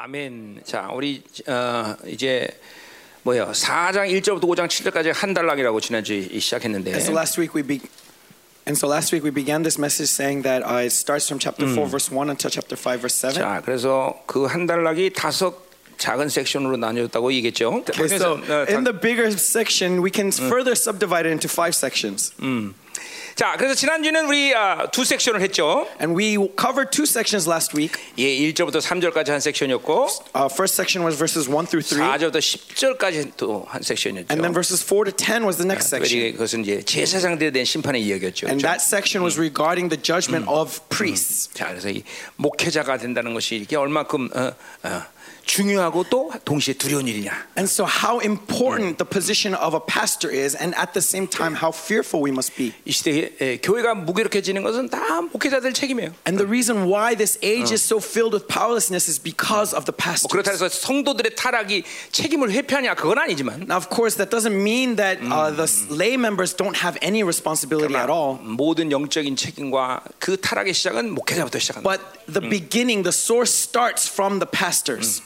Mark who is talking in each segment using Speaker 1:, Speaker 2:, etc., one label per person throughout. Speaker 1: 아멘. 자, 우리 어, 이제 뭐요? 4장 1절부터 5장 7절까지 한 달락이라고 지난주에 시작했는데
Speaker 2: And so last week we be- and so last week we began this message saying that uh, it starts from chapter four verse one until chapter five verse seven.
Speaker 1: 자, 그래서 그 한 달락이 다섯 작은 섹션으로 나뉘었다고 얘기했죠.
Speaker 2: Okay, so uh, Mm.
Speaker 1: 어, 다-
Speaker 2: in the bigger section, we can further subdivide it into five sections.
Speaker 1: 자, 그래서 지난주는 우리 아, 두 섹션을 했죠.
Speaker 2: And we covered two sections last week.
Speaker 1: 예, 1절부터 3절까지 한 섹션이었고
Speaker 2: Uh, first section was verses 1 through 3,
Speaker 1: 4절부터 10절까지 또 한 섹션이었죠.
Speaker 2: and then verses 4 to 10 was the next section.
Speaker 1: 특별히 그것은 이제 제사장들에 대한 심판의 이야기였죠.
Speaker 2: And
Speaker 1: 그렇죠?
Speaker 2: that section was regarding the judgment of priests.
Speaker 1: 자, 그래서 이 목회자가 된다는 것이 이게 얼마큼 어, 어, 중요하고 또 동시에 두려운 일이냐.
Speaker 2: And so, how important the position of a pastor is, and at the same time, how fearful we must be.
Speaker 1: 이 시대에 예, 교회가 무기력해지는 것은 다 목회자들 책임이에요. 뭐
Speaker 2: And the reason why this age is so filled with powerlessness is because of the pastors.
Speaker 1: 그렇다 해서 성도들의 타락이 책임을 회피하냐 그건 아니지만
Speaker 2: Now, of course, that doesn't mean that uh, the s- lay members don't have any responsibility at all.
Speaker 1: 모든 영적인 책임과 그 타락의 시작은 목회자부터 시작한다.
Speaker 2: But the beginning, the source starts from the pastors.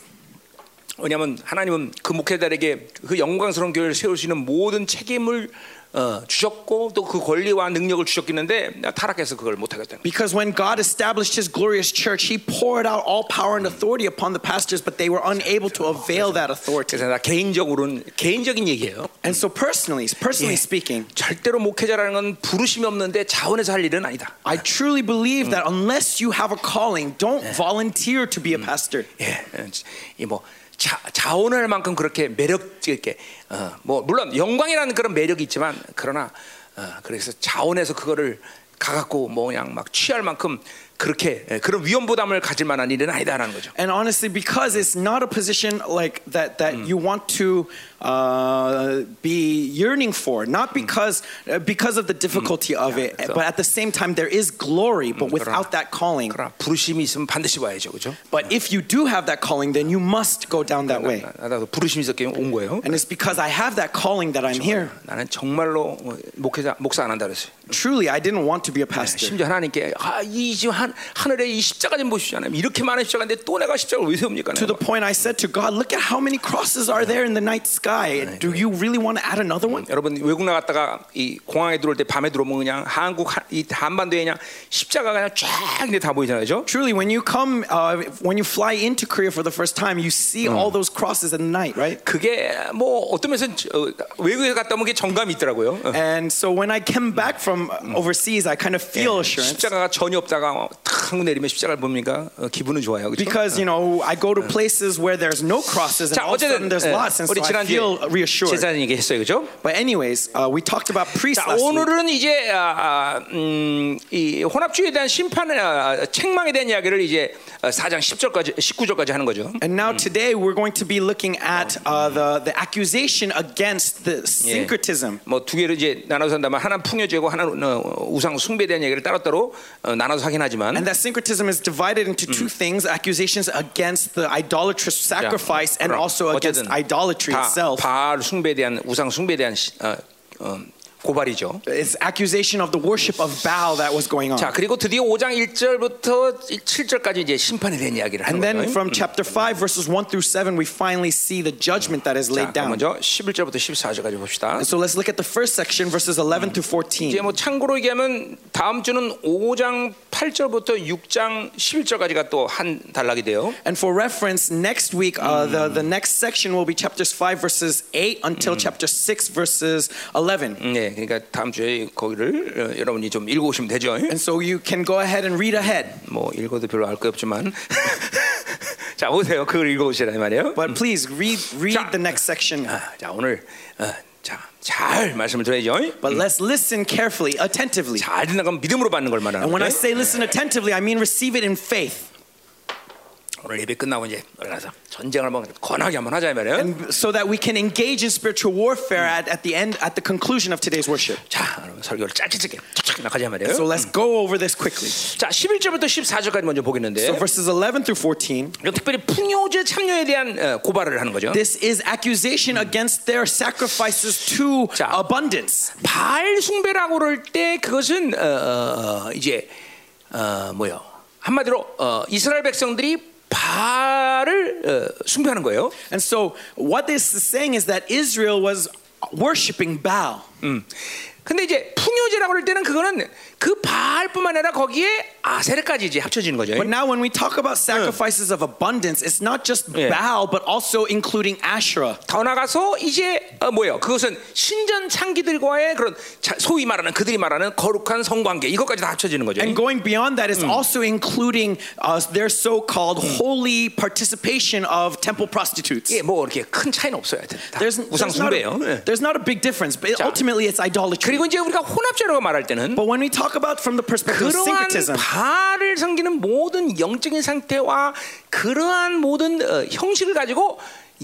Speaker 1: 왜냐하면 하나님은 그 목회자에게 그 영광스러운 교회를 세울 수 있는 모든 책임을 어, 주셨고 또 그 권리와 능력을 주셨겠는데 타락해서 그걸 못하겠다는 거예요.
Speaker 2: Because when God established his glorious church, he poured out all power and authority upon the pastors, but they were unable to avail that authority.
Speaker 1: 그래서 나 개인적으로는 개인적인 얘기예요.
Speaker 2: And so, personally, personally
Speaker 1: Yeah.
Speaker 2: speaking,
Speaker 1: 절대로 목회자라는 건 부르심이 없는데 자원해서 할 일은 아니다.
Speaker 2: I truly believe that unless you have a calling, don't volunteer to be a pastor.
Speaker 1: 예, 이뭐 자원할 만큼 그렇게 매력 있게 어, 뭐 물론 영광이라는 그런 매력이 있지만 그러나 어, 그래서 자원해서 그거를 가갖고 뭐 그냥 막 취할 만큼 그렇게 예, 그런 위험 부담을 가질 만한 일은 아니다라는 거죠.
Speaker 2: And honestly, because it's not a position like that that you want to uh, be yearning for, not because uh, because of the difficulty of it,
Speaker 1: Yeah, so-
Speaker 2: but at the same time there is glory. But without that calling,
Speaker 1: 그러나 부르심이 있으면 반드시 와야죠, 그렇죠?
Speaker 2: but if you do have that calling, then you must go down that way.
Speaker 1: 나도 부르심이 있었기 때문에 온 거예요.
Speaker 2: And it's because I have that calling that I'm here.
Speaker 1: 나는 정말로 어, 목회자 목사 안 한다 그랬어요.
Speaker 2: Truly, I didn't want to be a pastor.
Speaker 1: 네. 심지어 하나님께 아이 지금 한 하늘에 이 십자가 좀 보시지 않아요? 이렇게 많은 십자가인데 또 내가 십자가를 왜 세웁니까?
Speaker 2: To the point I said to God, look at how many crosses are there in the night sky. Do you really want to add another one?
Speaker 1: 여러분 외국 나갔다가 이 공항에 들어올 때 밤에 들어오면 그냥 한국 하- 이 한반도에 그냥 십자가 그냥 쫙 이제 다 보이잖아요, 그죠?
Speaker 2: Truly, when you come, uh, when you fly into Korea for the first time, you see all those crosses at night, right?
Speaker 1: 그게 뭐 어떤 면에서 외국에 갔다 오면 그게 정감이 있더라고요. 어.
Speaker 2: And so when I came back from overseas, I kind of feel assurance
Speaker 1: 십자가가 전혀 없다가 어, 탁 하고 내리면 십자가를 봅니까? 어, 기분은 좋아요, 그렇죠?
Speaker 2: because you know I go to places where there's no crosses, and
Speaker 1: 자
Speaker 2: all of a
Speaker 1: 어쨌든
Speaker 2: sudden there's
Speaker 1: 예,
Speaker 2: lots, and so
Speaker 1: 우리
Speaker 2: I
Speaker 1: 지난주에
Speaker 2: feel reassured.
Speaker 1: 제사장 얘기했어요, 그죠?
Speaker 2: But anyways, uh, we talked about priests
Speaker 1: 자
Speaker 2: last week.
Speaker 1: 오늘은 이제 아, 아, 음, 이 혼합주의에 대한 심판의 아, 책망에 대한 이야기를 이제 어, 4장 10절까지 19절까지 하는 거죠.
Speaker 2: And now today we're going to be looking at uh, the the accusation against the syncretism.
Speaker 1: 뭐 두 개를 이제 나눠서 한다면 하나는 풍요죄고 하나는 어, 우상 숭배에 대한 얘기를 따로따로 어, 나눠서 하긴
Speaker 2: And
Speaker 1: 하지만
Speaker 2: that syncretism is divided into two things accusations against the idolatrous sacrifice and
Speaker 1: 그럼
Speaker 2: also against
Speaker 1: 어쨌든
Speaker 2: idolatry
Speaker 1: 다
Speaker 2: itself.
Speaker 1: 바알 숭배에 대한 우상 숭배에 대한 시- 어, 어, 고발이죠.
Speaker 2: It's accusation of the worship of Baal that was going on.
Speaker 1: 자 그리고 드디어 5장 1절부터 7절까지 이제 심판에 대한 이야기를 하는
Speaker 2: And then
Speaker 1: 거예요.
Speaker 2: from chapter 5, verses 1 through 7, we finally see the judgment that is
Speaker 1: 자, 그럼
Speaker 2: laid down.
Speaker 1: 먼저 11절부터 14절까지 봅시다.
Speaker 2: And so let's look at the first section, verses 11 through
Speaker 1: 이제
Speaker 2: 14.
Speaker 1: 뭐 참고로 얘기하면 다음 주는 5장 8절부터 6장 11절까지가 또 한 단락이 돼요.
Speaker 2: And for reference, next week, uh, the, the next section will be chapters 5, verses 8 until chapter 6, verses 11.
Speaker 1: 네, 그러니까 다음 주에 거기를 어, 여러분이 좀 읽어오시면 되죠. 예?
Speaker 2: And so you can go ahead and read ahead.
Speaker 1: 뭐 읽어도 별로 알 거 없지만 자 보세요 그걸 읽어보시라 이 말이에요
Speaker 2: But please read, read
Speaker 1: 자.
Speaker 2: the next section.
Speaker 1: 아, 자 오늘 어, 자잘 말씀을 드려야죠 예?
Speaker 2: But let's listen carefully, attentively.
Speaker 1: 잘 듣는 건 믿음으로 받는 걸
Speaker 2: And when I
Speaker 1: 말하는데
Speaker 2: say listen attentively, I mean receive it in faith.
Speaker 1: 오늘 예배 끝나고 이제 올라가서 전쟁을 한번 권하게 한번 하자 이 말이에요
Speaker 2: And so that we can engage in spiritual warfare at, at the end, at the conclusion of today's worship.
Speaker 1: 자 여러분 설교를 짧게 짧게 착착 나가자 이
Speaker 2: So
Speaker 1: 말이에요
Speaker 2: let's go over this quickly.
Speaker 1: 자 11절부터 14절까지 먼저
Speaker 2: So
Speaker 1: 보겠는데
Speaker 2: verses 11 through 14,
Speaker 1: 이건 특별히 풍요제 참여에 대한 어, 고발을 하는 거죠
Speaker 2: this is accusation against their sacrifices to
Speaker 1: 자.
Speaker 2: abundance.
Speaker 1: 바알 숭배라고 그럴 때 그것은 어, 어, 어, 이제 어, 뭐요 한마디로 어, 이스라엘 백성들이 바알을 어, 어, 숭배하는 거예요.
Speaker 2: And so what this is saying is that Israel was worshiping Baal.
Speaker 1: 음. 근데 이제 풍요제라고 할 때는 그거는 그 바알뿐만 아니라 거기에 아세르까지 이제 합쳐지는 거죠.
Speaker 2: But now when we talk about sacrifices of abundance, it's not just
Speaker 1: Yeah.
Speaker 2: Baal, but also including Asherah.
Speaker 1: 더 나가서 이제 어, 뭐예요? 그것은 신전 창기들과의 그런 자- 소위 말하는 그들이 말하는 거룩한 성관계 이것까지 다 합쳐지는 거죠.
Speaker 2: And going beyond that is also including uh, their so-called holy participation of temple prostitutes.
Speaker 1: 예, 뭐 이렇게 큰 차이는 없어요. 다
Speaker 2: There's,
Speaker 1: 우상
Speaker 2: there's, not
Speaker 1: 숭배예요.
Speaker 2: a, 네.
Speaker 1: 예.
Speaker 2: there's not a big difference, but
Speaker 1: 자.
Speaker 2: ultimately it's idolatry.
Speaker 1: 그리고 이제 우리가 혼합제라고 말할 때는
Speaker 2: But when we talk about from the perspective of
Speaker 1: 그러한
Speaker 2: syncretism,
Speaker 1: 바알을 섬기는 모든 영적인 상태와 그러한 모든 어, 형식을 가지고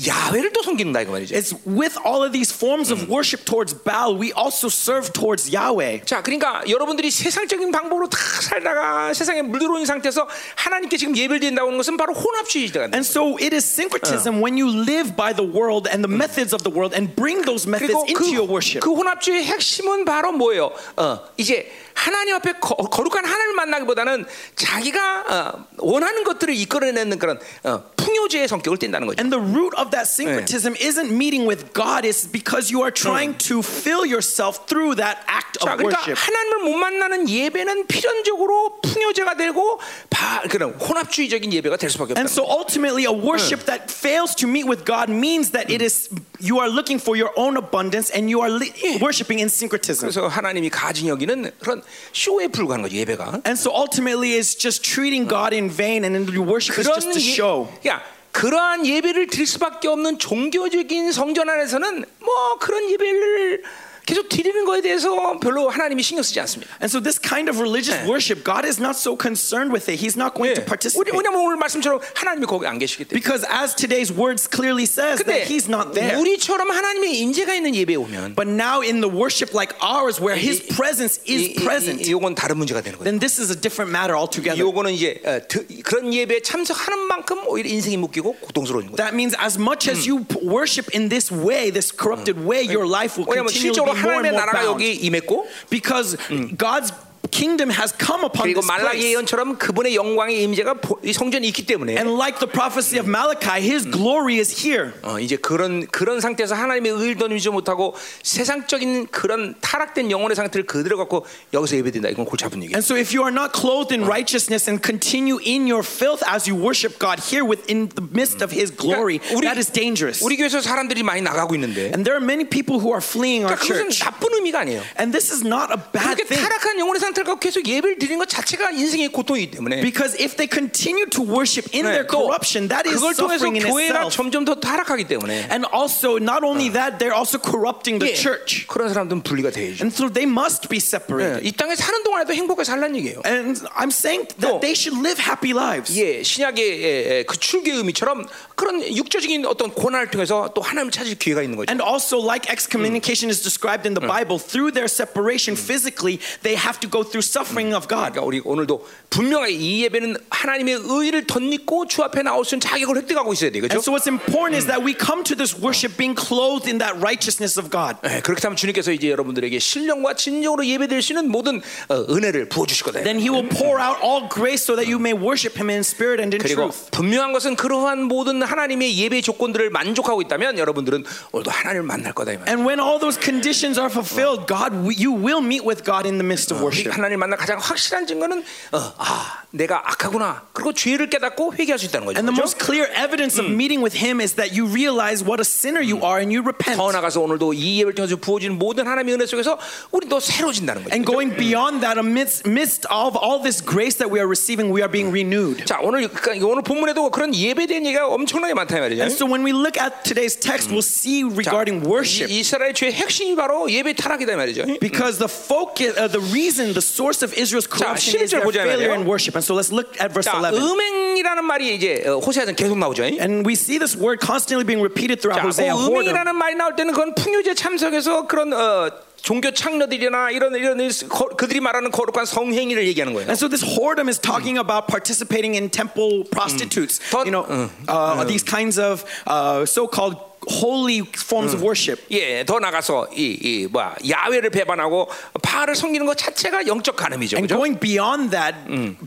Speaker 1: 야훼를 또 섬긴다 이거 말이죠.
Speaker 2: it's with all of these forms of worship towards Baal, we also serve towards Yahweh.
Speaker 1: 자, 그러니까 여러분들이 세상적인 방법으로 다 살다가 세상에 물들어온 상태에서 하나님께 지금 예배드린다고 하는 것은 바로 혼합주의자가 돼요.
Speaker 2: And so it is syncretism when you live by the world and the methods of the world and bring those methods
Speaker 1: 그리고
Speaker 2: into your
Speaker 1: 그,
Speaker 2: worship.
Speaker 1: 그 혼합주의의 핵심은 바로 뭐예요? 어, 이제 하나님 앞에 거, 거룩한 하나님을 만나기보다는 자기가 어, 원하는 것들을 이끌어내는 그런 어, 풍요제의 성격을 띈다는 거죠.
Speaker 2: And the root of that syncretism isn't meeting with God, it's because you are trying to fill yourself through that act
Speaker 1: 자,
Speaker 2: of
Speaker 1: 그러니까
Speaker 2: worship.
Speaker 1: 하나님을 못 만나는 예배는 필연적으로 풍요제가 되고 바, 그런 혼합주의적인 예배가 될 수밖에 없다.
Speaker 2: And so ultimately, a worship that fails to meet with God means that it is you are looking for your own abundance and you are li- worshiping in syncretism.
Speaker 1: 그래서 하나님이 가진 여기는 그런 쇼에 불과한 거죠 예배가.
Speaker 2: And so ultimately, it's just treating God in vain and then your worship is
Speaker 1: 그런
Speaker 2: just to
Speaker 1: 예-
Speaker 2: show.
Speaker 1: 야, 그러한 예배를 드릴 수밖에 없는 종교적인 성전 안에서는 뭐 그런 예배를 계속 드리는 거에 대해서 별로 하나님이 신경 쓰지 않습니다.
Speaker 2: And so, this kind of religious
Speaker 1: 예.
Speaker 2: worship, God is not so concerned with it. He's not going
Speaker 1: 우리
Speaker 2: to participate.
Speaker 1: 왜냐면 오늘 말씀처럼 하나님이 거기 안 계시기 때문에.
Speaker 2: Because as today's words clearly says, that He's not there.
Speaker 1: 우리처럼 하나님의 인재가 있는 예배에 오면
Speaker 2: But now in the worship like ours, where His
Speaker 1: 이-
Speaker 2: presence
Speaker 1: 이-
Speaker 2: is
Speaker 1: 이- 이-
Speaker 2: present,
Speaker 1: 이건 다른 문제가 되는 거예요.
Speaker 2: then this is a different matter altogether.
Speaker 1: 이거는 이제 어, 드- 그런 예배에 참석하는 만큼 오히려 인생이 묶이고 고통스러운 거예요.
Speaker 2: That means as much as you p- worship in this way, this corrupted way, your life will
Speaker 1: 왜냐면
Speaker 2: continually
Speaker 1: 실제로
Speaker 2: be more
Speaker 1: 하나님의
Speaker 2: and more
Speaker 1: 나라가
Speaker 2: bound.
Speaker 1: 여기 임했고
Speaker 2: Because God's kingdom has come upon
Speaker 1: 그리고
Speaker 2: this
Speaker 1: 말라기
Speaker 2: place.
Speaker 1: 예언처럼 그분의 영광의 임재가 보- 이 성전에 있기 때문에
Speaker 2: And like the prophecy of Malachi, His glory is here.
Speaker 1: 어, 이제 그런 그런 상태에서 하나님의 의를 던지지 못하고 세상적인 그런 타락된 영혼의 상태를 그대로 갖고 여기서 예배드린다. 이건 골치 아픈 얘기예요.
Speaker 2: And so, if you are not clothed in righteousness and continue in your filth as you worship God here within the midst of His glory,
Speaker 1: 그러니까 우리-
Speaker 2: that is dangerous.
Speaker 1: 우리 교회에서 사람들이 많이 나가고 있는데
Speaker 2: And there are many people who are fleeing our
Speaker 1: 그러니까 그것은
Speaker 2: church.
Speaker 1: 나쁜 의미가 아니에요.
Speaker 2: And this is not a bad
Speaker 1: 그렇게
Speaker 2: thing.
Speaker 1: 타락한 영혼의 상태를 갖고 계속 예배를 드리는 것 자체가 인생의 고통이기 때문에
Speaker 2: Because if they continue to worship in
Speaker 1: 네,
Speaker 2: their
Speaker 1: 또
Speaker 2: corruption, that is
Speaker 1: 그걸 통해서
Speaker 2: suffering in
Speaker 1: 교회가
Speaker 2: itself.
Speaker 1: 점점 더 타락하기 때문에
Speaker 2: And also, not only that, they're also corrupting
Speaker 1: 예,
Speaker 2: the church.
Speaker 1: 그런 사람들은 분리가 돼야죠.
Speaker 2: And so they must
Speaker 1: 예,
Speaker 2: be separated.
Speaker 1: 이 땅에 사는 동안에도 행복하게 살란 얘기예요.
Speaker 2: And I'm saying
Speaker 1: 또-
Speaker 2: that they should live happy lives.
Speaker 1: 예, 신약의 예, 예, 그 출애굽의 의미처럼 그런 육조적인 어떤 고난을 통해서 또 하나님을 찾을 기회가 있는 거죠.
Speaker 2: And also, like excommunication is described in the Bible, through their separation physically, they have to go through suffering of God.
Speaker 1: 그러니까 우리 오늘도 분명하게 이 예배는 하나님의 의를 덧입고 주 앞에 나올 수 있는 자격을 획득하고 있어야 돼요. 그렇죠?
Speaker 2: And so, what's important is that we come to this worship being clothed in that righteousness of God.
Speaker 1: 예, 그렇게 하면 주님께서 이제 여러분들에게 신령과 진정으로 예배될 수 있는 모든 어, 은혜를 부어 주실 거다.
Speaker 2: Then He will pour out all grace so that you may worship Him in spirit and in
Speaker 1: 그리고
Speaker 2: truth.
Speaker 1: 분명한 것은 그러한 모든 하나님의 예배 조건들을 만족하고 있다면 여러분들은 오늘도 하나님을 만날 거다 이 말이에요.
Speaker 2: And when all those conditions are fulfilled, God, we- you will meet with God in the midst of worship.
Speaker 1: 하나님 만나 가장 확실한 증거는 어, 아 내가 악하구나 그리고 죄를 깨닫고 회개할 수 있다는 거죠.
Speaker 2: And the
Speaker 1: 그렇죠?
Speaker 2: most clear evidence of meeting with Him is that you realize what a sinner you are and you repent.
Speaker 1: 더 나가서 오늘도 이 예배를 통해서 부어지는 모든 하나님의 은혜 속에서 우리 또 새로워진다는 거죠.
Speaker 2: And going beyond that, amidst midst of all this grace that we are receiving, we are being renewed.
Speaker 1: 자 오늘 그러니까 오늘 본문에도 그런 예배된 얘기가 엄청나게 많다 이 말이죠.
Speaker 2: And so when we look at today's text, we'll see regarding worship.
Speaker 1: 이- 이스라엘 죄의 핵심이 바로 예배 타락이다 이 말이죠.
Speaker 2: Because the focus, uh, the reason, the source of Israel's corruption is
Speaker 1: 11절
Speaker 2: their
Speaker 1: 보자 말이에요.
Speaker 2: failure in worship. And so let's look at verse
Speaker 1: 자
Speaker 2: 11.
Speaker 1: 음행이라는 말이 이제 어, 호세아는 계속 나오죠.
Speaker 2: And we see this word constantly being repeated throughout
Speaker 1: 자, 그
Speaker 2: Hosea. whoredom.
Speaker 1: 음행이라는 말이 나올 때는 그건 풍요제 참석에서 그런 어, 종교 창녀들이나 이런 이런 일- 거- 그들이 말하는 거룩한 성행위를 얘기하는 거예요.
Speaker 2: And so this whoredom is talking about participating in temple prostitutes,
Speaker 1: Tot-
Speaker 2: you know, uh, these kinds of uh, so-called holy forms of worship.
Speaker 1: 예, 더 나가서 이, 이 뭐야 야훼를 배반하고 바알을 섬기는 것 자체가 영적 간음이죠.
Speaker 2: And
Speaker 1: 그죠?
Speaker 2: going beyond that,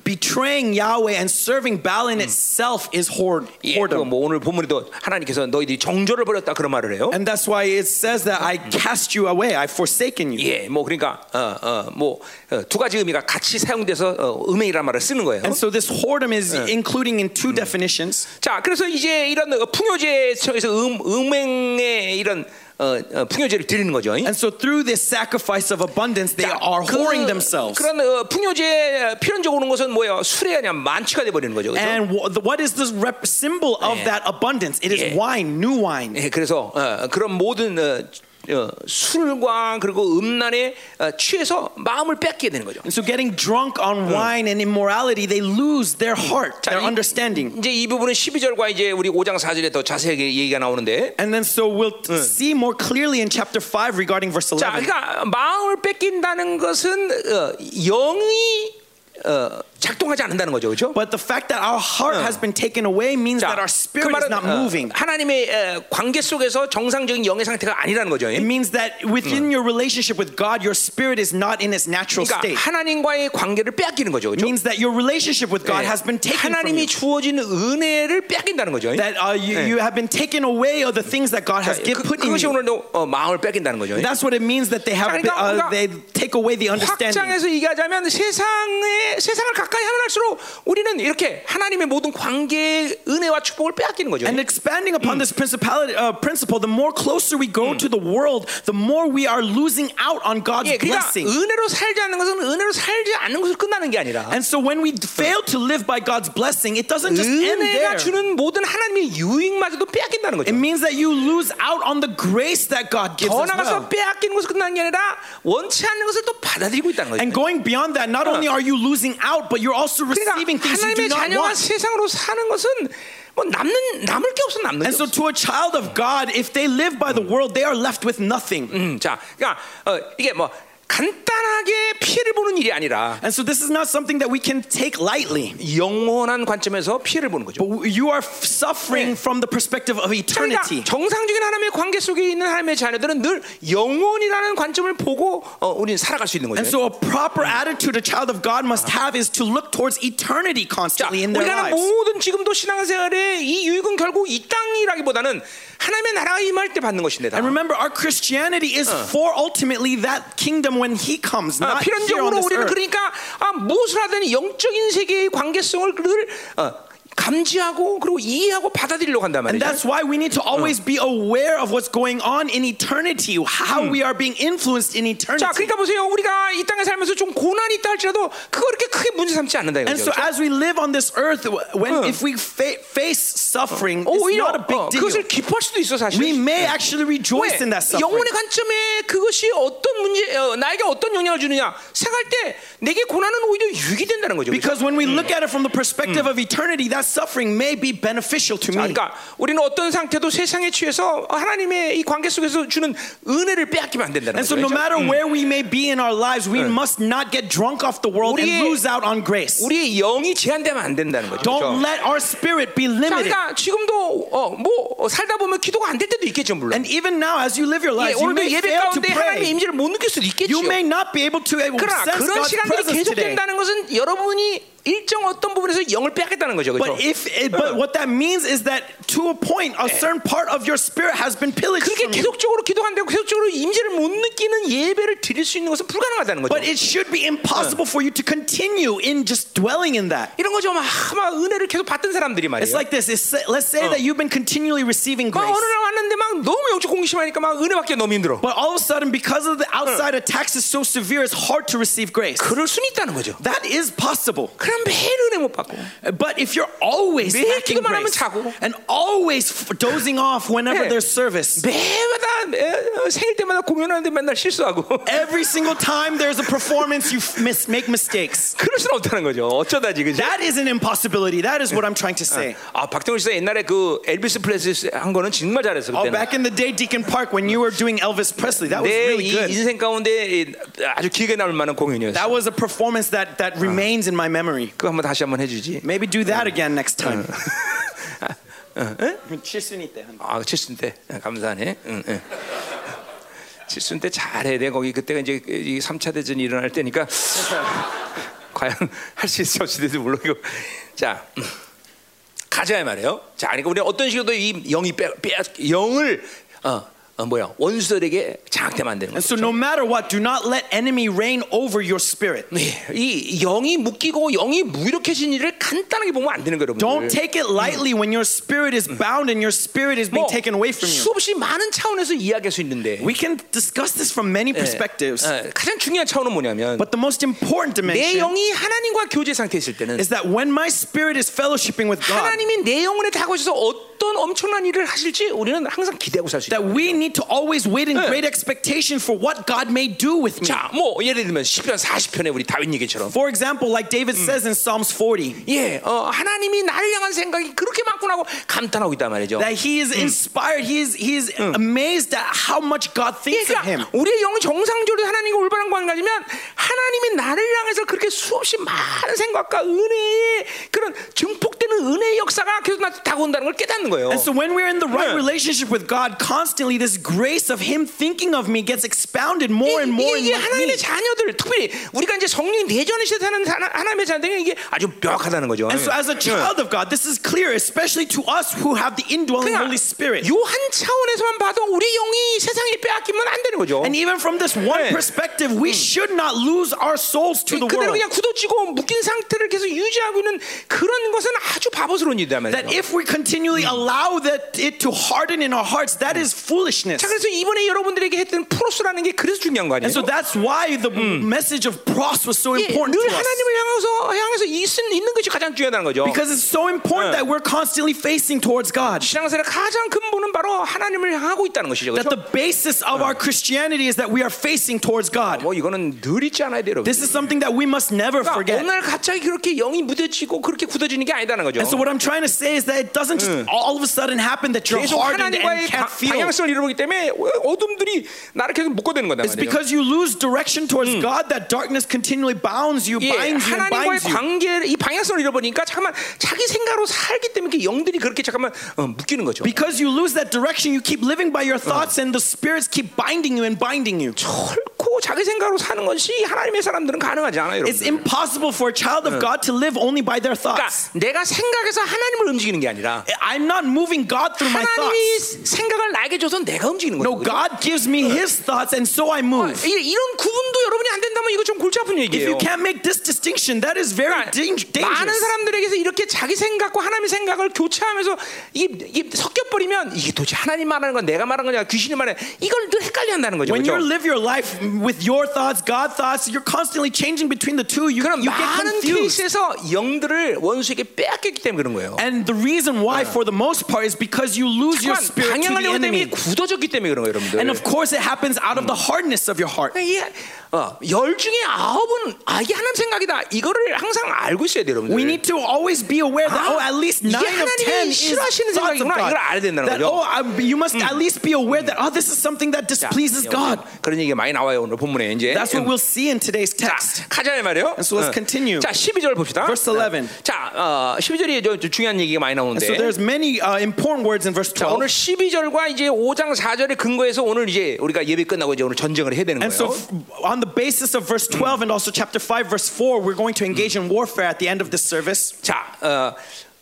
Speaker 2: betraying Yahweh and serving Baal in itself is hoard,
Speaker 1: 예, 그거
Speaker 2: whoredom.
Speaker 1: 뭐 오늘 본문에도 하나님께서 너희들이 정조를 버렸다 그런 말을 해요.
Speaker 2: And that's why it says that I cast you away, I've forsaken you.
Speaker 1: 예, 뭐 그러니까 어어뭐두 가지 의미가 같이 사용돼서 어, 음행이라는 말을 쓰는 거예요.
Speaker 2: And so this whoredom is including in two definitions.
Speaker 1: 자, 그래서 이제 이런 어, 풍요제에서 음, 음행의 이런 어, 어, 풍요제를 드리는 거죠.
Speaker 2: And so through this sacrifice of abundance, they
Speaker 1: 자,
Speaker 2: are
Speaker 1: 그-
Speaker 2: whoring themselves.
Speaker 1: 그런 어, 풍요제 필연적으로 오는 것은 뭐예요? 술에 아니라 만취가 돼 버리는 거죠. 그죠?
Speaker 2: And wh- the- what is the rep- symbol of
Speaker 1: Yeah.
Speaker 2: that abundance? It is
Speaker 1: Yeah.
Speaker 2: wine, new wine.
Speaker 1: 예, 그래서 어, 그런 모든 어, 어, 술과 그리고 음란에 어, 취해서 마음을 뺏게 되는 거죠.
Speaker 2: And so getting drunk
Speaker 1: Mm.
Speaker 2: on wine and immorality, they lose their heart,
Speaker 1: 자,
Speaker 2: their
Speaker 1: 이-
Speaker 2: understanding.
Speaker 1: 이제 이 부분은 12절과 이제 우리 5장 4절에 더 자세하게 얘기가 나오는데
Speaker 2: And then so we'll
Speaker 1: Mm.
Speaker 2: t- see more clearly in chapter 5 regarding verse
Speaker 1: 자,
Speaker 2: 11.
Speaker 1: 그러니까 마음을 뺏긴다는 것은 어, 영이 어, 작동하지 않는다는 거죠. 그렇죠?
Speaker 2: But the fact that our heart has
Speaker 1: Mm.
Speaker 2: been taken away means that
Speaker 1: 그
Speaker 2: our spirit is
Speaker 1: 말은
Speaker 2: not
Speaker 1: 어,
Speaker 2: moving.
Speaker 1: 하나님의 에, 관계 속에서 정상적인 영의 상태가 아니라는 거죠.
Speaker 2: It means that
Speaker 1: Mm.
Speaker 2: within your relationship with God, your spirit is not in its natural
Speaker 1: 그러니까
Speaker 2: state.
Speaker 1: 하나님과의 관계를 뺏기는 거죠.
Speaker 2: It
Speaker 1: 그렇죠?
Speaker 2: means that your relationship with God has been taken from
Speaker 1: 하나님이
Speaker 2: you.
Speaker 1: 주어진 은혜를 뺏긴다는 거죠.
Speaker 2: That uh, you,
Speaker 1: 예.
Speaker 2: you have been taken away of the things that God has
Speaker 1: 자,
Speaker 2: give,
Speaker 1: 그,
Speaker 2: put in
Speaker 1: 그것이
Speaker 2: you.
Speaker 1: 오늘도 어, 마음을 뺏긴다는 거죠.
Speaker 2: That's what it means that they
Speaker 1: 자,
Speaker 2: have been-
Speaker 1: 그러니까
Speaker 2: uh, they take away the understanding.
Speaker 1: 확장해서 얘기하자면 세상에 세상을 가까이 하면 할수록 우리는 이렇게 하나님의 모든 관계의 은혜와 축복을 빼앗기는 거죠.
Speaker 2: And expanding
Speaker 1: Mm.
Speaker 2: upon this principality uh, principle, the more closer we go to the world, the more we are losing out on God's
Speaker 1: 예, 그러니까
Speaker 2: blessing.
Speaker 1: 은혜로 살지 않는 것은 은혜로 살지 않는 것으로 끝나는 게 아니라
Speaker 2: And so when we fail to live by God's blessing, it doesn't just end
Speaker 1: 은혜가
Speaker 2: there.
Speaker 1: 주는 모든 하나님의 유익마저도 빼앗긴다는
Speaker 2: It
Speaker 1: 거죠.
Speaker 2: means that you lose out on the grace that God gives
Speaker 1: 더
Speaker 2: us.
Speaker 1: 나가서
Speaker 2: Well.
Speaker 1: 빼앗기는 것으로 끝나는 게 아니라 원치 않는 것을 또 받아들이고 있다는 거죠.
Speaker 2: And going beyond that, not only are you losing out, but you're also receiving
Speaker 1: 그러니까
Speaker 2: things you
Speaker 1: 하나님의
Speaker 2: do not
Speaker 1: 자녀가
Speaker 2: want.
Speaker 1: 세상으로 사는 것은 뭐 남는 남을 게 없어 남는 게
Speaker 2: And so,
Speaker 1: 없어.
Speaker 2: to a child of God, if they live by the world, they are left with nothing.
Speaker 1: 음, 자, 그러니까 어, 이게 뭐 간단하게 피해를 보는 일이 아니라
Speaker 2: And so, this is not something that we can take lightly.
Speaker 1: 영원한 관점에서 피해를 보는 거죠.
Speaker 2: But you are f- suffering from the perspective of
Speaker 1: 그러니까
Speaker 2: eternity.
Speaker 1: 정상적인 하나님의 관계 속에 있는 하나님의 자녀들은 늘 영원이라는 관점을 보고 어, 우리는 살아갈 수 있는 거죠.
Speaker 2: And so, a proper attitude a child of God must have is to look towards eternity
Speaker 1: 자,
Speaker 2: constantly in their
Speaker 1: 우리가 하는
Speaker 2: lives.
Speaker 1: 모든 지금도 신앙생활의 이 유익은 결국 이 땅이라기보다는 하나님의 나라가 임할 때 받는 것인데 다.
Speaker 2: And remember, our Christianity is for ultimately that kingdom when He comes,
Speaker 1: 아,
Speaker 2: not here on
Speaker 1: Uh. 필연적으로
Speaker 2: this
Speaker 1: 우리는
Speaker 2: earth.
Speaker 1: 그러니까 아, 무엇을 하든 영적인 세계의 관계성을 늘 어, 감지하고 그리고 이해하고 받아들이려고 한단
Speaker 2: And
Speaker 1: 말이죠.
Speaker 2: that's why we need to always be aware of what's going on in eternity, how we are being influenced in eternity.
Speaker 1: Hmm. 자, 그러니까 보세요. 우리가 이 땅에 살면서 좀 고난이 있다 할지라도 그거 그렇게 크게 문제 삼지 않는다
Speaker 2: and
Speaker 1: 이거죠.
Speaker 2: so, as we live on this earth, when
Speaker 1: Uh.
Speaker 2: if we fa- face suffering, it's
Speaker 1: 오히려
Speaker 2: not a big
Speaker 1: 어,
Speaker 2: deal.
Speaker 1: 그것을 기뻐할 수도 있어 사실.
Speaker 2: we may actually rejoice in that suffering.
Speaker 1: 영혼의 관점에 그것이 어떤 문제, 어, 나에게 어떤 영향을 주느냐 생각할 때 내게 고난은 오히려 유익이 된다는 거죠. 그죠?
Speaker 2: Because when we look at it from the perspective of eternity, that suffering may be beneficial to
Speaker 1: 자,
Speaker 2: me.
Speaker 1: 그러니까 우리는 어떤 상태도 세상에 취해서 하나님의 이 관계 속에서 주는 은혜를 빼앗기면 안 된다는
Speaker 2: And so,
Speaker 1: 거죠.
Speaker 2: no
Speaker 1: 그죠?
Speaker 2: matter where we may be in our lives, we must not get drunk off the world and
Speaker 1: 우리의-
Speaker 2: lose out on grace.
Speaker 1: 우리의 영이 제한되면 안 된다는 거죠. 그죠?
Speaker 2: Don't let our spirit be
Speaker 1: 자,
Speaker 2: limited.
Speaker 1: 그러니까 지금도 어, 뭐 어, 살다 보면 기도가 안 될 때도 있겠죠 물론.
Speaker 2: And even now, as you live your
Speaker 1: 예,
Speaker 2: lives, you
Speaker 1: 오늘도
Speaker 2: may
Speaker 1: 예배
Speaker 2: fail to
Speaker 1: 가운데 하나님의
Speaker 2: pray.
Speaker 1: 임재를 못 느낄 수도 있겠죠.
Speaker 2: You may not be able to uh,
Speaker 1: 그러나
Speaker 2: sense
Speaker 1: 그런
Speaker 2: God's
Speaker 1: 시간들이
Speaker 2: presence today.
Speaker 1: 계속된다는 것은 여러분이 일정 어떤 부분에서 영을 빼앗겠다는 거죠. 그렇죠?
Speaker 2: But if, it, but what that means is that to a point, a certain part of your spirit has been pillaged
Speaker 1: 그렇게
Speaker 2: from you.
Speaker 1: 계속적으로 기도가 안 되고 계속적으로 임재를 못 느끼는 예배를 드릴 수 있는 것은 불가능하다는 거죠.
Speaker 2: But it should be impossible for you to continue in just dwelling in that.
Speaker 1: 이런 거죠. 막, 막 은혜를 계속 받던 사람들이
Speaker 2: It's
Speaker 1: 말이에요.
Speaker 2: like this. It's, let's say that you've been continually receiving
Speaker 1: 막
Speaker 2: grace.
Speaker 1: 어느 날 왔는데 막 너무 영적 공심하니까 막 은혜 받기 너무 힘들어.
Speaker 2: But all of a sudden, because of the outside attacks is so severe, it's hard to receive grace.
Speaker 1: 그럴 수는 있다는 거죠.
Speaker 2: That is possible.
Speaker 1: 그럼 매일 은혜 못 받고
Speaker 2: But if you're always
Speaker 1: 매일
Speaker 2: lacking
Speaker 1: 기도만 하면
Speaker 2: grace
Speaker 1: 자고.
Speaker 2: and always f- dozing off
Speaker 1: 네.
Speaker 2: whenever there's service,
Speaker 1: 매마다 매- 생일 때마다 공연하는데 맨날 실수하고
Speaker 2: every single time there's a performance, you f- mis- make mistakes.
Speaker 1: 그럴 수는 없다는 거죠. 어쩌다지 그죠?
Speaker 2: That is an impossibility. That is what I'm trying to say.
Speaker 1: 아 박정희 씨가 옛날에 그 엘비스 플레스 한 거는 정말 잘했어
Speaker 2: Oh,
Speaker 1: 그때는.
Speaker 2: back in the day, Deacon Park, when you were doing Elvis Presley, that was
Speaker 1: 내
Speaker 2: really
Speaker 1: 이
Speaker 2: good.
Speaker 1: 인생 가운데 이 아주 기억에 남을 만한 공연이었어.
Speaker 2: That was a performance that, that remains in my memory.
Speaker 1: 그거 한번 다시 한번 해주지.
Speaker 2: Maybe do that again next time.
Speaker 1: 어, 응, 응?
Speaker 2: 칠순이 때 한.
Speaker 1: 아, 칠순 때 어, 감사하네. 응, 응. 칠순 때 잘해야 돼. 거기 그때가 이제 이 3차 대전이 일어날 때니까 과연 할 수 있을지 없을지도 모르고 자 음. 가져야 말이에요. 자, 그러니까 우리 어떤 식으로도 이 영이 빼, 빼 영을 어, 어 뭐야 원수들에게 장악되면 안 되는
Speaker 2: And
Speaker 1: 거죠.
Speaker 2: so, no matter what, do not let enemy reign over your spirit.
Speaker 1: 네, 이 영이 묶이고 영이 무력해진 일을 간단하게 보면 안 되는 거예요,
Speaker 2: Don't
Speaker 1: 여러분들.
Speaker 2: take it lightly when your spirit is bound and your spirit is being
Speaker 1: 뭐,
Speaker 2: taken away from you.
Speaker 1: 수없이 많은 차원에서 이야기할 수 있는데
Speaker 2: We can discuss this from many perspectives,
Speaker 1: 예, 예, 가장 중요한 차원은 뭐냐면
Speaker 2: but the most important
Speaker 1: 내
Speaker 2: dimension
Speaker 1: 영이 하나님과 교제 상태에 있을 때는
Speaker 2: is that when my spirit is fellowshipping with God,
Speaker 1: 하나님이 내 영혼에 다가오셔서 어떤 엄청난 일을 하실지 우리는 항상 기대하고 살 수 있다.
Speaker 2: that we need to always wait in great expectation for what God may do with me.
Speaker 1: 자, 뭐 예를 들면 10편 40편에 우리 다윗 얘기처럼
Speaker 2: For example, like David says in Psalms 40,
Speaker 1: 예, 어, 하나님이 나를 향한 생각이 그렇게 많구나 하고 감탄하고 있단 말이죠.
Speaker 2: that he is inspired, he is, he is amazed at how much God
Speaker 1: 예,
Speaker 2: thinks of him.
Speaker 1: 그러니까 우리의 영이 정상적으로 하나님과 올바른 관계를 가지면 하나님이 나를 향해서 그렇게 수없이 많은 생각과 은혜의 그런 증폭되는 은혜의 역사가 계속 나한테 다가온다는 걸 깨닫는 거예요.
Speaker 2: And so when we're in the right
Speaker 1: Yeah.
Speaker 2: relationship with God, constantly this grace of Him thinking of me gets expounded more and more
Speaker 1: 이-
Speaker 2: and
Speaker 1: 이게
Speaker 2: more. in me.
Speaker 1: 하나님의 자녀들 특별히 우리가 이제 성령 내전의 시대 사는 하나- 하나님의 자녀들은 이게 아주 명확하다는 거죠. 예.
Speaker 2: And so as a child of God, this is clear, especially to us who have the indwelling Holy Spirit.
Speaker 1: 요한 차원에서만 봐도 우리 영이 세상에 빼앗기면 안 되는 거죠.
Speaker 2: And even from this one
Speaker 1: Yeah.
Speaker 2: perspective, we should not lose our souls to the
Speaker 1: 그대로
Speaker 2: world.
Speaker 1: 그냥 굳어지고 묶인 상태를 계속 유지하고 있는 그런 것은 아주 바보스러운 일이란 말이에요.
Speaker 2: That if we continually allow that it to harden in our hearts, that is foolishness.
Speaker 1: 자, 그래서 이번에 여러분들에게 했던 프로스라는 게 그래서 중요한 거 아니에요?
Speaker 2: And so that's why the message of cross was so
Speaker 1: 예, 늘
Speaker 2: important to us.
Speaker 1: 하나님을 향해서 향해서 있은, 있는 것이 가장 중요하다는 거죠.
Speaker 2: Because it's so important
Speaker 1: Yeah.
Speaker 2: that we're constantly facing towards God.
Speaker 1: 신앙생활의 가장 근본은 바로 하나님을 향하고 있다는 것이죠.
Speaker 2: that
Speaker 1: 그렇죠?
Speaker 2: the basis of our Christianity is that we are facing towards God.
Speaker 1: 뭐 이거는 늘 잊지 않아야 돼요. 여러분.
Speaker 2: This is something that we must never
Speaker 1: 그러니까 어느
Speaker 2: forget.
Speaker 1: 날 갑자기 그렇게 영이 무뎌지고 그렇게 굳어지는 게 아니다는 거죠.
Speaker 2: And so what I'm trying to say is that it doesn't just all of a sudden happen that you're
Speaker 1: 계속
Speaker 2: hardened and
Speaker 1: 하나님과의 바,
Speaker 2: can't feel.
Speaker 1: 방향성을 잃어버리기 때문에 어둠들이 나를 계속 묶어대는 거다
Speaker 2: It's
Speaker 1: 말이에요.
Speaker 2: because you Hmm. lose direction towards God that darkness continually bounds you,
Speaker 1: 예,
Speaker 2: binds you, and
Speaker 1: 하나님과의
Speaker 2: binds you.
Speaker 1: 관계 이 방향성을 잃어버리니까 잠깐만 자기 생각으로 살기 때문에 그 영들이 그렇게 잠깐만 어, 묶이는 거죠.
Speaker 2: Because you lose that direction, you keep living by your thoughts, and the spirits keep binding you and binding you.
Speaker 1: 결코 자기 생각으로 사는 것이 하나님의 사람들은 가능하지 않아요, 여러분.
Speaker 2: It's impossible for a child of God to live only by their
Speaker 1: 그러니까
Speaker 2: thoughts.
Speaker 1: 내가 생각해서 하나님을 움직이는 게 아니라
Speaker 2: I'm not moving God through my
Speaker 1: 하나님이
Speaker 2: thoughts.
Speaker 1: 생각을 나에게 줘서 내가 움직이는 거죠.
Speaker 2: No,
Speaker 1: 그죠?
Speaker 2: God gives me His thoughts, and so I move.
Speaker 1: 이- 이런 구분도 여러분이 안 된다면 이거 좀 골치 아픈
Speaker 2: If
Speaker 1: 얘기예요.
Speaker 2: you can't make this distinction, that is very
Speaker 1: 그러니까
Speaker 2: dang-
Speaker 1: 많은
Speaker 2: dangerous.
Speaker 1: 사람들에게서 이렇게 자기 생각과 하나님의 생각을 교차하면서 이게, 이게 섞여버리면 이게 도대체 하나님 말하는 건 내가 말하는 거냐 귀신이 말하는 거냐, 이걸 늘 헷갈려 한다는 거죠.
Speaker 2: When you
Speaker 1: 그렇죠?
Speaker 2: live your life with your thoughts, God thoughts, you're constantly changing between the two. You,
Speaker 1: 그런
Speaker 2: you get
Speaker 1: 많은
Speaker 2: confused.
Speaker 1: 케이스에서 영들을 원수에게 빼앗겼기 때문에 그런 거예요.
Speaker 2: And the reason why, for the most part, is because you lose your
Speaker 1: 그만
Speaker 2: spirit to
Speaker 1: 방향을 내기
Speaker 2: the
Speaker 1: 때문에
Speaker 2: enemy.
Speaker 1: 굳어졌기 때문에 그런 거예요, 여러분들.
Speaker 2: And of course, it happens out of the hardness of your heart.
Speaker 1: 이게 어, 열 중에 아홉은 아 이게 하나님 생각이다. 이거를 항상 알고 있어야 돼요, 여러분들.
Speaker 2: We need to always be aware that
Speaker 1: 아,
Speaker 2: oh, at least
Speaker 1: 이게
Speaker 2: nine of
Speaker 1: 하나님이
Speaker 2: ten is
Speaker 1: 싫어하시는
Speaker 2: thoughts of
Speaker 1: 생각이구나.
Speaker 2: God.
Speaker 1: 이걸 알아야 된다는
Speaker 2: That
Speaker 1: 거죠.
Speaker 2: oh, I, you must at least be aware that oh, this is something that
Speaker 1: 자,
Speaker 2: displeases God.
Speaker 1: 그런 얘기가 많이 나와요 오늘 본문에 이제.
Speaker 2: That's what
Speaker 1: 음.
Speaker 2: we'll see in today's text.
Speaker 1: 자, 가자 이 말이에요.
Speaker 2: And so
Speaker 1: 어.
Speaker 2: let's continue.
Speaker 1: 자, 12절 봅시다.
Speaker 2: Verse 11.
Speaker 1: 자, 어, 12절이 저, 저 중요한 얘기가 많이
Speaker 2: And
Speaker 1: 나오는데.
Speaker 2: so there's many uh, important words in verse
Speaker 1: 자,
Speaker 2: 12.
Speaker 1: 오늘 12절과 이제 5장 4절의 근거에서 오늘 이제 우리가 예배 끝나고 이제 오늘 전쟁을 해야 되는
Speaker 2: And so,
Speaker 1: 거예요.
Speaker 2: f- on the basis of verse 12 and also chapter 5, verse 4, we're going to engage in warfare at the end of this service.
Speaker 1: 자, 어,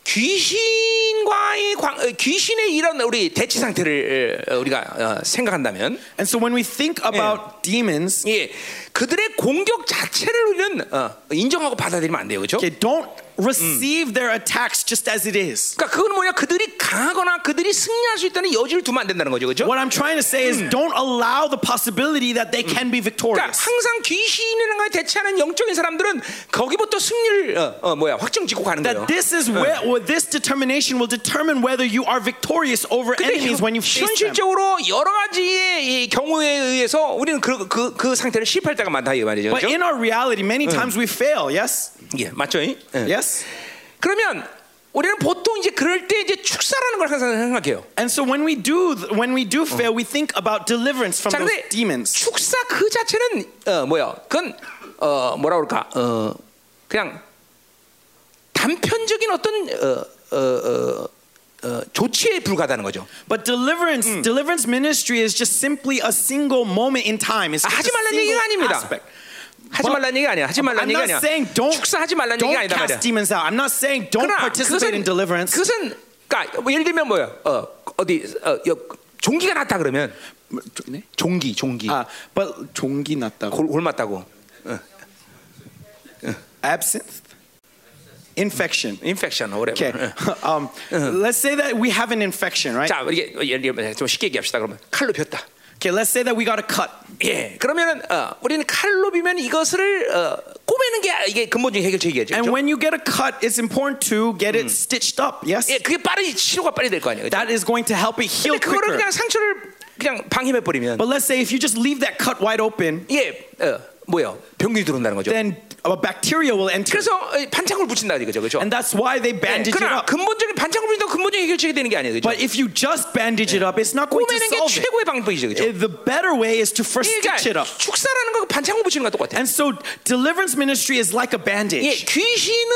Speaker 1: 귀신과의 광, 어, 귀신의 이런 우리 대치 상태를 어, 우리가 어, 생각한다면,
Speaker 2: And so, when we think about demons,
Speaker 1: 예, 그들의 공격 자체를 우리는 어, 인정하고 받아들이면 안 돼요, 그렇죠?
Speaker 2: okay, don't receive their attacks just as it is.
Speaker 1: 그러니까 그건 뭐냐, 그들이 강하거나 그들이 승리할 수 있다는 여지를 두면 안 된다는 거죠, 그렇죠?
Speaker 2: What I'm trying to say is don't allow the possibility that they can be
Speaker 1: 그러니까
Speaker 2: victorious.
Speaker 1: 항상 귀신이라는 걸 대체하는 영적인 사람들은 거기부터 승리를 어, 어, 뭐야 확정 짓고 가는 거예요.
Speaker 2: That this is where, or this determination will determine whether you are victorious over
Speaker 1: 근데
Speaker 2: enemies when you face them.
Speaker 1: 현실적으로 여러 가지의 이 경우에 의해서 우리는 그 그 그 상태를 실패할 때가 많다 이 말이죠.
Speaker 2: But
Speaker 1: 그렇죠?
Speaker 2: in our reality, many times we fail, yes?
Speaker 1: 예, 맞죠? 이? 예.
Speaker 2: Yes?
Speaker 1: 그러면 우리는 보통 이제 그럴 때 이제 축사라는 걸 항상 생각해요.
Speaker 2: And so when we do when we do fail, we think about deliverance from
Speaker 1: 자,
Speaker 2: those
Speaker 1: 근데
Speaker 2: demons.
Speaker 1: 축사 그 자체는 어, 뭐야? 그건 어, 뭐라 그럴까? 어, 그냥 단편적인 어떤 어, 어, 어, 어, 조치에 불과하다는 거죠.
Speaker 2: But deliverance, deliverance ministry is just simply a single moment in time. It's
Speaker 1: 아,
Speaker 2: just
Speaker 1: 하지 말라는
Speaker 2: a
Speaker 1: 얘기가
Speaker 2: single
Speaker 1: 아닙니다.
Speaker 2: aspect.
Speaker 1: 하지 말라는 얘기가 아니야. 하지 말라는
Speaker 2: I'm
Speaker 1: 얘기가
Speaker 2: not
Speaker 1: 아니야.
Speaker 2: saying don't,
Speaker 1: 축사하지 말라는 얘기가
Speaker 2: don't
Speaker 1: 아니다 말이야.
Speaker 2: cast demons out. I'm not saying don't participate in deliverance.
Speaker 1: 그것은 그러니까 뭐 예를 들면 뭐야? 어, 어디 어, 여, 종기가 났다 그러면
Speaker 2: 네?
Speaker 1: 종기 종기
Speaker 2: 아, Uh, but 종기 났다고.
Speaker 1: 골, 골 맞다고
Speaker 2: Absinthe? Infection.
Speaker 1: 인펙션 오래.
Speaker 2: Okay. um, let's say that we have an infection, right?
Speaker 1: 자, 이게 뭐 예를 들면 좀 쉽게 얘기합시다. 그러면 칼로 폈다.
Speaker 2: Okay, let's say that we got a cut.
Speaker 1: 예. 그러면은 어, 우리는 칼로 비면 이것을 어, 꼬매는 게 이게 근본적인 해결책이겠죠.
Speaker 2: And
Speaker 1: 그렇죠?
Speaker 2: when you get a cut, it's important to get it stitched up. Yes?
Speaker 1: 예, 그게 빠르게 치료가 빨리 될 거 아니에요. 그렇죠?
Speaker 2: That is going to help it heal
Speaker 1: 근데 그거를
Speaker 2: quicker.
Speaker 1: 그냥 상처를 그냥 방임해 버리면
Speaker 2: But let's say if you just leave that cut wide open,
Speaker 1: 예, 어, 뭐요? 병균이 들어온다는 거죠.
Speaker 2: then a bacteria will enter.
Speaker 1: 그래서 어, 반창고를 붙인다 이거죠, 그렇죠?
Speaker 2: And that's why they bandage it
Speaker 1: 그러나
Speaker 2: up.
Speaker 1: 근본적인 반창고를 붙인다 근본적인 해결책이 되는 게 아니에요, 그렇죠?
Speaker 2: But if you just bandage it up, it's not going to
Speaker 1: 꼬매는 게
Speaker 2: solve it.
Speaker 1: 최고의 방법이죠, 그렇죠?
Speaker 2: Eh, The better way is to first stitch it
Speaker 1: 그러니까
Speaker 2: up.
Speaker 1: 축사라는 거 반창고 붙이는 거랑 똑같아요.
Speaker 2: And so deliverance ministry is like a
Speaker 1: 예,
Speaker 2: bandage.
Speaker 1: 귀신을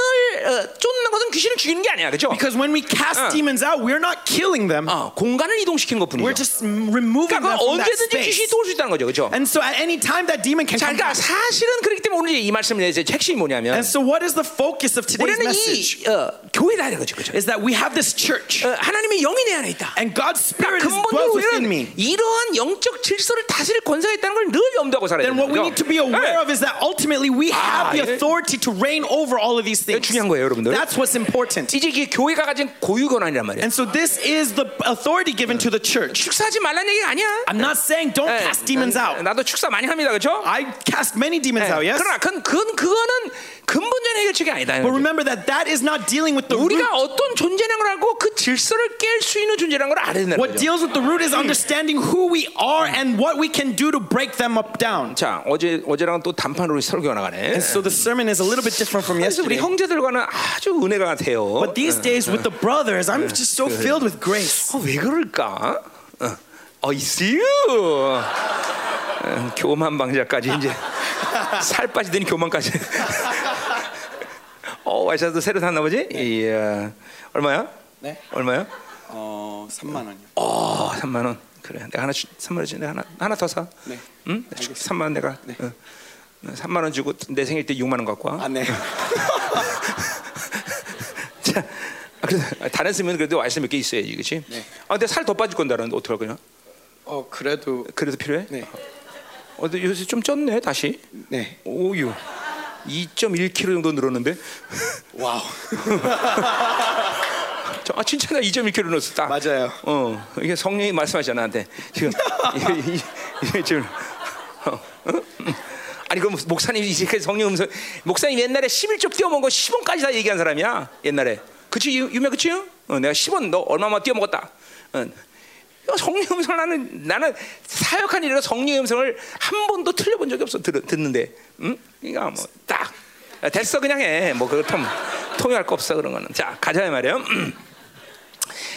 Speaker 1: 어, 쫓는 것은 귀신을 죽이는 게 아니야, 그렇죠?
Speaker 2: Because when we cast
Speaker 1: Uh.
Speaker 2: demons out, we're not killing them.
Speaker 1: 어, 공간을 이동시키는 것뿐이죠.
Speaker 2: We're just m- removing
Speaker 1: 그러니까
Speaker 2: them
Speaker 1: 그건
Speaker 2: from that
Speaker 1: 언제든지 귀신이
Speaker 2: space.
Speaker 1: 도울 수 있다는 거죠, 그렇죠?
Speaker 2: And so at any time that demon can
Speaker 1: 자,
Speaker 2: come
Speaker 1: 그러니까
Speaker 2: back.
Speaker 1: 사실은 그렇기 때문에 오늘 이 말씀의 이제 핵심이 뭐냐면
Speaker 2: And so what is the focus of today's
Speaker 1: 우리는
Speaker 2: message?
Speaker 1: 이 어, 교회다 이런 거죠, 그렇죠?
Speaker 2: Is that we have this church
Speaker 1: 어, 하나님의 영이 내 안에 있다.
Speaker 2: and God's spirit
Speaker 1: 그러니까
Speaker 2: is
Speaker 1: 근본적으로
Speaker 2: dwells within me.
Speaker 1: 우리는 이러한 영적 질서를 다스릴 권세가 있다는 걸 늘 염두하고 살아야
Speaker 2: Then what we
Speaker 1: 되는
Speaker 2: need to be
Speaker 1: 거죠. 네.
Speaker 2: aware of is that ultimately we have
Speaker 1: 예.
Speaker 2: the authority to reign over all of these things.
Speaker 1: 중요한 거예요, 여러분들.
Speaker 2: That's what's important.
Speaker 1: 예. 이제 이게 교회가 가진 고유 권한이란 말이야.
Speaker 2: And so this is the authority given to the church.
Speaker 1: 축사하지 말라는 얘기가 아니야.
Speaker 2: I'm not saying don't
Speaker 1: 네.
Speaker 2: cast demons out.
Speaker 1: 나도 축사 많이 합니다, 그렇죠? 예.
Speaker 2: I cast many demons out, yes?
Speaker 1: 그러나 그건, 그건 그거는 근본적인 해결책이 아니다. 이거죠.
Speaker 2: But remember that that is not dealing with the root.
Speaker 1: 우리가 어떤 존재라는 걸 알고 그 질서를 깰 수 있는 존재라는 걸 알아야 된다는
Speaker 2: What
Speaker 1: 거죠.
Speaker 2: deals with the root is understanding who we are and what we can do to break them up down.
Speaker 1: 자, 어제 어제랑 또 단판으로 설교가 나가네.
Speaker 2: And so the sermon is a little bit different from
Speaker 1: 그래서 우리
Speaker 2: yesterday.
Speaker 1: 형제들과는 아주 은혜가 같아요.
Speaker 2: But these days with the brothers, I'm just so filled with grace.
Speaker 1: 어, 왜 그럴까? 어, 어 있어요. 어, 교만 방자까지 이제 살 빠지더니 교만까지. 어 와이셔츠도 새로 샀나 보지? 이야 얼마야?
Speaker 2: 네.
Speaker 1: 얼마야?
Speaker 2: 어, 3만 Oh, 원이요.
Speaker 1: 어 3만 원. 그래 내가 하나 주, 3만 원 주는데 하나 하나 더 사.
Speaker 2: 네.
Speaker 1: 응? 나 줄게. 3만 원 내가. 어, 3만 원 주고 내 생일 때 6만 원 갖고 와.
Speaker 2: 아, 네.
Speaker 1: 자, 아, 그래서 다른 쓰면 그래도 와이셔츠 몇 개 있어야지, 그렇지?
Speaker 2: 네.
Speaker 1: 아 근데 살 더 빠질 건데 나는 어떡할 거냐?
Speaker 2: 어, 그래도
Speaker 1: 그래도 필요해?
Speaker 2: 네.
Speaker 1: 어, 근데 요새 좀 쪘네 다시.
Speaker 2: 네.
Speaker 1: 오유. 2.1kg 정도 늘었는데.
Speaker 2: 와우.
Speaker 1: 저, 아 진짜 나 2.1kg 늘었어. 딱.
Speaker 2: 맞아요.
Speaker 1: 어 이게 성령이 말씀하시잖아 나한테 지금 이게, 이게, 이게 지금. 어, 어? 음. 아니 그 목사님 이제 성령 음성 목사님 옛날에 11조 뛰어먹은 거 10원까지 다 얘기한 사람이야 옛날에 그치 유- 유명 그치? 어, 내가 10원 너 얼마만 뛰어먹었다. 어. 성령 음성을 나는 나는 사역한 일로 성령 음성을 한 번도 틀려본 적이 없어 들, 듣는데 음 그러니까 뭐딱 됐어 그냥 해뭐 그거 통 통용할 거 없어 그런 거는 자 가자 이 말이야.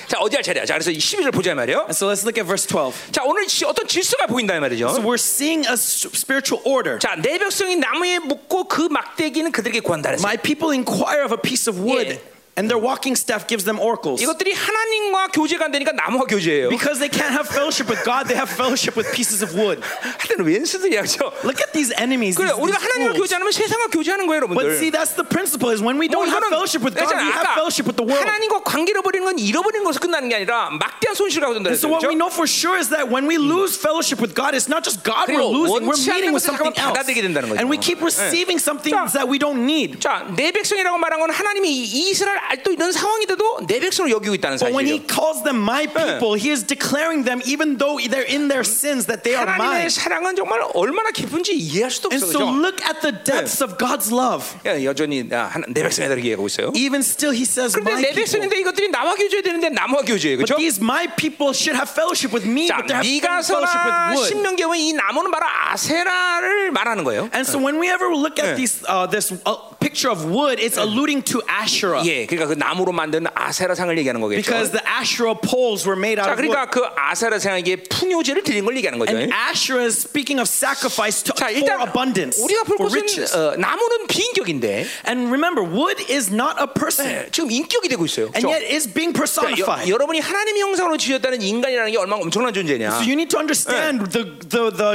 Speaker 1: 자 어디 할 차례야? 자 그래서 12절 보자 이 말이에요.
Speaker 2: And so let's look at verse 12.
Speaker 1: 자 오늘 지- 어떤 질서가 보인다 이
Speaker 2: So
Speaker 1: 말이죠.
Speaker 2: we're seeing a s- spiritual order.
Speaker 1: 자 내 백성이 나무에 묶고 그 막대기는 그들에게 구한다 그랬어요.
Speaker 2: My people inquire of a piece of wood,
Speaker 1: Yeah.
Speaker 2: and their walking staff gives them oracles.
Speaker 1: 이것들이 하나님과 교제가 안 되니까 나무와 교제해요.
Speaker 2: Because they can't have fellowship with God, they have fellowship with pieces of wood.
Speaker 1: 하여튼 웬수들이야 그죠?
Speaker 2: Look at these enemies.
Speaker 1: 그래
Speaker 2: These,
Speaker 1: 우리가
Speaker 2: these
Speaker 1: 하나님과
Speaker 2: fools.
Speaker 1: 교제하면 세상과 교제하는 거예요
Speaker 2: But
Speaker 1: 여러분들.
Speaker 2: see, that's the principle: is when we
Speaker 1: 뭐
Speaker 2: don't have fellowship with God, we
Speaker 1: 그랬잖아,
Speaker 2: have
Speaker 1: 아까
Speaker 2: fellowship with the world.
Speaker 1: 하나님과 관계를 버리는 건 잃어버리는 것으로 끝나는 게 아니라 막대한 손실을 가고 된다
Speaker 2: And so what
Speaker 1: 그랬죠?
Speaker 2: we know for sure is that when we lose fellowship with God, it's not just God we're
Speaker 1: 그리고
Speaker 2: losing; we're
Speaker 1: 원치 않는
Speaker 2: meeting with
Speaker 1: 것을
Speaker 2: something
Speaker 1: 잠깐만
Speaker 2: else,
Speaker 1: 받아들이게 된다는 거죠.
Speaker 2: and we keep
Speaker 1: 네.
Speaker 2: receiving
Speaker 1: 자.
Speaker 2: some things that we don't need.
Speaker 1: 자, 내 백성이라고 말한 건 하나님이 이 이스라엘 알도 이런 상황이 돼도 내 백성으로 여기고 있다는
Speaker 2: But when He
Speaker 1: 사실이에요.
Speaker 2: calls them my people, He is declaring them, even though they're in their sins, that they are mine.
Speaker 1: 하나님의 사랑은 정말 얼마나 깊은지 이해할 수도
Speaker 2: And
Speaker 1: 없어.
Speaker 2: so
Speaker 1: 그죠?
Speaker 2: look at the depths of God's love.
Speaker 1: 야, 여전히 나, 하나, 내 백성이다 이렇게 얘기하고 있어요.
Speaker 2: Even still, He says,
Speaker 1: 그런데
Speaker 2: my
Speaker 1: 내
Speaker 2: people.
Speaker 1: 백성인데 이것들이 나와 교제해야 되는데 나와 교제해, 그렇죠?
Speaker 2: But these my people should have fellowship with me,
Speaker 1: 자,
Speaker 2: but they're having
Speaker 1: 네가 서나
Speaker 2: fellowship with wood.
Speaker 1: 신명기에 보면 이 나무는 바로 아세라를 말하는 거예요.
Speaker 2: And so when we ever look at these, uh, this uh, picture of wood, it's alluding to Asherah.
Speaker 1: 예, 그러니까 그 나무로 만든 아세라 상을 얘기하는 거겠죠.
Speaker 2: 아. Because the Asherah poles were made out
Speaker 1: 자,
Speaker 2: of wood.
Speaker 1: 그러니까 그 아세라 상에게 풍요제를 드린 걸 얘기하는 거죠.
Speaker 2: And Asherah is speaking of sacrifice to,
Speaker 1: 자,
Speaker 2: for
Speaker 1: 일단
Speaker 2: abundance,
Speaker 1: 우리가 볼
Speaker 2: for
Speaker 1: 것은
Speaker 2: riches.
Speaker 1: 어, 나무는 비인격인데
Speaker 2: and remember, wood is not a person,
Speaker 1: 지금 인격이 되고 있어요.
Speaker 2: and
Speaker 1: 그렇죠?
Speaker 2: yet is being
Speaker 1: 그러니까
Speaker 2: personified.
Speaker 1: 여, 여러분이 하나님의 형상으로 지었다는 인간이라는 게 얼마나 엄청난 존재냐.
Speaker 2: so you need to understand the the the.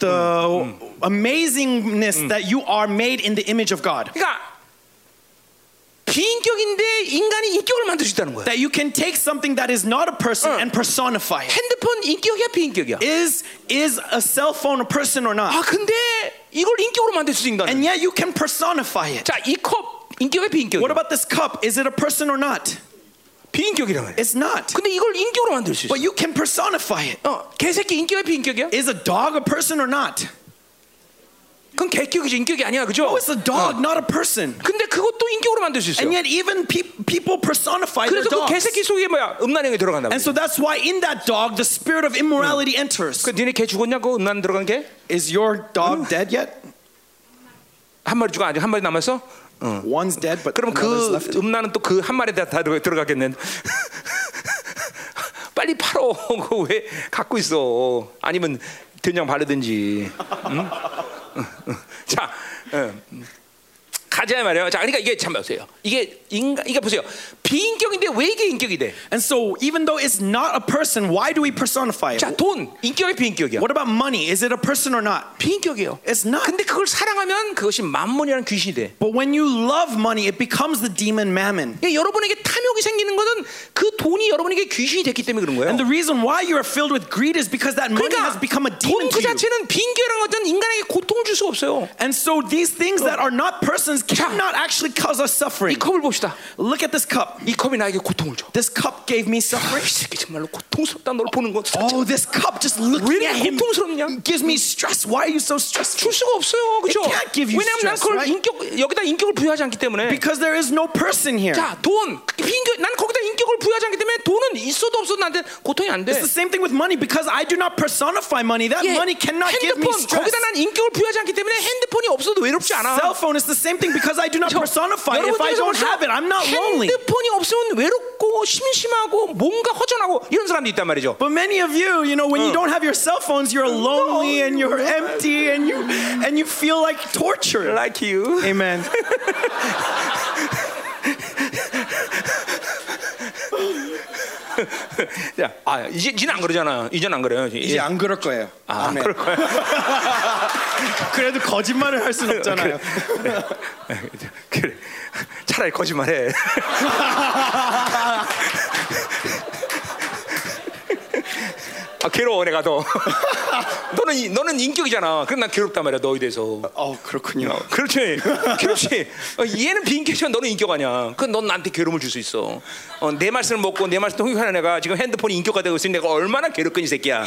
Speaker 2: The amazingness that you are made in the image of God.
Speaker 1: 그러니까 비인격인데 인간이 인격을 만들 수 있다는 거야.
Speaker 2: That you can take something that is not a person
Speaker 1: 응.
Speaker 2: and personify it.
Speaker 1: 핸드폰 인격이야 비인격이야.
Speaker 2: Is is a cell phone a person or
Speaker 1: 아
Speaker 2: not?
Speaker 1: 근데 이걸 인격으로 만들 수 있는
Speaker 2: And
Speaker 1: 거
Speaker 2: yet you can personify it.
Speaker 1: 자, 이 컵 인격이야 비인격이야.
Speaker 2: What about this cup? Is it a person or not?
Speaker 1: 비인격이라고 해.
Speaker 2: It's not.
Speaker 1: 예. 근데 뭐 이걸 예. 인격으로 만들 수 있어.
Speaker 2: But you can personify it.
Speaker 1: 어, 개새끼 인격이야 비인격이야?
Speaker 2: Is a dog a person or not?
Speaker 1: 그건 개격이지 인격이 아니야. 그죠? 어.
Speaker 2: Oh, it's a dog, not a person.
Speaker 1: 근데 그것도 인격으로 만들 수 있어요.
Speaker 2: And yet even peop people personify their
Speaker 1: 그래서 그
Speaker 2: dogs.
Speaker 1: 개새끼 속에 뭐야? 음란형이 들어간다.
Speaker 2: And so that's why in that dog the spirit of immorality enters.
Speaker 1: 그 니네 개 죽었냐? 그 음란 들어간 개?
Speaker 2: Is your dog dead yet?
Speaker 1: 한 마리 죽어 아직 한 마리 남았어? 응.
Speaker 2: One's dead, but
Speaker 1: 그럼
Speaker 2: another's
Speaker 1: 그
Speaker 2: left.
Speaker 1: 음란은 또 그 한 마리에 다, 다 들어- 들어가겠는데. 빨리 팔어. 그거 왜 갖고 있어? 아니면 된장 바르든지. 응? 자, 응. 가자 말이에요. 자, 그러니까 이게 참 보세요. 이게 인간, 이게 보세요. 비인격인데 왜 이게 인격이 돼?
Speaker 2: And so even though it's not a person, why do we personify
Speaker 1: 자,
Speaker 2: it?
Speaker 1: 돈 인격이 비인격이야.
Speaker 2: What about money? Is it a person or not?
Speaker 1: 비인격이에요.
Speaker 2: It's not.
Speaker 1: 근데 그걸 사랑하면 그것이 만몬이라는 귀신이 돼.
Speaker 2: But when you love money, it becomes the demon mammon.
Speaker 1: 그러니까 여러분에게 탐욕이 생기는 것은 그 돈이 여러분에게 귀신이 됐기 때문에 그런 거예요.
Speaker 2: And the reason why you are filled with greed is because that money
Speaker 1: 그러니까
Speaker 2: has become a
Speaker 1: 돈
Speaker 2: demon
Speaker 1: 그
Speaker 2: to you.
Speaker 1: 자체는 빈결한 것은 인간에게 고통을 줄 수가 없어요.
Speaker 2: And so these things that are not persons cannot actually cause
Speaker 1: 이
Speaker 2: us suffering.
Speaker 1: 컵을 봅시다.
Speaker 2: Look at this cup.
Speaker 1: 이 컵이 나에게 고통을 줘.
Speaker 2: This cup gave
Speaker 1: 아, 이
Speaker 2: me suffering.
Speaker 1: 새끼 정말로 고통스럽다. 너를 보는 건 진짜
Speaker 2: Oh, this cup, just looking
Speaker 1: 왜
Speaker 2: at
Speaker 1: 이렇게
Speaker 2: him
Speaker 1: 고통스럽냐?
Speaker 2: gives me stress. Why are you so stressful?
Speaker 1: 줄 수가 없어요. 그죠?
Speaker 2: It can't give you
Speaker 1: 왜냐면 난
Speaker 2: stress,
Speaker 1: 그걸
Speaker 2: right?
Speaker 1: 인격 여기다 인격을 부여하지 않기 때문에.
Speaker 2: Because there is no person here.
Speaker 1: 자, 돈. 빈결 난 거기다 인격을 부여하지 않기 때문에 돈은 있어도 없어도 나한테 고통이 안 돼.
Speaker 2: It's the same thing with money. Because I do not personify money, that
Speaker 1: 예,
Speaker 2: money cannot give me
Speaker 1: 핸드폰
Speaker 2: stress.
Speaker 1: 거기다 난 인격을 부여하지 않기 때문에 핸드폰이 없어도 외롭지 않아.
Speaker 2: Cell phone is the same thing because I do not
Speaker 1: 저-
Speaker 2: personify it. If
Speaker 1: 여러분
Speaker 2: I
Speaker 1: 중에서
Speaker 2: don't
Speaker 1: 보세요.
Speaker 2: have it, I'm not lonely.
Speaker 1: 핸드폰이 없으면 외롭고 심심하고 뭔가 허전하고 이런 사람도 있단 말이죠.
Speaker 2: But many of you, you know, when you don't have your cell phones, you're lonely and you're empty and you and you feel like torture.
Speaker 1: Like you.
Speaker 2: Amen.
Speaker 1: 야, 아, 이제 이제는 안 그러잖아. 이제는 안 그래요. 이제,
Speaker 2: 이제 안 그럴 거예요.
Speaker 1: 아, 안 그럴 거야.
Speaker 2: 그래도 거짓말을 할 순 없잖아요.
Speaker 1: 예. 그래. 그래. 차라리 거짓말해. 아 괴로워 내가 더. 너는 이- 너는 인격이잖아. 그럼 난 괴롭단 말이야 너에 대해서.
Speaker 2: 어 그렇군요.
Speaker 1: 그렇지, 그렇지. 어, 얘는 빈격이지만 너는 인격 아니야. 그건 넌 나한테 괴로움을 줄 수 있어. 어, 내 말씀을 먹고 내 말씀 통역하는 애가 지금 핸드폰이 인격화 되고 있으니 내가 얼마나 괴롭겠니 이 새끼야.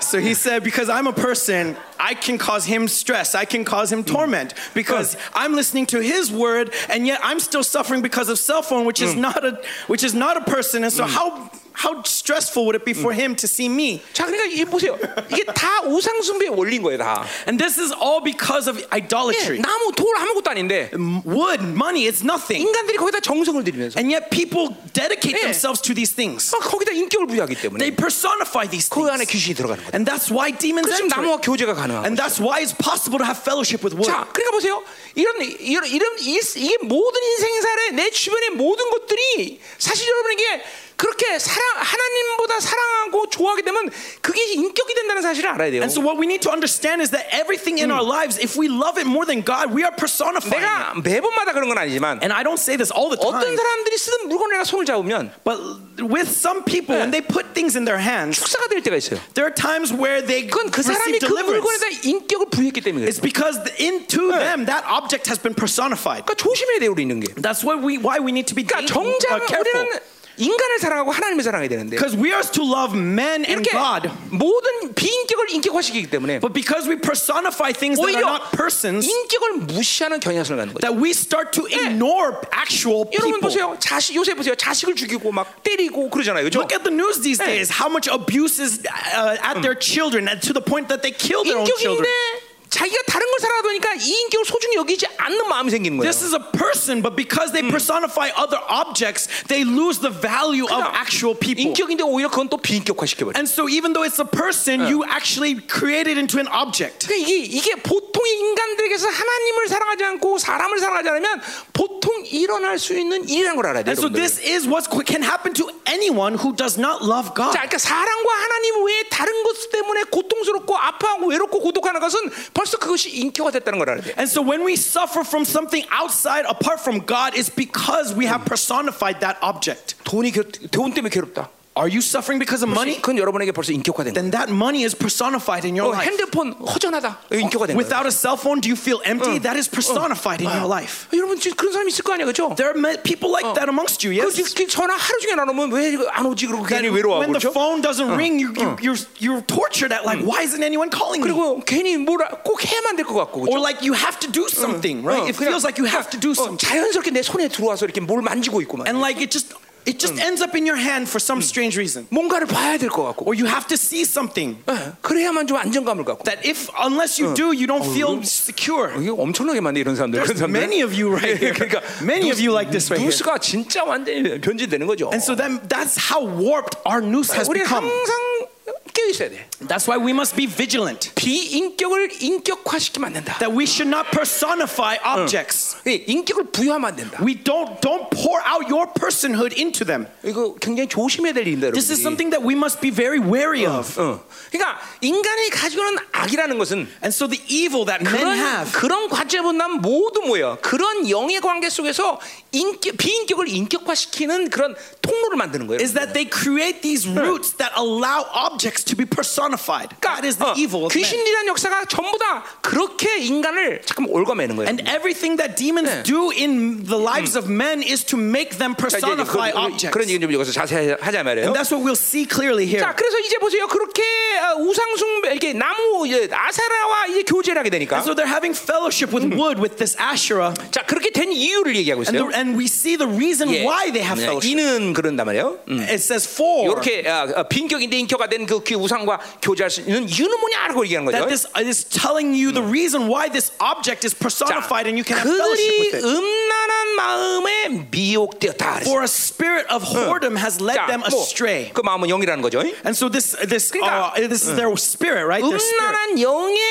Speaker 2: So he said, because I'm a person, I can cause him stress. I can cause him torment because I'm listening to his word, and yet I'm still suffering because of cell phone, which is not a which is not a person. And so how how stressful would it be for him to see me?
Speaker 1: 자, 그러니까 이 보세요. 이게 다 우상 숭배의 원리인 거예요, 다.
Speaker 2: And this is all because of
Speaker 1: 예,
Speaker 2: idolatry.
Speaker 1: 나무, 돌 아무것도 아닌데
Speaker 2: M- Wood, money, it's nothing.
Speaker 1: 인간들이 거기다 정성을 들이면서
Speaker 2: And yet people dedicate
Speaker 1: Yeah.
Speaker 2: themselves to these things.
Speaker 1: 막 거기다 인격을 부여하기
Speaker 2: They
Speaker 1: 때문에
Speaker 2: personify these
Speaker 1: 그 안에
Speaker 2: things.
Speaker 1: 귀신이 들어가는 거예요.
Speaker 2: And that's why demons
Speaker 1: 그래서 지금
Speaker 2: enter.
Speaker 1: 나무와 교제가 가능한 거예요.
Speaker 2: And that's why it's possible to have fellowship with wood.
Speaker 1: 자, 그러니까 보세요. 이런 이런 이런 이, 게 모든 인생사의 내 주변의 모든 것들이 사실 여러분에게 그렇게 사랑 하나님보다 사랑하고 좋아하게 되면 그게 인격이 된다는 사실을 알아야 돼요.
Speaker 2: And so what we need to understand is that everything in our lives, if we love it more than God, we are personifying it.
Speaker 1: 내가 매번마다 그런 건 아니지만
Speaker 2: And I don't say this all the
Speaker 1: 어떤
Speaker 2: time,
Speaker 1: 사람들이 쓰는 물건을 내가 손을 잡으면
Speaker 2: but with some people, when they put things in thetheir hands,
Speaker 1: 축사가 될 때가 있어요.
Speaker 2: there are times where they
Speaker 1: 그건 그 사람이
Speaker 2: receive
Speaker 1: 그
Speaker 2: deliverance.
Speaker 1: 물건에다 인격을 부여했기 때문에 그래요.
Speaker 2: It's because into them that object has been personified.
Speaker 1: 그러니까 조심해야 돼요, 우리 있는 게.
Speaker 2: That's why we why we need to be
Speaker 1: 그러니까
Speaker 2: uh,
Speaker 1: 정작
Speaker 2: careful.
Speaker 1: 우리는 인간을 사랑하고 하나님을 사랑해야 되는데
Speaker 2: Because we are to love men and
Speaker 1: 이렇게
Speaker 2: God.
Speaker 1: 모든 비인격을 인격화시키기 때문에
Speaker 2: But because we personify things that are
Speaker 1: 오히려
Speaker 2: not persons,
Speaker 1: 인격을 무시하는 경향성을 갖는 거죠.
Speaker 2: that we start to ignore actual
Speaker 1: 여러분
Speaker 2: people.
Speaker 1: 보세요. 자식 요새 보세요. 자식을 죽이고 막 때리고 그러잖아요. 그죠?
Speaker 2: Look at the news these
Speaker 1: 네.
Speaker 2: days. How much abuse is uh, at their children, and to the point that they kill their own
Speaker 1: 인격인데
Speaker 2: children.
Speaker 1: 자기가 다른 걸 살아다 보니까 이 인격을 소중히 여기지 않는 마음이 생기는 거예요.
Speaker 2: This is a person, but because they personify other objects, they lose the value of
Speaker 1: 그러니까
Speaker 2: actual people.
Speaker 1: 인격인데 오히려 그건 또 비인격화시켜버려.
Speaker 2: And so, even though it's a person, you actually create it into an object.
Speaker 1: 그러니까 이게 이게 보통 인간들에게서 하나님을 사랑하지 않고 사람을 사랑하지 않으면 보통 일어날 수 있는 일이라는 걸 알아야 돼요.
Speaker 2: And so,
Speaker 1: 여러분들.
Speaker 2: this is what can happen to anyone who does not love God.
Speaker 1: 자, 그러니까 사랑과 하나님 외에 다른 것 때문에 고통스럽고 아파하고 외롭고 고독하는 것은 벌써 그것이 인격화 됐다는 걸 알아야 돼.
Speaker 2: And so, when we suffer from something outside, apart from God, it's because we have personified that object.
Speaker 1: 돈이 괴롭, 돈 때문에 괴롭다.
Speaker 2: Are you suffering because of money?
Speaker 1: 그건 여러분에게 벌써 인격화된 거야.
Speaker 2: Then that money is personified in your
Speaker 1: 어,
Speaker 2: life.
Speaker 1: 핸드폰 허전하다. 이거 인격화된 거야.
Speaker 2: Without a cell phone, do Oh. you feel empty? That is personified in your life.
Speaker 1: 여러분 지금 그런 사람 있을 거 아니야, 그죠?
Speaker 2: There are ma- people like that amongst Oh. you,
Speaker 1: 그
Speaker 2: yes?
Speaker 1: 지금 전화 하루 중에 안 오면 왜 안 오지? 그러고
Speaker 2: That
Speaker 1: 괜히 외로워하고
Speaker 2: when the
Speaker 1: 그렇죠?
Speaker 2: phone doesn't ring, you, you, you're, you're tortured at like, why isn't anyone calling me?
Speaker 1: 그리고 괜히 뭐라 꼭 해야만 될 것 같고. 그죠?
Speaker 2: Or like you have to do something, right? It feels like you have to
Speaker 1: 어,
Speaker 2: do something.
Speaker 1: 자연스럽게 내 손에 들어와서 이렇게 뭘 만지고 있구만.
Speaker 2: And like it just, it just ends up in your hand for some strange reason.
Speaker 1: 뭔가를 봐야 될 것 같고.
Speaker 2: Or you have to see something
Speaker 1: 예, 그래야만 좀 안정감을 갖고.
Speaker 2: that if, unless you do, you don't feel secure.
Speaker 1: 이게 엄청나게 많네 이런 사람들. 그런
Speaker 2: There's
Speaker 1: 사람들.
Speaker 2: many of you right here.
Speaker 1: 그러니까
Speaker 2: Many of you like this right here.
Speaker 1: 뉴스가 진짜 완전히 변질되는 거죠.
Speaker 2: And so then that's how warped our news has
Speaker 1: 우리
Speaker 2: become.
Speaker 1: 항상 깨어 있어야 돼.
Speaker 2: That's why we must be vigilant.
Speaker 1: 비인격을 인격화시키면 안 된다.
Speaker 2: That we should not personify objects.
Speaker 1: 예, 인격을 부여하면 안 된다.
Speaker 2: We don't don't pour out your personhood into them.
Speaker 1: 이거 굉장히 조심해야 될 일인데
Speaker 2: This is
Speaker 1: 여러분.
Speaker 2: something that we must be very wary of.
Speaker 1: 어. 그러니까 인간이 가지고 있는 악이라는 것은
Speaker 2: And so the evil that men
Speaker 1: 그런
Speaker 2: have,
Speaker 1: 그런 과제보다는 모두 모여 그런 영의 관계 속에서 인격, 비인격을 인격화시키는 그런 통로를 만드는 거예요.
Speaker 2: is that they create these roots that allow objects to be personified. That is
Speaker 1: 어,
Speaker 2: the evil of men.
Speaker 1: 귀신이라는 역사가 전부 다 그렇게 인간을 잠깐 올가매는 거예요.
Speaker 2: And everything that demons do in the lives of men is to make them
Speaker 1: 자, 이제 이제
Speaker 2: personify
Speaker 1: 그, 그런
Speaker 2: objects.
Speaker 1: 얘기 좀 여기서 자세히 하자 말이에요.
Speaker 2: And that's what we'll see clearly
Speaker 1: 자,
Speaker 2: here.
Speaker 1: 그래서 이제 보세요. 그렇게 어, 우상숭배 이렇게 나무 이제 아사라와 이제 교제를 하게 되니까
Speaker 2: And so they're having fellowship with wood, with this Asherah.
Speaker 1: 자, 그렇게 된 이유를 얘기하고
Speaker 2: And, the,
Speaker 1: 있어요.
Speaker 2: and we see the reason
Speaker 1: 예.
Speaker 2: why they have
Speaker 1: 네,
Speaker 2: fellowship.
Speaker 1: 이는 그런단 말이에요. 음.
Speaker 2: It says for
Speaker 1: 이렇게 아, 빈격인데 인격화 된그 우상과 교제할 수 있는 이유는 뭐냐라고 얘기하는
Speaker 2: that
Speaker 1: 거죠.
Speaker 2: this is telling you the reason why this object is
Speaker 1: 자,
Speaker 2: personified and you can have fellowship
Speaker 1: 그들이
Speaker 2: with it.
Speaker 1: 음란한 마음에 미혹되었다. 그랬어요.
Speaker 2: For a spirit of whoredom has led
Speaker 1: 자,
Speaker 2: them
Speaker 1: 뭐,
Speaker 2: astray.
Speaker 1: 그 마음은 영이라는 거죠.
Speaker 2: And so this this uh,
Speaker 1: 그러니까-
Speaker 2: this is their spirit, right? Their spirit.
Speaker 1: 음란한 영에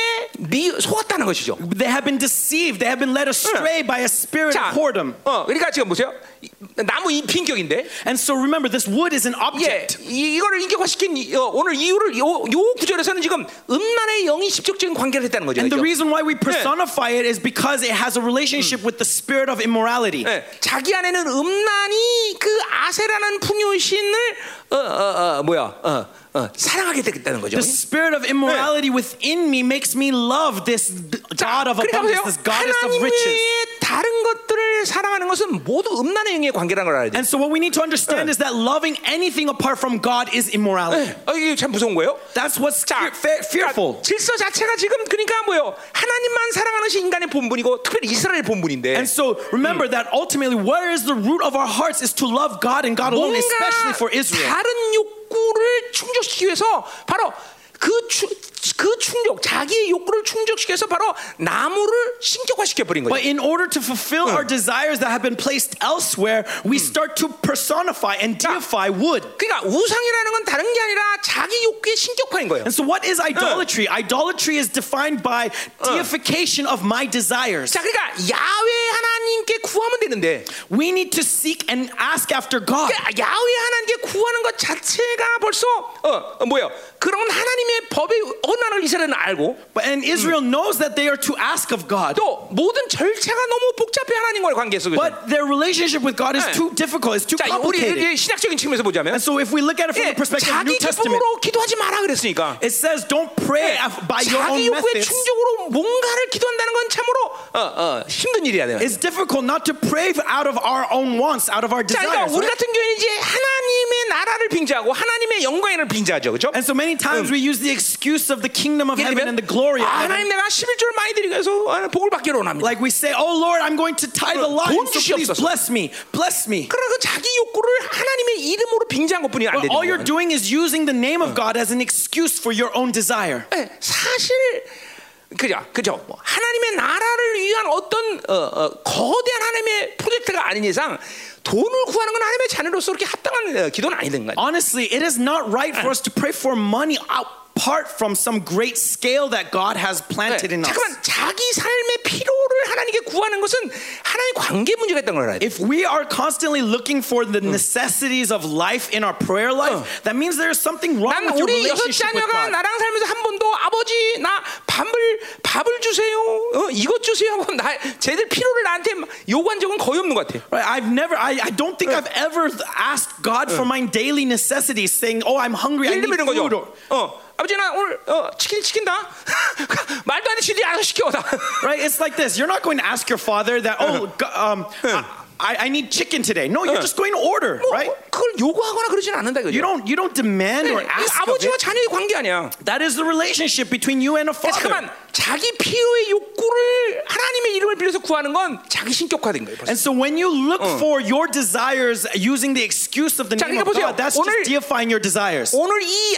Speaker 1: 미 속았다는 것이죠.
Speaker 2: They have been deceived. They have been led astray by a spirit
Speaker 1: 자,
Speaker 2: of whoredom.
Speaker 1: 어, 그러니까 지금 보세요. 이- 나무 이 빈격인데
Speaker 2: And so remember, this wood is an
Speaker 1: 예,
Speaker 2: object.
Speaker 1: 이, 이거를 인격화시킨 이- 어, 오늘 이유를 요, 요 구절에서는 지금 음란의 영이 직접적인 관계를 했다는 거죠.
Speaker 2: And the
Speaker 1: 그죠?
Speaker 2: reason why we personify it is because it has a relationship with the spirit of immorality.
Speaker 1: 예, 자기 안에는 음란이 그 아세라는 풍요신을 어, 어, 어, 뭐야 어, 어, 사랑하게 됐다는 거죠.
Speaker 2: The spirit of immorality within me makes me love this d- god of
Speaker 1: 그러니까 보세요.
Speaker 2: abundance, this goddess of
Speaker 1: 하나님
Speaker 2: riches.
Speaker 1: 외에 다른 것들을 사랑하는 것은 모두 음란의 영의 관계라는 걸 알아야 돼.
Speaker 2: And so what we need to understand is that loving anything apart from God is immorality.
Speaker 1: 어, 이게 참 무서운 거예요.
Speaker 2: That's what's
Speaker 1: 자,
Speaker 2: fear- fe- fearful.
Speaker 1: 질서 자체가 지금 그러니까 뭐요? 하나님만 사랑하는 것이 인간의 본분이고 특별히 이스라엘 본분인데.
Speaker 2: And so remember that ultimately where is the root of our hearts is to love God and God alone,
Speaker 1: 뭔가
Speaker 2: especially for Israel.
Speaker 1: 다른 욕구를 충족시키기 위해서 바로 그, 추, 그 충족, 자기의 욕구를 충족시키기 위해서 바로 나무를 신격화시켜버린 거예요.
Speaker 2: But in order to fulfill our desires that have been placed elsewhere, we start to personify and deify wood.
Speaker 1: 그러니까 우상이라는 건 다른 게 아니라 자기 욕구의 신격화인 거예요.
Speaker 2: And so what is idolatry? Idolatry is defined by deification of my desires.
Speaker 1: 자, 그러니까 야외 하나님께 구하면 되는데
Speaker 2: We need to seek and ask after God.
Speaker 1: 그러니까 야외 하나님께 구하는 것 자체가 벌써 어, 어 뭐예요? 그런 하나님의 법의 언어를 이스라엘은 알고
Speaker 2: But and Israel knows that they are to ask of God.
Speaker 1: 또 모든 절차가 너무 복잡해 하나님과의 관계 속에서.
Speaker 2: But their relationship with God is
Speaker 1: 네.
Speaker 2: too difficult. It's too
Speaker 1: 자, 우리
Speaker 2: complicated.
Speaker 1: 이제 신학적인 측면에서 보자면
Speaker 2: And so if we look at it
Speaker 1: 예,
Speaker 2: from the perspective of
Speaker 1: 자기
Speaker 2: New Testament,
Speaker 1: 기쁨으로 기도하지 마라 그랬으니까. 예,
Speaker 2: it says don't pray af- by your
Speaker 1: 자기
Speaker 2: own
Speaker 1: 욕구에
Speaker 2: methods.
Speaker 1: 충족으로 뭔가를 기도한다는 건 참으로 어, 어, 힘든 일이야. 내가.
Speaker 2: It's difficult called not to pray out of our own wants, out of our
Speaker 1: 자, 그러니까
Speaker 2: desires.
Speaker 1: 우리
Speaker 2: right?
Speaker 1: 같은 경우는 이제 하나님의 나라를 빙자하고 하나님의 영광을 빙자하죠, 그렇죠?
Speaker 2: And so many times we use the excuse of the kingdom of
Speaker 1: 예를 들면
Speaker 2: heaven and the glory of
Speaker 1: 아,
Speaker 2: heaven.
Speaker 1: 하나님 내가 11조를 많이 드리고 해서 아, 복을 받기로 원합니다.
Speaker 2: Like we say, "Oh Lord, I'm going to tithe a lot,
Speaker 1: 돈
Speaker 2: so please
Speaker 1: 주시옵소서.
Speaker 2: bless me, bless me."
Speaker 1: 그러나 그 자기 욕구를 하나님의 이름으로 빙자한 것뿐이 안 되는
Speaker 2: All you're
Speaker 1: 거예요.
Speaker 2: doing is using the name of God as an excuse for your own desire.
Speaker 1: 예, 사실 그죠, 그죠. 뭐 하나님의 나라를 위한 어떤 어, 어, 거대한 하나님의 프로젝트가 아닌 이상 돈을 구하는 건 하나님의 자녀로서 그렇게 합당한 어, 기도는 아니든 거예요.
Speaker 2: Honestly, it is not right for us to pray for money apart from some great scale that God has
Speaker 1: 예,
Speaker 2: planted in us.
Speaker 1: 잠깐만 자기 삶의 필요를 하나님께 구하는 것은 하나님 관계 문제가 있다는 걸 알아야 돼.
Speaker 2: If we are constantly looking for the necessities of life in our prayer life, that means there is something wrong
Speaker 1: 난
Speaker 2: with your
Speaker 1: 우리 여섯
Speaker 2: relationship with
Speaker 1: 자녀가
Speaker 2: God.
Speaker 1: 나랑 살면서 한 번도 아버지 나 밥을 밥을 주세요, 어, 이것 주세요 하고 나 쟤들 필요를 나한테 요구한 적은 거의 없는 것 같아.
Speaker 2: Right, I've never, I, I don't think I've ever asked God for my daily necessities, saying, "Oh, I'm hungry, I
Speaker 1: 예를
Speaker 2: need
Speaker 1: 들면 이런
Speaker 2: food." or-
Speaker 1: 거죠. 어, 아버지 나 오늘 어, 치킨 시킨다. 말도 안 돼, 지들이 알아서 시켜. 나.
Speaker 2: Right? It's like this. You're not going to ask your father that, "Oh, go- um, I, I need chicken today." No, you're just going to order,
Speaker 1: 뭐,
Speaker 2: right?
Speaker 1: 그걸 요구하거나 그러진 않는다
Speaker 2: You
Speaker 1: 이거죠.
Speaker 2: don't, you don't demand or
Speaker 1: 이
Speaker 2: ask. Of
Speaker 1: 아버지와
Speaker 2: it.
Speaker 1: 자녀의 관계 아니야.
Speaker 2: That is the relationship between you and a
Speaker 1: 그러니까
Speaker 2: father.
Speaker 1: 잠깐만 자기 필요의 욕구를 하나님의 이름을 빌려서 구하는 건 자기 신격화된 거예요. 벌써.
Speaker 2: And so when you look for your desires using the excuse of the
Speaker 1: 자, 그러니까
Speaker 2: name of
Speaker 1: 보세요.
Speaker 2: God, that's
Speaker 1: 오늘-
Speaker 2: just deifying your desires.
Speaker 1: 오늘 이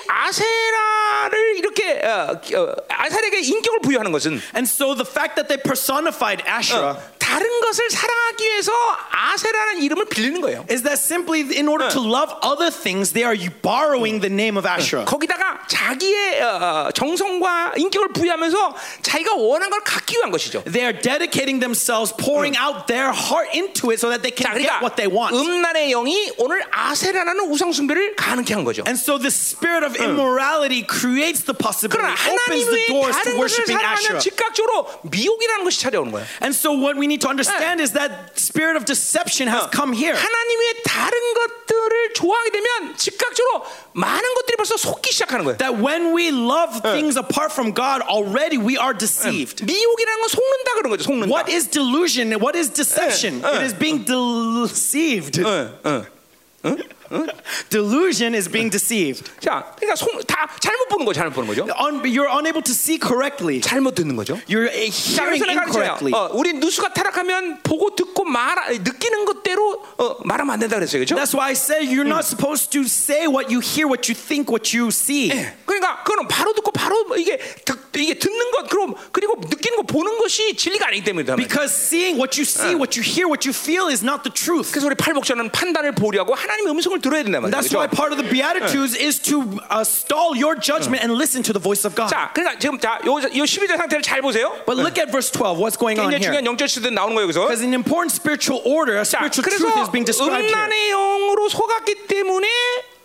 Speaker 1: 아세라를 이렇게 어, 어, 아세라에게 인격을 부여하는 것은 어,
Speaker 2: And so the fact that they personified Asherah
Speaker 1: Mm. 다른 것을 사랑하기 위해서 아세라는 이름을 빌리는 거예요.
Speaker 2: is that simply in order to love other things, they are borrowing the name of Asherah.
Speaker 1: Mm. 거기다가 자기의 어, 정성과 인격을 부여하면서 자기가 원한 걸 갖기 위한 것이죠.
Speaker 2: They are dedicating themselves, pouring out their heart into it so that they
Speaker 1: 자,
Speaker 2: can
Speaker 1: 그러니까
Speaker 2: get what they want.
Speaker 1: um- 음란의 영이 오늘 아세라라는 우상 숭배를 가능케 한 거죠.
Speaker 2: And so the spirit of immorality creates the possibility,
Speaker 1: 그러나
Speaker 2: opens the
Speaker 1: 하나님 외에
Speaker 2: doors to
Speaker 1: 다른 것을
Speaker 2: worshiping
Speaker 1: 사랑하면
Speaker 2: Asherah.
Speaker 1: 즉각적으로 미혹이라는 것이 찾아오는 거예요.
Speaker 2: And so what we need to understand is that spirit of deception
Speaker 1: Mm.
Speaker 2: has come here.
Speaker 1: 하나님 외에 다른 것들을 좋아하게 되면 즉각적으로 많은 것들이 벌써 속기 시작하는 거예요.
Speaker 2: That when we love things apart from God, already we are deceived.
Speaker 1: 미혹이라는 건 속는다 그런 거죠. 속는다.
Speaker 2: What is delusion? What is
Speaker 1: Eh,
Speaker 2: deception?
Speaker 1: eh.
Speaker 2: It is being deceived. Delusion is being deceived.
Speaker 1: 자, 그러니까 속, 다 잘못 보는 거죠. 잘못 보는 거죠.
Speaker 2: Un- You're unable to see correctly.
Speaker 1: 잘못 듣는 거죠.
Speaker 2: You're uh,
Speaker 1: 자,
Speaker 2: hearing
Speaker 1: 그래서 내가 그랬어요.
Speaker 2: incorrectly.
Speaker 1: 어, 우리 누수가 타락하면 보고 듣고 말 느끼는 것대로 어, 말하면 안 된다 그랬어요. 그죠?
Speaker 2: That's why I say you're not supposed to say what you hear, what you think, what you see.
Speaker 1: Eh. 그러니까 그거는 바로 듣고 바로 이게 듣, 이게 듣는 것 그럼 그리고 느끼는 거 보는 것이 진리가 아니기 때문이다. 말이에요.
Speaker 2: Because seeing what you see, what you hear, what you feel is not the truth.
Speaker 1: 그래서 우리 팔복자는 판단을 보려고 하나님의 음성을 들어야 된단 말이죠.
Speaker 2: That's why part of the Beatitudes is to uh, stall your judgment and listen to the voice of God.
Speaker 1: 자, 그러니까 지금 자, 요, 요 12절 상태를 잘 보세요.
Speaker 2: But look at verse 12, what's going on
Speaker 1: 굉장히
Speaker 2: here.
Speaker 1: 중요한 영적 시대 나오는 거예요, 여기서.
Speaker 2: Because an important spiritual order, a
Speaker 1: 자,
Speaker 2: spiritual
Speaker 1: 그래서
Speaker 2: truth is being described here.
Speaker 1: 음란의 영으로 속았기 때문에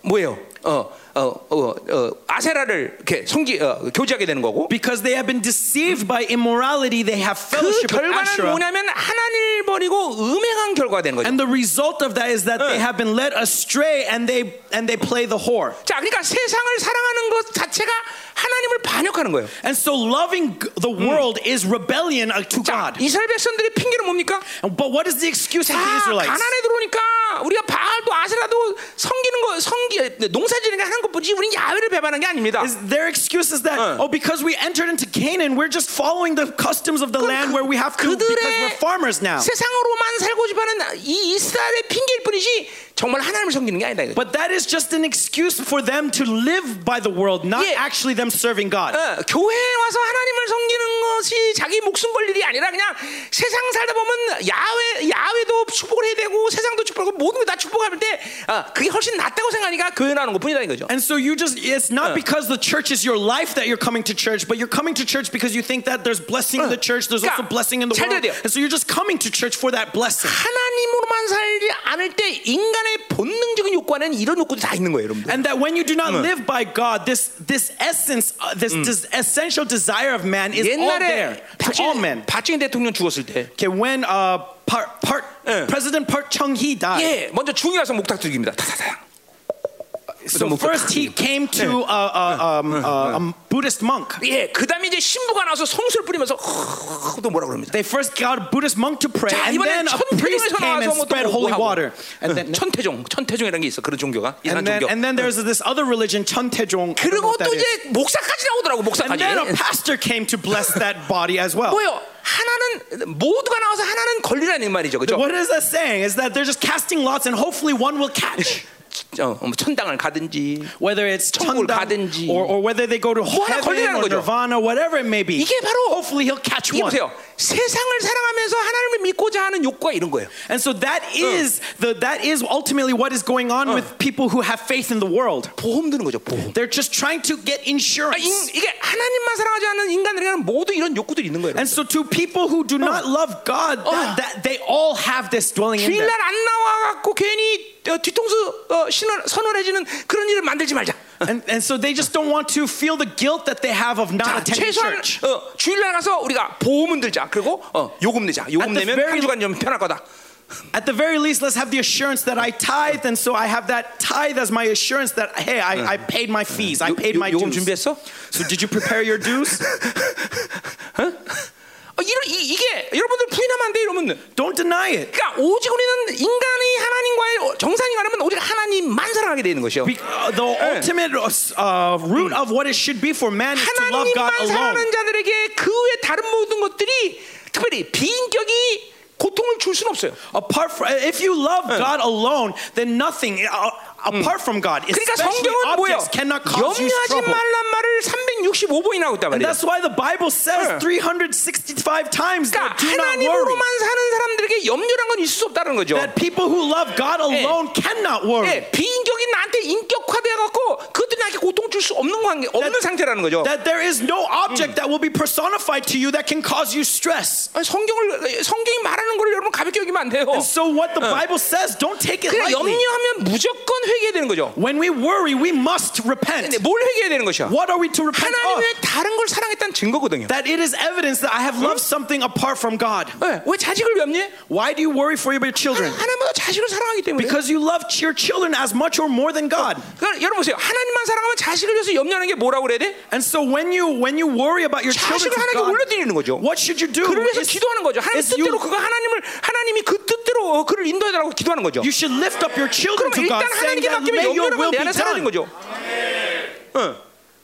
Speaker 1: 뭐예요? 어, 어, 어, 어 아세라를 이렇게 성기 어, 교제하게 되는 거고.
Speaker 2: Because they have been deceived by immorality, they have
Speaker 1: 그
Speaker 2: fellowship with
Speaker 1: 결과는
Speaker 2: Asherah.
Speaker 1: 뭐냐면 하나님을 버리고 음행한 결과가 되는 거죠.
Speaker 2: And the result of that is that they
Speaker 1: 응.
Speaker 2: have been led astray and they and they play the whore.
Speaker 1: 자, 그러니까 세상을 사랑하는 것 자체가 하나님을 반역하는 거예요.
Speaker 2: And so loving g- the world is rebellion uh, to
Speaker 1: 자,
Speaker 2: God.
Speaker 1: 이스라엘 백성들의 핑계는 뭡니까?
Speaker 2: And- But what is the excuse of
Speaker 1: 자,
Speaker 2: the Israelites?
Speaker 1: 가난에 들어오니까 우리가 바알도 아세라도 섬기는 거, 성기 농사지는 게 하는 것뿐이지 우리는 야외를 배반한 게 아닙니다.
Speaker 2: Is their excuse is that oh because we entered into Canaan we're just following the customs of the land where we have to because we're
Speaker 1: 그들의
Speaker 2: farmers now.
Speaker 1: 세상으로만 살고 싶어하는 이 이스라엘의 핑계일 뿐이지 정말 하나님을 섬기는 게 아니다. 이거죠.
Speaker 2: But that is just an excuse for them to live by the world, not
Speaker 1: Yeah. Uh,
Speaker 2: actually them serving God.
Speaker 1: 어, 교회에 와서 하나님을 섬기는 것이 자기 목숨 걸 일이 아니라 그냥 세상 살다 보면 야외 야외도 축복을 해야 되고 세상도 축복하고 모든 걸 다 축복할 때 어, 그게 훨씬 낫다고 생각하니까 교회 나오는 것뿐이다 이거죠.
Speaker 2: and so you just, it's not because the church is your life that you're coming to church, but you're coming to church because you think that there's blessing in the church, there's also
Speaker 1: 그러니까
Speaker 2: blessing in the
Speaker 1: 잘
Speaker 2: world.
Speaker 1: 들어야 돼요.
Speaker 2: And so you're just coming to church for that blessing.
Speaker 1: 하나님으로만 살지 않을 때 인간의 본능적인 욕구는 이런 욕구도 다 있는 거예요, 여러분들.
Speaker 2: And that when you do not live by God, this, this essence, uh, this, this essential desire of man is all
Speaker 1: 옛날에
Speaker 2: there to all men.
Speaker 1: 박정희, 박정희 대통령 죽었을 때,
Speaker 2: Okay, when uh, Park, Park, President Park Chung Hee died,
Speaker 1: 예, 먼저 중이라서 목탁 드립니다. 타타타.
Speaker 2: So first he came to a, a, um, a, a Buddhist monk.
Speaker 1: 예, 그다음에 이제 신부가 나와서 성수를 뿌리면서 또 뭐라 그럽니다.
Speaker 2: They first got a Buddhist monk to pray,
Speaker 1: 자,
Speaker 2: and
Speaker 1: 이번엔
Speaker 2: then a priest
Speaker 1: 천태종에서
Speaker 2: came and
Speaker 1: 나와서 뭐또
Speaker 2: spread holy
Speaker 1: 하고. 음,
Speaker 2: water. And then,
Speaker 1: 천태종, 천태종이라는 게 있어. 그런 종교가 이란
Speaker 2: and then,
Speaker 1: 종교.
Speaker 2: and then there's this other religion, Chuntaejong. I don't know
Speaker 1: 그리고
Speaker 2: what that
Speaker 1: 또
Speaker 2: is.
Speaker 1: 이제 목사까지 나오더라고
Speaker 2: And
Speaker 1: 목사까지.
Speaker 2: then a pastor came to bless that body as well.
Speaker 1: 뭐요? 하나는 모두가 나와서 하나는 걸리라는 말이죠, 그죠?
Speaker 2: What is that saying? Is that they're just casting lots, and hopefully one will catch.
Speaker 1: 어, 뭐 천당을 가든지
Speaker 2: Whether it's
Speaker 1: 천국을
Speaker 2: Chundam
Speaker 1: 가든지.
Speaker 2: or, or whether they go to
Speaker 1: 하나
Speaker 2: heaven
Speaker 1: 걸리라는
Speaker 2: or
Speaker 1: 거죠.
Speaker 2: nirvana, whatever it may be.
Speaker 1: 이게 바로
Speaker 2: Hopefully he'll catch
Speaker 1: 이게
Speaker 2: one.
Speaker 1: 보세요. 세상을 사랑하면서 하나님을 믿고자 하는 욕구가 이런 거예요.
Speaker 2: And so that is the that is ultimately what is going on with people who have faith in the world.
Speaker 1: 보험 드는 거죠, 보험.
Speaker 2: They're just trying to get
Speaker 1: 아, 인-
Speaker 2: insurance.
Speaker 1: 이게 하나님만 사랑하지 않는 인간들에게는 모두 이런 욕구들이 있는 거예요.
Speaker 2: And so to people who do not love God,
Speaker 1: Oh.
Speaker 2: that, that they all have this dwelling in them.
Speaker 1: 주일날 안 나와갖고 괜히 어, 뒤통수 어, 신원, 선언해지는 그런 일을 만들지 말자.
Speaker 2: And, and so they just don't want to feel the guilt that they have of not
Speaker 1: 자,
Speaker 2: attending
Speaker 1: 최소한
Speaker 2: church.
Speaker 1: 어, 주일날 가서 우리가 보험은 들자. 그리고 어, 요금 내자.
Speaker 2: At
Speaker 1: 요금
Speaker 2: the
Speaker 1: 내면
Speaker 2: very-
Speaker 1: 한 주간 좀 편할 거다.
Speaker 2: At the very least, let's have the assurance that I tithe, and so I have that tithe as my assurance that hey, I, I paid my fees, I
Speaker 1: 요,
Speaker 2: paid my
Speaker 1: 요, 요금
Speaker 2: dues.
Speaker 1: 준비했어?
Speaker 2: So did you prepare your dues?
Speaker 1: 어, 이런, 이, 이게 여러분들 부인하면 안 돼. 이러면
Speaker 2: don't deny it.
Speaker 1: 그러니까 오직 우리는 인간이 하나님과의 어, 정상인간이면 오직 하나님만 사랑하게 되는 것이요.
Speaker 2: Be- uh, the ultimate uh, root of what it should be for man is to love God
Speaker 1: 하나님만
Speaker 2: alone.
Speaker 1: 사랑하는 자들에게 그 외 다른 모든 것들이 특별히 비인격이 고통을 줄 수는 없어요.
Speaker 2: Apart from, if you love
Speaker 1: Hmm.
Speaker 2: God alone, then nothing uh, apart from God,
Speaker 1: 그러니까
Speaker 2: especially
Speaker 1: 성경은 뭐예요?
Speaker 2: objects, cannot cause you
Speaker 1: 염려하지
Speaker 2: trouble.
Speaker 1: 말란 말을 365번이나 하고 있단 말이에요.
Speaker 2: And that's why the Bible
Speaker 1: Yeah.
Speaker 2: says 365 times,
Speaker 1: Hmm. 그러니까
Speaker 2: that do not worry.
Speaker 1: 하나님으로만 사는 사람들에게 염려란 건 있을 수 없다는 거죠.
Speaker 2: That people who love God alone cannot worry.
Speaker 1: 예, 비인격이 나한테 인격화돼 갖고 그것들이 나한테 고통 줄 수 없는 관계, 없는
Speaker 2: That-
Speaker 1: 상태라는 거죠.
Speaker 2: That there is no object
Speaker 1: Hmm.
Speaker 2: that will be personified to you that can cause you stress.
Speaker 1: 아니, 성경을 성경이 말하는 걸 여러분 가볍게 여기면 안 돼요.
Speaker 2: And so what the Bible says, don't take it
Speaker 1: Hmm. 그냥
Speaker 2: lightly.
Speaker 1: 염려하면 무조건 회개해야 되는 거죠.
Speaker 2: When we worry, we must
Speaker 1: 근데
Speaker 2: repent.
Speaker 1: 뭘 회개해야 되는 것이야?
Speaker 2: What are we to repent of?
Speaker 1: 하나님의 다른 걸 사랑했다는 증거거든요.
Speaker 2: That it is evidence that I have loved something apart from God.
Speaker 1: 예, 왜 자식을 염려해?
Speaker 2: Why do you worry for your children?
Speaker 1: 하나님보다 자식을 사랑하기 때문에.
Speaker 2: Because you love your children as much or more than God.
Speaker 1: 그러니까 여러분 보세요. 하나님만 사랑하면 자식을 위해서 염려하는 게 뭐라고 그래야 돼?
Speaker 2: And so when you when you worry about your children,
Speaker 1: 자식을
Speaker 2: to
Speaker 1: 하나님께
Speaker 2: God,
Speaker 1: 올려드리는 거죠.
Speaker 2: what should you do?
Speaker 1: 그를 위해서
Speaker 2: It's-
Speaker 1: 기도하는 거죠. 하나님
Speaker 2: it's
Speaker 1: 뜻대로
Speaker 2: you,
Speaker 1: 그가 하나님을 하나님이 그 뜻대로 어, 그를 인도해달라고 기도하는 거죠.
Speaker 2: you should lift up your children
Speaker 1: 그럼
Speaker 2: to God,
Speaker 1: 일단
Speaker 2: saying
Speaker 1: 하나님께
Speaker 2: that
Speaker 1: 맡기면
Speaker 2: may your
Speaker 1: 염려는
Speaker 2: will
Speaker 1: 내
Speaker 2: be
Speaker 1: 안에 사라진
Speaker 2: done.
Speaker 1: 거죠.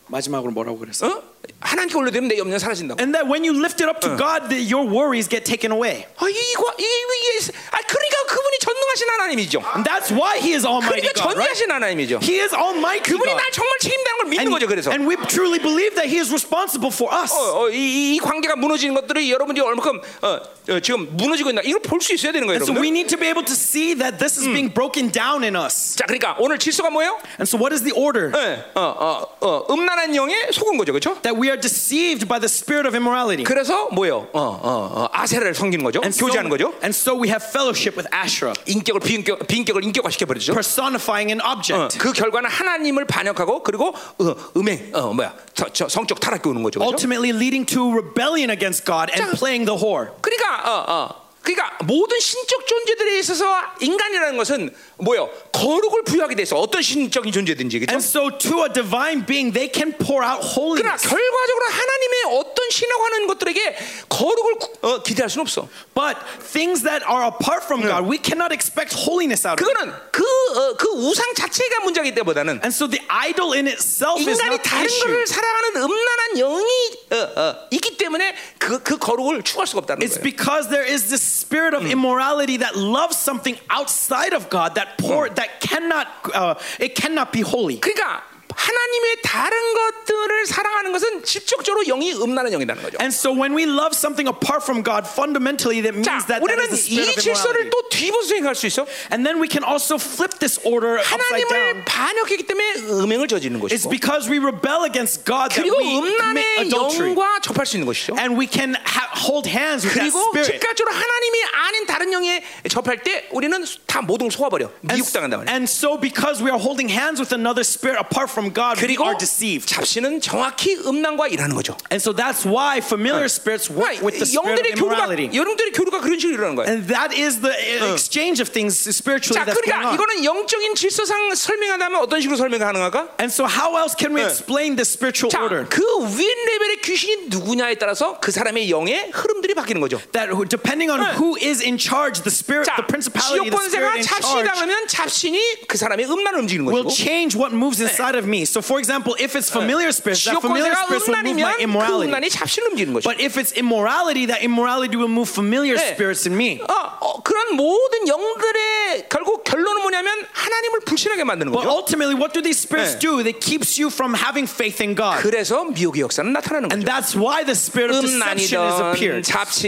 Speaker 2: 마지막으로 뭐라고 그랬어?
Speaker 1: 어? 하나님께 올려드리면 내 염려 는 사라진다고.
Speaker 2: And that when you lift it up to God, that your worries get taken away.
Speaker 1: 아 이거 이게 아 그러니까 그분이 전능하신 하나님이죠.
Speaker 2: And that's why He is Almighty
Speaker 1: 그러니까
Speaker 2: God, 아, right?
Speaker 1: 전능하신 하나님이죠.
Speaker 2: He is Almighty
Speaker 1: 그분이
Speaker 2: God.
Speaker 1: 날 정말 책임다는 걸 믿는 거죠. 그래서.
Speaker 2: and we truly believe that He is responsible for us.
Speaker 1: 어, 어, 이, 이- 이 관계가 무너지는 것들이 여러분이 얼마큼 어, 어, 지금 무너지고 있나 이걸 볼 수 있어야 되는 거예요,
Speaker 2: And so
Speaker 1: 여러분.
Speaker 2: we need to be able to see that this is being broken down in us.
Speaker 1: 자, 그러니까 오늘 질서가 뭐예요?
Speaker 2: And so, what is the order?
Speaker 1: 예, 어, 어, 어, 음란한 영에 속은 거죠, 그렇죠?
Speaker 2: That we are deceived by the spirit of immorality.
Speaker 1: 그래서 뭐예요? 어, 어, 어, 아세라를 섬기는 거죠,
Speaker 2: And so,
Speaker 1: 교제하는 거죠.
Speaker 2: and so we have fellowship with Asherah,
Speaker 1: 인격을 비인격, 비인격을 인격화 시켜버리죠.
Speaker 2: personifying an
Speaker 1: 어,
Speaker 2: object.
Speaker 1: 그 결과는 하나님을 반역하고 그리고 어, 음행, 어, 뭐야, 저, 저 성적 타락이 오는 거죠, 그렇죠?
Speaker 2: Ultimately leading to rebellion against God
Speaker 1: 자.
Speaker 2: and playing the whore.
Speaker 1: 그러니까 어, 어. 그러니까 모든 신적 존재들에 있어서 인간이라는 것은 뭐예요? 거룩을 부여하게 돼서 어떤 신적인 존재든지 그렇죠?
Speaker 2: And so, to a divine being, they can pour out
Speaker 1: 그러나
Speaker 2: holiness.
Speaker 1: 결과적으로 하나님의 어떤 신하고 하는 것들에게 거룩을 구- 어, 기대할 수는 없어.
Speaker 2: But things that are apart from God, we cannot expect holiness out of. it.
Speaker 1: 그거는 그, 어, 그 우상 자체가 문제이기 때보다는
Speaker 2: And so, the idol in itself is
Speaker 1: 인간이
Speaker 2: not the
Speaker 1: 다른
Speaker 2: issue.
Speaker 1: 걸 사랑하는 음란한 영이 어, 어, 있기 때문에 그, 그 거룩을 추구할 수가 없다는
Speaker 2: It's
Speaker 1: 거예요.
Speaker 2: because there is this spirit of immorality that loves something outside of God that pour that cannot uh, it cannot be holy.
Speaker 1: 그러니까 하나님의 다른 것들을 사랑하는 것은 직접적으로 영이 음란한 영이라는 거죠.
Speaker 2: And so when we love something apart from God, fundamentally that means
Speaker 1: 자,
Speaker 2: that that
Speaker 1: 우리는
Speaker 2: is the
Speaker 1: 이
Speaker 2: spirit of
Speaker 1: 질서를
Speaker 2: immorality.
Speaker 1: 또 뒤집어서 생각할 수 있어.
Speaker 2: And then we can also flip this order upside
Speaker 1: 하나님을
Speaker 2: down.
Speaker 1: 반역했기 때문에 음행을 저지르는 것이고
Speaker 2: It's because we rebel against God that
Speaker 1: 그리고
Speaker 2: we commit
Speaker 1: 음란의
Speaker 2: adultery.
Speaker 1: 영과 접할 수 있는 것이죠.
Speaker 2: And we can ha- hold hands with that
Speaker 1: 그리고
Speaker 2: spirit.
Speaker 1: 즉각적으로 하나님이 아닌 다른 영에 접할 때 우리는 다 모든 소화버려 미혹당한단 말이야.
Speaker 2: And so because we are holding hands with another spirit apart from God, we
Speaker 1: 그리고
Speaker 2: are deceived.
Speaker 1: 잡신은 정확히 음란과 일하는 거죠.
Speaker 2: And so that's why familiar spirits
Speaker 1: 그러니까
Speaker 2: work with the spirit of
Speaker 1: 영들의 교류가
Speaker 2: immorality.
Speaker 1: 여러분들의 교류가 그런 식으로 일어나는 거예요.
Speaker 2: And that is the uh, exchange of things spiritually
Speaker 1: 자,
Speaker 2: that's going
Speaker 1: 그러니까
Speaker 2: on.
Speaker 1: 이거는 영적인 질서상 설명한다면 어떤 식으로 설명 가능할까?
Speaker 2: And so, how else can we
Speaker 1: 네.
Speaker 2: explain the spiritual
Speaker 1: 자,
Speaker 2: order?
Speaker 1: 그 윈 레벨의 귀신이 누구냐에 따라서 그 사람의 영의 흐름들이 바뀌는 거죠.
Speaker 2: That who- depending on
Speaker 1: 네.
Speaker 2: who is in charge, the spirit,
Speaker 1: 자,
Speaker 2: the principality, the
Speaker 1: 지옥권세가
Speaker 2: spirit in
Speaker 1: 잡신이다
Speaker 2: charge
Speaker 1: 그러면 잡신이 그 사람의 음란을 움직이는
Speaker 2: will
Speaker 1: 것이고
Speaker 2: change what moves inside of me. So, for example, if it's familiar spirits, that familiar
Speaker 1: 지옥권세가
Speaker 2: spirits will move my
Speaker 1: 음란이면 그
Speaker 2: immorality.
Speaker 1: 음란이 잡신을 움직이는 것이고
Speaker 2: But if it's immorality, that immorality will move familiar
Speaker 1: 네.
Speaker 2: spirits in me.
Speaker 1: 어, 어, 그런 모든 영들의 결국 결론은 뭐냐면 하나님을 불신하게 만드는
Speaker 2: But
Speaker 1: 거죠.
Speaker 2: ultimately, what do these spirits
Speaker 1: 네.
Speaker 2: do? They keeps you from having faith in God.
Speaker 1: 그래서 미혹의 역사는 나타나는
Speaker 2: And
Speaker 1: 거죠.
Speaker 2: that's why the spirit of deception has
Speaker 1: 음란이든
Speaker 2: appeared.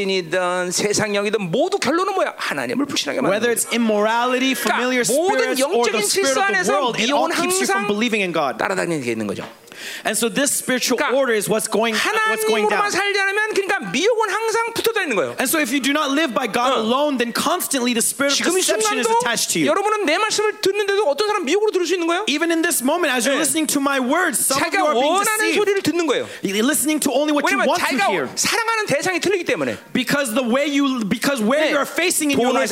Speaker 1: 잡신이든 세상영이든 모두 결론은 뭐야? 하나님을 불신하게
Speaker 2: Whether
Speaker 1: 만드는 거죠.
Speaker 2: it's immorality, familiar
Speaker 1: 그러니까 모든
Speaker 2: spirits, or the
Speaker 1: 영적인 질서
Speaker 2: spirit of the
Speaker 1: 안에서
Speaker 2: world, it all
Speaker 1: 미혹은
Speaker 2: keeps you from
Speaker 1: 항상
Speaker 2: believing in God.
Speaker 1: 따라다니는 게 있는 거죠.
Speaker 2: And so this spiritual
Speaker 1: 그러니까
Speaker 2: order is what's going, what's going
Speaker 1: 하나님으로만
Speaker 2: down.
Speaker 1: 살지 않으면 그러니까 미혹은 항상 붙어 다니는 거예요.
Speaker 2: And so if you do not live by God
Speaker 1: 어.
Speaker 2: alone, then constantly the spirit of
Speaker 1: 지금 이
Speaker 2: deception is
Speaker 1: 순간도
Speaker 2: attached to you.
Speaker 1: 여러분은 내 말씀을 듣는데도 어떤 사람 미혹으로 들을 수 있는 거예요?
Speaker 2: Even in this moment, as you're
Speaker 1: 네.
Speaker 2: listening to my words, some of you
Speaker 1: 자기가
Speaker 2: are being
Speaker 1: 원하는
Speaker 2: deceived.
Speaker 1: 소리를 듣는 거예요.
Speaker 2: You're listening to only what you
Speaker 1: 왜냐면
Speaker 2: want to hear.
Speaker 1: 자기가 사랑하는 대상이 틀리기 때문에
Speaker 2: Because the way you, because where
Speaker 1: 네.
Speaker 2: you're facing in your
Speaker 1: 돈을
Speaker 2: life is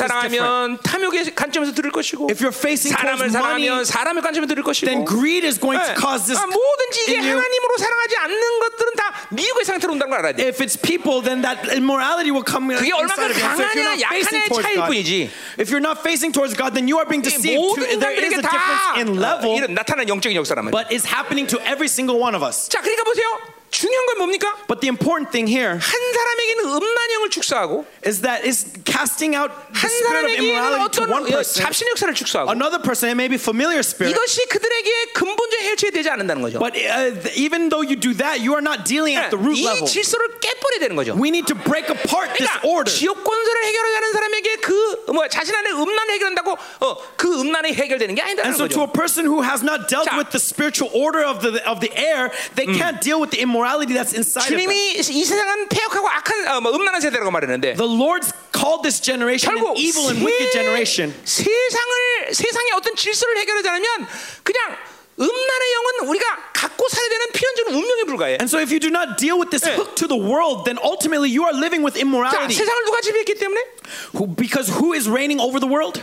Speaker 1: 사랑하면
Speaker 2: different.
Speaker 1: 탐욕의 관점에서 들을 것이고
Speaker 2: If you're facing
Speaker 1: 사람을
Speaker 2: towards money,
Speaker 1: 사랑하면 사람의 관점에서 들을 것이고
Speaker 2: then greed is going
Speaker 1: 네.
Speaker 2: to cause this.
Speaker 1: 아, 뭐든지 이게
Speaker 2: in you.
Speaker 1: 하나님으로 사랑하지 않는 것들은 다 미혹의 상태로 온다는 걸 알아야 돼
Speaker 2: If it's people, then that immorality will come inside of
Speaker 1: 그게
Speaker 2: you.
Speaker 1: 얼마나
Speaker 2: And so if you're
Speaker 1: 강하냐
Speaker 2: not facing
Speaker 1: 약하냐의
Speaker 2: towards
Speaker 1: 차이일
Speaker 2: God,
Speaker 1: 뿐이지
Speaker 2: if you're not facing towards God, then you are being
Speaker 1: 이
Speaker 2: deceived.
Speaker 1: 모든
Speaker 2: too. There is
Speaker 1: 인간들에게
Speaker 2: a
Speaker 1: 다
Speaker 2: difference in
Speaker 1: 어,
Speaker 2: level,
Speaker 1: 이런 나타나는 영적인 역사라면
Speaker 2: but it's happening to every single one of us.
Speaker 1: 자 그러니까 보세요 중요한 건 뭡니까?
Speaker 2: But the important thing here
Speaker 1: 한 사람에게는 음란형을 축사하고
Speaker 2: is that it's casting out the
Speaker 1: 한
Speaker 2: spirit of
Speaker 1: 사람에게는
Speaker 2: immorality to
Speaker 1: 어떤
Speaker 2: one
Speaker 1: 어,
Speaker 2: person,
Speaker 1: 잡신 역사를 축사하고
Speaker 2: another person, it may be familiar spirit.
Speaker 1: 이것이 그들에게 근본적인 해체가 되지 않는다는 거죠
Speaker 2: But uh, th- even though you do that, you are not dealing at the root
Speaker 1: 이
Speaker 2: level.
Speaker 1: 질서를 깨버려야 되는 거죠
Speaker 2: We need to break apart this
Speaker 1: 그러니까
Speaker 2: order.
Speaker 1: 지옥 권세를 해결하는 사람에게 그 뭐 자신 안에 음란 해결한다고 어, 그 음란이 해결되는 게
Speaker 2: And
Speaker 1: 아니다는
Speaker 2: so, to a
Speaker 1: 거죠.
Speaker 2: person who has not dealt
Speaker 1: 자.
Speaker 2: with the spiritual order of the of the air, they can't deal with the immorality that's inside of them.
Speaker 1: 주님이 이 세상은 폐역하고 악한 어, 뭐 음란한 세대라고 말했는데
Speaker 2: The Lord's called this generation an
Speaker 1: 결국
Speaker 2: evil and
Speaker 1: 세-
Speaker 2: wicked generation.
Speaker 1: 세상을 세상의 어떤 질서를 해결하지 않으면 그냥 음란의 영은 우리가 갖고 살아야 되는 필연적인 운명에 불과해.
Speaker 2: And so, if you do not deal with this
Speaker 1: 예.
Speaker 2: hook to the world, then ultimately you are living with
Speaker 1: 자,
Speaker 2: immorality.
Speaker 1: 세상을 누가 지배했기 때문에
Speaker 2: Who, because who is reigning over the world?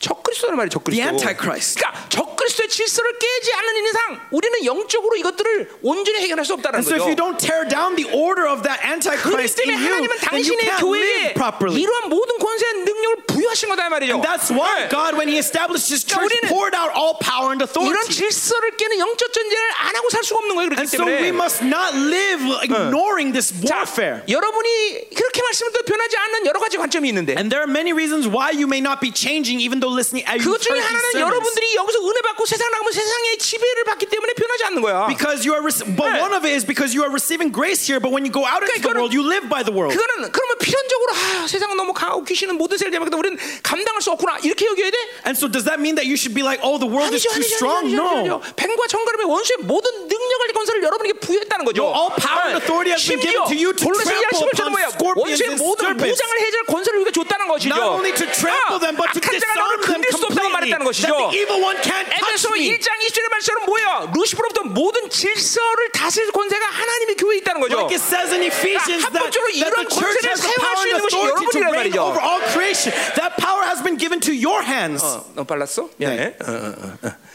Speaker 1: 적그리스도란 말이 적그리스도.
Speaker 2: The Antichrist.
Speaker 1: 그러니까 적그리스도의 질서를 깨지 않는 이상 우리는 영적으로 이것들을 온전히 해결할 수 없다는
Speaker 2: And so,
Speaker 1: 거죠.
Speaker 2: if you don't tear down the order of that
Speaker 1: 그렇기
Speaker 2: Antichrist in
Speaker 1: 때문에
Speaker 2: you,
Speaker 1: 하나님은
Speaker 2: then you
Speaker 1: 당신의
Speaker 2: can't
Speaker 1: 교회에
Speaker 2: live properly.
Speaker 1: 이러한 모든 권세와 능력을 부여하신 거다 이 말이죠.
Speaker 2: That's why
Speaker 1: 네.
Speaker 2: God, when He established His
Speaker 1: 그러니까
Speaker 2: church,
Speaker 1: 우리는
Speaker 2: poured out all power
Speaker 1: 이런
Speaker 2: and authority.
Speaker 1: 질서를 깨는 영적 전쟁을 안 하고 살 수가 없는 거예요.
Speaker 2: And
Speaker 1: 그렇기
Speaker 2: so we
Speaker 1: 때문에
Speaker 2: must not live ignoring this warfare.
Speaker 1: 여러분이 그렇게 말씀을 또 변하지 않는 여러 가지 관점이 있는데
Speaker 2: And there are many reasons why you may not be changing, even though listening. uh,
Speaker 1: 그것
Speaker 2: you've
Speaker 1: 중에
Speaker 2: heard these
Speaker 1: 하나는
Speaker 2: sermons.
Speaker 1: 여러분들이 여기서 은혜 받고 세상 나가면 세상의 지배를 받기 때문에 변하지 않는 거야.
Speaker 2: Because you are, rec- but
Speaker 1: 네.
Speaker 2: one of it is because you are receiving grace here. But when you go out into the
Speaker 1: 그러니까
Speaker 2: world, you live by the world.
Speaker 1: 그거는 그러면 필연적으로 아, 세상은 너무 강하고 귀신은 모든 세를 대박다 우리는 감당할 수 없구나 이렇게 여겨야 돼?
Speaker 2: And so, does that mean that you should be like, "Oh, the world is
Speaker 1: 아니죠
Speaker 2: too
Speaker 1: 아니죠
Speaker 2: strong"?
Speaker 1: 아니죠
Speaker 2: No.
Speaker 1: 아니죠 뱀과 정갈음의 원수의 모든 능력을 건설을 여러분에게 부여했다는 거죠
Speaker 2: all power and authority has been given to you to
Speaker 1: 본래 신기한
Speaker 2: trample
Speaker 1: 심을 쳐도
Speaker 2: upon
Speaker 1: 뭐야
Speaker 2: scorpions
Speaker 1: 원수의
Speaker 2: and
Speaker 1: 모든
Speaker 2: serpents.
Speaker 1: 무장을 해제할 권세를 우리가 줬다는 것이죠 아,
Speaker 2: Not only to trample them, but to
Speaker 1: 악한 자가 너를
Speaker 2: disarm them
Speaker 1: 건들 수 없다고
Speaker 2: completely.
Speaker 1: 말했다는
Speaker 2: That
Speaker 1: 것이죠
Speaker 2: the evil one can't touch
Speaker 1: 에베소
Speaker 2: me.
Speaker 1: 1장 20절의 말씀은 뭐야 루시퍼로부터 모든 질서를 다스릴 권세가 하나님의 교회에 있다는 거죠
Speaker 2: Like it says in Ephesians
Speaker 1: 그러니까
Speaker 2: that, that
Speaker 1: 합법적으로 이런
Speaker 2: the church
Speaker 1: 권세를
Speaker 2: has the
Speaker 1: 사용할
Speaker 2: power
Speaker 1: 수
Speaker 2: and
Speaker 1: 있는 것이
Speaker 2: authority to
Speaker 1: 여러분이란
Speaker 2: reign
Speaker 1: 말이죠.
Speaker 2: over all creation. That power has been given to your hands.
Speaker 1: 어, 너무 빨랐어? 미안해
Speaker 2: 네.
Speaker 1: 어, 어, 어, 어, 어.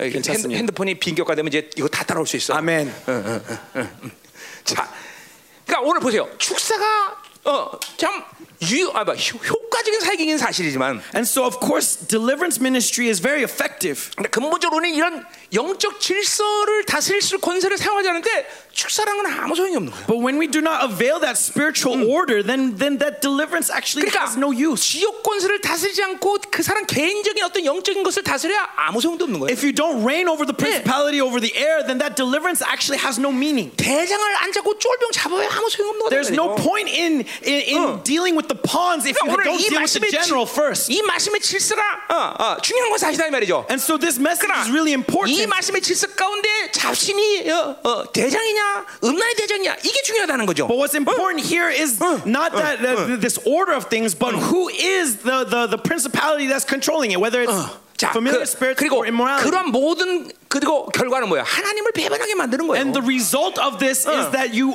Speaker 1: 핸드,
Speaker 2: 괜찮습니다.
Speaker 1: 핸드폰이 빈격화되면 이제 이거 다 따라올 수 있어 어, 음.
Speaker 2: 아멘.
Speaker 1: 자, 그러니까 오늘 보세요. 축사가 어, 어참유아 뭐, 효과적인 사역이긴 사실이지만
Speaker 2: And so, of course, deliverance ministry is very effective.
Speaker 1: 근데 근본적으로는 이런 영적 질서를 다스릴 수 있는 권세를 사용하지 않는데 축사랑은 아무 소용이 없는 거예요.
Speaker 2: But when we do not avail that spiritual order, then, then that deliverance actually
Speaker 1: 그러니까
Speaker 2: has no use.
Speaker 1: 지역 권세를 다스리지 않고 그 사람 개인적인 어떤 영적인 것을 다스려야 아무 소용도 없는 거예요.
Speaker 2: If you don't reign over the principality over the air, then that deliverance actually has no meaning.
Speaker 1: 대장을 안 잡고 쫄병 잡아야 아무 소용 없는 그러니까 거예요.
Speaker 2: There's no point in, in, in dealing with the pawns if you
Speaker 1: 그러니까 오늘
Speaker 2: don't
Speaker 1: 이
Speaker 2: deal with the
Speaker 1: 말씀의, 질-
Speaker 2: general first.
Speaker 1: 이 말씀의 질서가 어, 어, 중요한 건 사실이다 이 말이죠.
Speaker 2: And so this message
Speaker 1: 그러나
Speaker 2: is really
Speaker 1: 이
Speaker 2: important.
Speaker 1: 말씀의 질서 가운데 잡신이 어, 어, 대장이냐 음란이 대장이냐 이게 중요하다는 거죠.
Speaker 2: But what's important here is not that uh, this order of things, but who is the, the, the principality that's controlling it, whether it's
Speaker 1: 자,
Speaker 2: 어, familiar
Speaker 1: 그,
Speaker 2: spirits
Speaker 1: 그리고
Speaker 2: or immorality.
Speaker 1: 그런 모든 그리고 결과는 뭐야? 하나님을 배반하게 만드는 거예요.
Speaker 2: And the result of this
Speaker 1: Uh.
Speaker 2: is that you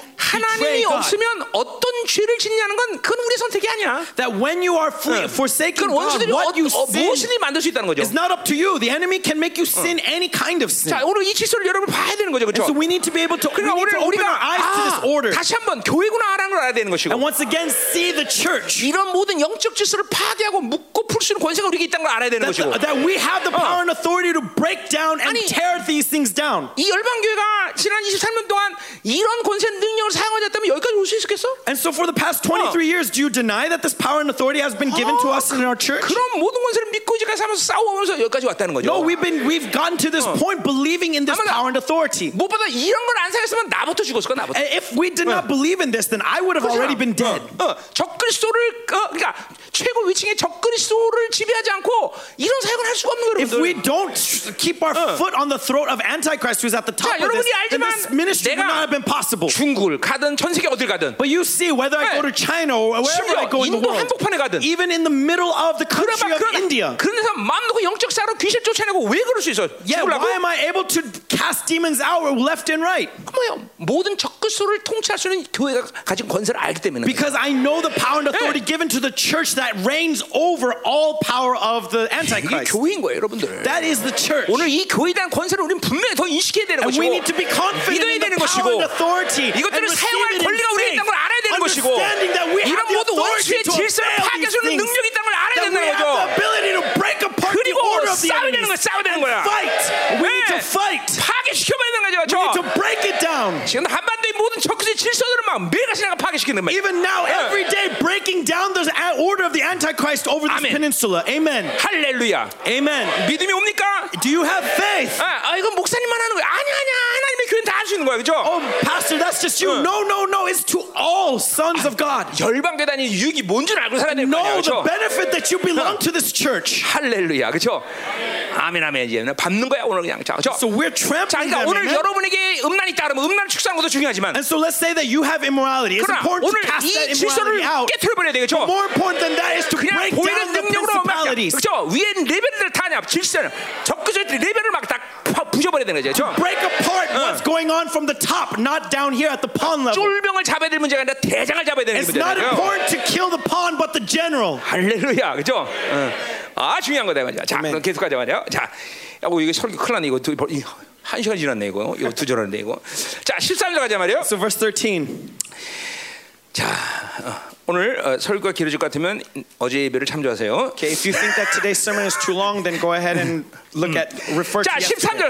Speaker 1: 하나님이
Speaker 2: betray God.
Speaker 1: 없으면 어떤 죄를 짓냐는 건 그건 우리 선택이 아니야.
Speaker 2: That when you are flee,
Speaker 1: Uh.
Speaker 2: forsaking
Speaker 1: 그건
Speaker 2: God,
Speaker 1: 원수들이
Speaker 2: what you
Speaker 1: 어, 어,
Speaker 2: sin
Speaker 1: 무엇이든 만들 수 있다는 거죠.
Speaker 2: is not up to you. The enemy can make you sin any kind of sin.
Speaker 1: 자, 오늘 이 질서를 여러분 봐야 되는 거죠,
Speaker 2: And
Speaker 1: 그렇죠?
Speaker 2: so we need to be able to, we
Speaker 1: 그러니까
Speaker 2: need
Speaker 1: 오늘
Speaker 2: to open
Speaker 1: 우리가
Speaker 2: our eyes to
Speaker 1: 아,
Speaker 2: this order.
Speaker 1: 다시 한번 교회구나라는 걸 알아야 되는
Speaker 2: And
Speaker 1: 것이고
Speaker 2: once again, see the church.
Speaker 1: 이런 모든 영적 질서를 파괴하고 묶고 풀 수 있는 권세가 우리에게 있다는 걸 알아야 되는
Speaker 2: That,
Speaker 1: 것이고
Speaker 2: that we have the power and authority to break down and
Speaker 1: 아니,
Speaker 2: tear these things down.
Speaker 1: 이 열방교회가 지난 23년 동안 이런 권세 능력을 사용하셨다면 여기까지 올 수 있었겠어?
Speaker 2: And so, for the past 23 years, do you deny that this power and authority has been given to
Speaker 1: 어,
Speaker 2: us in our church?
Speaker 1: 그런 모든 권세를 믿고 이제까지 하면서 싸워오면서 여기까지 왔다는 거죠
Speaker 2: No, we've been we've gotten to this point believing in this
Speaker 1: 아마도-
Speaker 2: power and authority.
Speaker 1: 무엇보다 이런 걸 안 사겠으면 나부터 죽었을 거야 나부터
Speaker 2: And if we did not believe in this, then I would have already been dead.
Speaker 1: 어, 어, 적그리스도를 어, 그러니까 최고 위층의 적그리스도를 지배하지 않고 이런 사역을 할 수가 없는 거예요
Speaker 2: If we
Speaker 1: 여러분들.
Speaker 2: don't sh- keep our foot on the throat of Antichrist, who's at the top
Speaker 1: 자,
Speaker 2: of this,
Speaker 1: 여러분이
Speaker 2: then
Speaker 1: 알지만
Speaker 2: this ministry would
Speaker 1: 내가
Speaker 2: not have been possible.
Speaker 1: 중국을 가든 전 세계 어딜 가든
Speaker 2: But you see, whether I go
Speaker 1: 네.
Speaker 2: to China or wherever
Speaker 1: 심지어
Speaker 2: I go in the
Speaker 1: 인도
Speaker 2: world,
Speaker 1: 한복판에 가든.
Speaker 2: even in the middle of the country of India,
Speaker 1: 그런 데서 마음 놓고 영적 사로 귀신 쫓아내고 왜 그럴 수 있어?
Speaker 2: yeah,
Speaker 1: 죽으려고?
Speaker 2: why am I able to cast demons out left and right?
Speaker 1: 뭐야? 모든 적그리스도를 통치할 수 있는 교회가 가진 권세를 알기 때문에.
Speaker 2: Because I know the power and authority given to the church that reigns over all power of the
Speaker 1: 이게
Speaker 2: Antichrist.
Speaker 1: 교회인 거예요, 여러분들.
Speaker 2: That is the church.
Speaker 1: 오늘 이 교회에 대한 권세를 우리는 분명히 더 인식해야 되는
Speaker 2: And
Speaker 1: 것이고
Speaker 2: we need to be confident
Speaker 1: 믿어야
Speaker 2: in
Speaker 1: 되는
Speaker 2: the power
Speaker 1: 것이고
Speaker 2: and authority and
Speaker 1: 이것들을
Speaker 2: receive
Speaker 1: 사용할
Speaker 2: it in
Speaker 1: 권리가 우리에 있다는 걸 알아야
Speaker 2: faith,
Speaker 1: 되는 것이고
Speaker 2: understanding that we have
Speaker 1: 이런
Speaker 2: the
Speaker 1: 모든
Speaker 2: authority
Speaker 1: 원수의
Speaker 2: to
Speaker 1: 질서를
Speaker 2: obey
Speaker 1: 파괴할
Speaker 2: these
Speaker 1: 수 있는
Speaker 2: things,
Speaker 1: 능력이 있다는 걸 알아야
Speaker 2: that we
Speaker 1: 된다는
Speaker 2: have the
Speaker 1: 거죠
Speaker 2: ability to break apart the
Speaker 1: 그리고
Speaker 2: order of the
Speaker 1: 싸워야
Speaker 2: enemy
Speaker 1: 되는 거야, 싸워야 되는 거야.
Speaker 2: fight we need
Speaker 1: 네.
Speaker 2: to fight
Speaker 1: 파괴시켜버리는 거죠
Speaker 2: we
Speaker 1: 그렇죠?
Speaker 2: need to break it down
Speaker 1: 지금 한반도의 모든 적그리스도의 질서들을 막 매일같이 내가 파괴시키는 거예요
Speaker 2: even now
Speaker 1: 네.
Speaker 2: every day breaking down the order of the Antichrist over this
Speaker 1: 아멘.
Speaker 2: peninsula amen
Speaker 1: 할렐루야
Speaker 2: amen
Speaker 1: 믿음이 옵니까?
Speaker 2: do you have faith
Speaker 1: 아, 아 이건 목사님만 하는 거야 아니 아니야 하나님의 교회는 다 할 수 있는 거야 그죠?
Speaker 2: oh pastor that's just you no no no it's to all sons of God
Speaker 1: 열방교단이 유익이 뭔줄 알고 살아야 될거 아니야
Speaker 2: know the
Speaker 1: 그죠?
Speaker 2: benefit that you belong to this church
Speaker 1: 할렐루야 그렇죠? 아멘 아멘 이제 밟는 거야 오늘 그냥 자 그렇죠?
Speaker 2: So we're
Speaker 1: 자,
Speaker 2: trampling
Speaker 1: 그러니까
Speaker 2: them.
Speaker 1: 오늘
Speaker 2: amen?
Speaker 1: 여러분에게 음란이 있다 그러면 음란 축사하는 것도 중요하지만
Speaker 2: And so let's say that you have immorality. It's
Speaker 1: 그러나
Speaker 2: important
Speaker 1: 오늘
Speaker 2: to cast that
Speaker 1: 이
Speaker 2: immorality
Speaker 1: 질서를
Speaker 2: out.
Speaker 1: 깨트려버려야 되겠죠?
Speaker 2: More important than that is to
Speaker 1: 그냥
Speaker 2: break
Speaker 1: 보이는
Speaker 2: down the
Speaker 1: 능력으로 막
Speaker 2: principalities.
Speaker 1: 그렇죠? 위에 레벨을 타냐 질서는 적그저들 레벨을 막 다 부셔버려야 되는 거죠 그렇죠?
Speaker 2: Break apart what's going on from the top, not down here at the pawn level.
Speaker 1: 쫄병을 잡아야 될 문제가 아니라 대장을 잡아야 되는
Speaker 2: It's not
Speaker 1: 문제예요
Speaker 2: important to kill the pawn, but the general.
Speaker 1: 할렐루야 그렇죠? 응. 아 중요한 거다 말이야 자
Speaker 2: 네. 아멘.
Speaker 1: 그럼 계속 가자 말이야 자 야, 어, 이거 설교 큰일 났네 이거 두, 벌- 이, 한 시간 지났네 이거 이거 두 절인데 이거 자 13절 가자 말이야
Speaker 2: So verse 13.
Speaker 1: 자 어, 오늘 어, 설교가 길어질 것 같으면 어제 예배를 참조하세요
Speaker 2: Okay, if you think that today's sermon is too long, then go ahead and look at refer to
Speaker 1: 자
Speaker 2: yesterday.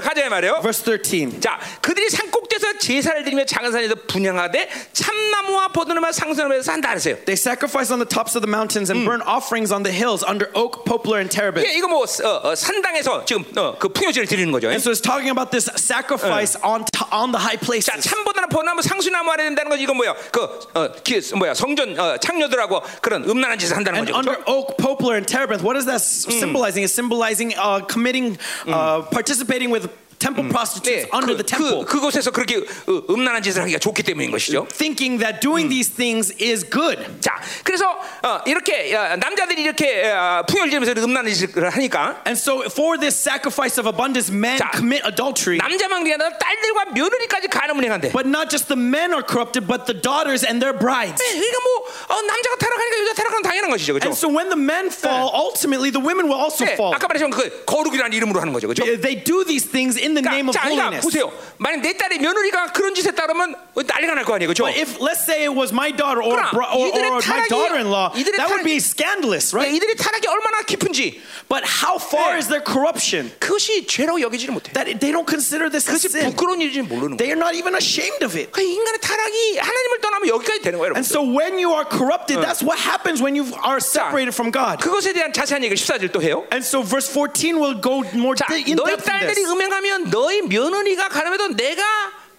Speaker 1: 13절 가자 말이에요
Speaker 2: Verse 13.
Speaker 1: 자, 그들이 산 꼭대에서 제사를 드리며 작은 산에서 분양하되 참나무와 버드나무와 상선나무에서 산다 그랬어요.
Speaker 2: They sacrifice on the tops of the mountains and burn offerings on the hills under oak, poplar, and terebinth.
Speaker 1: 이게 이거 뭐 어, 어, 산당에서 지금 어, 그 풍요제를 드리는 거죠.
Speaker 2: And so it's talking about this sacrifice on t- on the high
Speaker 1: 자,
Speaker 2: places.
Speaker 1: 참보다나 버나무 상수나무 아래 된다는 건 이건 뭐야? 그 어, 기, 뭐야? 성전 어, 창녀들하고 그런 음란한 짓을 한다는
Speaker 2: And
Speaker 1: 거죠.
Speaker 2: under
Speaker 1: 그렇죠?
Speaker 2: oak, poplar, and terebinth, what is that s- symbolizing? It's symbolizing uh, committing, uh, participating with temple prostitutes
Speaker 1: 네,
Speaker 2: under
Speaker 1: 그,
Speaker 2: the temple, 음.
Speaker 1: 그, 그곳에서 그렇게 어, 음란한 짓을 하기가 좋기 때문인 것이죠.
Speaker 2: thinking that doing these things is good.
Speaker 1: 자, 그래서 어, 이렇게 어, 남자들이 이렇게 어, 풍요를 지면서 음란한 짓을 하니까
Speaker 2: And so, for this sacrifice of abundance, men
Speaker 1: 자,
Speaker 2: commit adultery.
Speaker 1: 남자만 그게 아니라 딸들과 며느리까지 간음을 행한대.
Speaker 2: But not just the men are corrupted, but the daughters and their brides.
Speaker 1: 네, 그러니까 뭐 어, 남자가 타락하니까 여자 타락하면 당연한 것이죠,
Speaker 2: And
Speaker 1: 그렇죠?
Speaker 2: so, when the men fall, ultimately the women will also
Speaker 1: 네,
Speaker 2: fall.
Speaker 1: 아까 말했지만 그 거룩이라는 이름으로 하는 거죠, 그렇죠?
Speaker 2: They do these things in the name
Speaker 1: 그러니까,
Speaker 2: of
Speaker 1: 자, 그러니까
Speaker 2: holiness.
Speaker 1: 보세요. 만약 내 딸의 며느리가 그런 짓에 따르면 난리가 날 거 아니에요, 그렇죠?
Speaker 2: But if let's say it was my daughter or,
Speaker 1: 그러나
Speaker 2: bro- or,
Speaker 1: 이들의
Speaker 2: or my
Speaker 1: 타락이-
Speaker 2: daughter-in-law,
Speaker 1: 이들의
Speaker 2: that would
Speaker 1: 타락이-
Speaker 2: be scandalous, right?
Speaker 1: 네, 이들의 타락이 얼마나 깊은지
Speaker 2: But how far
Speaker 1: 네.
Speaker 2: is their corruption
Speaker 1: 그것이 죄라고 여기지를 못해.
Speaker 2: that they don't consider this a
Speaker 1: 그것이
Speaker 2: sin?
Speaker 1: 부끄러운 일인지 모르는 거예요.
Speaker 2: They are not even ashamed of it.
Speaker 1: 그 인간의 타락이 하나님을 떠나면 여기까지 되는 거예요, 여러분.
Speaker 2: And so when you are corrupted, that's what happens when you are separated from God.
Speaker 1: 그것에 대한 자세한 얘기를 14절 또 해요.
Speaker 2: And so verse 14 will go more
Speaker 1: 자,
Speaker 2: in
Speaker 1: 너희
Speaker 2: depth in
Speaker 1: 딸들이
Speaker 2: this.
Speaker 1: 음행하면 너희 며느리가 가늠해도 내가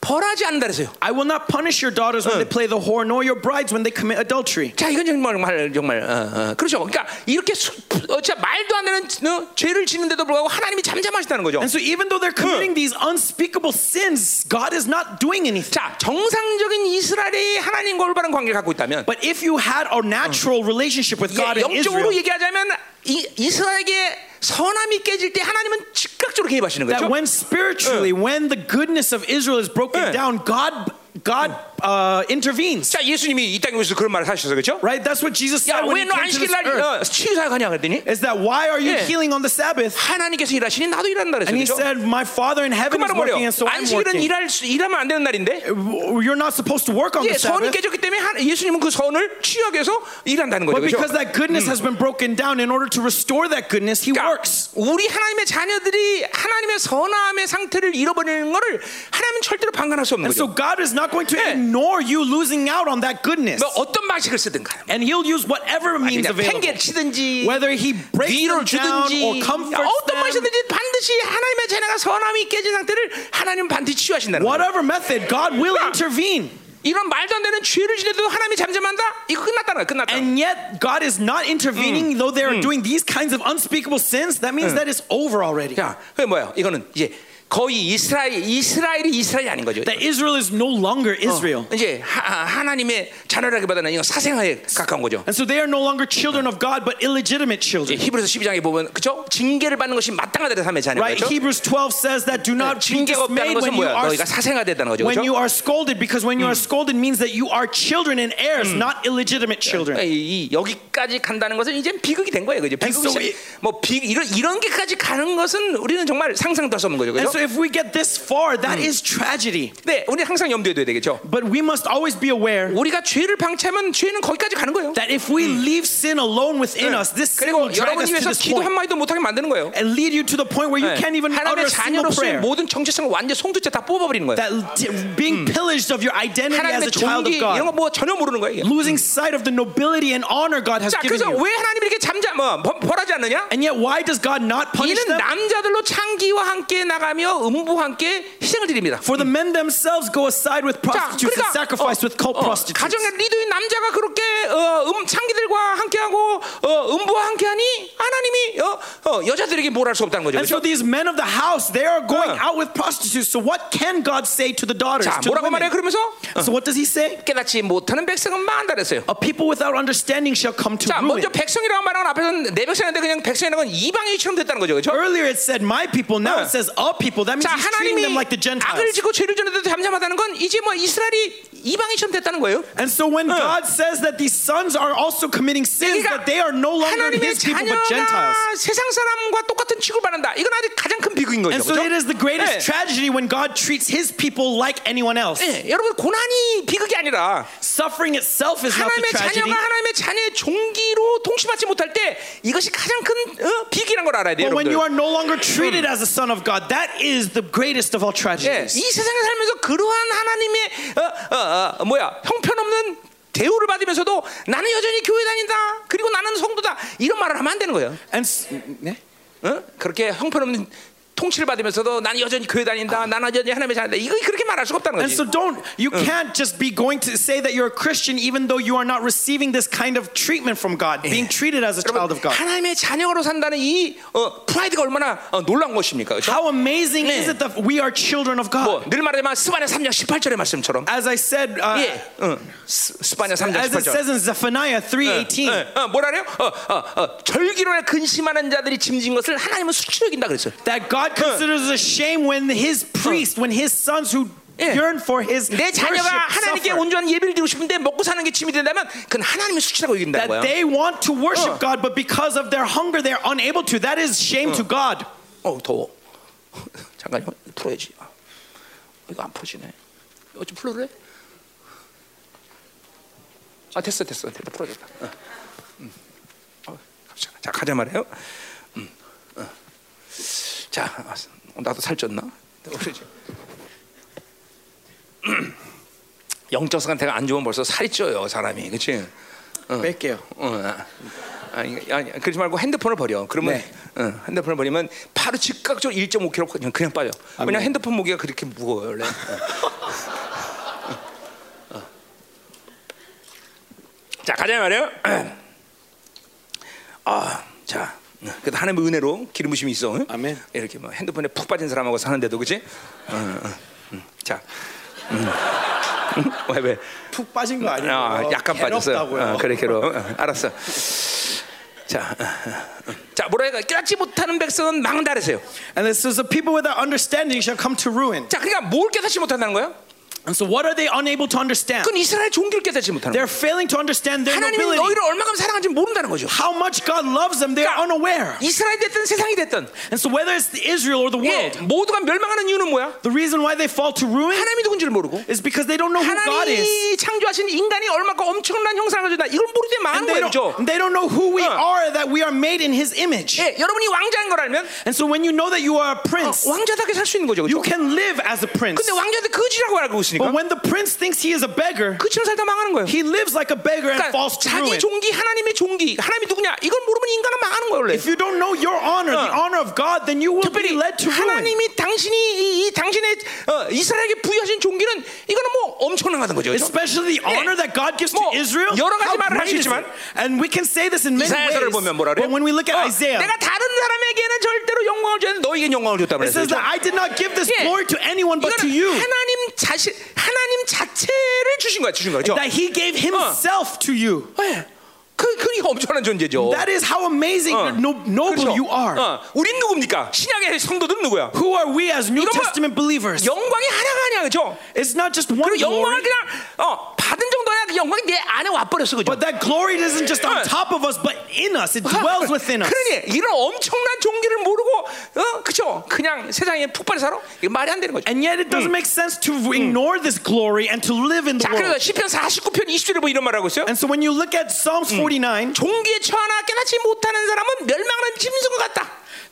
Speaker 1: 벌하지 않는다 그랬어요.
Speaker 2: I will not punish your daughters when they play the whore, nor your brides when they commit adultery.
Speaker 1: 자 이건 정말 정말 정말 어, 어, 그렇죠. 그러니까 이렇게 수, 어, 진짜 말도 안 되는 어, 죄를 짓는데도 불구하고 하나님이 잠잠하시다는 거죠.
Speaker 2: And so even though they're committing these unspeakable sins, God is not doing anything.
Speaker 1: 자 정상적인 이스라엘이 하나님과 올바른 관계를 갖고 있다면
Speaker 2: But if you had a natural relationship with
Speaker 1: 예,
Speaker 2: God in Israel,
Speaker 1: 영적으로 얘기하자면 이, 이스라엘에게 선함이 깨질 때 하나님은 즉각적으로 개입하시는 거죠.
Speaker 2: that when spiritually, when the goodness of Israel is broken
Speaker 1: Yeah.
Speaker 2: down, God God uh, intervenes.
Speaker 1: 자, 예수님이 이 땅에 오셔서 그런 말을 하셨어요. 그렇죠?
Speaker 2: Right? That's what Jesus
Speaker 1: 야,
Speaker 2: said when
Speaker 1: 왜
Speaker 2: he
Speaker 1: 너
Speaker 2: came to
Speaker 1: 안식일
Speaker 2: this
Speaker 1: 날
Speaker 2: earth.
Speaker 1: 어, 치유사 가냐 그랬더니
Speaker 2: Is that why are you
Speaker 1: Yeah.
Speaker 2: healing on the Sabbath?
Speaker 1: 하나님께서 일하시니 나도 일한다
Speaker 2: And he
Speaker 1: 그랬어요. 그렇죠?
Speaker 2: said, My Father in
Speaker 1: 그
Speaker 2: heaven is
Speaker 1: 말은 뭐래요?
Speaker 2: working, and so I'm
Speaker 1: 안식일은
Speaker 2: working.
Speaker 1: 일할 수, 일하면 안 되는 날인데
Speaker 2: You're not supposed to work on
Speaker 1: 예,
Speaker 2: the
Speaker 1: 선이
Speaker 2: Sabbath.
Speaker 1: 깨졌기 때문에 하- 예수님은 그 선을 치유하기 위해서 일한다는 거죠.
Speaker 2: But
Speaker 1: 그렇죠?
Speaker 2: because that goodness has been broken down, in order to restore that goodness, he
Speaker 1: 그러니까
Speaker 2: works.
Speaker 1: 우리 하나님의 자녀들이 하나님의 선함의 상태를 잃어버리는 것을 하나님은 절대로 방관할 수 없는
Speaker 2: And so
Speaker 1: 거죠.
Speaker 2: God is not going to
Speaker 1: Yeah.
Speaker 2: ignore you losing out on that goodness.
Speaker 1: 뭐 어떤 방식을 쓰든가
Speaker 2: And he'll use whatever means
Speaker 1: 그냥
Speaker 2: available.
Speaker 1: 팽개를 치든지
Speaker 2: Whether he breaks
Speaker 1: 위로
Speaker 2: them down
Speaker 1: 주든지
Speaker 2: or comforts
Speaker 1: 어떤
Speaker 2: them,
Speaker 1: 방식이든지 반드시 하나님의 자녀가 선함이 깨진 상태를 하나님은 반드시 치유하신다는 거예요.
Speaker 2: whatever method, God will intervene.
Speaker 1: 이런 말도 안 되는 죄를 지내도 하나님이 잠잠한다? 이거 끝났다는 거야. 끝났다.
Speaker 2: And yet, God is not
Speaker 1: Mm.
Speaker 2: intervening, though they are doing these kinds of unspeakable sins. That means that it's over already.
Speaker 1: 자, 그게 뭐야? 이거는 이제 거의 이스라엘 이스라엘이 이스라엘이 아닌 거죠.
Speaker 2: That Israel is no longer
Speaker 1: Oh.
Speaker 2: Israel.
Speaker 1: 이제 하, 아, 하나님의 자녀라기보다는 이건 사생아에 가까운 거죠.
Speaker 2: And so they are no longer children of God, but illegitimate
Speaker 1: 이제
Speaker 2: children.
Speaker 1: 히브리서 12장에 보면 그죠? 징계를 받는 것이 마땅하다는 삶의 자녀
Speaker 2: Right?
Speaker 1: 죠
Speaker 2: Hebrews 12 says that do not be
Speaker 1: 징계가 없다는
Speaker 2: dismayed
Speaker 1: 것은
Speaker 2: when you
Speaker 1: 뭐야?
Speaker 2: are
Speaker 1: 너희가 사생아 됐다는 거죠.
Speaker 2: when
Speaker 1: 그죠?
Speaker 2: you are scolded, because when you are scolded means that you are children and heirs, not illegitimate children.
Speaker 1: 이, 이 여기까지 간다는 것은 이제 비극이 된 거예요, 그죠? 비극이
Speaker 2: so
Speaker 1: 시-
Speaker 2: it-
Speaker 1: 뭐 비, 이런 이런 게까지 가는 것은 우리는 정말 상상도 할 수 없는 거죠,
Speaker 2: And
Speaker 1: 그죠?
Speaker 2: so if we get this far, that is tragedy.
Speaker 1: 네, 우리 항상 염두에 둬야 되겠죠.
Speaker 2: But we must always be aware
Speaker 1: 우리가 죄를 방치하면 죄는 거기까지 가는 거예요.
Speaker 2: that if we leave sin alone within us, this sin will
Speaker 1: 그리고
Speaker 2: drag
Speaker 1: 여러분이
Speaker 2: us to
Speaker 1: 위해서
Speaker 2: this
Speaker 1: 기도 한
Speaker 2: point
Speaker 1: 마디도 못하게 만드는 거예요.
Speaker 2: and lead you to the point where you can't even utter
Speaker 1: 하나님의
Speaker 2: a single
Speaker 1: 자녀로서의
Speaker 2: prayer.
Speaker 1: 모든 정체성을 완전 송두째 다 뽑아버리는 거예요.
Speaker 2: That t- being pillaged of your identity as
Speaker 1: 하나님의
Speaker 2: a child
Speaker 1: 종기
Speaker 2: of
Speaker 1: 이런 거
Speaker 2: God,
Speaker 1: 뭐 전혀 모르는 거예요. 이게.
Speaker 2: losing sight of the nobility and honor God has
Speaker 1: 자,
Speaker 2: given
Speaker 1: 그래서
Speaker 2: you.
Speaker 1: 왜 하나님이 이렇게 잠잠 뭐 벌- 벌하지 않느냐?
Speaker 2: And yet, why does God not punish
Speaker 1: 이는
Speaker 2: them?
Speaker 1: 남자들로 창기와 함께 나가며 음부와 함께 희생을 드립니다.
Speaker 2: For the men themselves go aside with
Speaker 1: 자,
Speaker 2: prostitutes and
Speaker 1: 그러니까
Speaker 2: sacrifice with co-prostitutes.
Speaker 1: 가정의 리더인 남자가 그렇게 어, 음 창기들과 함께하고 어, 음부와 함께하니 하나님이 어, 어, 여자들에게 뭘 할 수 없다는 거죠.
Speaker 2: and so
Speaker 1: 그렇죠?
Speaker 2: these men of the house, they are going
Speaker 1: Uh.
Speaker 2: out with prostitutes. So what can God say to the daughters,
Speaker 1: 자,
Speaker 2: to the
Speaker 1: 뭐라고 말해
Speaker 2: women?
Speaker 1: 그러면서
Speaker 2: So what does he say?
Speaker 1: 깨닫지 못하는 백성은 망한다 그랬어요.
Speaker 2: A people without understanding shall come to
Speaker 1: 자,
Speaker 2: ruin.
Speaker 1: 먼저 백성이라고 말하는 앞에서는 내 백성인데 그냥 백성이라는 건 이방인처럼 됐다는 거죠. 그렇죠?
Speaker 2: Earlier it said my people, now
Speaker 1: Uh.
Speaker 2: it says a people. That means
Speaker 1: 자,
Speaker 2: he's
Speaker 1: 하나님이
Speaker 2: treating them like the Gentiles.
Speaker 1: 악을 짓고 죄를 지는데도 잠잠하다는 건 이제 뭐 이스라엘이 이방인처럼 됐다는 거예요.
Speaker 2: And so when God says that these sons are also committing sins,
Speaker 1: 그러니까
Speaker 2: that they are no longer
Speaker 1: 하나님의
Speaker 2: his people but Gentiles.
Speaker 1: 자녀가 세상 사람과 똑같은 취급받는다. 이건 아주 가장 큰 비극인 거죠.
Speaker 2: And so
Speaker 1: 그죠?
Speaker 2: it is the
Speaker 1: 예.
Speaker 2: greatest tragedy when God treats his people like anyone else.
Speaker 1: 예, 여러분 고난이 비극이 아니라
Speaker 2: Suffering itself is not the
Speaker 1: 하나님의
Speaker 2: tragedy.
Speaker 1: 자녀가 하나님의 자녀의 종기로 통치받지 못할 때 이것이 가장 큰 어, 비극이라는 걸 알아야 돼요.
Speaker 2: But when
Speaker 1: 여러분들.
Speaker 2: you are no longer treated
Speaker 1: Mm.
Speaker 2: as a son of God, that is the greatest of all
Speaker 1: 예,
Speaker 2: tragedies.
Speaker 1: 이 세상에 살면서 그러한 하나님의 어, 어, 어, 뭐야 형편없는 대우를 받으면서도 나는 여전히 교회 다닌다. 그리고 나는 성도다. 이런 말을 하면 안 되는 거예요.
Speaker 2: And s-
Speaker 1: 어? 그렇게 형편없는 통치를 받으면서도 나는 여전히 교회 다닌다. 나는 여전히 하나님의 자녀다. 이거 그렇게 말할 수가 없다는
Speaker 2: 아. and
Speaker 1: 거지.
Speaker 2: so don't you
Speaker 1: Mm.
Speaker 2: can't just be going to say that you're a Christian even though you are not receiving this kind of treatment from God, being treated as a child
Speaker 1: 여러분,
Speaker 2: of God.
Speaker 1: 하나님의 자녀로 산다는 이 어, 프라이드가 얼마나 어, 놀라운 것입니까? 그렇죠?
Speaker 2: How amazing is
Speaker 1: 네.
Speaker 2: it that we are children of God?
Speaker 1: 뭐늘 말하지만 스바냐 3장 18절의 말씀처럼
Speaker 2: As I said, uh,
Speaker 1: 예, 어, 스- 스바냐 3장
Speaker 2: as it
Speaker 1: 18절
Speaker 2: says in Zephaniah
Speaker 1: Uh,
Speaker 2: 3:18.
Speaker 1: 예, 어, 뭐라 그래요? 어, 어, 어, 절기로나 근심하는 자들이 짐진 것을 하나님은 수치로 여긴다 그랬어요.
Speaker 2: That
Speaker 1: Uh.
Speaker 2: God considers a shame when His priests, when His sons who
Speaker 1: Yeah.
Speaker 2: yearn for His
Speaker 1: 내
Speaker 2: worship
Speaker 1: 자녀가 하나님께
Speaker 2: suffer.
Speaker 1: 온전한 예배를 드리고 싶은데 먹고 사는 게 짐이 된다면 그건 하나님의 수치라고 여긴다는
Speaker 2: That
Speaker 1: 거야.
Speaker 2: they want to worship God, but because of their hunger, they're unable to. That is shame to God.
Speaker 1: 어 더워. 잠깐 이거 풀어야지. 아, 이거 안 풀어지네. 어찌 풀어래? 아 됐어 됐어 됐다 풀어졌다. 어. 음. 어, 갑시다. 자 가자 말이에요. 음. 어. 자 아, 나도 살쪘나? 그러지. 음. 영적 상태가 안 좋으면 벌써 살이 쪄요 사람이 그렇지?
Speaker 2: 뺄게요.
Speaker 1: 어, 아, 아니, 아니, 그러지 말고 핸드폰을 버려. 그러면
Speaker 2: 네.
Speaker 1: 어, 핸드폰을 버리면 바로 즉각적으로 1.5kg 그냥, 그냥 빠져.
Speaker 2: 아, 네.
Speaker 1: 왜냐 핸드폰 무게가 그렇게 무거워요 원래. 어. 어. 자 가자 말이요. 아, 자. 그래도 하나님의 은혜로 기름 부심이 있어. 응?
Speaker 2: 아멘.
Speaker 1: 이렇게 뭐 핸드폰에 푹 빠진 사람하고 사는데도 그지? 어, 어, 음. 자, 음. 왜 왜?
Speaker 2: 푹 빠진 거 아니에요?
Speaker 1: 아, 약간 빠졌어요.
Speaker 2: 어, 괴롭다고요.
Speaker 1: 어, 그래 괴로. 알았어. 자, 자 뭐라 해까 깨닫지 못하는 백성은 망달해서요.
Speaker 2: And it says, The people without understanding shall come to ruin.
Speaker 1: 자, 그러니까 뭘 깨닫지 못한다는 거예요?
Speaker 2: And so, what are they unable to understand?
Speaker 1: 그건 이스라엘 종교를 깨닫지 못하는 거예요.
Speaker 2: They're failing to understand their
Speaker 1: 하나님이
Speaker 2: nobility.
Speaker 1: 너희를 얼마큼 사랑하는지 모른다는 거죠.
Speaker 2: How much God loves them, they're
Speaker 1: 그러니까
Speaker 2: unaware.
Speaker 1: 이스라엘 됐든 세상이 됐든
Speaker 2: And so, whether it's the Israel or the
Speaker 1: 예,
Speaker 2: world,
Speaker 1: 모두가 멸망하는 이유는 뭐야?
Speaker 2: the reason why they fall to ruin
Speaker 1: 하나님이 누군지를 모르고
Speaker 2: is because they don't know who God is.
Speaker 1: 하나님이 창조하신 인간이 얼마큼 엄청난 형상을 가졌다 이걸 모르게 망한
Speaker 2: And they
Speaker 1: 거예요
Speaker 2: don't,
Speaker 1: 그죠?
Speaker 2: they don't know who we
Speaker 1: 어.
Speaker 2: are, that we are made in His image.
Speaker 1: 예, 여러분이 왕자인 걸 알면
Speaker 2: And so, when you know that you are a
Speaker 1: 어,
Speaker 2: prince,
Speaker 1: 왕자답게 살 수 있는 거죠
Speaker 2: you
Speaker 1: 그죠?
Speaker 2: can live as a prince.
Speaker 1: 근데 왕자한테 거지라고 알고 있으니까
Speaker 2: But when the prince thinks he is a beggar,
Speaker 1: 그처럼 살다 망하는 거예요
Speaker 2: he lives like a beggar
Speaker 1: 그러니까
Speaker 2: and falls to
Speaker 1: 자기
Speaker 2: ruin.
Speaker 1: 종기 하나님의 종기 하나님이 누구냐 이걸 모르면 인간은 망하는 거예요 원래
Speaker 2: If you don't know your honor,
Speaker 1: 어.
Speaker 2: the honor of God, then you will be
Speaker 1: 특별히
Speaker 2: led to ruin.
Speaker 1: 하나님이 당신이 이, 이 당신의 어, 이스라엘에게 부여하신 종기는 이거는 뭐 엄청난 거죠 그죠?
Speaker 2: Especially the
Speaker 1: 예.
Speaker 2: honor that God gives to
Speaker 1: 뭐,
Speaker 2: Israel.
Speaker 1: 여러 가지
Speaker 2: How
Speaker 1: 말을 할수
Speaker 2: great is
Speaker 1: 있지만
Speaker 2: it? And we can say this in many
Speaker 1: 이사야서를
Speaker 2: ways.
Speaker 1: 보면 뭐라 그래요?
Speaker 2: But when we look at
Speaker 1: 어,
Speaker 2: Isaiah,
Speaker 1: 내가 다른 사람에게는 절대로 영광을 주는데 너에게 영광을 줬다 그랬어요.
Speaker 2: it says that I did not give this
Speaker 1: 예.
Speaker 2: glory to anyone but to
Speaker 1: 이거는
Speaker 2: you.
Speaker 1: 하나님 자신 하나님 자체를 주신 거야, 주신 거죠.
Speaker 2: That He gave Himself to you.
Speaker 1: 예. 그 그게 엄청난 존재죠.
Speaker 2: That is how amazing,
Speaker 1: 어.
Speaker 2: no, noble
Speaker 1: 그렇죠.
Speaker 2: you are.
Speaker 1: 어. 우린 누굽니까? 신약의 성도들은 누구야?
Speaker 2: Who are we as New
Speaker 1: 이건 뭐-
Speaker 2: Testament believers?
Speaker 1: 영광이 하나가 아니야, 그죠?
Speaker 2: It's not just one
Speaker 1: 그 영광을
Speaker 2: glory,
Speaker 1: 그냥 어, 받은 정도야. 그 영광이 내 안에 와버렸어, 그죠?
Speaker 2: but that glory isn't just
Speaker 1: 어.
Speaker 2: on top of us, but in us. It dwells within us.
Speaker 1: 그러니 이런 엄청난 종기를 모르고 어? 그죠? 그냥 세상에 푹 빠져 살아? 이게 말이 안 되는 거죠.
Speaker 2: And yet it doesn't
Speaker 1: Mm.
Speaker 2: make sense to ignore this glory and to live in the
Speaker 1: 자, 그래서
Speaker 2: world.
Speaker 1: 시편 49편 20절에 뭐 이런 말하고 있어요.
Speaker 2: And so when you look at
Speaker 1: Mm.
Speaker 2: Psalms 49,
Speaker 1: 종기에 처하나 깨닫지 못하는 사람은 멸망하는 짐승 것 같다.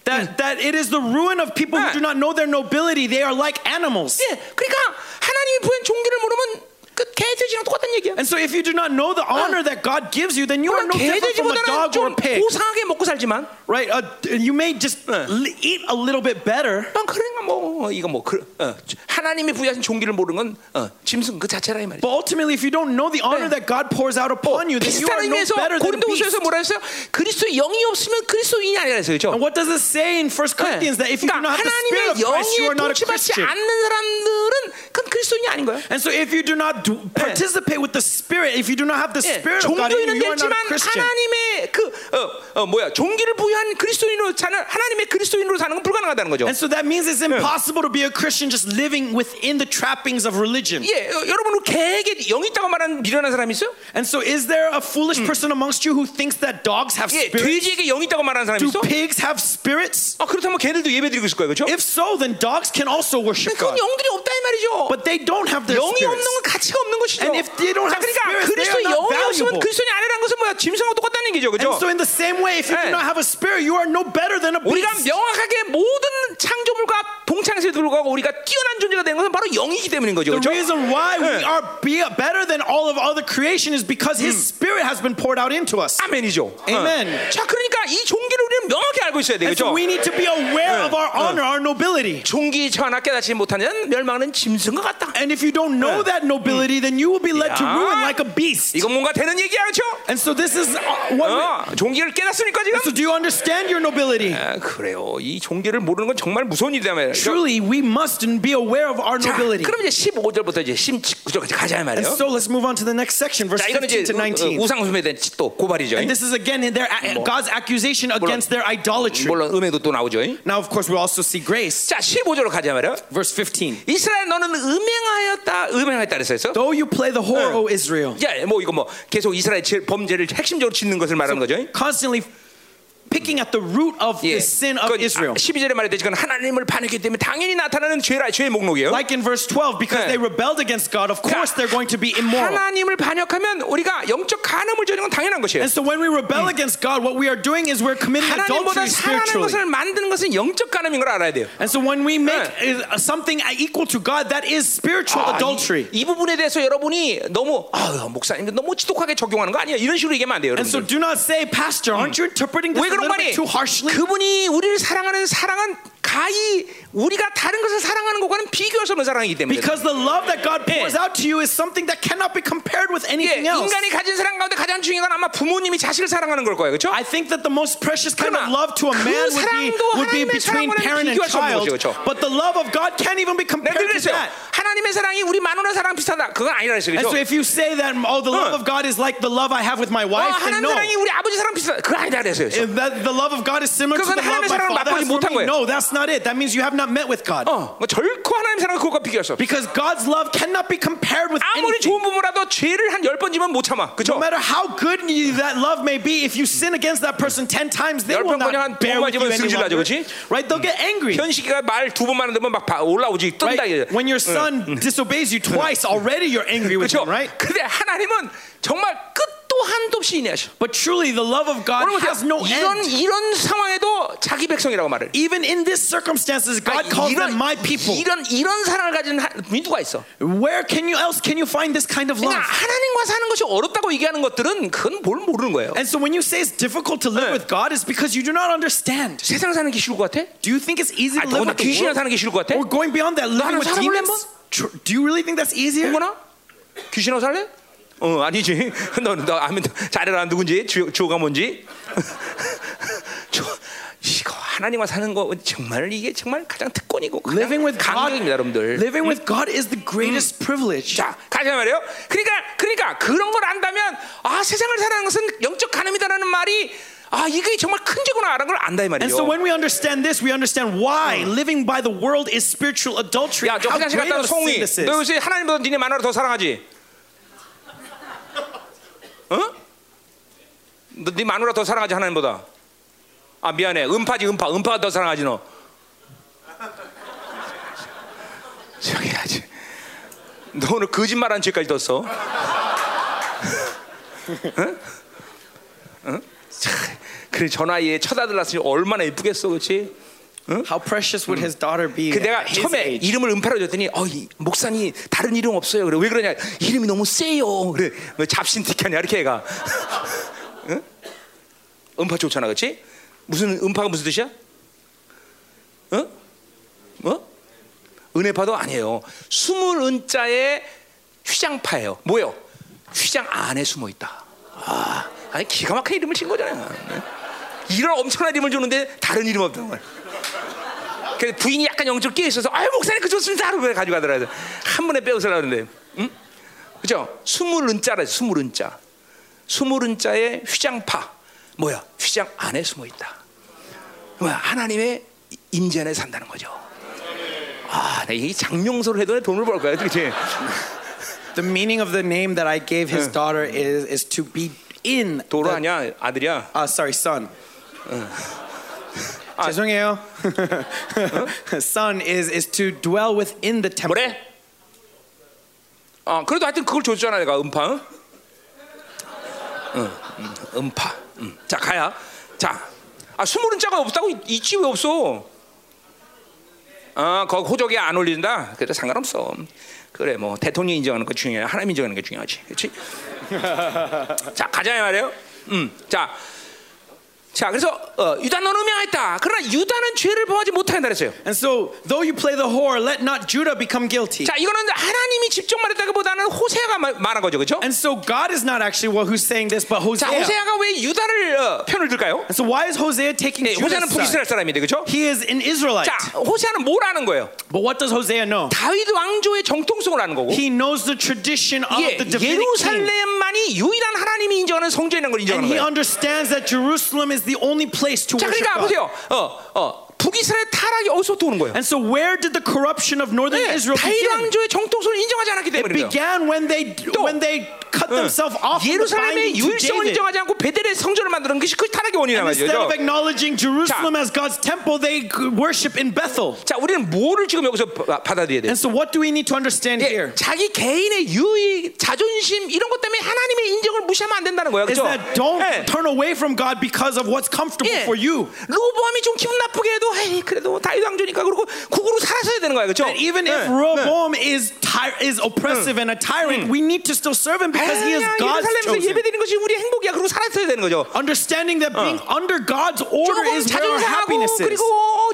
Speaker 2: that, that it is the ruin of people
Speaker 1: Mm. Yeah.
Speaker 2: who do not know their nobility. They are like animals.
Speaker 1: 예, 그러니까 하나님이 부여한 종기를 모르면 그 개돼지랑 똑같은 얘기야.
Speaker 2: And so if you do not know the honor that God gives you, then you are
Speaker 1: 물론
Speaker 2: no different from a
Speaker 1: 개돼지보다는
Speaker 2: dog
Speaker 1: 좀
Speaker 2: or a pig,
Speaker 1: 고상하게 먹고 살지만,
Speaker 2: right? Uh, you may just li- eat a little bit better.
Speaker 1: 난 그러니까 뭐 어, 이거 뭐 그, 어, 하나님이 부여하신 종기를 모르는 건 어, 짐승 그 자체라 이 말이야.
Speaker 2: But ultimately, if you don't know the honor that God pours out upon you, then you
Speaker 1: 비슷한
Speaker 2: are no
Speaker 1: 의미에서
Speaker 2: better
Speaker 1: Oh.
Speaker 2: than a beast.
Speaker 1: 고린도후서에서 뭐라 했어요? 그리스도의 영이 없으면 그리스도인이 아니라 했어요, 그렇죠?
Speaker 2: And what does it say in 1 Corinthians that if you do
Speaker 1: 그러니까
Speaker 2: not have the
Speaker 1: 하나님의
Speaker 2: spirit of Christ, you
Speaker 1: 영에
Speaker 2: are not a
Speaker 1: 동침하지
Speaker 2: Christian?
Speaker 1: 않는 사람들은 그건 그리스도인이 아닌 거예요.
Speaker 2: And so if you do not d- participate with the spirit, if you do not have the
Speaker 1: 예,
Speaker 2: spirit of God, in you,
Speaker 1: 종교인은
Speaker 2: you are not
Speaker 1: 됐지만
Speaker 2: a Christian.
Speaker 1: 하나님의 그 어, 어, 뭐야 종기를 부여한 그리스도인으로 사는 하나님의 그리스도인으로 사는 건 불가능하다는 거죠.
Speaker 2: And so that means it's impossible to be a Christian just living within the trappings of religion.
Speaker 1: 예, 어, 여러분 개에게 영이 있다고 말하는 미련한 사람이 있어요?
Speaker 2: And so is there a foolish
Speaker 1: Mm.
Speaker 2: person amongst you who thinks that dogs have
Speaker 1: 예,
Speaker 2: spirits?
Speaker 1: 돼지에게 영이 있다고 말하는 사람이
Speaker 2: Do
Speaker 1: 있어?
Speaker 2: pigs have spirits?
Speaker 1: 아 그렇다면 걔들도 예배드리고 있을 거예요, 그렇죠?
Speaker 2: If so, then dogs can also worship
Speaker 1: 그건
Speaker 2: God.
Speaker 1: 영들이 없다 이 말이죠.
Speaker 2: But they don't have their
Speaker 1: 영이 없는
Speaker 2: spirits.
Speaker 1: 건 가치가 없는 것이죠.
Speaker 2: And if they don't
Speaker 1: 자,
Speaker 2: have
Speaker 1: 그러니까
Speaker 2: spirits,
Speaker 1: 그리스도
Speaker 2: they are not
Speaker 1: 영이 없으면
Speaker 2: valuable.
Speaker 1: 그리스도인이 아니라는 것은 뭐야? 짐승하고 똑같다는 얘기죠,
Speaker 2: And
Speaker 1: 그렇죠?
Speaker 2: so in the same way, if you
Speaker 1: 예.
Speaker 2: do not have a spirit, you are no better than a
Speaker 1: 우리가
Speaker 2: beast.
Speaker 1: 명확하게 모든 창조물과 동창세에 불구하고 우리가 뛰어난 존재가 된 것은 바로 영이기 때문인 거죠,
Speaker 2: The
Speaker 1: 그렇죠?
Speaker 2: reason why we are be better than all of other creation is because His Spirit has been poured out into us.
Speaker 1: 아멘이죠.
Speaker 2: Amen.
Speaker 1: 어. 자, 그러니까 이 종기를 우리는 명확히 알고 있어야
Speaker 2: And so
Speaker 1: 되겠죠.
Speaker 2: we need to be aware of our honor, our nobility.
Speaker 1: 종기 전하 깨닫지 못하는 멸망은 짐승 것 같다.
Speaker 2: And if you don't know that nobility, then you will be led to
Speaker 1: Yeah.
Speaker 2: ruin like a beast.
Speaker 1: 이건 뭔가 되는 얘기야, 그렇죠?
Speaker 2: And so this is uh, what.
Speaker 1: 어, 종기를 깨닫습니까 지금?
Speaker 2: So do you understand your nobility?
Speaker 1: 아, 그래요. 이 종기를 모르는 건 정말 무서운 일이다 말이에요.
Speaker 2: Truly, we must be aware of our
Speaker 1: 자,
Speaker 2: nobility.
Speaker 1: 그럼 이제 15절부터 이제 19절까지 가자 이
Speaker 2: And
Speaker 1: 말이에요.
Speaker 2: so let's move on to the next section, verse
Speaker 1: 자, 이거는
Speaker 2: 15
Speaker 1: 이제 어,
Speaker 2: to 19.
Speaker 1: 우상숭배에 대한 또 고발이죠.
Speaker 2: And this is again their, God's accusation against their idolatry.
Speaker 1: 물론 음행도 또 나오죠.
Speaker 2: Now, of course, we also see grace.
Speaker 1: 자, 15절로 가자 이 말이에요.
Speaker 2: Verse 15.
Speaker 1: 이스라엘 너는 음행하였다, 음행하였다 그랬어요.
Speaker 2: Though you play the whore, O Israel,
Speaker 1: 야, 뭐 이거 뭐 계속 이스라엘 제- 범죄를 핵심적으로 짓는 것을 말하는 거죠.
Speaker 2: constantly picking at the root of
Speaker 1: 예.
Speaker 2: the sin of
Speaker 1: 그건 아,
Speaker 2: Israel.
Speaker 1: 12절에 말했듯이 그건 하나님을 반역했기 때문에 당연히 나타나는 죄라 죄의 목록이에요.
Speaker 2: Like in verse 12, because
Speaker 1: Yeah.
Speaker 2: they rebelled against God, of course they're going to be immoral.
Speaker 1: 하나님을 반역하면 우리가 영적 간음을 저는 건 당연한 것이에요.
Speaker 2: And so when we rebel
Speaker 1: Mm.
Speaker 2: against God, what we are doing is we're committing
Speaker 1: 하나님보다
Speaker 2: adultery
Speaker 1: 사랑하는
Speaker 2: spiritually.
Speaker 1: 것을 만드는 것은 영적 간음인 걸 알아야 돼요.
Speaker 2: And so when we make
Speaker 1: Yeah.
Speaker 2: uh, something equal to God, that is spiritual
Speaker 1: 아,
Speaker 2: adultery.
Speaker 1: 이, 이 부분에 대해서 여러분이 너무 아, 목사님 너무 지독하게 적용하는 거 아니야? 이런 식으로 얘기하면 안 돼요,
Speaker 2: And so
Speaker 1: 여러분.
Speaker 2: do
Speaker 1: Mm.
Speaker 2: not say, Pastor, aren't you interpreting this
Speaker 1: 왜
Speaker 2: a
Speaker 1: 그런
Speaker 2: little
Speaker 1: 말이?
Speaker 2: bit too harshly?
Speaker 1: 그분이 우리를 사랑하는 사랑은 가히 우리가 다른 것을 사랑하는 것과는 비교할 수 없는 사랑이기 때문에
Speaker 2: Because the love that God pours
Speaker 1: Yeah.
Speaker 2: out to you is something that cannot be compared with
Speaker 1: 예,
Speaker 2: anything else.
Speaker 1: 인간이 가진 사랑 가운데 가장 중요한 건 아마 부모님이 자식을 사랑하는 걸 거예요, 그렇죠?
Speaker 2: I think that the most precious kind of
Speaker 1: 그러나
Speaker 2: love to a
Speaker 1: 그
Speaker 2: man would be,
Speaker 1: 사랑도
Speaker 2: would be
Speaker 1: 하나님의
Speaker 2: between
Speaker 1: 사랑과는
Speaker 2: parent and
Speaker 1: 비교할 수 없는
Speaker 2: child.
Speaker 1: 거죠, 그렇죠?
Speaker 2: But the love of God can't even be
Speaker 1: 내가 늘
Speaker 2: compared to
Speaker 1: 그랬어요.
Speaker 2: that.
Speaker 1: 하나님의 사랑이 우리 마누라 사랑 비슷하다. 그건 아니라 그랬어요,
Speaker 2: And so
Speaker 1: 그렇죠?
Speaker 2: if you say that, oh, the love
Speaker 1: Huh.
Speaker 2: of God is like the love I have with my
Speaker 1: 어,
Speaker 2: wife, then
Speaker 1: 하나님
Speaker 2: no.
Speaker 1: 사랑이 우리 아버지 사랑 비슷하다. 그건 아니다 그랬어요. 그렇죠?
Speaker 2: If that the love of God is similar to
Speaker 1: 그건
Speaker 2: the love my
Speaker 1: 하나님의 사랑을
Speaker 2: father
Speaker 1: 맛보지
Speaker 2: has for
Speaker 1: 못한
Speaker 2: me.
Speaker 1: 거예요.
Speaker 2: No, that's not it. That means you have not met with God.
Speaker 1: 어, 뭐 결코 하나님 사랑 그것과 비교할 수 없어.
Speaker 2: Because God's love cannot be compared with
Speaker 1: 아무리
Speaker 2: anything.
Speaker 1: 좋은 부모라도 죄를 한 열 번 지면 못 참아,
Speaker 2: No
Speaker 1: 그렇죠?
Speaker 2: matter how good you, that love may be, if you sin against that person ten times, they
Speaker 1: 열
Speaker 2: will
Speaker 1: 번 그냥 한
Speaker 2: not bear
Speaker 1: 두번
Speaker 2: with you
Speaker 1: 맞으면
Speaker 2: any
Speaker 1: 승질 나죠,
Speaker 2: longer.
Speaker 1: 그치?
Speaker 2: Right? They'll get angry.
Speaker 1: 현식이가 말 두 번만 하면 막 바- 올라오지 뜬다 이거죠.
Speaker 2: Right? When your son disobeys you twice, already you're angry with
Speaker 1: 그렇죠?
Speaker 2: him, right?
Speaker 1: 근데 하나님은 정말 끝도 한도 없이 인내하셔.
Speaker 2: But truly, the love of God
Speaker 1: 여러분
Speaker 2: has
Speaker 1: 보세요.
Speaker 2: no
Speaker 1: 이런
Speaker 2: end.
Speaker 1: 이런 상황에도 자기 백성이라고 말을.
Speaker 2: Even in these circumstances, God
Speaker 1: 그러니까
Speaker 2: calls
Speaker 1: 이런
Speaker 2: them my people.
Speaker 1: 이런 이런 사랑을 가진 하- 민주가 있어.
Speaker 2: Where can you else can you find this kind of
Speaker 1: 그러니까
Speaker 2: love?
Speaker 1: 하나님과 사는 것이 어렵다고 얘기하는 것들은 그건 뭘 모르는 거예요.
Speaker 2: And so when you say it's difficult to live
Speaker 1: 네.
Speaker 2: with God, it's because you do not understand.
Speaker 1: 세상 사는 게 쉬울 것 같아?
Speaker 2: Do you think it's easy to
Speaker 1: 아니,
Speaker 2: live
Speaker 1: 더구나
Speaker 2: with the
Speaker 1: 귀신이랑
Speaker 2: world?
Speaker 1: 사는 게 쉬울 것 같아?
Speaker 2: Or going beyond that,
Speaker 1: 하나
Speaker 2: living with
Speaker 1: 살아볼래,
Speaker 2: demons? Tr- Do you really think that's easier?
Speaker 1: 홍건아? 귀신하고 살래? 어 아니지. 너, 너 아멘 잘해라 누군지 주, 주가 뭔지. 저, 이거 하나님과 사는 거 정말 이게 정말 가장 특권이고 가장
Speaker 2: Living with God,
Speaker 1: 강력입니다, 여러분들.
Speaker 2: living with God is the greatest privilege.
Speaker 1: 자, 가자 말이에요. 그러니까 그러니까 그런 걸 안다면 아 세상을 사는 것은 영적 가늠이다라는 말이 아 이게 정말 큰 죄구나라는 걸 안다 이
Speaker 2: And
Speaker 1: 말이에요.
Speaker 2: so when we understand this, we understand why living by the world is spiritual adultery.
Speaker 1: 야,
Speaker 2: and
Speaker 1: 저
Speaker 2: how
Speaker 1: 화장실
Speaker 2: great
Speaker 1: 갔다
Speaker 2: of
Speaker 1: 온
Speaker 2: a
Speaker 1: 송이.
Speaker 2: sin this
Speaker 1: 너
Speaker 2: is.
Speaker 1: 요새 하나님보다 니네 마누라 더 사랑하지? 어? 너네 마누라 더 사랑하지 하나님보다? 아 미안해. 음파지 음파. 음파가 더 사랑하지 너. 저기 하지. 너 오늘 거짓말한 죄까지 떴어. 참, 그래 전화에 쳐다들었으니 얼마나 이쁘겠어, 그렇지?
Speaker 2: How precious would his daughter be?
Speaker 1: 그 내가
Speaker 2: at 예, his
Speaker 1: 처음에
Speaker 2: age?
Speaker 1: 이름을 음파로 줬더니 어, 이 목사님 다른 이름 없어요. 그래 왜 그러냐? 이름이 너무 세요. 그래 왜 잡신 티켓냐 이렇게 애가 응? 음파 좋잖아, 그렇지? 무슨 음파가 무슨 뜻이야? 응? 뭐? 은혜파도 아니에요. 숨을 은자에 휘장파예요. 뭐요? 휘장 안에 숨어 있다. 아, 아니 기가 막힌 이름을 친 거잖아요. 이런 엄청난 이름을 주는데 다른 이름 없다는 걸. 그 부인이 약간 영적 끼어 있어서 아유 목사님 그 좋습니다 하고 가지고 가더라고요 한 번에 빼앗으려 하는데 응? 그죠 스물은 자라 스물은 자 스물은 자의 휘장파 뭐야 휘장 안에 숨어 있다 뭐야 하나님의 임재 안에 산다는 거죠 아이 장명소를 해도 돈을 벌 거야 그렇지
Speaker 2: The meaning of the name that I gave his daughter is is to be in.
Speaker 1: 도로
Speaker 2: the-
Speaker 1: 아니야 아들이야
Speaker 2: Ah, sorry, son. Ah.
Speaker 1: 아.
Speaker 2: 죄송해요. son is is to dwell within the temple.
Speaker 1: 뭐래 아 그래도 하여튼 그걸 줬잖아 내가 음파 응? 응, 응, 음파 응. 자 가야 자아 스물은 자가 없다고 있- 있지 왜 없어 어, 아거 호적이 안 올린다 그래도 상관없어 그래 뭐 대통령 인정하는 거 중요해 하나님 인정하는 게 중요하지 그렇지 자 가자 이 말이에요 음자 자, 그래서 어, 유다는 음양했다. 그러나 유다는 죄를 범하지 못한다 그랬어요.
Speaker 2: And so, though you play the whore, let not Judah become guilty.
Speaker 1: 자, 이거는 하나님이 직접 말했다기보다는 호세아가 말- 말한 거죠, 그렇죠?
Speaker 2: And so, God is not actually well who's saying this, but
Speaker 1: 자,
Speaker 2: Hosea.
Speaker 1: 호세아가 왜 유다를 어, 편을 들까요?
Speaker 2: And so, why is Eh, Hosea taking
Speaker 1: 네,
Speaker 2: Judah's
Speaker 1: 호세아는
Speaker 2: side?
Speaker 1: 북이스라엘 사람인데, 그렇죠?
Speaker 2: He is an Israelite.
Speaker 1: 자, 호세아는 뭘 아는 거예요?
Speaker 2: But what does Hosea know?
Speaker 1: 다윗 왕조의 정통성을 아는 거고,
Speaker 2: He knows the tradition of
Speaker 1: 예,
Speaker 2: the Davidic king.
Speaker 1: 예루살렘만이 유일한 하나님이 인정하는 성전이라는 걸
Speaker 2: And
Speaker 1: 인정하는
Speaker 2: he
Speaker 1: 거예요.
Speaker 2: understands that Jerusalem is the only place to
Speaker 1: 자,
Speaker 2: worship
Speaker 1: 그러니까
Speaker 2: God.
Speaker 1: 보세요, 어, 어, 북이스라엘 타락이 어디서부터 오는 거예요?
Speaker 2: And so where did the corruption of northern
Speaker 1: 네,
Speaker 2: Israel
Speaker 1: 다윗
Speaker 2: begin?
Speaker 1: 왕조의 정통성을 인정하지 않았기 때문이에요.
Speaker 2: Began when they
Speaker 1: 또,
Speaker 2: when they
Speaker 1: Uh,
Speaker 2: cut themselves off from the
Speaker 1: 예루살렘의
Speaker 2: binding to
Speaker 1: 유일성을
Speaker 2: David.
Speaker 1: 인정하지 않고 베델의 성전을 만드는 것이 그 타락의 원인이란
Speaker 2: Instead
Speaker 1: 말이죠.
Speaker 2: of acknowledging Jerusalem as God's temple, they worship in Bethel.
Speaker 1: 자, 우리는 뭐를 지금 여기서 바- 받아들여야 돼요?
Speaker 2: And so what do we need to understand
Speaker 1: 예,
Speaker 2: here?
Speaker 1: 자기 개인의 유익, 자존심 이런 것 때문에 하나님의 인정을 무시하면 안 된다는 거예요.
Speaker 2: Is
Speaker 1: 그렇죠?
Speaker 2: that don't
Speaker 1: 예.
Speaker 2: turn away from God because of what's comfortable
Speaker 1: 예.
Speaker 2: for you.
Speaker 1: 로보암이 좀 기분 나쁘게 해도 에이, 그래도 뭐 다윗 왕조니까 그러고 국으로 살았어야 되는 거야. 그렇죠?
Speaker 2: That even if
Speaker 1: 예.
Speaker 2: Rehoboam is ty- is oppressive and a tyrant, we need to still serve him because he is
Speaker 1: 아니야,
Speaker 2: God's
Speaker 1: 예루살렘에서
Speaker 2: chosen.
Speaker 1: 예배드리는 것이 우리의 행복이야. 그러고 살았어야 되는 거죠.
Speaker 2: Understanding that being under God's order
Speaker 1: 조금
Speaker 2: is where our
Speaker 1: 자존심하고
Speaker 2: happiness is.
Speaker 1: 그리고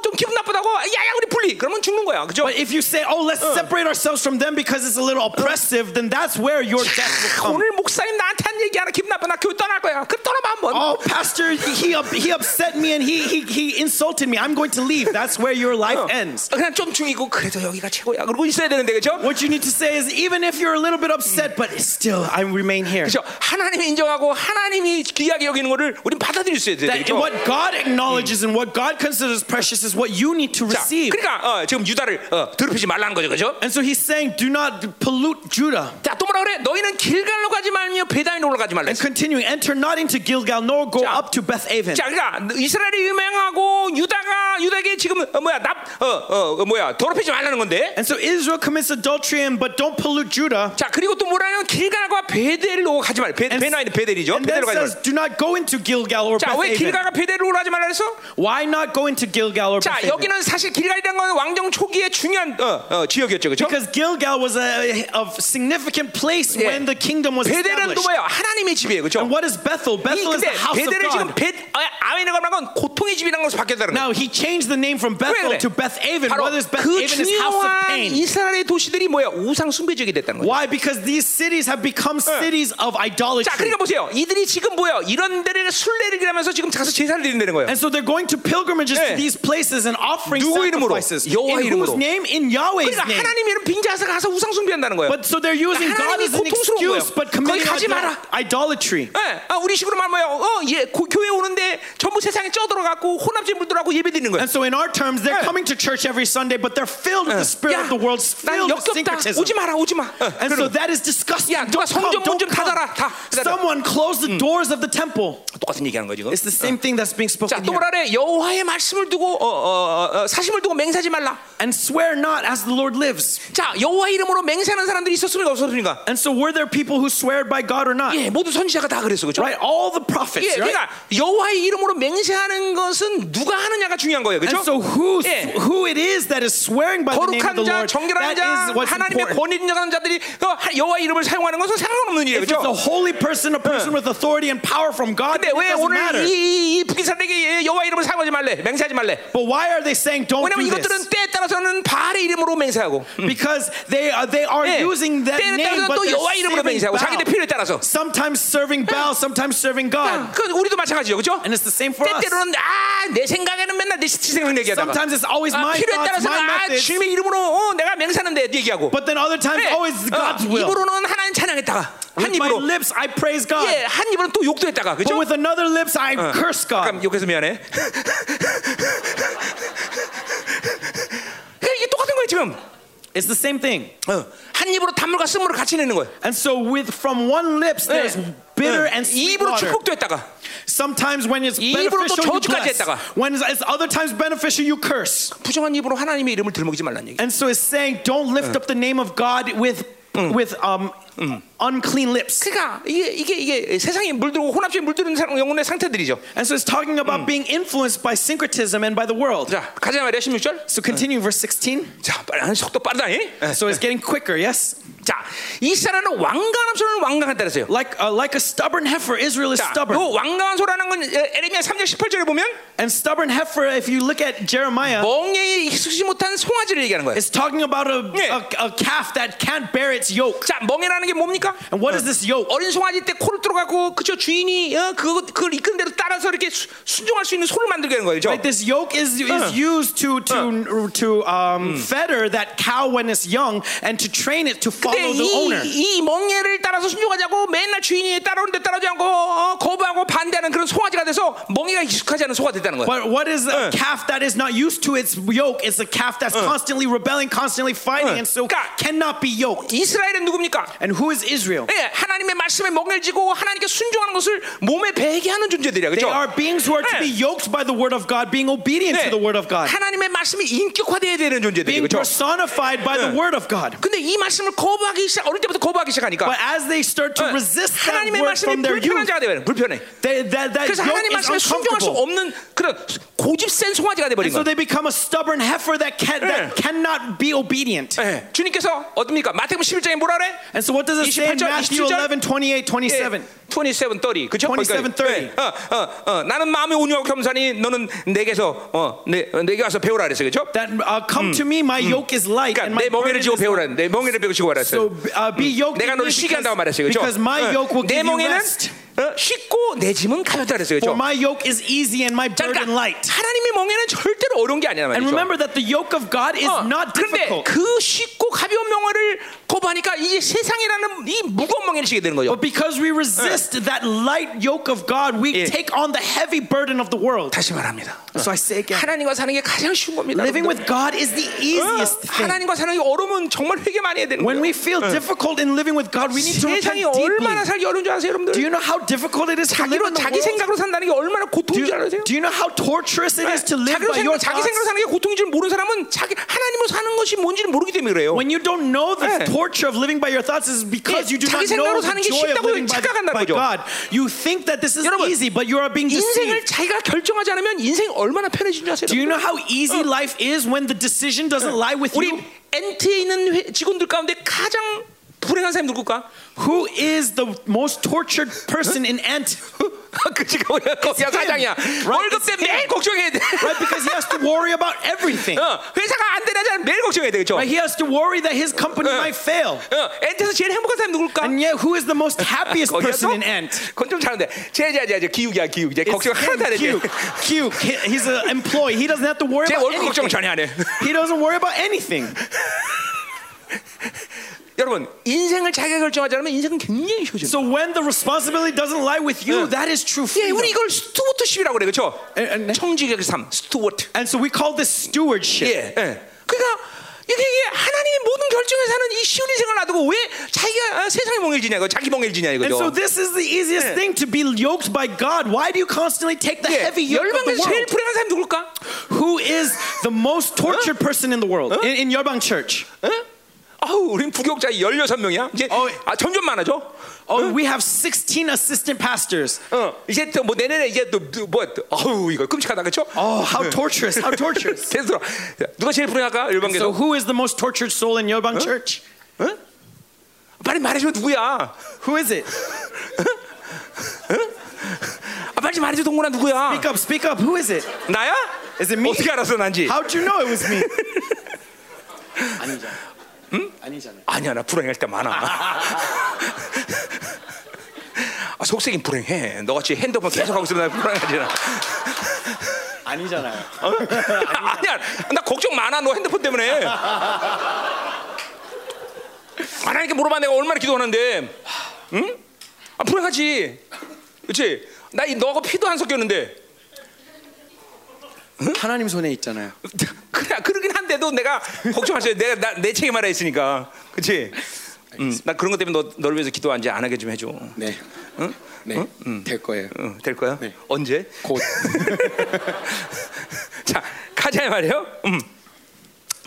Speaker 1: 좀 기분 나쁘다고 하고 야야 우리 분리. 그러면 죽는 거야. 그렇죠? 그죠?
Speaker 2: But if you say, oh, let's separate ourselves from them because it's a little oppressive, then that's where your death will come.
Speaker 1: 오늘 목사님 나한테 한 얘기 하나 기분 나빠 나 교회 떠날 거야. 그럼 떠나봐 한번.
Speaker 2: Oh, pastor, he, up, he upset me and he, he, he insulted me. I'm going to leave. That's where your life ends.
Speaker 1: 그냥 좀 중이고 그래도 여기가 최고야. 그러고 있어야 되는데 그렇죠? 그죠?
Speaker 2: What you need to say is, even if you're a little bit upset, but still, I remain here.
Speaker 1: 그죠? 하나님이 인정하고 하나님이 귀하게 여기는 거를 우린 받아들일 수 있어야 돼.
Speaker 2: That
Speaker 1: 그죠?
Speaker 2: what God acknowledges and what God considers precious is what you need to
Speaker 1: 자,
Speaker 2: receive.
Speaker 1: 그러니까 어, 지금 유다를 어, 더럽히지 말라는 거죠. 그죠?
Speaker 2: And so he's saying, do not pollute Judah.
Speaker 1: 자, 또 뭐라 그래? 너희는 길갈로 가지 말며 베다인으로 올라가지 말라.
Speaker 2: And continuing, enter not into Gilgal, nor go
Speaker 1: 자.
Speaker 2: up to Beth Aven.
Speaker 1: 자, 그러니까 이스라엘이 유명하고 유다가 유다에게 지금 어, 뭐야 납, 어, 어, 어, 뭐야 더럽히지 말라는 건데.
Speaker 2: And so Israel commits adultery, and but don't pollute Judah.
Speaker 1: 자, 그리고 또 뭐라면 길갈과 베델로 가지 말. 베,
Speaker 2: And,
Speaker 1: 베나인 베델이죠.
Speaker 2: and then
Speaker 1: 베델로 가지 말.
Speaker 2: says, do not go into Gilgal or
Speaker 1: 자,
Speaker 2: Beth
Speaker 1: 왜
Speaker 2: Aven.
Speaker 1: 길갈과 베델로 가지 말라 그랬어?
Speaker 2: Why not go into Gilgal or
Speaker 1: 자,
Speaker 2: Beth Aven?
Speaker 1: 여기는 사실 길갈이라는 건 왕정 초기에 중요한 어, 어, 지역이었죠. 그렇죠?
Speaker 2: Because Gilgal was a, a significant place
Speaker 1: 예.
Speaker 2: when the kingdom was
Speaker 1: 베델은 또
Speaker 2: established.
Speaker 1: 뭐예요? 하나님의 집이에요.
Speaker 2: And
Speaker 1: 그렇죠?
Speaker 2: what is Bethel? Bethel is
Speaker 1: 근데
Speaker 2: the house of
Speaker 1: 베델을 지금
Speaker 2: God.
Speaker 1: 베 아, 아멘이라고 하는 건 고통의 집이라는 것으로 바뀌었다는 거예요.
Speaker 2: Now he changed the name from Bethel
Speaker 1: 그래.
Speaker 2: to Beth Aven.
Speaker 1: 바로
Speaker 2: What is Beth
Speaker 1: 그
Speaker 2: Aven is house of
Speaker 1: 중요한
Speaker 2: pain.
Speaker 1: 이스라엘의 도시들이 뭐야? 우상 숭배적이 됐다는 거예요.
Speaker 2: Why? Because these cities have become cities of
Speaker 1: Eh. 자,
Speaker 2: idolatry.
Speaker 1: 그러니까 보세요. 이들이 지금 뭐야? 이런 데를 순례를 하면서 지금 가서 제사를 드린다는 거예요.
Speaker 2: And so they're going to pilgrimages
Speaker 1: 예.
Speaker 2: to these places and offering
Speaker 1: Eh. 누구 이름으로?
Speaker 2: sacrifices.
Speaker 1: 여호와
Speaker 2: In whose
Speaker 1: 이름으로.
Speaker 2: name? In Yahweh's
Speaker 1: 그러니까
Speaker 2: name.
Speaker 1: 하나님이 이런 빙자에서 가서 우상 숭배한다는 거예요.
Speaker 2: But so they're using God
Speaker 1: 하나님이
Speaker 2: as an
Speaker 1: 고통스러운 거예요.
Speaker 2: excuse, but
Speaker 1: 거기
Speaker 2: committing
Speaker 1: 가지
Speaker 2: idol-
Speaker 1: 마라.
Speaker 2: idolatry.
Speaker 1: 예, 아, 우리 식으로 말하면 어, 예, 고- 교회 오는데 전부 세상에 쪄들어갖고 혼합질 물들하고 예배 드리는 거예요.
Speaker 2: And so in our terms, they're
Speaker 1: Yeah.
Speaker 2: coming to church every Sunday, but they're filled with the spirit of the world,
Speaker 1: Eh. 난
Speaker 2: filled with
Speaker 1: 역겹다.
Speaker 2: syncretism.
Speaker 1: 오지 마라, 오지 마. 어,
Speaker 2: And
Speaker 1: 그러는
Speaker 2: so that is disgusting.
Speaker 1: 야, 누가
Speaker 2: Don't come,
Speaker 1: 성전 문좀
Speaker 2: don't
Speaker 1: 닫아라. 다.
Speaker 2: come. Someone close the doors of the temple.
Speaker 1: 거예요. 똑같은 얘기하는 거죠.
Speaker 2: It's the same thing that's being
Speaker 1: 자,
Speaker 2: spoken
Speaker 1: 또
Speaker 2: here.
Speaker 1: 뭐라 그래? 여호와의 말씀을 두고 어, 어, 어, 사심을 두고 맹세하지 말라.
Speaker 2: And swear not as the Lord lives.
Speaker 1: 자, 여호와 이름으로 맹세하는 사람들이 있었습니까? 없었습니까?
Speaker 2: And so were there people who swear by God or not?
Speaker 1: 예, 모두 선지자가 다 그랬어. 그죠?
Speaker 2: Right? All the
Speaker 1: 예,
Speaker 2: prophets, right?
Speaker 1: 그러니까 여호와의 이름으로 맹세하는 것은 누가 하느냐가 중요한 거예요.
Speaker 2: And
Speaker 1: 그죠?
Speaker 2: so who
Speaker 1: Yeah.
Speaker 2: who it is that is swearing by the name of the
Speaker 1: 거룩한 자,
Speaker 2: Lord?
Speaker 1: 정결한
Speaker 2: That
Speaker 1: 자,
Speaker 2: is what's
Speaker 1: 하나님의 권위
Speaker 2: important.
Speaker 1: 인정하는 자들이 그 여호와 이름을 사용하는 것은 상관없는 일이에요.
Speaker 2: If it's a
Speaker 1: 그죠?
Speaker 2: holy person, a person with authority and power from God,
Speaker 1: 근데
Speaker 2: then it
Speaker 1: 왜
Speaker 2: doesn't
Speaker 1: 오늘
Speaker 2: matter.
Speaker 1: 이, 이 북이스라엘에게 예, 여호와 이름을 사용하지 말래? 맹세하지 말래?
Speaker 2: But why are they saying don't
Speaker 1: 왜냐면
Speaker 2: do this?
Speaker 1: 이것들은 때에 따라서는 바알의 이름으로 맹세하고
Speaker 2: Because they are they are
Speaker 1: 예,
Speaker 2: using that
Speaker 1: 때에
Speaker 2: name,
Speaker 1: 따라서
Speaker 2: but
Speaker 1: 또 여호와
Speaker 2: they're
Speaker 1: 이름으로
Speaker 2: serving
Speaker 1: 맹세하고 자기들
Speaker 2: Baal.
Speaker 1: 필요에 따라서
Speaker 2: Sometimes serving Baal, sometimes serving God,
Speaker 1: 그 우리도 마찬가지죠, 그렇죠?
Speaker 2: and it's the same for us.
Speaker 1: 때때로는 아내 생각에는 맨날 내 시- 생각 얘기하다가
Speaker 2: Sometimes it's always
Speaker 1: 아,
Speaker 2: my
Speaker 1: 필요에
Speaker 2: thoughts,
Speaker 1: 따라서
Speaker 2: my
Speaker 1: 아
Speaker 2: methods,
Speaker 1: 주님의 이름으로 어, 내가 맹세하는데 얘기하고
Speaker 2: but then other times
Speaker 1: 예,
Speaker 2: always
Speaker 1: 어,
Speaker 2: God's will.
Speaker 1: 입으로는 하나님 찬양했다가 한
Speaker 2: With my
Speaker 1: 입으로
Speaker 2: lips, I praise God,
Speaker 1: 예, 한 입으로는 또 욕도 했다가
Speaker 2: but
Speaker 1: 그렇죠?
Speaker 2: with another lips, I
Speaker 1: Uh,
Speaker 2: curse God.
Speaker 1: 잠깐 욕해서 미안해. 그러니까 이게 똑같은 거예요 지금.
Speaker 2: It's the same thing.
Speaker 1: 어, 한 입으로 단물과 쓴물을 같이 내는 거예요.
Speaker 2: And so with from one lips
Speaker 1: 예.
Speaker 2: there's bitter and sweet
Speaker 1: 입으로
Speaker 2: water.
Speaker 1: 축복도 했다가
Speaker 2: Sometimes when it's
Speaker 1: 입으로 또
Speaker 2: beneficial you
Speaker 1: 저주까지
Speaker 2: bless.
Speaker 1: 했다가.
Speaker 2: When it's- it's other times beneficial you curse.
Speaker 1: 부정한 입으로 하나님의 이름을 들먹이지 말라는 얘기.
Speaker 2: And so it's saying don't lift up the name of God with with um unclean lips.
Speaker 1: 그러니까 이게 이게 이게 세상에 물들고 혼합주의 물드는 사람 영혼의 상태들이죠.
Speaker 2: And so it's talking about being influenced by syncretism and by the world.
Speaker 1: 자 가자 말이야 16절.
Speaker 2: So continue verse 16.
Speaker 1: 자 빨리 아니, 속도 빠르다. 예?
Speaker 2: So it's getting quicker, yes?
Speaker 1: 자 이스라엘은 왕강한 소리는 왕강했다 그랬어요.
Speaker 2: Like uh, like a stubborn heifer, Israel is
Speaker 1: 자,
Speaker 2: stubborn.
Speaker 1: 요 왕강한 소라는 건 에, 에레미야 3장 18절에 보면
Speaker 2: And stubborn heifer, if you look at Jeremiah,
Speaker 1: 멍에에 익숙지 못한 송아지를 얘기하는 거예요.
Speaker 2: it's talking about a,
Speaker 1: Yeah.
Speaker 2: a, a calf that can't bear its yoke.
Speaker 1: 자 멍에라는 게 뭡니까?
Speaker 2: And what is this yoke?
Speaker 1: 어린 송아지 때 코를 뚫어갖고 그저 주인이 어, 그 그걸 이끄는 대로 따라서 이렇게 수- 순종할 수 있는 소를 만들게 하는 거예요. 그죠?
Speaker 2: Right, this yoke is is
Speaker 1: Uh.
Speaker 2: used to to to um, fetter that cow when it's young and to train it to
Speaker 1: 근데
Speaker 2: follow the owner.
Speaker 1: 네, 이, 이 멍에를 따라서 순종하자고 맨날 주인이 따라오는데 따라오지 않고 어, 거부하고 반대하는 그런 송아지가 돼서 멍에가 익숙하지 않은 소가 됐다는 거예요.
Speaker 2: But what is
Speaker 1: Uh.
Speaker 2: a calf that is not used to its yoke? It's a calf that's constantly rebelling, constantly fighting,
Speaker 1: Uh.
Speaker 2: and so
Speaker 1: 그러니까-
Speaker 2: cannot be yoked.
Speaker 1: 이스라엘은 누굽니까?
Speaker 2: And who is Israel?
Speaker 1: 예, 하나님의 말씀에 멍해지고 하나님께 순종하는 것을 몸에 배게 하는 존재들이야.
Speaker 2: They
Speaker 1: 그렇죠?
Speaker 2: are beings who are to
Speaker 1: Yeah.
Speaker 2: be yoked by the word of God, being obedient to the word of God,
Speaker 1: 하나님의 말씀이 인격화되어야 되는 존재들이
Speaker 2: being
Speaker 1: 그렇죠?
Speaker 2: personified by
Speaker 1: Yeah.
Speaker 2: the word of God.
Speaker 1: 근데 이 말씀을 거부하기 시작 어릴 때부터 거부하기
Speaker 2: But
Speaker 1: 시작하니까
Speaker 2: as they start to
Speaker 1: 예,
Speaker 2: resist
Speaker 1: Uh,
Speaker 2: that
Speaker 1: 하나님의
Speaker 2: word
Speaker 1: 말씀이
Speaker 2: from their
Speaker 1: 불편한
Speaker 2: youth,
Speaker 1: 자가 되면 불편해.
Speaker 2: they, that, that
Speaker 1: 그래서 하나님
Speaker 2: yoke
Speaker 1: 말씀에
Speaker 2: is
Speaker 1: 순종할 수
Speaker 2: uncomfortable.
Speaker 1: 없는 그런 고집 센 송아지가 돼버린
Speaker 2: And so
Speaker 1: 거예요.
Speaker 2: they become a stubborn heifer that, can, that
Speaker 1: Yeah.
Speaker 2: cannot be obedient.
Speaker 1: 예. 주님께서 어떻습니까? 마태복음 11장에 뭐라 그래?
Speaker 2: And so what does it say in
Speaker 1: 28,
Speaker 2: Matthew
Speaker 1: 27?
Speaker 2: 11, 28, 27?
Speaker 1: 27, 30. 그쵸?
Speaker 2: 27, 30.
Speaker 1: 어, 어, 어, 나는 마음이 온유하고 겸사니 너는 내게서 어, 내, 어, 내게 와서 배우라 그랬어. 그죠?
Speaker 2: That uh, come to me, my yoke is light
Speaker 1: 그러니까
Speaker 2: and
Speaker 1: 내
Speaker 2: my
Speaker 1: 멍에를
Speaker 2: burden
Speaker 1: 지고
Speaker 2: is light.
Speaker 1: 배우라. 내 멍에를 배우고 지고
Speaker 2: So
Speaker 1: 말았어.
Speaker 2: uh, be yoked
Speaker 1: 내가
Speaker 2: with me
Speaker 1: 너를 쉬게 한다고 말했어요.
Speaker 2: because,
Speaker 1: 그죠?
Speaker 2: because my yoke will
Speaker 1: 내
Speaker 2: give you
Speaker 1: 멍에는
Speaker 2: rest.
Speaker 1: 어, 쉽고 내 짐은 가볍다 그랬어요. 그죠?
Speaker 2: For my yoke is easy and my burden
Speaker 1: 그러니까
Speaker 2: light.
Speaker 1: 하나님의 멍에는 절대로 어려운 게 아니란
Speaker 2: And
Speaker 1: 말이죠.
Speaker 2: remember that the yoke of God is
Speaker 1: 어,
Speaker 2: not
Speaker 1: 그런데
Speaker 2: difficult.
Speaker 1: 그 쉽고 가벼운 멍에를 거부하니까 이제 세상이라는 이 무거운 멍에를 지게 되는 거죠.
Speaker 2: But because we resist that light yoke of God, we
Speaker 1: Yeah.
Speaker 2: take on the heavy burden of the world.
Speaker 1: 다시 말합니다.
Speaker 2: So I say again,
Speaker 1: 하나님과 사는 게 가장 쉬운 겁니다.
Speaker 2: living
Speaker 1: 여러분들.
Speaker 2: with God is the
Speaker 1: 어,
Speaker 2: easiest thing.
Speaker 1: 하나님과 사는 게 어려우면 정말 회개 많이 해야 되는
Speaker 2: When
Speaker 1: 거예요.
Speaker 2: we feel difficult in living with God, we need to
Speaker 1: 세상이
Speaker 2: repent deeply.
Speaker 1: 얼마나 살기 어려운 줄 아세요,
Speaker 2: Do
Speaker 1: 여러분들?
Speaker 2: you know how difficult it is to live
Speaker 1: 자기로
Speaker 2: in the
Speaker 1: 자기
Speaker 2: world?
Speaker 1: 생각으로 산다는 게 얼마나 고통인
Speaker 2: Do,
Speaker 1: 줄 아세요?
Speaker 2: do you know how torturous it is to live
Speaker 1: 자기로
Speaker 2: by your
Speaker 1: 생각, 자기
Speaker 2: thoughts?
Speaker 1: 생각으로 사는 게 고통인 줄 모르는 사람은 자기 하나님으로 사는 것이 뭔지를 모르기 때문에 그래요.
Speaker 2: When you don't know the
Speaker 1: Yeah.
Speaker 2: torture of living by your thoughts is because
Speaker 1: Yeah,
Speaker 2: you do
Speaker 1: 자기
Speaker 2: not know
Speaker 1: 생각으로
Speaker 2: the
Speaker 1: 사는 게
Speaker 2: joy of
Speaker 1: 쉽다고
Speaker 2: living by,
Speaker 1: 착각한다는
Speaker 2: by
Speaker 1: 거죠.
Speaker 2: God. You think that this is
Speaker 1: 여러분,
Speaker 2: easy, but you are being
Speaker 1: 인생을
Speaker 2: deceived.
Speaker 1: 자기가 결정하지 않으면 인생이 얼마나 편해진 줄 아세요?
Speaker 2: Do you know how easy life is when the decision doesn't lie with Oh. you?
Speaker 1: 우리 NT에 있는 회- 직원들 가운데 가장 불행한 사람이 누굴까?
Speaker 2: Who is the most tortured person in Ant?
Speaker 1: 그치 거기야 거기야
Speaker 2: him.
Speaker 1: 사장이야
Speaker 2: Right,
Speaker 1: 월급
Speaker 2: it's
Speaker 1: 때 매일 걱정해야 돼
Speaker 2: Right? Because he has to worry about everything.
Speaker 1: 어, 회사가 안 되는 사람 매일 걱정해야 돼 그쵸?
Speaker 2: Right? He has to worry that his company
Speaker 1: Yeah.
Speaker 2: might fail.
Speaker 1: 어, 엔트에서 제일 행복한 사람이 누굴까?
Speaker 2: And yet, who is the most happiest
Speaker 1: 거기야
Speaker 2: person
Speaker 1: 또?
Speaker 2: in Ant?
Speaker 1: 그건 좀 잘한데 제제제 기욱이야 기욱 이제 걱정 하나도 안 해도
Speaker 2: Cute. Cute. He- He's an employee. He doesn't have to worry
Speaker 1: 제
Speaker 2: about
Speaker 1: 월급 걱정
Speaker 2: anything.
Speaker 1: 전혀 안해
Speaker 2: He doesn't worry about anything.
Speaker 1: 여러분 인생을 자기가 결정하지 않으면 인생은 굉장히 쉬워져요
Speaker 2: So when the responsibility doesn't lie with you, that is true
Speaker 1: 예,
Speaker 2: freedom.
Speaker 1: 우리 이걸 스튜어트십이라고 그래 그쵸?
Speaker 2: 에, 에, 네.
Speaker 1: 청지기의 삶 스튜어트
Speaker 2: And so we call this stewardship.
Speaker 1: 예, 예. 그러니까 이게, 이게 하나님의 모든 결정에 사는 이 쉬운 인생을 놔두고 왜 자기가 아, 세상에 멍해지냐 이거 자기 멍해지냐
Speaker 2: And so
Speaker 1: 이거죠
Speaker 2: this is the easiest thing to be yoked by God. Why do you constantly take the heavy
Speaker 1: 예,
Speaker 2: yoke of the
Speaker 1: 열방에서 제일
Speaker 2: world?
Speaker 1: 불행한 사람이 누굴까?
Speaker 2: Who is the most tortured person in the world? In, in Yerbang Church. Oh,
Speaker 1: 응? 아우, 우린 부교육자 16명이야. 이제
Speaker 2: 어.
Speaker 1: 아, 점점 많아져.
Speaker 2: Oh, we have 16 assistant pastors.
Speaker 1: 어. 이제 또 뭐 내년에 이제 또뭐 아우, 이거 끔찍하다. 그렇죠?
Speaker 2: Oh, how torturous, how torturous.
Speaker 1: 됐어. 누가 제일 불행할까?
Speaker 2: So
Speaker 1: 일반계에서.
Speaker 2: who is the most tortured soul in Yerbang Church?
Speaker 1: 빨리 말해 줘 누구야? 아,
Speaker 2: Who is it?
Speaker 1: 빨리 말해 줘 동문아 누구야?
Speaker 2: Speak up, speak up. Who is it?
Speaker 1: 나야?
Speaker 2: 그러니까 Is it me?
Speaker 1: 어떻게 알았어, 난지?
Speaker 2: How'd you know it was me?
Speaker 1: 아니야, 나 불행할 때 많아. 아, 속색이 불행해. 너같이 핸드폰 계속 하고 있으면 나 불행하지 않아.
Speaker 2: 아니잖아요.
Speaker 1: 아니야, 나 걱정 많아. 너 핸드폰 때문에. 하나님께 물어봐. 내가 얼마나 기도하는데, 응? 아, 불행하지. 그렇지? 나이 너하고 피도 안 섞였는데.
Speaker 2: 하나님 손에 있잖아요.
Speaker 1: 그래, 그러긴 한데도 내가 걱정하지. 내가 나, 내 책임 하라 했으니까, 그렇지? 응, 나 그런 것 때문에 너, 너를 위해서 기도 안지안 하게 좀 해줘.
Speaker 2: 네. 네. 될 거예요.
Speaker 1: 응, 될 거야? 언제?
Speaker 2: 곧.
Speaker 1: 자, 가자 말이요. 음.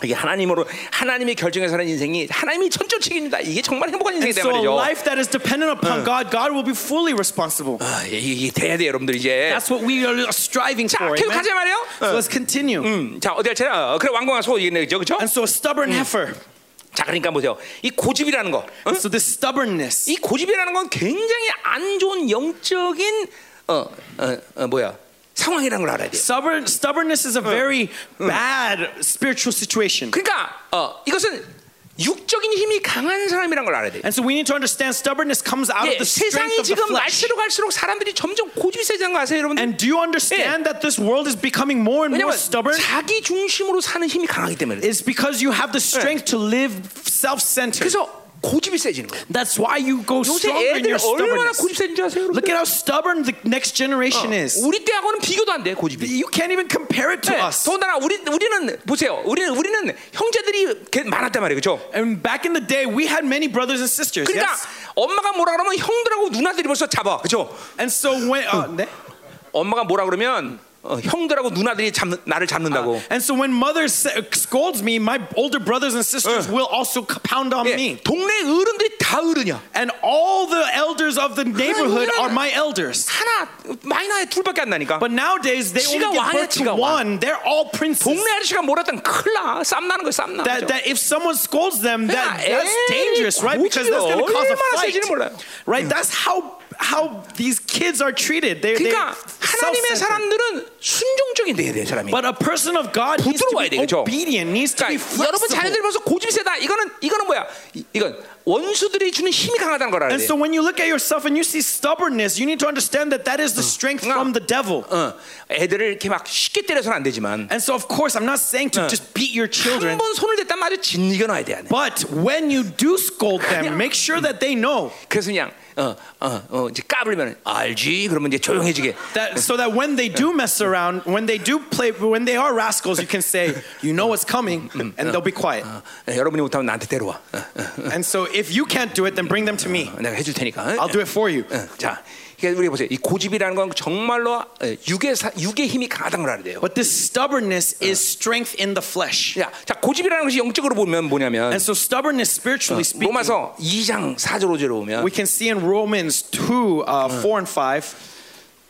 Speaker 1: 이게 하나님으로 하나님의 결정에 사는 인생이 하나님이 전적 책임입니다. 이게 정말 행복한 인생이 돼
Speaker 2: So a
Speaker 1: 말이죠.
Speaker 2: life that is dependent upon God, God will be fully responsible.
Speaker 1: 아, 이게, 이게 돼야 돼 여러분들 이제.
Speaker 2: That's what we are striving
Speaker 1: 자,
Speaker 2: for.
Speaker 1: 계속
Speaker 2: amen?
Speaker 1: 가자 말이요.
Speaker 2: So let's continue.
Speaker 1: 음, 자, 어디 할지나 어, 그래 왕궁한 소얘기네 그죠, 그죠?
Speaker 2: And so a
Speaker 1: Mm.
Speaker 2: stubborn heifer.
Speaker 1: 자, 그러니까 보세요. 이 고집이라는 거, 어?
Speaker 2: So this stubbornness.
Speaker 1: 이 고집이라는 건 굉장히 안 좋은 영적인 어, 어, 어 뭐야 상황이라는 걸 알아야 돼. 요
Speaker 2: Stubborn, stubbornness is a very bad spiritual situation.
Speaker 1: 그러니까 어, 이것은 육적인 힘이 강한 사람이라는 걸 알아야 돼. 요
Speaker 2: And so we need to understand stubbornness comes out
Speaker 1: 예,
Speaker 2: of the strength
Speaker 1: 세상이
Speaker 2: of the
Speaker 1: 지금
Speaker 2: flesh.
Speaker 1: 날씨로 갈수록 사람들이 점점 고집이 세지는 거 아세요, 여러분들?
Speaker 2: And do you understand that this world is becoming more and more
Speaker 1: 왜냐면
Speaker 2: stubborn?
Speaker 1: 자기 중심으로 사는 힘이 강하기 때문에. 그래요.
Speaker 2: It's because you have the strength to live self-centered.
Speaker 1: 그래서 고집이 세지는 거예요.
Speaker 2: That's why you go
Speaker 1: 요새
Speaker 2: stronger in
Speaker 1: 애들
Speaker 2: your
Speaker 1: 얼마나
Speaker 2: stubbornness.
Speaker 1: 고집 세는지 아세요, 여러분?
Speaker 2: Look at how stubborn the next generation is.
Speaker 1: 우리 때하고는 비교도 안 돼, 고집이.
Speaker 2: You can't even compare it to
Speaker 1: 네,
Speaker 2: us.
Speaker 1: 더군다나 우리 우리는 보세요. 우리는 우리는 형제들이 개- 많았단 말이에요, 그렇죠?
Speaker 2: And back in the day, we had many brothers and sisters.
Speaker 1: 그러니까
Speaker 2: Yes?
Speaker 1: 엄마가 뭐라 그러면 형들하고 누나들이 벌써 잡아, 그렇죠?
Speaker 2: And so when. Uh, 네?
Speaker 1: 엄마가 뭐라 그러면 어, 형들하고 누나들이 잡는, 나를 잡는다고.
Speaker 2: And so when mother sa- scolds me, my older brothers and sisters will also c- pound on
Speaker 1: 예,
Speaker 2: 아, me.
Speaker 1: 동네 어른들이 다 어른이야.
Speaker 2: And all the elders of the neighborhood are my elders.
Speaker 1: 하나 마이너에 둘밖에 안 나니까.
Speaker 2: But nowadays they
Speaker 1: 지가
Speaker 2: only give
Speaker 1: 왕이야,
Speaker 2: birth to
Speaker 1: 지가 왕.
Speaker 2: one. They're all princes.
Speaker 1: 동네 아저씨가 몰았던 큰일 나. 쌈 나는 거야, 쌈 나.
Speaker 2: That, that if someone scolds them, that,
Speaker 1: Yeah,
Speaker 2: that's
Speaker 1: eh,
Speaker 2: dangerous, right? Because that's going
Speaker 1: 고집이요.
Speaker 2: to cause a
Speaker 1: 얼마나
Speaker 2: fight,
Speaker 1: 세지는 몰라요.
Speaker 2: right? That's how how these kids are treated. They, they
Speaker 1: 그러니까 하나님의 사람들은 순종적인 돼야 돼, 사람이.
Speaker 2: But a person of God needs to
Speaker 1: 부드러워야
Speaker 2: be
Speaker 1: 돼, 그죠?
Speaker 2: obedient, needs to be
Speaker 1: 그러니까 여러분
Speaker 2: flexible.
Speaker 1: 자녀들 벌써 고집이 세다. 이거는 이거는 뭐야? 이- 이건 원수들이 주는 힘이 강하다는 걸 알아야 돼.
Speaker 2: And so when you look at yourself and you see stubbornness, you need to understand that that is the strength
Speaker 1: Yeah.
Speaker 2: from the devil.
Speaker 1: 어, 애들을 이렇게 막 쉽게 때려서는 안 되지만
Speaker 2: And so of course, I'm not saying to just beat
Speaker 1: 한
Speaker 2: your children,
Speaker 1: 번 손을 댔단 말이 진이겨 놔야 돼. 안에.
Speaker 2: but when you do scold them, make sure that they know
Speaker 1: 그래서 그냥 어어어 이제 까불면 알지. 그러면 이제 조용해지게.
Speaker 2: that so that when they do mess around, when they do play, when they are rascals, you can say, "You know what's coming," and they'll be quiet.
Speaker 1: 어, 어, 여러분이 못하면 나한테 데려와. 어, 어,
Speaker 2: And so if you can't do it, then bring them to me.
Speaker 1: 어, 내가 해줄 테니까. 어,
Speaker 2: I'll do it for you.
Speaker 1: 어, 자, 그러니까 우리 보세요. 이 고집이라는 건 정말로 어, 육의 사- 육의 힘이 강하다는 걸 알아야 돼요.
Speaker 2: But this stubbornness is strength in the flesh.
Speaker 1: 야, 자 고집이라는 것이 영적으로 보면 뭐냐면
Speaker 2: And so stubbornness, spiritually speaking,
Speaker 1: 로마서 2장 4절 5절로 보면
Speaker 2: we can see in Romans 2, uh, 4 and 5.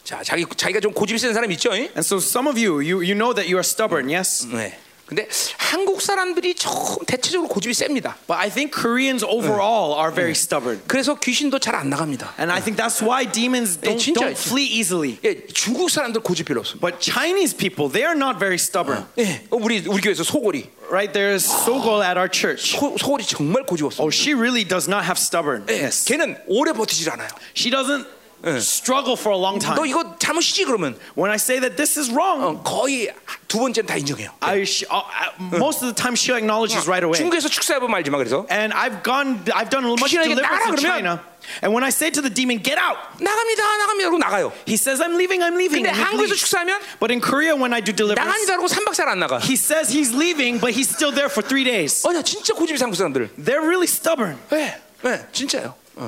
Speaker 1: 자, 자기 자기가 좀 고집이 센 사람 있죠? 잉?
Speaker 2: And so some of you, you, you know that you are stubborn, yes?
Speaker 1: 네. 근데 한국 사람들이 좀 대체적으로 고집이 셉니다.
Speaker 2: But I think Koreans overall are very stubborn.
Speaker 1: 그래서 귀신도 잘 안 나갑니다.
Speaker 2: And I think that's why demons don't,
Speaker 1: 진짜-
Speaker 2: don't flee easily.
Speaker 1: 예, 중국 사람들 고집 별로 없습니다.
Speaker 2: But Chinese people, they are not very stubborn,
Speaker 1: 예, 어, 우리 우리 교회에서 소골이
Speaker 2: right? There's Sogol at our church.
Speaker 1: 소, 소골이 정말 고집 없어요.
Speaker 2: Oh, she really does not have
Speaker 1: 예,
Speaker 2: stubbornness.
Speaker 1: 걔는 오래 버티질 않아요.
Speaker 2: She doesn't
Speaker 1: Eh.
Speaker 2: struggle for a long
Speaker 1: 너
Speaker 2: time.
Speaker 1: 이거 잘못이지 그러면
Speaker 2: When I say that this is wrong,
Speaker 1: 어, 거의 두 번째는 다 인정해요.
Speaker 2: I, she, uh, uh, most of the time she acknowledges right away.
Speaker 1: 중국에서 축사해 보면 알지만 그래서
Speaker 2: And I've gone, I've done much
Speaker 1: 귀신에게
Speaker 2: deliverance
Speaker 1: 나가라
Speaker 2: in
Speaker 1: 그러면-
Speaker 2: China. And when I say to the demon, get out,
Speaker 1: 나갑니다, 나갑니다, 그러고 나가요.
Speaker 2: he says, I'm leaving, I'm leaving.
Speaker 1: 근데
Speaker 2: and he
Speaker 1: 한국에서
Speaker 2: leaves.
Speaker 1: 축사하면
Speaker 2: But in Korea, when I do deliverance,
Speaker 1: 나간다 그러고 3박 4일 안 나가.
Speaker 2: he says he's leaving, but he's still there for three days.
Speaker 1: 아, 어야 진짜 고집이 상국 사람들.
Speaker 2: They're really stubborn.
Speaker 1: 예, 예, 진짜요. 어.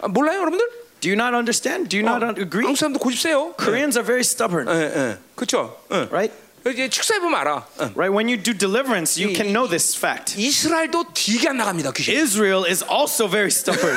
Speaker 1: 아, 몰라요, 여러분들? 어,
Speaker 2: Do you not understand? Do you
Speaker 1: Oh,
Speaker 2: not un- agree?
Speaker 1: 한국 사람도 고집 세요.
Speaker 2: Koreans are very stubborn,
Speaker 1: 예, 예. 그렇죠. 예.
Speaker 2: right?
Speaker 1: 이제 축사해 보면 알아. 예.
Speaker 2: Right? When you do deliverance, you can know this fact.
Speaker 1: 이스라엘도 되게 안 나갑니다 귀신.
Speaker 2: Israel is also very stubborn,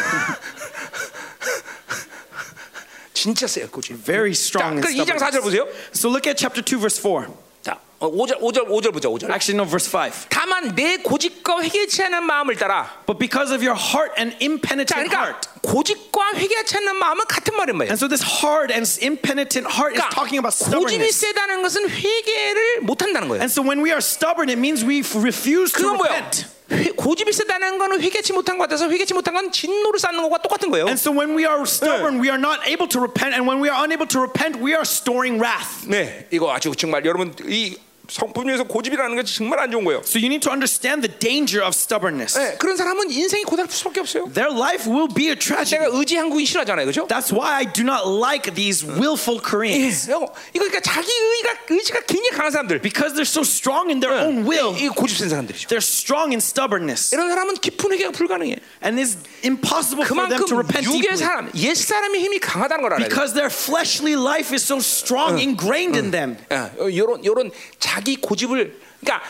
Speaker 1: 진짜 세요 고집.
Speaker 2: very
Speaker 1: 자,
Speaker 2: strong. in
Speaker 1: 그럼 2장 4절
Speaker 2: stubbornness.
Speaker 1: 보세요.
Speaker 2: So look at chapter 2, verse 4.
Speaker 1: 자, 어, 5절 5절 5절 보자. 5절.
Speaker 2: Actually, no, verse 5.
Speaker 1: 다만 내 고집과 회개치 않은 마음을 따라.
Speaker 2: But because of your heart and
Speaker 1: 자,
Speaker 2: impenitent
Speaker 1: 그러니까
Speaker 2: heart.
Speaker 1: 고집과 회개치 않는 마음은 같은 말인 말이에요.
Speaker 2: And so this hard and impenitent heart is
Speaker 1: 그러니까
Speaker 2: talking about
Speaker 1: 고집이
Speaker 2: stubbornness.
Speaker 1: 세다는 것은 회개를 못 한다는 거예요.
Speaker 2: And so when we are stubborn, it means we f- refuse to
Speaker 1: 그건 뭐야?
Speaker 2: repent.
Speaker 1: 고집이 세다는 거는 회개치 못한 것 같아서 회개치 못한 건 진노를 쌓는 것과 똑같은 거예요.
Speaker 2: And so when we are stubborn, we are not able to repent. And when we are unable to repent, we are storing wrath.
Speaker 1: 네, 이거 아주 정말 여러분 이 성품 중에서 고집이라는 건 정말 안 좋은 거예요.
Speaker 2: So you need to understand the danger of stubbornness.
Speaker 1: 네, 그런 사람은 인생이 고달플 수밖에 없어요.
Speaker 2: Their life will be a
Speaker 1: 제가
Speaker 2: tragedy.
Speaker 1: 의지한 국인 싫어하잖아요, 그렇죠?
Speaker 2: That's why I do not like these willful Koreans.
Speaker 1: 이거 그러니까 자기 의가 의지가 굉장히 강한 사람들,
Speaker 2: Because they're so strong in their own will,
Speaker 1: 이 고집센 사람들이죠.
Speaker 2: they're strong in stubbornness.
Speaker 1: 이런 사람은 깊은 회개가 불가능해.
Speaker 2: And it's impossible for them to
Speaker 1: 그만큼
Speaker 2: repent
Speaker 1: 육의
Speaker 2: deeply.
Speaker 1: 사람, 옛 사람의 힘이 강하다는 걸 알아야 돼.
Speaker 2: Because their fleshly life is so strong, ingrained in them.
Speaker 1: 예, 이런 이런 어, 자기 고집을, 그러니까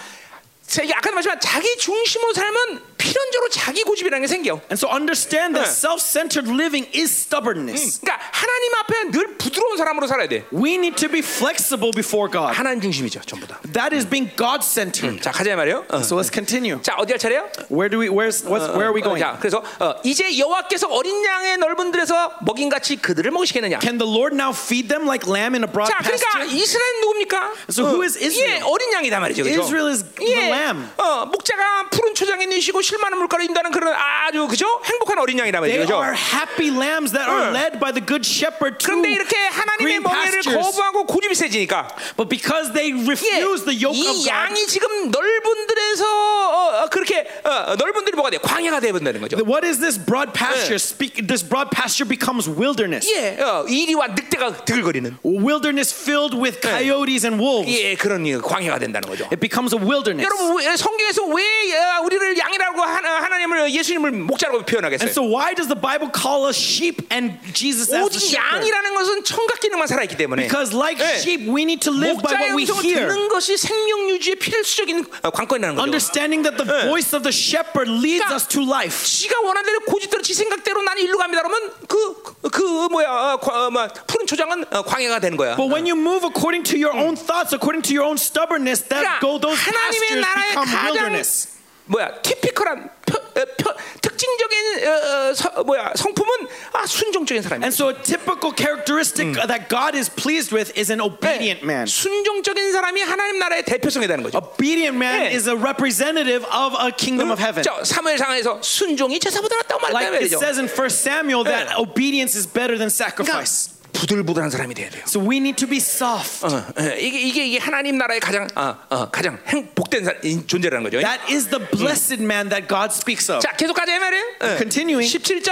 Speaker 1: 제가 아까도 말씀한 자기 중심으로 살면 필연적으로 자기 고집이라는 게 생겨.
Speaker 2: And so understand that
Speaker 1: Yeah.
Speaker 2: self-centered living is stubbornness.
Speaker 1: 그러니까 하나님 앞에 늘 부드러운 사람으로 살아야 돼.
Speaker 2: We need to be flexible before God.
Speaker 1: 하나님 중심이죠, 전부 다.
Speaker 2: That is being God-centered.
Speaker 1: 자, 가자 말이요. 에
Speaker 2: So let's continue.
Speaker 1: 자, 어디 할 차례요?
Speaker 2: Where do we? Where's? What's,
Speaker 1: Uh,
Speaker 2: where are we going?
Speaker 1: 자, 그래서 어, 이제 여호와께서 어린 양의 넓은 들에서 먹인 같이 그들을 먹이시겠느냐?
Speaker 2: Can the Lord now feed them like lamb in a broad
Speaker 1: 자, 그러니까
Speaker 2: pasture?
Speaker 1: 이스라엘 누굽니까?
Speaker 2: So who is Israel?
Speaker 1: 예, 어린 양이다 말이죠. 그죠?
Speaker 2: Israel is the lamb.
Speaker 1: 어, 목자가 푸른 초장에 누시고 실만한 물가로 인도하는 그런 아주 그죠? 행복한 어린 양이다 말이죠.
Speaker 2: They
Speaker 1: 그죠?
Speaker 2: are happy lambs that
Speaker 1: 응.
Speaker 2: are led by the good shepherd to
Speaker 1: 그런데 이렇게 하나님의
Speaker 2: green
Speaker 1: 멍에를
Speaker 2: pastures.
Speaker 1: 거부하고 고집이 세지니까
Speaker 2: But because they
Speaker 1: 예,
Speaker 2: refuse the yoke
Speaker 1: 이
Speaker 2: of God,
Speaker 1: 양이 지금 넓은 들에서 어, 어, 그렇게 이게 어, 넓은 들이 뭐가 돼? 광야가 돼 버린다는 거죠.
Speaker 2: What is this broad pasture? Speak, this broad pasture becomes wilderness.
Speaker 1: 예, 어, 이리와 늑대가 드글거리는
Speaker 2: Wilderness filled with coyotes and wolves.
Speaker 1: 예 그런 이 광야가 된다는 거죠.
Speaker 2: It becomes a wilderness.
Speaker 1: 여러분 왜- 성경에서 왜 야, 우리를 양이라고 하나, 하나님을 예수님을 목자라고
Speaker 2: And
Speaker 1: 표현하겠어요?
Speaker 2: so, why does the Bible call us sheep and Jesus as the
Speaker 1: 오직
Speaker 2: shepherd?
Speaker 1: 양이라는 것은 청각 기능만 살아있기 때문에
Speaker 2: Because, like
Speaker 1: 예.
Speaker 2: sheep, we need to live by
Speaker 1: 목자의
Speaker 2: what we
Speaker 1: 음성을
Speaker 2: hear.
Speaker 1: 듣는 것이 생명 유지의 필수적인 어, 관건이라는 거죠.
Speaker 2: Understanding that the voice of the shepherd leads us to life.
Speaker 1: 지가 원하는 대로 고집대로 지 생각대로 나는 일로 갑니다. 그러면 그 그 뭐야 어, 과- 어, 뭐, 푸른 초장은 어, 광야가 되는 거야.
Speaker 2: But when you move according to your own thoughts, according to your own stubbornness, that
Speaker 1: 그러니까
Speaker 2: go those
Speaker 1: 하나님의
Speaker 2: pastures
Speaker 1: 나라의
Speaker 2: become
Speaker 1: 가장
Speaker 2: wilderness.
Speaker 1: 뭐야 티피컬한 표, 어, 표, 특징적인 어, 어, 서, 뭐야 성품은 아 순종적인 사람이야.
Speaker 2: And so, a typical characteristic that God is pleased with is an obedient man.
Speaker 1: 네. 순종적인 사람이 하나님 나라의 대표성이 되는 거죠.
Speaker 2: Obedient man
Speaker 1: 네.
Speaker 2: is a representative of a kingdom of heaven.
Speaker 1: 저 사무엘상에서 순종이 제사보다 낫다고
Speaker 2: Like
Speaker 1: 말했다는
Speaker 2: it
Speaker 1: 거죠.
Speaker 2: says in 1 Samuel that
Speaker 1: 네.
Speaker 2: obedience is better than sacrifice.
Speaker 1: 그러니까 부들부들한 사람이 돼야 돼요.
Speaker 2: So we need to be soft.
Speaker 1: 어, 어, 이게 이게 이게 하나님 나라의 가장 어, 어, 가장 행복된 사, 인- 존재라는 거죠.
Speaker 2: That is the blessed man that God speaks of.
Speaker 1: 자 계속 가자 이 말이에요. 예.
Speaker 2: Continuing.
Speaker 1: 17절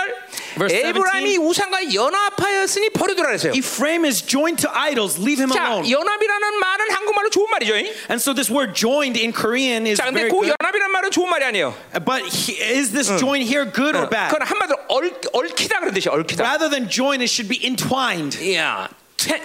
Speaker 2: Verse 17.
Speaker 1: 에브라임이 우상과 연합하였으니 버려두라 그랬어요.
Speaker 2: Ephraim is joined to idols. Leave him
Speaker 1: 자
Speaker 2: alone.
Speaker 1: 연합이라는 말은 한국말로 좋은 말이죠. 잉?
Speaker 2: And so this word joined in Korean is
Speaker 1: 자 근데
Speaker 2: very
Speaker 1: 그
Speaker 2: good.
Speaker 1: 연합이라는 말은 좋은 말이 아니에요. 네.
Speaker 2: But he, is this join here good or
Speaker 1: 그건
Speaker 2: bad?
Speaker 1: 한마디로 얼, 얽히다 그런 뜻이에요. 얽히다.
Speaker 2: Rather than join, it should be entwined.
Speaker 1: 야, 탱-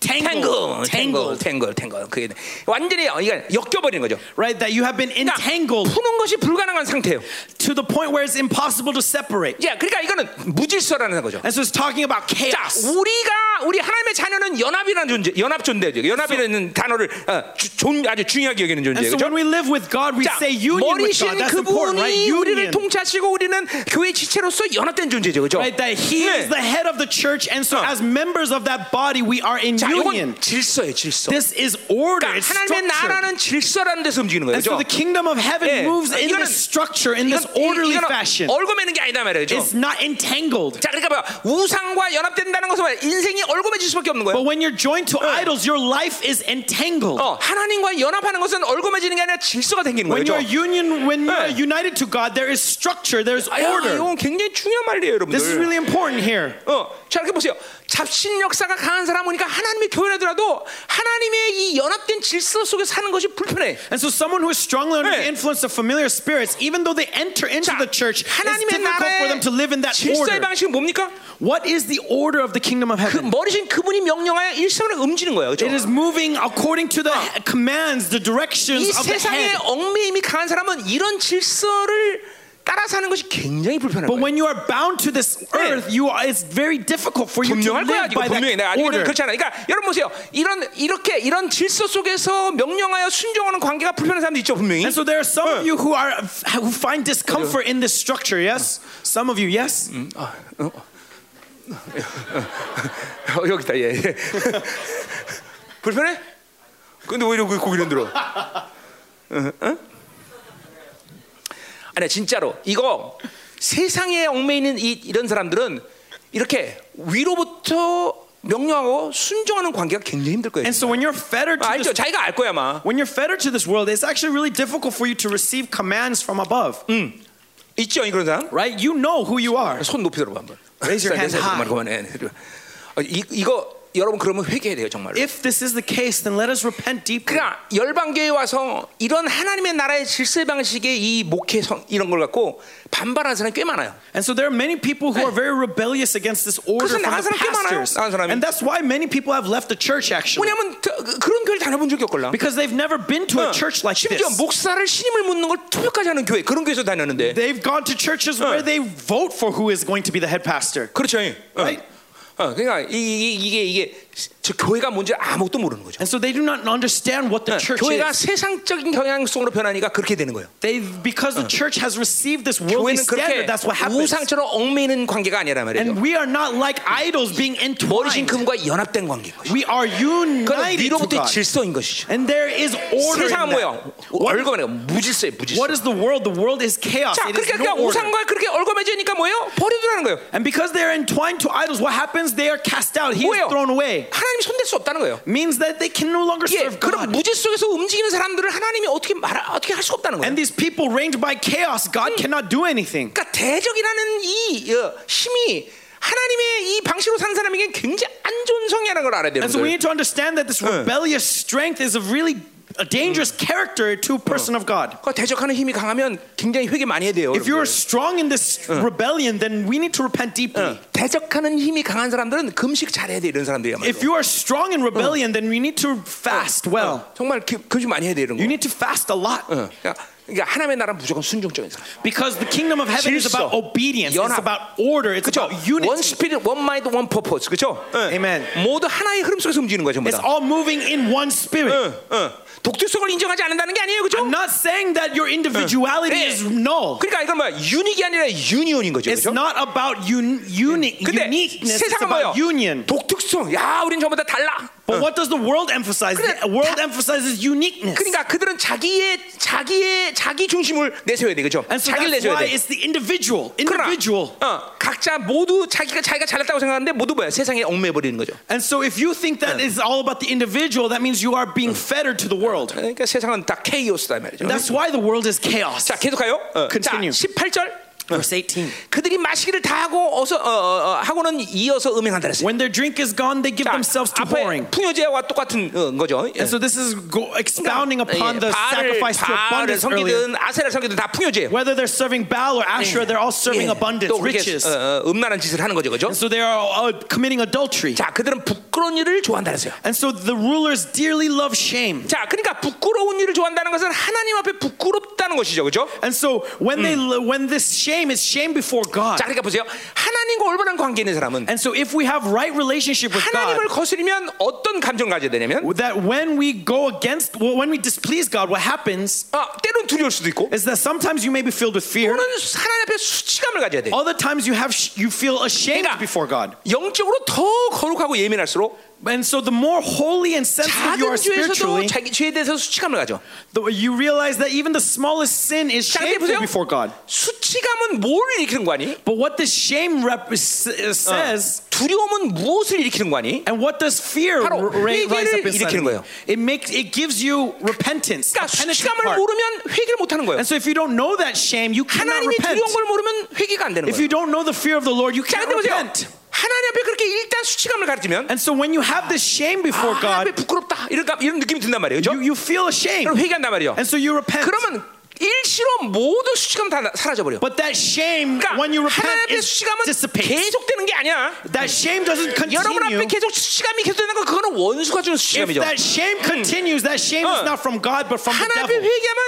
Speaker 1: 탱글,
Speaker 2: Tangle.
Speaker 1: 탱글, 탱글, 탱글. 그게 완전히 이게 엮여버리는 거죠.
Speaker 2: Right? That you have been
Speaker 1: 그러니까
Speaker 2: entangled
Speaker 1: 푸는 것이 불가능한 상태예요.
Speaker 2: to the point where it's impossible to separate.
Speaker 1: 예, 그러니까 이거는 무질서라는 거죠.
Speaker 2: And so it's talking about
Speaker 1: 자,
Speaker 2: chaos.
Speaker 1: 우리가 우리 하나님의 자녀는 연합이라는 존재, 연합 존재죠. 연합이라는 단어를 어, 주, 존, 아주 중요하게 여기는
Speaker 2: And
Speaker 1: 존재예요.
Speaker 2: so
Speaker 1: 그렇죠?
Speaker 2: when we live with God, we
Speaker 1: 자,
Speaker 2: say union with God.
Speaker 1: 머리신
Speaker 2: That's important, right?
Speaker 1: 그분이 우리를
Speaker 2: Union.
Speaker 1: 통치하시고 우리는 교회 지체로서 연합된 존재죠, 그렇죠?
Speaker 2: Right? That He
Speaker 1: 네.
Speaker 2: is the head of the church, and so
Speaker 1: 어.
Speaker 2: as members of that body, we are in
Speaker 1: 자,
Speaker 2: union.
Speaker 1: 이건 질서예요, 질서.
Speaker 2: This is order.
Speaker 1: 그러니까
Speaker 2: It's
Speaker 1: 하나님의
Speaker 2: structure.
Speaker 1: 나라는 질서라는 데서 움직이는 거예요,
Speaker 2: And so
Speaker 1: 그렇죠?
Speaker 2: the kingdom of heaven
Speaker 1: 예.
Speaker 2: moves in
Speaker 1: 이거는-
Speaker 2: this structure, in this
Speaker 1: 이-
Speaker 2: orderly
Speaker 1: 이거는
Speaker 2: fashion.
Speaker 1: 얼거매는 게 아니다 말이죠.
Speaker 2: It's not entangled.
Speaker 1: 자, 그러니까 뭐야? 우상과 연합된다는 것은 뭐야? 인생이 얼거매질 수밖에 없는
Speaker 2: But
Speaker 1: 거예요.
Speaker 2: when you're joined to idols, your life is entangled.
Speaker 1: 어, 하나님과 연합하는 것은 얼거매지는 게 아니라 질서가 생기는 그렇죠? 거죠.
Speaker 2: When you're union, when you're
Speaker 1: 예.
Speaker 2: united to God, there is structure, there's
Speaker 1: 아, 야,
Speaker 2: order.
Speaker 1: 이건 굉장히 중요한 말이에요,
Speaker 2: This
Speaker 1: 여러분들.
Speaker 2: is really important here.
Speaker 1: 어, 자 이렇게 보세요. 잡신 역사가 강한 사람 보니까 하나님의 교회라더라도 하나님의 이 연합된 질서 속에 사는 것이 불편해.
Speaker 2: And so someone who is strongly under
Speaker 1: 예.
Speaker 2: the influence of familiar spirits, even though they enter into
Speaker 1: 자,
Speaker 2: the church, it's
Speaker 1: 하나님의
Speaker 2: difficult for them
Speaker 1: 나라의
Speaker 2: to live in that
Speaker 1: 질서의
Speaker 2: order.
Speaker 1: 방식은 뭡니까?
Speaker 2: What is the order of the kingdom of
Speaker 1: 그
Speaker 2: heaven?
Speaker 1: 머리신 그분이 명령하여 일상을 움직이는 거예요.
Speaker 2: It
Speaker 1: 그렇죠?
Speaker 2: is moving according to the he- commands, the directions
Speaker 1: 이
Speaker 2: of
Speaker 1: Ah.
Speaker 2: the
Speaker 1: 세상에
Speaker 2: head.
Speaker 1: 얽매임이 강한 사람은 이런 질서를 따라 사는 것이 굉장히 불편한
Speaker 2: But
Speaker 1: 거예요.
Speaker 2: when you are bound to this earth, you are, it's very difficult for you to
Speaker 1: 분명할 거야
Speaker 2: live
Speaker 1: 지금
Speaker 2: by
Speaker 1: 분명히 내가
Speaker 2: that
Speaker 1: 아니면
Speaker 2: order.
Speaker 1: 그렇지 않아. 그러니까 여러분 보세요. 이런 이렇게 이런 질서 속에서 명령하여 순종하는 관계가 불편한 사람도 있죠 분명히.
Speaker 2: And so there are some of you who are who find discomfort in this structure. Yes, some of you. Yes.
Speaker 1: 아, 어, 어, 어, 여기다 예. 예. 불편해? 근데 왜 이렇게 고기를 흔들어? 응? 응? 아니 진짜로 이거 세상에 얽매이는 이, 이런 사람들은 이렇게 위로부터 명령하고 순종하는 관계가 굉장히 힘들 거예요. 아,
Speaker 2: And so when you're fettered to
Speaker 1: 알죠?
Speaker 2: this,
Speaker 1: 자기가 알 거야 아마.
Speaker 2: when you're fettered to this world, it's actually really difficult for you to receive commands from above.
Speaker 1: 있죠 이 그런 사람?
Speaker 2: Right? You know who you are.
Speaker 1: 손 높이 들어봐 한번.
Speaker 2: Raise your hand
Speaker 1: 그만
Speaker 2: high.
Speaker 1: 그만. 예, 예. 어, 이 이거 여러분 그러면 회개해야 돼요 정말로.
Speaker 2: If this is the case, then let us repent deeply.
Speaker 1: 그러니까 열방교회 와서 이런 하나님의 나라의 질서 방식의 이 목회 성 이런 걸 갖고 반발하는 사람이 꽤 많아요.
Speaker 2: And so there are many people who are very rebellious against this order
Speaker 1: 그래서
Speaker 2: from
Speaker 1: 나간
Speaker 2: the
Speaker 1: 사람 꽤 많아요,
Speaker 2: pastors.
Speaker 1: 나간 사람이.
Speaker 2: And that's why many people have left the church actually.
Speaker 1: 왜냐면 저- 그- 그런 교회를 다녀본 적이 없걸라.
Speaker 2: Because they've never been to a church like
Speaker 1: 심지어
Speaker 2: this.
Speaker 1: 목사를 신임을 묻는 걸 투표까지 하는 교회 그런 교회에서 다녔는데.
Speaker 2: They've gone to churches where they vote for who is going to be the head pastor.
Speaker 1: 그렇죠. 예. 어.
Speaker 2: Right.
Speaker 1: 어, 그러니까 이, 이, 이게 이게 저 교회가 뭔지 아무것도 모르는 거죠.
Speaker 2: And so they do not understand what the
Speaker 1: 어,
Speaker 2: church
Speaker 1: 교회가
Speaker 2: is.
Speaker 1: 세상적인 경향성으로 변하니까 그렇게 되는 거예요.
Speaker 2: They because the church has received this worldly
Speaker 1: 교회는
Speaker 2: standard,
Speaker 1: 그렇게
Speaker 2: that's what happens.
Speaker 1: 우상처럼 얽매이는 관계가 아니란 말이죠.
Speaker 2: And we are not like idols being
Speaker 1: 머리신
Speaker 2: entwined.
Speaker 1: 금과 연합된 관계인 거죠.
Speaker 2: We are
Speaker 1: 그건
Speaker 2: united to
Speaker 1: 위로부터
Speaker 2: God.
Speaker 1: 질서인 것이죠.
Speaker 2: And there is order. in
Speaker 1: 세상은
Speaker 2: that.
Speaker 1: 뭐예요? 얼거매요. 무질서예요, 무질서.
Speaker 2: What is the world? The world is chaos.
Speaker 1: 자,
Speaker 2: It is
Speaker 1: 그러니까
Speaker 2: no
Speaker 1: 그러니까
Speaker 2: order.
Speaker 1: 우상과 그렇게 얼거매지니까 뭐예요? 버려두라는 거예요.
Speaker 2: And because they are entwined to idols, what happens? They are cast out. He
Speaker 1: 뭐예요?
Speaker 2: is thrown away.
Speaker 1: 예, 하나님이 손댈 수 없다는 거예요.
Speaker 2: means that they can no longer
Speaker 1: 예,
Speaker 2: serve
Speaker 1: 그런
Speaker 2: God.
Speaker 1: 무지 속에서 움직이는 사람들을 하나님이 어떻게 말 어떻게 할 수가 없다는 거예요.
Speaker 2: And these people reigned by chaos, God cannot do anything.
Speaker 1: 그러니까 대적이라는 이 어, 힘이 하나님의 이 방식으로 사는 사람에게 굉장히 안 좋은 성향이라는 걸 알아야 돼요.
Speaker 2: And so we
Speaker 1: 여러분들.
Speaker 2: need to understand that this rebellious strength is a really a dangerous character to a person of God.
Speaker 1: 그 대적하는 힘이 강하면 굉장히 회개 많이 해야 돼요.
Speaker 2: If you
Speaker 1: 여러분들.
Speaker 2: are strong in this rebellion, then we need to repent deeply.
Speaker 1: 대적하는 힘이 강한 사람들은 금식 잘해야 돼 이런 사람들이야.
Speaker 2: If you are strong in rebellion, then we need to fast well.
Speaker 1: 정말 그- 금식 많이 해야 돼 이런 거.
Speaker 2: You need to fast a lot
Speaker 1: 어, 그러니까, 그러니까 하나님의 나라 는 무조건 순종적인 사람.
Speaker 2: because the kingdom of heaven is
Speaker 1: 질서,
Speaker 2: about obedience, it's
Speaker 1: 연합.
Speaker 2: about order, it's
Speaker 1: 그렇죠.
Speaker 2: about
Speaker 1: 원
Speaker 2: unity.
Speaker 1: 스피릿, 원 마인드, 원 퍼포스. 그렇죠?
Speaker 2: Amen.
Speaker 1: 모두 하나의 흐름 속에서 움직이는 거죠, 전부 다.
Speaker 2: It's all moving in one spirit.
Speaker 1: 어, 어. 독특성을 인정하지 않는다는 게 아니에요, 그렇죠?
Speaker 2: I'm not saying that your individuality
Speaker 1: 예.
Speaker 2: is null.
Speaker 1: 그러니까 이건 뭐야? 유닉이 아니라 유니온인 거죠,
Speaker 2: It's
Speaker 1: 그렇죠?
Speaker 2: not about un- uni-
Speaker 1: 근데
Speaker 2: uniqueness. It's
Speaker 1: 세상은 뭐예요?
Speaker 2: about
Speaker 1: Uh.
Speaker 2: union.
Speaker 1: 독특성. 야, 우린 전부 다 달라.
Speaker 2: But what does the world emphasize?
Speaker 1: 그래,
Speaker 2: The world
Speaker 1: 다-
Speaker 2: emphasizes uniqueness.
Speaker 1: 그러니까 그들은 자기의 자기의 자기 중심을 내세워야 돼, 그렇죠?
Speaker 2: And so
Speaker 1: 자기를
Speaker 2: that's
Speaker 1: 내세워야
Speaker 2: why
Speaker 1: 돼.
Speaker 2: it's the individual.
Speaker 1: 그러나
Speaker 2: Individual.
Speaker 1: 어, 각자 모두 자기가 자기가 잘났다고 생각하는데 모두 뭐야? 세상에 얽매여 버리는 거죠.
Speaker 2: And so if you think that it's all about the individual, that means you are being fettered to the world.
Speaker 1: 그러니까 세상은 다 케이오스다 이 말이죠.
Speaker 2: That's why the world is chaos.
Speaker 1: 자, 계속 가요. 어. 자,
Speaker 2: Continue.
Speaker 1: 18절.
Speaker 2: Verse 18.
Speaker 1: 그들이 마시기를 다 하고 어서 어, 어, 어, 하고는 이어서 음행한다 그랬어요.
Speaker 2: When their drink is gone, they
Speaker 1: 자,
Speaker 2: give themselves to
Speaker 1: 앞에
Speaker 2: whoring.
Speaker 1: 풍요제와 똑같은 어, 거죠. 예.
Speaker 2: And so this is go- expounding upon
Speaker 1: 예,
Speaker 2: the
Speaker 1: 바알을,
Speaker 2: sacrifice to
Speaker 1: 바알을
Speaker 2: abundance earlier.
Speaker 1: 섬기든 아세를 섬기든 다 풍요제예요. 예.
Speaker 2: Whether they're serving Baal or Asherah, they're all serving abundance,
Speaker 1: 또 그렇게
Speaker 2: riches.
Speaker 1: 어, 어, 음란한 짓을 하는 거죠, 그죠?
Speaker 2: So they are uh, committing adultery.
Speaker 1: 자, 그들은 부끄러운 일을 좋아한다 그랬어요.
Speaker 2: And so the rulers dearly love shame.
Speaker 1: 자, 그러니까 부끄러운 일을 좋아한다는 것은 하나님 앞에 부끄럽다는 것이죠, 그죠?
Speaker 2: And so when they when this shame is shame before God.
Speaker 1: 자, 그러니까 보세요. 하나님과 올바른 관계 있는 사람은
Speaker 2: And so if we have right relationship with
Speaker 1: 하나님을
Speaker 2: God,
Speaker 1: 거스르면 어떤 감정을 가져야 되냐면
Speaker 2: that when we go against well, when we displease God, what happens
Speaker 1: 아, 때론 두려울 수도 있고
Speaker 2: is that sometimes you may be filled with fear.
Speaker 1: 또는 하나님 앞에 수치감을 가져야 돼.
Speaker 2: Other times you have sh- you feel ashamed
Speaker 1: 그러니까
Speaker 2: before God.
Speaker 1: 영적으로 더 거룩하고 예민할수록
Speaker 2: And so the more holy and sensitive
Speaker 1: 작은
Speaker 2: you are
Speaker 1: 죄에서도
Speaker 2: spiritually,
Speaker 1: 자기 죄에 대해서 수치감을 가져.
Speaker 2: the, you realize that even the smallest sin is
Speaker 1: 자, 근데
Speaker 2: shameful
Speaker 1: 보세요.
Speaker 2: before God.
Speaker 1: 수치감은 뭘 일으키는 거 아니?
Speaker 2: But what this shame rep- s- uh, says
Speaker 1: 두려움은 무엇을 일으키는 거 아니?
Speaker 2: and what does fear r-
Speaker 1: 바로
Speaker 2: ra- rise up
Speaker 1: 회개를
Speaker 2: inside?
Speaker 1: 일으키는
Speaker 2: of you?
Speaker 1: 거예요.
Speaker 2: It makes it gives you repentance.
Speaker 1: 그러니까
Speaker 2: a penitent
Speaker 1: 수치감을
Speaker 2: heart.
Speaker 1: 모르면 회개를 못 하는 거예요.
Speaker 2: And so if you don't know that shame, you cannot
Speaker 1: 하나님이
Speaker 2: repent.
Speaker 1: 두려운 걸 모르면 회개가 안 되는
Speaker 2: If
Speaker 1: 거예요.
Speaker 2: you don't know the fear of the Lord, you
Speaker 1: 자,
Speaker 2: can't
Speaker 1: 근데 보세요.
Speaker 2: repent.
Speaker 1: 하나님 앞에 그렇게 일단 수치감을 가르치면
Speaker 2: And so when you have this shame
Speaker 1: 아,
Speaker 2: before
Speaker 1: 하나님 앞에
Speaker 2: God,
Speaker 1: 부끄럽다 이런 감- 이런 느낌이 든단 말이에요.
Speaker 2: you,
Speaker 1: 그렇죠?
Speaker 2: you feel
Speaker 1: 그럼
Speaker 2: ashamed.
Speaker 1: 회개한단 말이에요.
Speaker 2: And so you repent.
Speaker 1: 그러면 일시로 모든 수치감 다 나- 사라져버려.
Speaker 2: But that shame,
Speaker 1: 그러니까
Speaker 2: when you
Speaker 1: 하나님
Speaker 2: repent,
Speaker 1: 앞에
Speaker 2: it
Speaker 1: 수치감은
Speaker 2: dissipates.
Speaker 1: 계속되는 게 아니야.
Speaker 2: That shame doesn't
Speaker 1: 여러분 앞에
Speaker 2: continue.
Speaker 1: 계속 수치감이 계속되는 건 그거는 원수가 주는
Speaker 2: If
Speaker 1: 수치감이죠.
Speaker 2: that shame continues, that shame is
Speaker 1: 어.
Speaker 2: not from God, but from the
Speaker 1: 하나님 앞에
Speaker 2: devil.
Speaker 1: 회개하면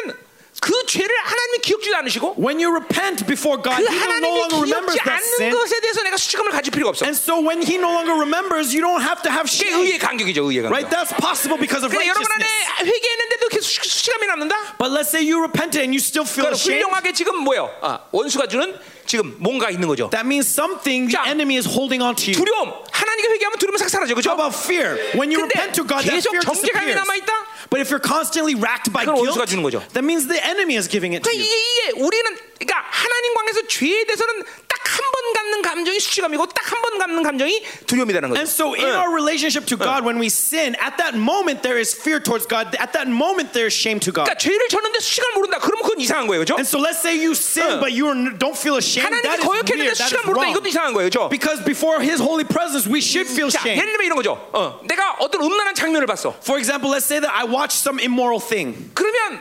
Speaker 1: 그 죄를 하나님이 기억지도 않으시고
Speaker 2: When you repent before
Speaker 1: 그
Speaker 2: God, He will no
Speaker 1: 하나님이
Speaker 2: longer remembers
Speaker 1: 기억지
Speaker 2: that
Speaker 1: 않는
Speaker 2: sin.
Speaker 1: 것에 대해서 내가 수치감을 가질 필요가 없어.
Speaker 2: And so when He no longer remembers, you don't have to have
Speaker 1: 그게 의의
Speaker 2: shame.
Speaker 1: 간격이죠, 의의
Speaker 2: Right?
Speaker 1: 간격.
Speaker 2: That's possible because of
Speaker 1: 근데 여러분 안에
Speaker 2: righteousness.
Speaker 1: 회개했는데도 계속 수- 수치감이 남는다?
Speaker 2: But let's say you repented and you still feel
Speaker 1: 그러니까
Speaker 2: ashamed.
Speaker 1: 훌륭하게 지금 뭐예요? 아, 원수가 주는 지금 뭔가 있는 거죠.
Speaker 2: That means something the
Speaker 1: 자,
Speaker 2: enemy is holding on to you.
Speaker 1: 두려움. 하나님께 회개하면 두려움 싹 사라져,
Speaker 2: How
Speaker 1: 그죠?
Speaker 2: about fear? When you
Speaker 1: 근데
Speaker 2: repent to God, that
Speaker 1: 계속
Speaker 2: fear
Speaker 1: 정죄감이
Speaker 2: disappears.
Speaker 1: 남아 있다?
Speaker 2: But if you're constantly racked by
Speaker 1: 그건 원수가
Speaker 2: guilt,
Speaker 1: 주는 거죠.
Speaker 2: that means the enemy is giving it to
Speaker 1: 그러니까 이게,
Speaker 2: you.
Speaker 1: 이게 우리는 그러니까 하나님 관계에서 죄에 대해서는 딱 한 번 갖는 감정이 수치감이고 딱 한 번 갖는 감정이 두려움이라는 거죠.
Speaker 2: And so, in our relationship to God, when we sin, at that moment there is fear towards God. At that moment there is shame to God.
Speaker 1: 그러니까 죄를 졌는데 수치감을 모른다. 그러면 그건 이상한 거예요, 그죠?
Speaker 2: And so, let's say you sin,
Speaker 1: Uh.
Speaker 2: but you are, don't feel ashamed.
Speaker 1: 하나님께
Speaker 2: That is
Speaker 1: 거역했는데
Speaker 2: weird. That
Speaker 1: 수치감
Speaker 2: is
Speaker 1: 모른다.
Speaker 2: wrong.
Speaker 1: 이것도 이상한 거예요, 그죠?
Speaker 2: Because before His holy presence, we should feel
Speaker 1: 자, 예를
Speaker 2: shame.
Speaker 1: 들면 이런 거죠. 어, 내가 어떤 음란한 장면을 봤어.
Speaker 2: For example, let's say that I watched some immoral thing.
Speaker 1: 그러면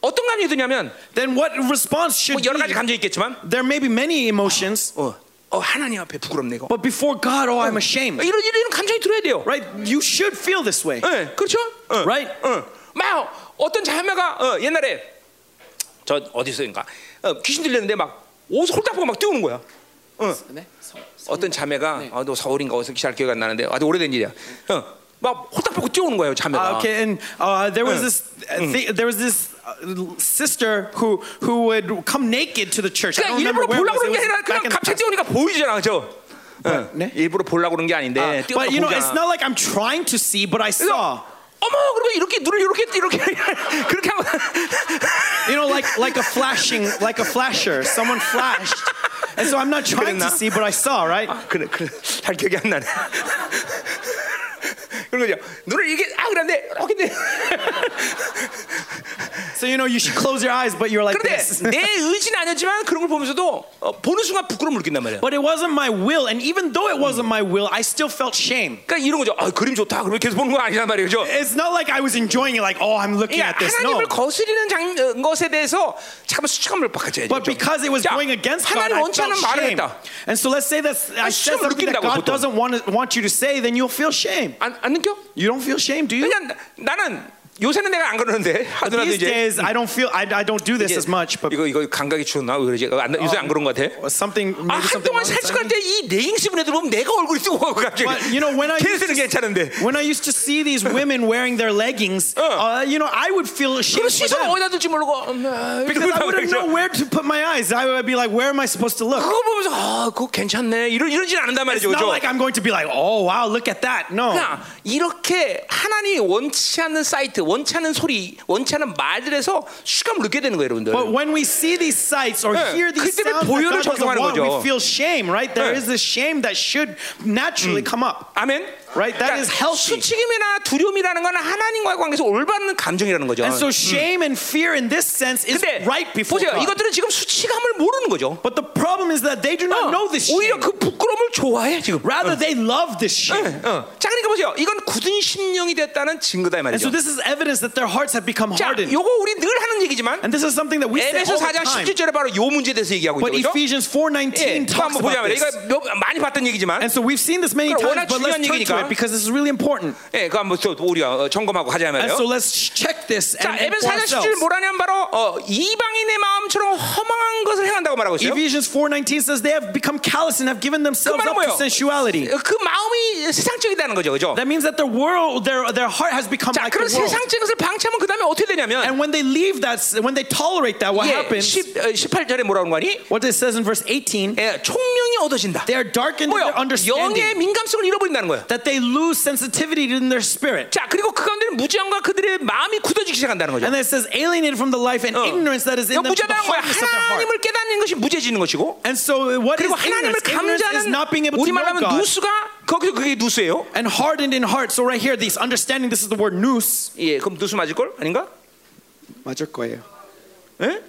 Speaker 1: 어떤 감정이 드냐면
Speaker 2: Then what response should
Speaker 1: 뭐 여러 가지
Speaker 2: be?
Speaker 1: 감정이 있겠지만
Speaker 2: There may be many emotions,
Speaker 1: 어, 어, 하나님 앞에 부끄럽네 이거.
Speaker 2: but before God, oh, I'm ashamed.
Speaker 1: 이런 이런 감정이 들어야 돼요.
Speaker 2: Right? You should feel this way.
Speaker 1: 예, 그렇죠? 어,
Speaker 2: Right?
Speaker 1: 어. 막 어떤 자매가 어, 옛날에 저 어디서인가 어, 귀신 들렸는데 막 옷을 홀딱 벗고 막 뛰어오는 거야.
Speaker 2: 네?
Speaker 1: 어떤 자매가 아, 너 서울인가 어디서 기사를 기억이 안 나는데 아주 오래된 일이야. 어, 막 홀딱 벗고 뛰어오는 거예요 자매가.
Speaker 2: Uh, okay, and uh, there was this uh, thi- there was this uh, sister who who would come naked to the church. I
Speaker 1: 그냥
Speaker 2: don't remember
Speaker 1: 일부러
Speaker 2: where it
Speaker 1: 보려고
Speaker 2: was.
Speaker 1: 그런 게
Speaker 2: It was
Speaker 1: 아니라
Speaker 2: back
Speaker 1: 그냥
Speaker 2: in the
Speaker 1: 갑자기
Speaker 2: past.
Speaker 1: 뛰어오니까 보이잖아, 그죠? 어,
Speaker 2: 네?
Speaker 1: 일부러 보려고 그런 게 아닌데
Speaker 2: Uh,
Speaker 1: 뛰어오니까
Speaker 2: but you know, it's
Speaker 1: 보이잖아.
Speaker 2: not like I'm trying to see, but I saw.
Speaker 1: 어머, 그리고 이렇게 눈을 이렇게 이렇게 그렇게 하고
Speaker 2: You know, like like a flashing, like a flasher. Someone flashed, and so I'm not trying to
Speaker 1: 그랬나?
Speaker 2: see, but I saw. Right?
Speaker 1: 그래 그래 잘 기억이 안 나네. 그런 거죠. 눈을 이게 아 그런데 어 근데
Speaker 2: So you know you should close your eyes, but you're like
Speaker 1: 그런데
Speaker 2: this.
Speaker 1: 내 의지는 아니었지만 그런 걸 보면서도 어, 보는 순간 부끄러움을 느낀단 말이야.
Speaker 2: But it wasn't my will, and even though it wasn't my will, I still felt shame.
Speaker 1: 그러니까 이런 거죠. 아 그림 좋다. 그러면 계속 보는 건 아니란 말이에요. 그죠?
Speaker 2: It's not like I was enjoying it, like oh I'm looking
Speaker 1: 그러니까
Speaker 2: at 네. this. No.
Speaker 1: 하나님을 거스리는 장, 어, 것에 대해서 잠깐 수치감을 바꿔줘야죠.
Speaker 2: But because it was
Speaker 1: 자,
Speaker 2: going against God,
Speaker 1: 하나님
Speaker 2: I
Speaker 1: 원치
Speaker 2: felt
Speaker 1: 않은 말을
Speaker 2: shame.
Speaker 1: 했다.
Speaker 2: And so let's say that I said
Speaker 1: 시험을
Speaker 2: something that
Speaker 1: 느낀다고,
Speaker 2: God
Speaker 1: 보통.
Speaker 2: doesn't want, want you to say, then you'll feel shame.
Speaker 1: 안, 안 느껴?
Speaker 2: You don't feel shame, do you?
Speaker 1: 그냥 나- 나는 요새는 내가 안 그러는데 하더라도
Speaker 2: These
Speaker 1: 이제
Speaker 2: days I don't feel I, I don't do
Speaker 1: 이제
Speaker 2: this as much, but
Speaker 1: 이거 이거 감각이 추웠나 왜 그러지? 어, 안, 요새 안 그런 것 같아.
Speaker 2: or something maybe
Speaker 1: 아
Speaker 2: something.
Speaker 1: 한동안
Speaker 2: wrong with
Speaker 1: 산책할
Speaker 2: something.
Speaker 1: 때 이 레깅스 분해들 보면 내가 얼굴이 뜨거워 갑자기.
Speaker 2: But you know when I used
Speaker 1: 걔네들은
Speaker 2: to,
Speaker 1: 괜찮은데.
Speaker 2: when I used to see these women wearing their leggings, uh, you know I would feel
Speaker 1: 그럼
Speaker 2: ashamed for
Speaker 1: 시선
Speaker 2: them
Speaker 1: 어디다 둘지 모르고. 음, 아, 이렇게
Speaker 2: because I
Speaker 1: 그러다가
Speaker 2: wouldn't
Speaker 1: 그러죠.
Speaker 2: know where to put my eyes. I would be like, where am I supposed to look?
Speaker 1: 그거 보면서 아 그거 괜찮네 이런 이런지는 않는단 말이죠.
Speaker 2: It's
Speaker 1: 그죠?
Speaker 2: not like I'm going to be like, oh wow, look at that. No.
Speaker 1: 그러니까 이렇게 하나님이 원치 않는 사이트, 원치 않는 소리, 원치 않는 말들에서 수감을 느껴야 되는 거예요, 여러분들.
Speaker 2: But when we see these sights or
Speaker 1: 네,
Speaker 2: hear these
Speaker 1: 그 때문에
Speaker 2: sounds that
Speaker 1: 보혈을
Speaker 2: God doesn't
Speaker 1: 적용하는
Speaker 2: want,
Speaker 1: 거죠.
Speaker 2: we feel shame, right? There
Speaker 1: 네.
Speaker 2: is this shame that should naturally
Speaker 1: Mm.
Speaker 2: come up.
Speaker 1: 아멘. 그러니까
Speaker 2: Right, that is healthy.
Speaker 1: 수치심이나 두려움이라는 건 하나님과의 관계에서 올바른 감정이라는 거죠.
Speaker 2: And so shame and fear in this sense is
Speaker 1: Uh, mm. 근데
Speaker 2: right before
Speaker 1: 보세요,
Speaker 2: God.
Speaker 1: 이것들은 지금 수치감을 모르는 거죠.
Speaker 2: But the problem is that they do not know this
Speaker 1: 오히려
Speaker 2: shame.
Speaker 1: 그 부끄러움을 좋아해 지금.
Speaker 2: Rather, they love this
Speaker 1: 어,
Speaker 2: shame.
Speaker 1: 어. 자, 그러니까 보세요, 이건 굳은 심령이 됐다는 증거다 이
Speaker 2: And
Speaker 1: 말이죠.
Speaker 2: so this is evidence that their hearts have become
Speaker 1: 자,
Speaker 2: hardened.
Speaker 1: 요거 우리 늘 하는 얘기지만
Speaker 2: And this is something that we say
Speaker 1: 에베소
Speaker 2: all
Speaker 1: 4장
Speaker 2: the time.
Speaker 1: 17절에 바로 요 문제에 대해서 얘기하고
Speaker 2: But
Speaker 1: 있죠. 그죠?
Speaker 2: Ephesians 4.19
Speaker 1: 예, 또
Speaker 2: talks
Speaker 1: 한번 보자 말이야.
Speaker 2: about this.
Speaker 1: 이거 몇- 많이 봤던 얘기지만,
Speaker 2: And so we've seen this many
Speaker 1: 그러니까
Speaker 2: times,
Speaker 1: 워낙
Speaker 2: but
Speaker 1: 중요한
Speaker 2: let's turn to
Speaker 1: 얘기니까.
Speaker 2: it because this is really important.
Speaker 1: 예, 그 한번 또 우리가 어, 점검하고 하자
Speaker 2: And so
Speaker 1: 말이에요.
Speaker 2: let's check this and,
Speaker 1: 자,
Speaker 2: and
Speaker 1: 에베소
Speaker 2: for
Speaker 1: 4장 17절
Speaker 2: ourselves.
Speaker 1: 뭐라냐면 바로 어, 이방인의 마음처럼 허망한 것을 행한다고 말하고 있어요.
Speaker 2: Ephesians 4.19 says they have become callous and have given
Speaker 1: 그
Speaker 2: themselves
Speaker 1: 말은
Speaker 2: up
Speaker 1: 뭐예요?
Speaker 2: to sensuality.
Speaker 1: 그 마음이 세상적이다는 거죠, 그죠?
Speaker 2: That means that their world, their, their heart has become
Speaker 1: 자,
Speaker 2: like
Speaker 1: 그런
Speaker 2: the world.
Speaker 1: 세상적인 것을 방치하면 그 다음에 어떻게 되냐면
Speaker 2: And when they leave that, when they tolerate that, what
Speaker 1: 예,
Speaker 2: happens?
Speaker 1: 10, 18절에 뭐라고 하니?
Speaker 2: What it says in verse 18,
Speaker 1: 예, 총명이 얻어진다.
Speaker 2: they are darkened in
Speaker 1: 뭐요?
Speaker 2: their understanding.
Speaker 1: 영의 민감성을 잃어버린다는 거예요.
Speaker 2: that they lose sensitivity in their spirit.
Speaker 1: 자, 그리고 그 가운데는 무지함과 그들의 마음이 굳어지기 시작한다는 거죠.
Speaker 2: And then it says alienated from the life and
Speaker 1: 어.
Speaker 2: ignorance that is in them to the
Speaker 1: 무죄라는 Oh. 거야.
Speaker 2: hardness of their heart.
Speaker 1: 하나님을 깨닫는 것이 무죄지는 것이고.
Speaker 2: And so what is
Speaker 1: 그리고
Speaker 2: ignorance?
Speaker 1: 하나님을
Speaker 2: Ignorance is
Speaker 1: 감지하는
Speaker 2: not being able to
Speaker 1: 우리말로
Speaker 2: know
Speaker 1: 하면
Speaker 2: God.
Speaker 1: 누수가 거기서 그게 누수예요.
Speaker 2: And hardened in heart. So right here, this understanding, this is the word nous.
Speaker 1: 예, 그럼 누수 맞을 걸 아닌가?
Speaker 2: 맞을 거예요.
Speaker 1: 예?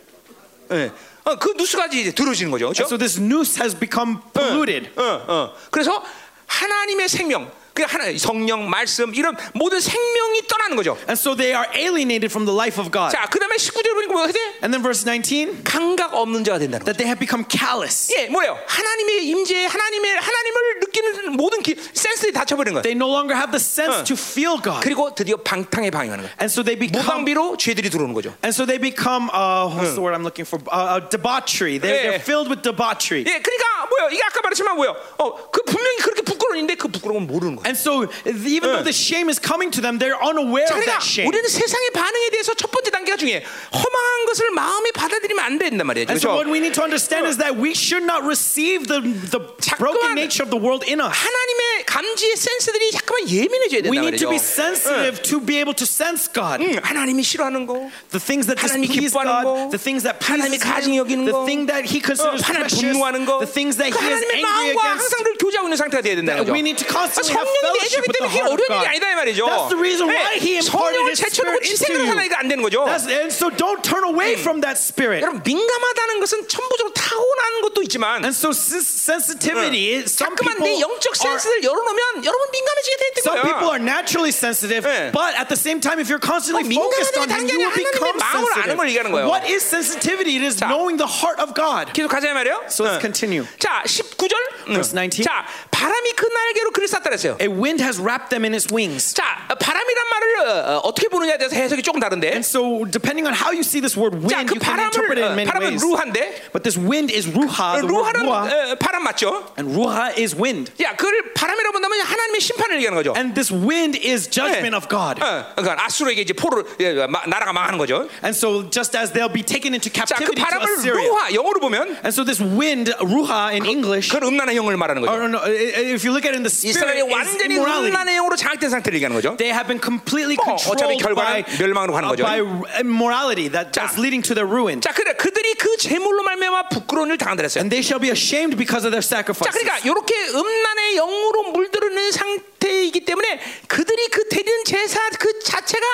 Speaker 1: 예. 어, 그 누수가 이제 들어지는 거죠.
Speaker 2: And
Speaker 1: 그렇죠?
Speaker 2: so this nous has become polluted.
Speaker 1: 어, 어. 그래서 하나님의 생명, 그 하나 성령, 말씀 이런 모든 생명이 떠나는 거죠.
Speaker 2: And so they are alienated from the life of God.
Speaker 1: 자, 그다음에 19절 보니까 뭐가 돼?
Speaker 2: And then verse 19,
Speaker 1: 감각 없는 자가 된다는 거죠.
Speaker 2: that they have become callous.
Speaker 1: 예, 뭐예요? 하나님의 임재, 하나님의 하나님을 느끼는 모든 기, 센스들이 닫혀버린 거예요.
Speaker 2: They no longer have the sense
Speaker 1: 어.
Speaker 2: to feel God.
Speaker 1: 그리고 드디어 방탕에 방해하는 거예요.
Speaker 2: And so they become
Speaker 1: 무방비로 죄들이 들어오는 거죠.
Speaker 2: And so they become uh, what's the word I'm looking for? Uh, uh, debauchery. They're,
Speaker 1: Yeah.
Speaker 2: they're filled with debauchery.
Speaker 1: 예, 그러니까 뭐요? 이게 아까 말했지만 뭐요? 어, 그 분명히 그렇게 부끄러운데 그 부끄러움을 모르는 거예요.
Speaker 2: And so even though the shame is coming to them, they're unaware
Speaker 1: 자,
Speaker 2: of
Speaker 1: 그러니까
Speaker 2: that shame.
Speaker 1: 우리는 세상의 반응에 대해서 첫 번째 단계가 중요해. 허망한 것을 마음에 받아들이면 안 된단 말이에요.
Speaker 2: And
Speaker 1: 그렇죠?
Speaker 2: so what we need to understand is that we should not receive the, the broken
Speaker 1: 자꾸만-
Speaker 2: nature of the world in us.
Speaker 1: 하나님의 감지의 센스들이 잠깐만 예민해져야
Speaker 2: We
Speaker 1: 된단
Speaker 2: need
Speaker 1: 말이죠.
Speaker 2: to be sensitive to be able to sense God.
Speaker 1: 응, 하나님이 싫어하는 거,
Speaker 2: The things that
Speaker 1: Mm. 하나님이
Speaker 2: displease
Speaker 1: 기뻐하는 거,
Speaker 2: God, the things that
Speaker 1: 하나님이
Speaker 2: pleases
Speaker 1: 가증히
Speaker 2: Him,
Speaker 1: 여기는
Speaker 2: the
Speaker 1: 거,
Speaker 2: thing that He considers
Speaker 1: 하나님
Speaker 2: precious,
Speaker 1: 분노하는 거,
Speaker 2: the things that
Speaker 1: 그
Speaker 2: He is
Speaker 1: 하나님의
Speaker 2: angry
Speaker 1: 마음과
Speaker 2: against.
Speaker 1: 항상 늘 교제하고 있는 상태가 돼야 된다는 거죠.
Speaker 2: We need to constantly have
Speaker 1: 성령이
Speaker 2: fellowship
Speaker 1: 내주기
Speaker 2: with the
Speaker 1: 때문에 그게
Speaker 2: heart of
Speaker 1: 어려운 일이
Speaker 2: God.
Speaker 1: 아니다 이 말이죠.
Speaker 2: That's the reason why
Speaker 1: 네,
Speaker 2: He imparted
Speaker 1: 성령을
Speaker 2: His
Speaker 1: 제쳐놓고
Speaker 2: Spirit
Speaker 1: 지생으로
Speaker 2: into you.
Speaker 1: 살아니까 안 되는 거죠.
Speaker 2: That's, and so don't turn away from that spirit.
Speaker 1: 여러분 민감하다는 것은 천부적으로 타고나는 것도 있지만 네.
Speaker 2: And so sis- sensitivity, is- some
Speaker 1: 자꾸만
Speaker 2: people
Speaker 1: 내 영적
Speaker 2: are,
Speaker 1: 센스를 열어놓으면 여러분 민감해지게 돼 있는
Speaker 2: some people
Speaker 1: 거야.
Speaker 2: are naturally sensitive,
Speaker 1: 네.
Speaker 2: but at the same time, if you're constantly
Speaker 1: 어, 민감하다는
Speaker 2: focused on
Speaker 1: 게
Speaker 2: Him,
Speaker 1: 아니라
Speaker 2: you will
Speaker 1: 하나님의
Speaker 2: become
Speaker 1: 마음을 아는 걸 얘기하는
Speaker 2: sensitive.
Speaker 1: 거예요.
Speaker 2: What is sensitivity? It is
Speaker 1: 자.
Speaker 2: knowing the heart of God.
Speaker 1: 계속 가자 말이에요. 네.
Speaker 2: So let's continue.
Speaker 1: 자, 19절. 음.
Speaker 2: Verse 19.
Speaker 1: 자, 바람이 그 날개로 그를 쌌다 그랬어요.
Speaker 2: A wind has wrapped them in its wings.
Speaker 1: 자, 바람이란 말을 어, 어, 어떻게 보느냐에 대해서 해석이 조금 다른데.
Speaker 2: And so, depending on how you see this word
Speaker 1: 자,
Speaker 2: wind,
Speaker 1: 그
Speaker 2: you can interpret
Speaker 1: 바람을
Speaker 2: it in
Speaker 1: 어,
Speaker 2: many
Speaker 1: 바람은
Speaker 2: ways.
Speaker 1: 루한데.
Speaker 2: But this wind is ruha, the word
Speaker 1: 루하는
Speaker 2: ruha,
Speaker 1: 어, 바람 맞죠?
Speaker 2: and ruha is wind.
Speaker 1: 야, 그걸 바람이라고 본다면 하나님의 심판을 얘기하는 거죠.
Speaker 2: And this wind is judgment of God.
Speaker 1: 어, 그러니까 아수르에게 이제 포로 예, 마- 나라가 망하는 거죠.
Speaker 2: And so, just as they'll be taken into
Speaker 1: 자, 그
Speaker 2: captivity to
Speaker 1: 바람을
Speaker 2: Assyria.
Speaker 1: 루하 영어로 보면
Speaker 2: And so this wind, ruha in English,
Speaker 1: 그건 음란한 영을 말하는 거죠.
Speaker 2: or no, i- i- if you look at it in the spirit,
Speaker 1: 이스라엘이
Speaker 2: is
Speaker 1: 완전히
Speaker 2: immorality.
Speaker 1: 음란의 영으로 장악된 상태를 얘기하는 거죠.
Speaker 2: They have been completely
Speaker 1: 뭐, 어차피
Speaker 2: controlled by, uh,
Speaker 1: 결과는 멸망으로 가는 거죠.
Speaker 2: by immorality that, that's leading to their ruin.
Speaker 1: 자, 그래 그들이 그 재물로 말미암아 부끄러움을 당한다 그랬어요. 그러니까
Speaker 2: And they shall be ashamed because of their
Speaker 1: 자,
Speaker 2: sacrifices.
Speaker 1: 그러니까 이렇게 음란의 영으로 물들어는 상태 상태이기 때문에 그들이 그 드리는 제사 그 자체가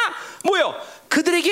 Speaker 1: 뭐요? 그들에게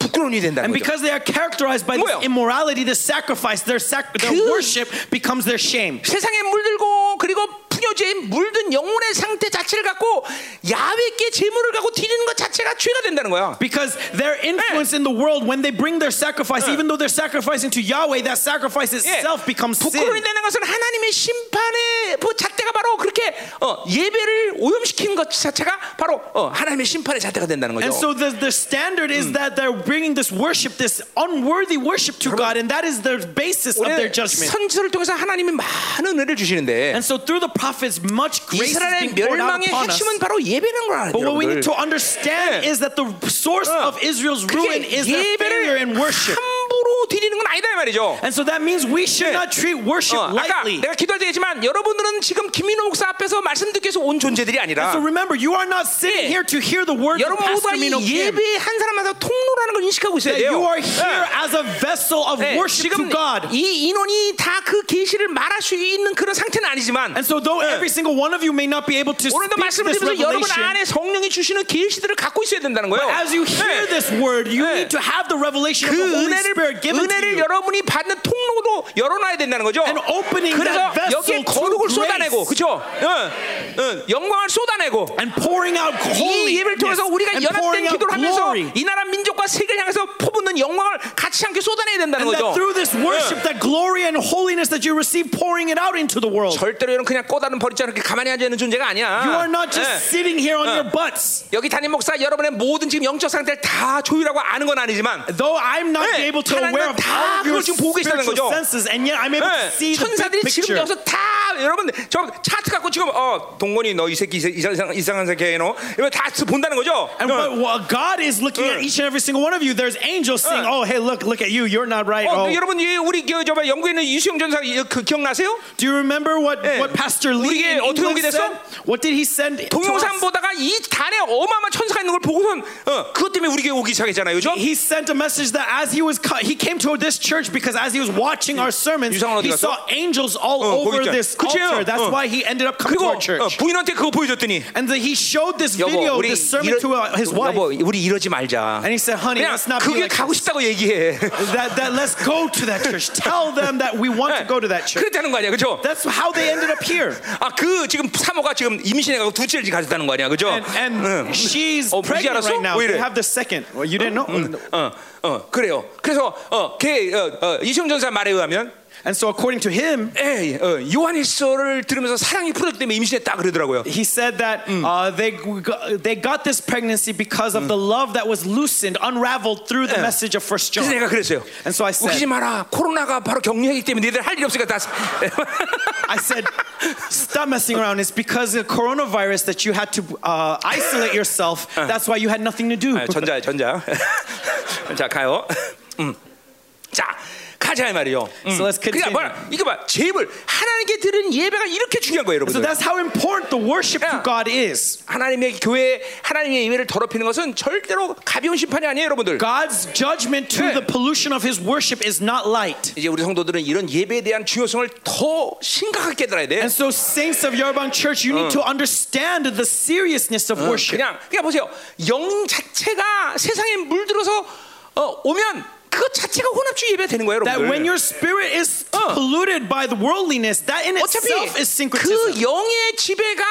Speaker 1: 부끄러운 일이 된다는
Speaker 2: And
Speaker 1: 거죠.
Speaker 2: because they are characterized by
Speaker 1: Well.
Speaker 2: this immorality, this sacrifice, their, sac-
Speaker 1: Good.
Speaker 2: their worship becomes their shame.
Speaker 1: 세상에 물들고 그리고 풍요죄에 물든 영혼의 상태 자체를 갖고 야외께 재물을 갖고 드리는 것 자체가 죄가 된다는 거야.
Speaker 2: Because their influence in the world, when they bring their sacrifice,
Speaker 1: Yeah.
Speaker 2: even though they're sacrificing to Yahweh, that sacrifice
Speaker 1: 예,
Speaker 2: itself becomes
Speaker 1: 부끄러움이
Speaker 2: sin.
Speaker 1: 되는 것은 하나님의 심판의 그 잣대가 바로 그렇게 어, 예배를 오염시킨 것 자체가 바로 어, 하나님의 심판의 잣대가 된다는 거죠.
Speaker 2: And so the, the standard
Speaker 1: Mm.
Speaker 2: is that they're bringing this worship, this unworthy worship to God, and that is the basis of their
Speaker 1: 올해
Speaker 2: judgment.
Speaker 1: 선지서를 통해서 하나님이 많은 은혜를 주시는데
Speaker 2: And so through the prophets, much grace is
Speaker 1: 이스라엘의
Speaker 2: being poured out
Speaker 1: 멸망의
Speaker 2: upon us.
Speaker 1: 핵심은 바로 예배라는 걸 알아야
Speaker 2: But what we need
Speaker 1: 돼요.
Speaker 2: to understand
Speaker 1: Yeah.
Speaker 2: is that the source
Speaker 1: Yeah.
Speaker 2: of Israel's ruin
Speaker 1: 그게
Speaker 2: is their failure
Speaker 1: 예배를
Speaker 2: in worship.
Speaker 1: 함부로 드리는 건 아니다 이 말이죠.
Speaker 2: And so that means we should
Speaker 1: Yeah.
Speaker 2: not treat worship
Speaker 1: 어, 아까
Speaker 2: lightly.
Speaker 1: 내가 기도할 때 얘기했지만 여러분들은 지금 김민호 목사 앞에서 말씀 듣기 위해서 온 존재들이 아니라
Speaker 2: So remember, you are not sitting
Speaker 1: Yeah.
Speaker 2: here to hear the word of
Speaker 1: 여러분 모두가
Speaker 2: Pastor
Speaker 1: 이
Speaker 2: Mino Kim.
Speaker 1: 예배 한 사람마다 통로라는 걸 인식하고 있어야
Speaker 2: That you
Speaker 1: 돼요.
Speaker 2: are here
Speaker 1: 예.
Speaker 2: as a vessel of
Speaker 1: 네,
Speaker 2: worship
Speaker 1: 지금
Speaker 2: to God.
Speaker 1: 이 인원이 다 그 계시를 말할 수 있는 그런 상태는 아니지만
Speaker 2: And so though every single one of you may not be able to speak
Speaker 1: 오늘도 말씀을
Speaker 2: this
Speaker 1: 드리면서 여러분
Speaker 2: revelation,
Speaker 1: 안에 성령이 주시는 계시들을 갖고 있어야 된다는 거예요.
Speaker 2: as you hear
Speaker 1: 네.
Speaker 2: this word, you
Speaker 1: Yeah.
Speaker 2: need to have the revelation of
Speaker 1: 그
Speaker 2: the 그러니까 Holy
Speaker 1: 은혜를
Speaker 2: Spirit given to
Speaker 1: 은혜를
Speaker 2: you.
Speaker 1: 여러분이 받는 통로도 열어놔야 된다는 거죠.
Speaker 2: And opening
Speaker 1: 그래서
Speaker 2: that vessel
Speaker 1: 여기에
Speaker 2: to
Speaker 1: 거룩을
Speaker 2: grace.
Speaker 1: 쏟아내고, 그죠? 응, 응, 영광을 쏟아내고.
Speaker 2: And pouring out
Speaker 1: 이 예배를
Speaker 2: holiness
Speaker 1: 통해서 우리가
Speaker 2: and
Speaker 1: 연합된
Speaker 2: pouring out
Speaker 1: 기도를 하면서
Speaker 2: glory.
Speaker 1: 이 나라 민족과 세계를 향해서 퍼붓는 영광을 같이 함께 쏟아내야 된다는
Speaker 2: And
Speaker 1: 거죠.
Speaker 2: that through this worship,
Speaker 1: 응.
Speaker 2: that glory and holiness that you receive, pouring it out into the world.
Speaker 1: 절대로 여러분 그냥 꼬다는 버리지 않고 이렇게 가만히 앉아 있는 존재가 아니야.
Speaker 2: You are not just
Speaker 1: 예.
Speaker 2: sitting here on your butts.
Speaker 1: 여기 담임 목사 여러분의 모든 지금 영적 상태를 다 조율하고 아는 건 아니지만
Speaker 2: Though I'm not
Speaker 1: 예.
Speaker 2: able to
Speaker 1: 하나님은
Speaker 2: aware of
Speaker 1: 다
Speaker 2: all of your
Speaker 1: 그걸 지금 보고 있다는
Speaker 2: spiritual
Speaker 1: 거죠.
Speaker 2: senses, and yet I'm able to
Speaker 1: 예.
Speaker 2: see the
Speaker 1: 천사들이
Speaker 2: big
Speaker 1: 지금
Speaker 2: picture.
Speaker 1: 여기서 다 여러분 저 차트 갖고 지금 어 동건이 너 이 새끼 이상 이상한 새끼 해너 이거 다 본다는 거죠.
Speaker 2: And
Speaker 1: 어.
Speaker 2: what, what God is looking at
Speaker 1: Yeah.
Speaker 2: each and every single one of you. There's angels saying,
Speaker 1: Yeah.
Speaker 2: "Oh, hey, look, look at you. You're not right.
Speaker 1: 어,
Speaker 2: Oh,
Speaker 1: 여러분 이 우리 저, 저 영국에 있는 이수영 전사 이- 그 기억나세요?
Speaker 2: do you remember what,
Speaker 1: Yeah.
Speaker 2: what Pastor
Speaker 1: 우리
Speaker 2: Lee
Speaker 1: 이게
Speaker 2: in
Speaker 1: 어떻게
Speaker 2: England
Speaker 1: 오게 됐어?
Speaker 2: said? What did he send? to
Speaker 1: 동영상
Speaker 2: us?
Speaker 1: 보다가 이 단에 어마어마한 천사가 있는 걸 보고선 어, 그것 때문에 우리 교회 오기 시작했잖아요. 그죠?
Speaker 2: He sent a message that as he was cut, he came to this church because as he was watching our sermons,
Speaker 1: 유상원 어디
Speaker 2: he
Speaker 1: 갔어?
Speaker 2: saw angels all
Speaker 1: 어, 거기
Speaker 2: over
Speaker 1: 있잖아.
Speaker 2: this
Speaker 1: 그치요?
Speaker 2: altar. That's
Speaker 1: 어.
Speaker 2: why he ended up coming to
Speaker 1: 그리고
Speaker 2: our church.
Speaker 1: 어, 부인한테 그거 보여줬더니
Speaker 2: And the, he showed this
Speaker 1: 여보
Speaker 2: video,
Speaker 1: 우리
Speaker 2: this sermon
Speaker 1: 이러,
Speaker 2: to uh, his wife.
Speaker 1: 여보 우리 이러지 말자.
Speaker 2: And he said, honey,
Speaker 1: 그냥
Speaker 2: let's not be
Speaker 1: 그게
Speaker 2: like
Speaker 1: 가고 싶다고 얘기해.
Speaker 2: that, that let's go to that church. Tell them that we want to go to that church.
Speaker 1: 그랬다는 거 아니야, 그죠?
Speaker 2: That's how they ended up here.
Speaker 1: 아 그 지금 사모가 지금 임신해가고 둘째를 지금 가졌다는 거 아니야, 그죠?
Speaker 2: And, and she's
Speaker 1: 어, 무지
Speaker 2: pregnant
Speaker 1: 알았어?
Speaker 2: right now.
Speaker 1: 왜
Speaker 2: They
Speaker 1: 이래?
Speaker 2: have the second. Well, you didn't know.
Speaker 1: 어, 어, 그래요. 그래서 어, 걔 어, 어, 이수영 전사 말에 의하면
Speaker 2: And so according to him,
Speaker 1: 에이, 어, 요한일서를 들으면서 사랑이 풀었기 때문에 임신했다 그러더라고요.
Speaker 2: he said that uh, they, got, they got this pregnancy because of the love that was loosened, unraveled through the message of First
Speaker 1: 그래서
Speaker 2: John.
Speaker 1: 내가 그랬어요.
Speaker 2: And so I
Speaker 1: 웃기지
Speaker 2: said,
Speaker 1: 마라. 코로나가 바로 격리하기 때문에 니들 할 일 없으니까 다. 사-
Speaker 2: I said, stop messing around. It's because of coronavirus that you had to uh, isolate yourself. That's why you had nothing to do.
Speaker 1: 아, 전자 전자. 자 가요. 음. 자 가자 이 말이요. 음.
Speaker 2: So let's continue.
Speaker 1: 그러니까 뭐야? 이거 봐. 제물 하나님께 드린 예배가 이렇게 중요한 거예요,
Speaker 2: So
Speaker 1: 여러분들.
Speaker 2: that's how important the worship
Speaker 1: Yeah.
Speaker 2: to God is.
Speaker 1: 하나님의 교회, 하나님의 예배를 더럽히는 것은 절대로 가벼운 심판이 아니에요, 여러분들.
Speaker 2: God's judgment to
Speaker 1: Yeah.
Speaker 2: the pollution of his worship is not light.
Speaker 1: 이제 우리 성도들은 이런 예배에 대한 중요성을 더 심각하게 깨달아야 돼.
Speaker 2: And so, saints of Yerbang Church, you need to understand the seriousness of worship.
Speaker 1: 그냥 그냥 보세요. 영 자체가 세상에 물들어서 어, 오면 그것 자체가 혼합주의 예배 되는 거예요,
Speaker 2: That when
Speaker 1: 여러분들.
Speaker 2: your spirit is
Speaker 1: Uh.
Speaker 2: polluted by the worldliness, that in
Speaker 1: 어차피
Speaker 2: itself is
Speaker 1: 그
Speaker 2: syncretism.
Speaker 1: 영의 지배가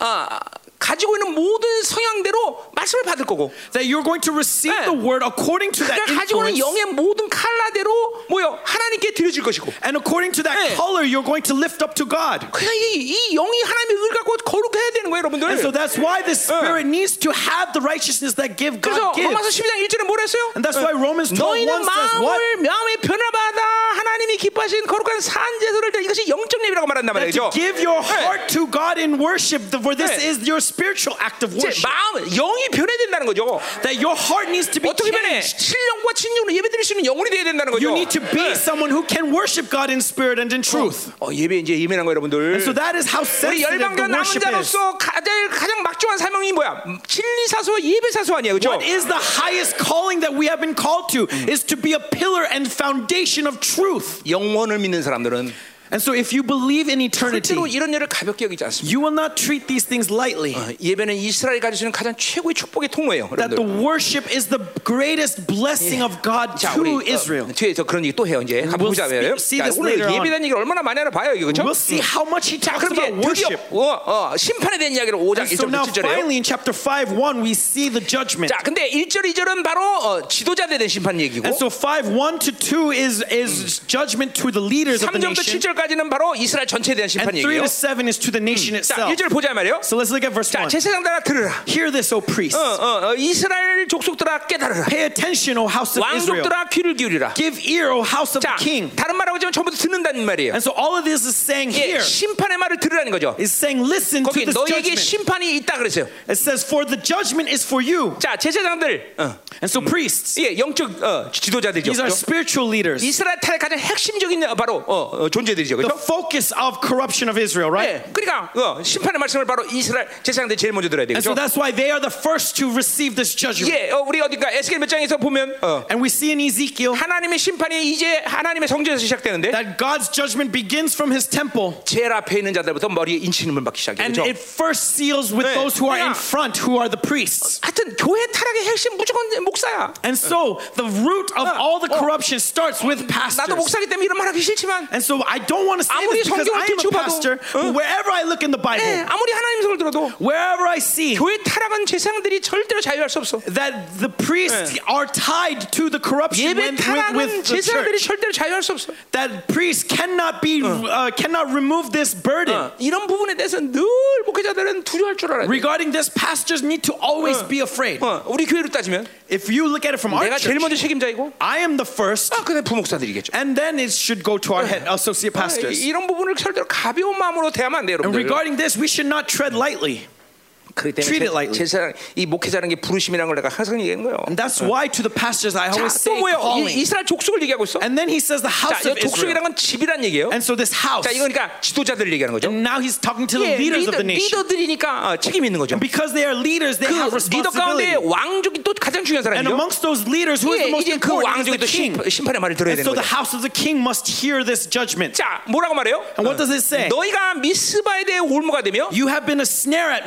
Speaker 1: 아, 가지고 있는 모든 성향대로 말씀을 받을 거고
Speaker 2: That you're going to receive
Speaker 1: Yeah.
Speaker 2: the word according to that
Speaker 1: 그가 가지고 있는
Speaker 2: influence.
Speaker 1: 영의 모든 칼라대로 뭐요 하나님께 드려질 것이고
Speaker 2: And according to that
Speaker 1: Yeah.
Speaker 2: color, you're going to lift up to God.
Speaker 1: 그냥 이, 이 영이 하나님의 의를 갖고 거룩해야 되는 거예요 여러분들
Speaker 2: And so that's why the spirit needs to have the righteousness that give
Speaker 1: 그래서
Speaker 2: God
Speaker 1: 로마서
Speaker 2: gives.
Speaker 1: 12장 1절에 뭐라 했어요?
Speaker 2: And that's why Romans 12
Speaker 1: 너희는
Speaker 2: says what?
Speaker 1: 마음을 마음의 변화받아 하나님이 기뻐하신 거룩한 산제도를 드려 이것이 영적 예배라고 말한단
Speaker 2: That
Speaker 1: 말이죠
Speaker 2: to give your
Speaker 1: Yeah.
Speaker 2: heart to God in worship, the- for this
Speaker 1: Yeah.
Speaker 2: is your spiritual act of
Speaker 1: 이제
Speaker 2: worship.
Speaker 1: 마음 영이 변해야 된다는 거죠
Speaker 2: That your heart needs to be
Speaker 1: 어떻게 변해?
Speaker 2: changed.
Speaker 1: 신령과 진정으로 예배 드릴 수 있는 영혼이 돼야 된다는 거죠
Speaker 2: You need to be
Speaker 1: 네.
Speaker 2: someone who can worship God in spirit and in truth.
Speaker 1: 어, 예배 이제 예민한 거 여러분들.
Speaker 2: So that is how
Speaker 1: 우리
Speaker 2: sensitive
Speaker 1: 열방교
Speaker 2: the
Speaker 1: 남은
Speaker 2: worship is.
Speaker 1: 자로서 가장 가장 막중한 사명이 뭐야? 진리 사수 예배 사수 아니야, 그죠?
Speaker 2: What is the highest calling that we have been called to? Is to be a pillar and foundation of truth.
Speaker 1: 영원을 믿는 사람들은
Speaker 2: And so if you believe in
Speaker 1: 실제로
Speaker 2: eternity,
Speaker 1: 이런 일을 가볍게 여기지 않습니다.
Speaker 2: you will not treat these things lightly.
Speaker 1: 어, 예배는 이스라엘이 가질 수 있는 가장 최고의 축복의 통로예요.
Speaker 2: That the
Speaker 1: 여러분들.
Speaker 2: worship is the greatest blessing of God
Speaker 1: 자,
Speaker 2: to
Speaker 1: 우리
Speaker 2: Israel.
Speaker 1: 어, 뒤에서 그런 얘기 또 해요. 이제 한번
Speaker 2: We'll
Speaker 1: 보자. 요
Speaker 2: see- see
Speaker 1: 자,
Speaker 2: this
Speaker 1: 오늘
Speaker 2: later on.
Speaker 1: 예배에 대한 얘기를 얼마나 많이 하나 봐요. 이거 그렇죠?
Speaker 2: We'll see how much he
Speaker 1: 자,
Speaker 2: talks
Speaker 1: 그럼 이제
Speaker 2: about
Speaker 1: 드디어
Speaker 2: worship.
Speaker 1: 어, 어, 심판에 대한 이야기를 5장
Speaker 2: And so
Speaker 1: 1절부터
Speaker 2: now
Speaker 1: 7절에요.
Speaker 2: finally in chapter 5 1 we see the judgment.
Speaker 1: 자, 근데 1절 2절은 바로 어, 지도자들에 대한 심판 얘기고
Speaker 2: And so 5 1 to 2 is is judgment to the leaders of the
Speaker 1: 3절부터
Speaker 2: nation.
Speaker 1: 7절까지는 바로 이스라엘 전체에 대한
Speaker 2: And
Speaker 1: 심판
Speaker 2: 3
Speaker 1: 얘기예요.
Speaker 2: to 7 is to the nation
Speaker 1: 자,
Speaker 2: itself.
Speaker 1: 1절 보자 말이에요.
Speaker 2: So let's look at verse
Speaker 1: 자,
Speaker 2: 1.
Speaker 1: 제사장들아 들으라.
Speaker 2: Hear this, O priests.
Speaker 1: 어, 어, 어, 이스라엘 족속들아 깨달으라.
Speaker 2: Pay attention, O house of Israel.
Speaker 1: 왕족들아 귀를 기울이라.
Speaker 2: Give ear, O house of the
Speaker 1: 자,
Speaker 2: king.
Speaker 1: 다른 말하고 지금 전부 다 듣는다는 말이에요.
Speaker 2: And so all of this is saying
Speaker 1: 예,
Speaker 2: here
Speaker 1: 심판의 말을 들으라는 거죠.
Speaker 2: is saying, listen to
Speaker 1: 거기
Speaker 2: this
Speaker 1: 너에게
Speaker 2: judgment.
Speaker 1: 심판이 있다 그랬어요.
Speaker 2: It says, for the judgment is for you.
Speaker 1: 자, 제사장들, 어,
Speaker 2: And so priests,
Speaker 1: 예, 영적 어, 지도자들이죠.
Speaker 2: these are
Speaker 1: 그죠?
Speaker 2: spiritual leaders.
Speaker 1: 이스라엘 탈의 가장 핵심적인 바로 어, 어, 존재들이죠,
Speaker 2: The
Speaker 1: 그렇죠?
Speaker 2: focus of corruption of Israel, right?
Speaker 1: 예, 그러니까 어, 심판의 말씀을 바로 이스라엘 제사장들 제일 먼저 들어야
Speaker 2: And so
Speaker 1: 되죠.
Speaker 2: that's why they are the first to receive this judgment.
Speaker 1: 예, 어, 우리 어딘가 에스겔 몇 장에서 보면 어,
Speaker 2: And we see in Ezekiel
Speaker 1: 하나님의 심판이 이제 하나님의 성전에서 시작되는데
Speaker 2: that God's judgment begins from his temple.
Speaker 1: 제일 앞에 있는 자들부터 머리에 인치림을 받기 시작해요.
Speaker 2: And
Speaker 1: 그렇죠?
Speaker 2: it first seals with
Speaker 1: 네.
Speaker 2: those who are
Speaker 1: 그러니까-
Speaker 2: in front, who are the priests.
Speaker 1: 하여튼 교회 타락의 핵심 무조건 목사야.
Speaker 2: And so the root of all the
Speaker 1: 어.
Speaker 2: corruption starts with
Speaker 1: 나도
Speaker 2: pastors.
Speaker 1: 목사기 때문에 이런 말하기 싫지만
Speaker 2: And so I don't want to say
Speaker 1: 아무리
Speaker 2: this because
Speaker 1: 성경을
Speaker 2: I am a
Speaker 1: 뒤집어봐도-
Speaker 2: pastor.
Speaker 1: 어.
Speaker 2: But wherever I look in the Bible,
Speaker 1: 예, 아무리 하나님 성을 들어도
Speaker 2: wherever I see
Speaker 1: 교회 타락한 제사장들이 절대로 자유할 수 없어.
Speaker 2: that the priests are tied to the corruption
Speaker 1: 예배
Speaker 2: when- with,
Speaker 1: 타락은
Speaker 2: with the
Speaker 1: 제사장들이
Speaker 2: church,
Speaker 1: 절대로 자유할 수 없어.
Speaker 2: that priests cannot be uh, cannot remove this burden.
Speaker 1: 네. 이런 부분에 대해서 늘 목회자들은 두려워할 줄 알아야 돼.
Speaker 2: Regarding this, pastors need to always
Speaker 1: Uh.
Speaker 2: be afraid.
Speaker 1: 어, 우리 교회로 따지면
Speaker 2: If you look at it from our
Speaker 1: 내가 제일
Speaker 2: church,
Speaker 1: 먼저 책임자이고
Speaker 2: I am the first,
Speaker 1: 아, 그다음 부목사들이겠죠.
Speaker 2: and then it should go to our head, associate
Speaker 1: 아, 이-
Speaker 2: pastors.
Speaker 1: 이런 부분을 절대로 가벼운 마음으로 대하면 안 돼요,
Speaker 2: And
Speaker 1: 여러분들.
Speaker 2: regarding this, we should not tread lightly.
Speaker 1: 그렇기
Speaker 2: treat
Speaker 1: 때문에
Speaker 2: it lightly.
Speaker 1: 제- 제사장 이 목회자라는 게 부르심이라는 걸 내가 항상 얘기한 거예요.
Speaker 2: And that's why to the pastors I always
Speaker 1: 자, 또
Speaker 2: say
Speaker 1: 뭐예요?
Speaker 2: calling.
Speaker 1: 이, 이스라엘 족속을 얘기하고 있어.
Speaker 2: And then he says the
Speaker 1: 자,
Speaker 2: house
Speaker 1: 이
Speaker 2: of Israel.
Speaker 1: 족속이란 건 집이란 얘기예요.
Speaker 2: And so this house.
Speaker 1: 자, 이건 그러니까 지도자들 얘기하는 거죠.
Speaker 2: And now he's talking to
Speaker 1: 예,
Speaker 2: the
Speaker 1: 리더,
Speaker 2: leaders of the nation.
Speaker 1: 리더들이니까 어, 책임 있는 거죠.
Speaker 2: Because they are leaders, they
Speaker 1: 그
Speaker 2: have
Speaker 1: 리더 가운데
Speaker 2: responsibility.
Speaker 1: 왕족이 또 가장 중요한
Speaker 2: And
Speaker 1: 사람이죠.
Speaker 2: amongst those leaders, who is the
Speaker 1: 예,
Speaker 2: most
Speaker 1: 이제 그
Speaker 2: important?
Speaker 1: 왕족이
Speaker 2: Is
Speaker 1: 또
Speaker 2: the king.
Speaker 1: 심- 심판의 말을 들어야 되는
Speaker 2: And so the
Speaker 1: 거죠.
Speaker 2: house of the king must hear this judgment.
Speaker 1: 자, 뭐라고 말해요? 네.
Speaker 2: And what does it say?
Speaker 1: 너희가 미스바에 대해 올무가 되며
Speaker 2: You have been a snare at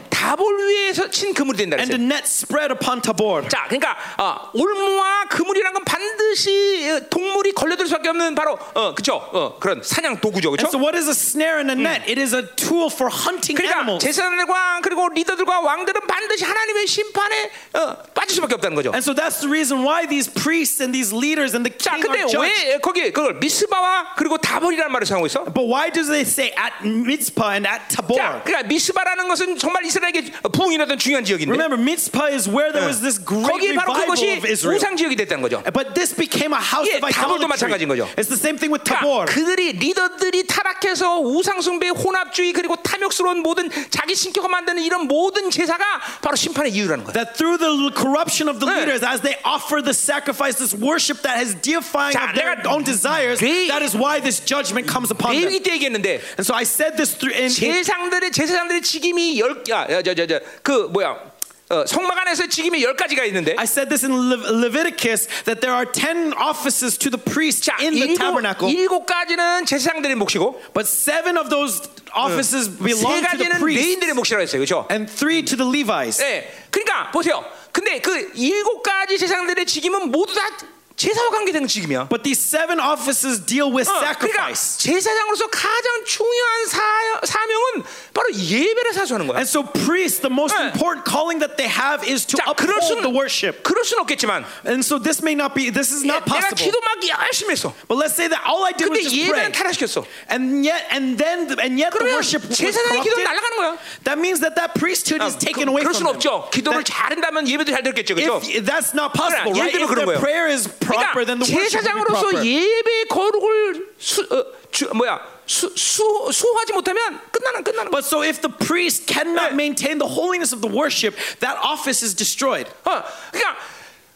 Speaker 1: 예, 다볼 위에서 친 그물이 된다
Speaker 2: and a
Speaker 1: 그랬어요.
Speaker 2: net spread upon Tabor.
Speaker 1: 자, 그러니까 어, 올무와 그물이란 건 반드시 어, 동물이 걸려들 수밖에 없는 바로 어, 그쵸? 어, 그런 사냥 도구죠,
Speaker 2: And
Speaker 1: 그렇죠?
Speaker 2: so, what is a snare and a net? It is a tool for hunting
Speaker 1: 그러니까
Speaker 2: animals.
Speaker 1: 제사장들과 그리고 리더들과 왕들은 반드시 하나님의 심판에 어, 빠질 수밖에 없다는 거죠.
Speaker 2: And so that's the reason why these priests and these leaders and the
Speaker 1: 자,
Speaker 2: king
Speaker 1: 근데
Speaker 2: are judged.
Speaker 1: 왜 거기 그걸 미스바와 그리고 다볼이라는 말을 사용하고 있어?
Speaker 2: But why do they say at Mitzpah and at
Speaker 1: 자,
Speaker 2: Tabor?
Speaker 1: 그러니까 미스바라는 것은 정말 이스라엘에게 부흥이었던 중요한 지역인데
Speaker 2: Remember, Mitzpah is where there was this great
Speaker 1: 거기 바로
Speaker 2: revival
Speaker 1: 그것이
Speaker 2: of Israel.
Speaker 1: 우상 지역이 됐다는 거죠.
Speaker 2: But this became a house
Speaker 1: 예,
Speaker 2: of
Speaker 1: 다볼도
Speaker 2: idolatry.
Speaker 1: 마찬가지인 거죠.
Speaker 2: It's the same thing with
Speaker 1: 그러니까
Speaker 2: Tabor.
Speaker 1: 그들이 리더들이 타락해서 우상 숭배, 혼합주의 그리고 탐욕스러운 모든 자기 신격을 만드는 이런 모든 제사가 바로 심판의 이유라는 거예요.
Speaker 2: That through the corruption of the
Speaker 1: 네.
Speaker 2: leaders, as they offer the sacrifice, this worship that has deifying
Speaker 1: 자,
Speaker 2: of their
Speaker 1: 내가
Speaker 2: own desires,
Speaker 1: 네-
Speaker 2: that is why this judgment comes upon them.
Speaker 1: 레위기 때 얘기했는데
Speaker 2: And so I said this through in, in
Speaker 1: 제사장들의 제사장들의 직임이 아, 열야저저저그 뭐야 어, 성막 안에서 직임이 열 가지가 있는데
Speaker 2: I said this in Le- Leviticus that there are ten offices to the priest
Speaker 1: 자
Speaker 2: in the
Speaker 1: 일곱,
Speaker 2: tabernacle.
Speaker 1: 일곱 가지는 제사장들의 몫이고
Speaker 2: But seven of those offices
Speaker 1: 세
Speaker 2: belong to the
Speaker 1: 가지는
Speaker 2: priest
Speaker 1: 레인들의 몫이라고 했어요, 그렇죠?
Speaker 2: and three to the Levites.
Speaker 1: 예, 그러니까 보세요. 근데 그 일곱 가지 제사장들의 직임은 모두 다 제사와 관계되는 직임이야.
Speaker 2: But these seven offices deal with
Speaker 1: 어, 그러니까
Speaker 2: sacrifice.
Speaker 1: 제사장으로서 가장 중요한 사, 사명은 바로 예배를 사수하는 거야.
Speaker 2: And so priests, the most
Speaker 1: 네.
Speaker 2: important calling that they have is to
Speaker 1: 자, 그럴
Speaker 2: uphold the
Speaker 1: 수는
Speaker 2: worship.
Speaker 1: 그럴 수는 없겠지만 예,
Speaker 2: And so this may not be this is not
Speaker 1: 내가
Speaker 2: possible.
Speaker 1: 기도 막 열심히 했어.
Speaker 2: But let's say that all I did
Speaker 1: 근데
Speaker 2: was just
Speaker 1: 예배는
Speaker 2: pray.
Speaker 1: 타락시켰어.
Speaker 2: And yet and then and yet the
Speaker 1: 그러면
Speaker 2: worship was
Speaker 1: 제사장의 기도는
Speaker 2: corrupted.
Speaker 1: 날아가는 거야.
Speaker 2: That means that that priesthood is
Speaker 1: 그,
Speaker 2: taken away
Speaker 1: 그럴
Speaker 2: from
Speaker 1: 수는
Speaker 2: them.
Speaker 1: 없죠. 기도를
Speaker 2: That-
Speaker 1: 잘한다면 예배도 잘 됐겠죠, 그렇죠?
Speaker 2: If that's not possible,
Speaker 1: 그러나
Speaker 2: right?
Speaker 1: 예를 들어
Speaker 2: If
Speaker 1: 그런
Speaker 2: their
Speaker 1: 거예요.
Speaker 2: prayer is proper, then
Speaker 1: 그러니까
Speaker 2: the worship will be proper.
Speaker 1: 제사장으로서 예배 거룩을 수, 어, 주, 뭐야 수, 수, 수호하지 못하면 끝나는 끝나는 거.
Speaker 2: But so if the priest cannot
Speaker 1: Yeah.
Speaker 2: maintain the holiness of the worship, that office is destroyed.
Speaker 1: 어, 그러니까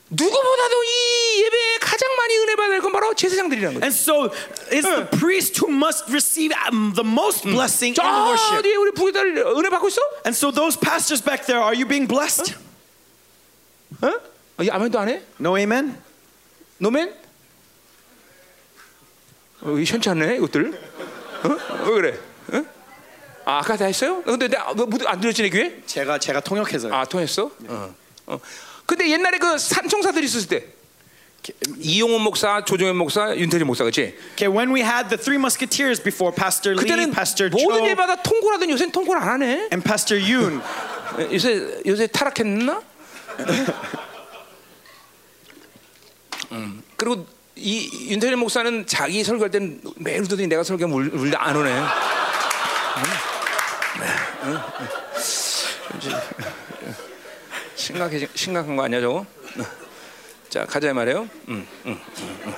Speaker 1: 누구보다도 이 예배에 가장 많이 은혜 받을 건 바로 제사장들이라는 거죠.
Speaker 2: And so it's the priest who must receive um, the most blessing in the
Speaker 1: 저 뒤에 아,
Speaker 2: worship.
Speaker 1: 네, 우리 부교들 은혜 받고 있어?
Speaker 2: And so those pastors back there, are you being blessed?
Speaker 1: 어? 어, 이 아멘도 안 해?
Speaker 2: No amen?
Speaker 1: 노멘? 어, 이거 현치 않네 이것들. 어? 왜 그래? 어? 아, 아까 다 했어요? 근데 내가 뭐, 안 들렸지 내 귀에?
Speaker 2: 제가 제가 통역해서요.
Speaker 1: 아 통했어? 어. 어. 근데 옛날에 그 산청사들 있었을 때 이용훈 목사, 조종현 목사, 윤태진 목사 그치?
Speaker 2: Okay, when we had the Three Musketeers before, Pastor Lee,
Speaker 1: 그때는
Speaker 2: Pastor
Speaker 1: 모든
Speaker 2: Cho,
Speaker 1: 예마다 통고를 하던 요새는 통고를 안 하네.
Speaker 2: and Pastor Yoon,
Speaker 1: 어, 요새 요새 타락했나? 음. 그리고 이 윤태진 목사는 자기 설교할 때는 매일 듣더니 내가 설교하면 울, 울다 안 오네. 음, 네, 심각해 심각한 거 아니야 저거? 네. 자 가자 말이에요. 음, 음, 음, 음.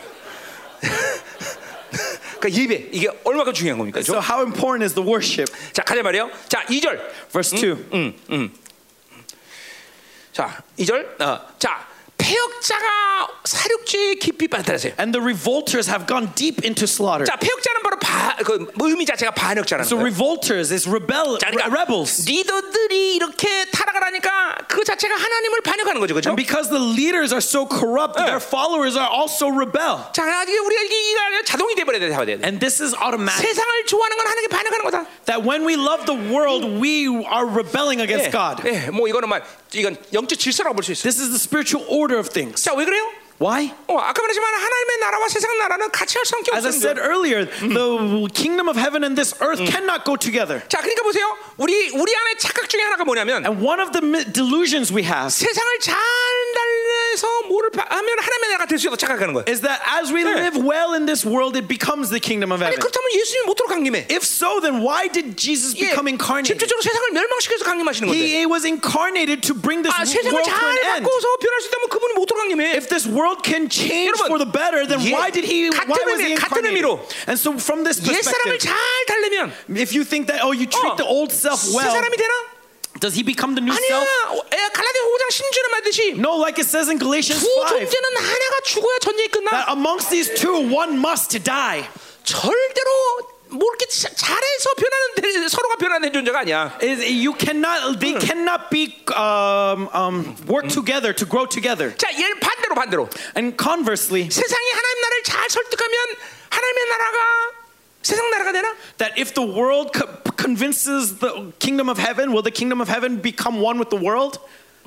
Speaker 1: 그러니까 예배 이게 얼마큼 중요한 겁니까? 그죠?
Speaker 2: So how important is the worship?
Speaker 1: 자 가자 말이에요. 자 2절.
Speaker 2: Verse two.
Speaker 1: 자 2절. 어, 자 폐역자가 사륙죄에 깊이 빠졌어요.
Speaker 2: And the revolters have gone deep into slaughter.
Speaker 1: 자 폐역자는 바로 바, 그 의미 자체가 반역자라는
Speaker 2: So
Speaker 1: 거예요.
Speaker 2: revolters is rebel,
Speaker 1: 자, 그러니까
Speaker 2: re- rebels.
Speaker 1: 리더들이 이렇게 타락을 하니까 그 자체가 하나님을 반역하는 거죠, 그렇죠?
Speaker 2: And because the leaders are so corrupt,
Speaker 1: Yeah.
Speaker 2: their followers are also rebel.
Speaker 1: 자, 아직 우리가 이게 이게 아니라 자동이 돼버려야 돼, 돼야 돼.
Speaker 2: And this is automatic.
Speaker 1: 세상을 좋아하는 건 하나님께 반역하는 거다.
Speaker 2: That when we love the world, we are rebelling against God.
Speaker 1: 예, 뭐 이거는 말 이건 영적 질서라고 볼 수 있어. 요
Speaker 2: This is the spiritual order of things.
Speaker 1: 자, 왜 그래요?
Speaker 2: Why?
Speaker 1: 어, 아까 말했지만 하나님의 나라와 세상 나라는 같이 할 성격이
Speaker 2: As I
Speaker 1: 없는 거예요.
Speaker 2: said earlier, the kingdom of heaven and this earth cannot go together.
Speaker 1: 자, 그러니까 보세요. 우리 우리 안에 착각 중에 하나가 뭐냐면
Speaker 2: And one of the mi- delusions we have
Speaker 1: 세상을 잘 달래서 뭐를 바- 하면 하나님의 나라가 될 수 있다고 착각하는 거예요.
Speaker 2: is that as we
Speaker 1: Yeah.
Speaker 2: live well in this world, it becomes the kingdom of
Speaker 1: 아니
Speaker 2: heaven.
Speaker 1: 그렇다면 예수님이 못으로 강림해.
Speaker 2: If so, then why did Jesus
Speaker 1: 예,
Speaker 2: become incarnated?
Speaker 1: 실질적으로 세상을 멸망시켜서 강림하시는 건데.
Speaker 2: He was incarnated to bring this
Speaker 1: 아, 세상을
Speaker 2: world to
Speaker 1: 잘
Speaker 2: an end.
Speaker 1: 바꿔서 변할 수 있다면 그분이 못으로 강림해.
Speaker 2: If this world can change
Speaker 1: 여러분,
Speaker 2: for the better, then
Speaker 1: 예,
Speaker 2: why did he?
Speaker 1: 같은
Speaker 2: Why was
Speaker 1: 의미-
Speaker 2: he
Speaker 1: 같은
Speaker 2: incarnated?
Speaker 1: 의미로
Speaker 2: And so, from this
Speaker 1: 옛 사람을
Speaker 2: perspective,
Speaker 1: 잘 달래면
Speaker 2: if you think that oh, you treat
Speaker 1: 어,
Speaker 2: the old self
Speaker 1: 새
Speaker 2: well,
Speaker 1: 사람이 되나?
Speaker 2: does he become the new
Speaker 1: 아니야.
Speaker 2: self?
Speaker 1: 어, 에, 갈라디아 5장 10절에 말듯이
Speaker 2: No, like it says in Galatians
Speaker 1: 두
Speaker 2: 5,
Speaker 1: 존재는 하나가 죽어야 전쟁이 끝나.
Speaker 2: that amongst these two, one must die.
Speaker 1: 절대로 뭐 이렇게 자- 잘해서 변하는 데- 서로가 변하는 존재가 아니야.
Speaker 2: Is- You cannot, they cannot be um, um, work together to grow together.
Speaker 1: 자, 얘를 반대로 반대로.
Speaker 2: And conversely,
Speaker 1: 세상이 하나님 나라를 잘 설득하면 하나님의 나라가 세상 나라가 되나?
Speaker 2: that if the world co- convinces the kingdom of heaven, will the kingdom of heaven become one with the world?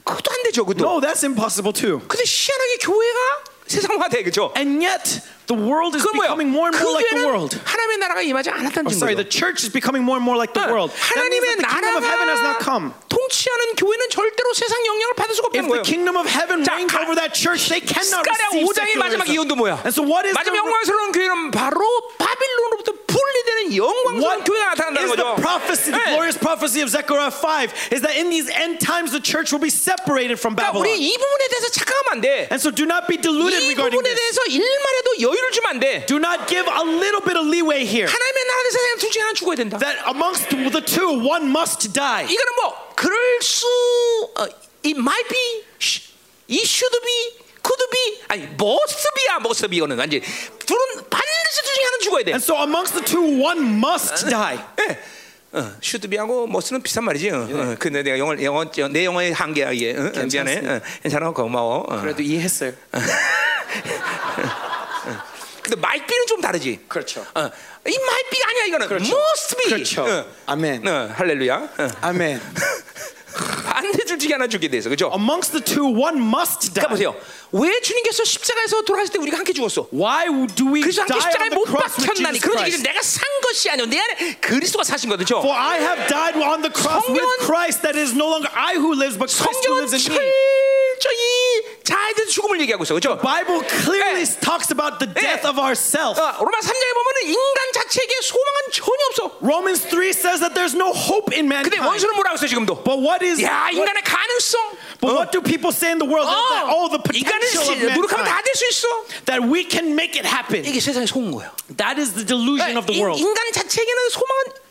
Speaker 1: 그것도 안 되죠, 그것도.
Speaker 2: No, that's impossible too.
Speaker 1: 근데 희한하게 교회가 세상화돼, 그렇죠?
Speaker 2: And yet, the world is
Speaker 1: 그건 뭐예요?
Speaker 2: becoming more and
Speaker 1: 그
Speaker 2: more like the
Speaker 1: 교회는
Speaker 2: world.
Speaker 1: 하나님의 나라가 임하지 않았다는
Speaker 2: Oh, sorry, the
Speaker 1: 증거죠.
Speaker 2: church is becoming more and more like the
Speaker 1: 어,
Speaker 2: world. That means
Speaker 1: 하나님의
Speaker 2: that the kingdom of heaven has not come.
Speaker 1: 나라가 통치하는 교회는 절대로 세상 영향을 받을 수가
Speaker 2: If
Speaker 1: 없다는
Speaker 2: the
Speaker 1: 거예요.
Speaker 2: kingdom of heaven
Speaker 1: 자,
Speaker 2: reigns
Speaker 1: 가-
Speaker 2: over that church, they cannot
Speaker 1: 스가랴
Speaker 2: receive
Speaker 1: 5장의 마지막 이유도 뭐야?
Speaker 2: secularism. And so what is
Speaker 1: 마지막
Speaker 2: the,
Speaker 1: 영광스러운 교회는 바로 바빌론으로부터 분리되는 영광스러운
Speaker 2: what
Speaker 1: 교회가 나타난다는
Speaker 2: is the
Speaker 1: 거죠.
Speaker 2: prophecy, the
Speaker 1: 예.
Speaker 2: glorious prophecy of Zechariah 5 is that in these end times the church will be separated from
Speaker 1: 그러니까 우리
Speaker 2: Babylon.
Speaker 1: 이 부분에 대해서 착각하면 안 돼.
Speaker 2: And so do not be deluded
Speaker 1: 이
Speaker 2: regarding
Speaker 1: 부분에
Speaker 2: this.
Speaker 1: 대해서 일만 해도 여유를 주면 안 돼.
Speaker 2: Do not give a little bit of leeway here.
Speaker 1: 하나님의 나라는 세상에 둘 중에 하나 죽어야 된다.
Speaker 2: That amongst the two, one must die.
Speaker 1: 이거는 뭐 그럴 수 어, it might be sh- it should be could be 아니 must be야 must be 이거는 완전 둘은 반드시 둘 중에 하나 는 죽어야 돼.
Speaker 2: And so amongst the two, one must die.
Speaker 1: 예. 어, should be하고 must는 비슷한 말이지. 어, 어, 근데 내가 영어 영어 내 영어의 한계야 이게. 어, 어, 미안해. 어, 괜찮아 고마워. 어.
Speaker 2: 그래도 이해했어요.
Speaker 1: 근데 might be는 좀 다르지.
Speaker 2: 그렇죠.
Speaker 1: 어, it might be 아니야 이거는
Speaker 2: 그렇죠.
Speaker 1: must be.
Speaker 2: 그렇죠. 아멘.
Speaker 1: 어, 할렐루야. 어.
Speaker 2: Amen.
Speaker 1: 반드시 둘 중에 하나 죽게 돼서 그죠?
Speaker 2: Amongst the two, one must
Speaker 1: 그러니까
Speaker 2: die.
Speaker 1: 보세요. 왜 주님께서 십자가에서 돌아가실 때 우리가 함께 죽었어?
Speaker 2: Why do we
Speaker 1: 그래서 함께
Speaker 2: die
Speaker 1: 십자가에
Speaker 2: on
Speaker 1: 못
Speaker 2: the cross with
Speaker 1: 박혔나니
Speaker 2: Jesus
Speaker 1: 그런 얘기는
Speaker 2: Christ?
Speaker 1: 내가 산 것이 아니오 내 안에 그리스도가 사신 거죠
Speaker 2: For I have died on the cross with
Speaker 1: 성경은-
Speaker 2: Christ. That is no longer I who lives, but Christ
Speaker 1: 성경은
Speaker 2: who lives in me.
Speaker 1: 철저히 자에 대한 죽음을 얘기하고 있어 그렇죠?
Speaker 2: Bible clearly
Speaker 1: 예.
Speaker 2: talks about the
Speaker 1: 예.
Speaker 2: death of ourself.
Speaker 1: 로마 3장에 보면 인간 자체에게 소망은 전혀 없어
Speaker 2: Romans 3 says that there's no hope in
Speaker 1: 근데
Speaker 2: mankind.
Speaker 1: 원수는 뭐라고 했어 지금도
Speaker 2: But what is
Speaker 1: 야
Speaker 2: what-
Speaker 1: 인간의 가능성
Speaker 2: But what do people say in the world? that, oh, the
Speaker 1: 어, 인간은
Speaker 2: potential
Speaker 1: 시-
Speaker 2: of
Speaker 1: 노력하면 다
Speaker 2: mankind.
Speaker 1: 될 수 있어
Speaker 2: That we can make it happen.
Speaker 1: 이게 세상에 속은 거야
Speaker 2: That is the delusion of the
Speaker 1: 인-
Speaker 2: world.
Speaker 1: 인간 자체에게는 소망은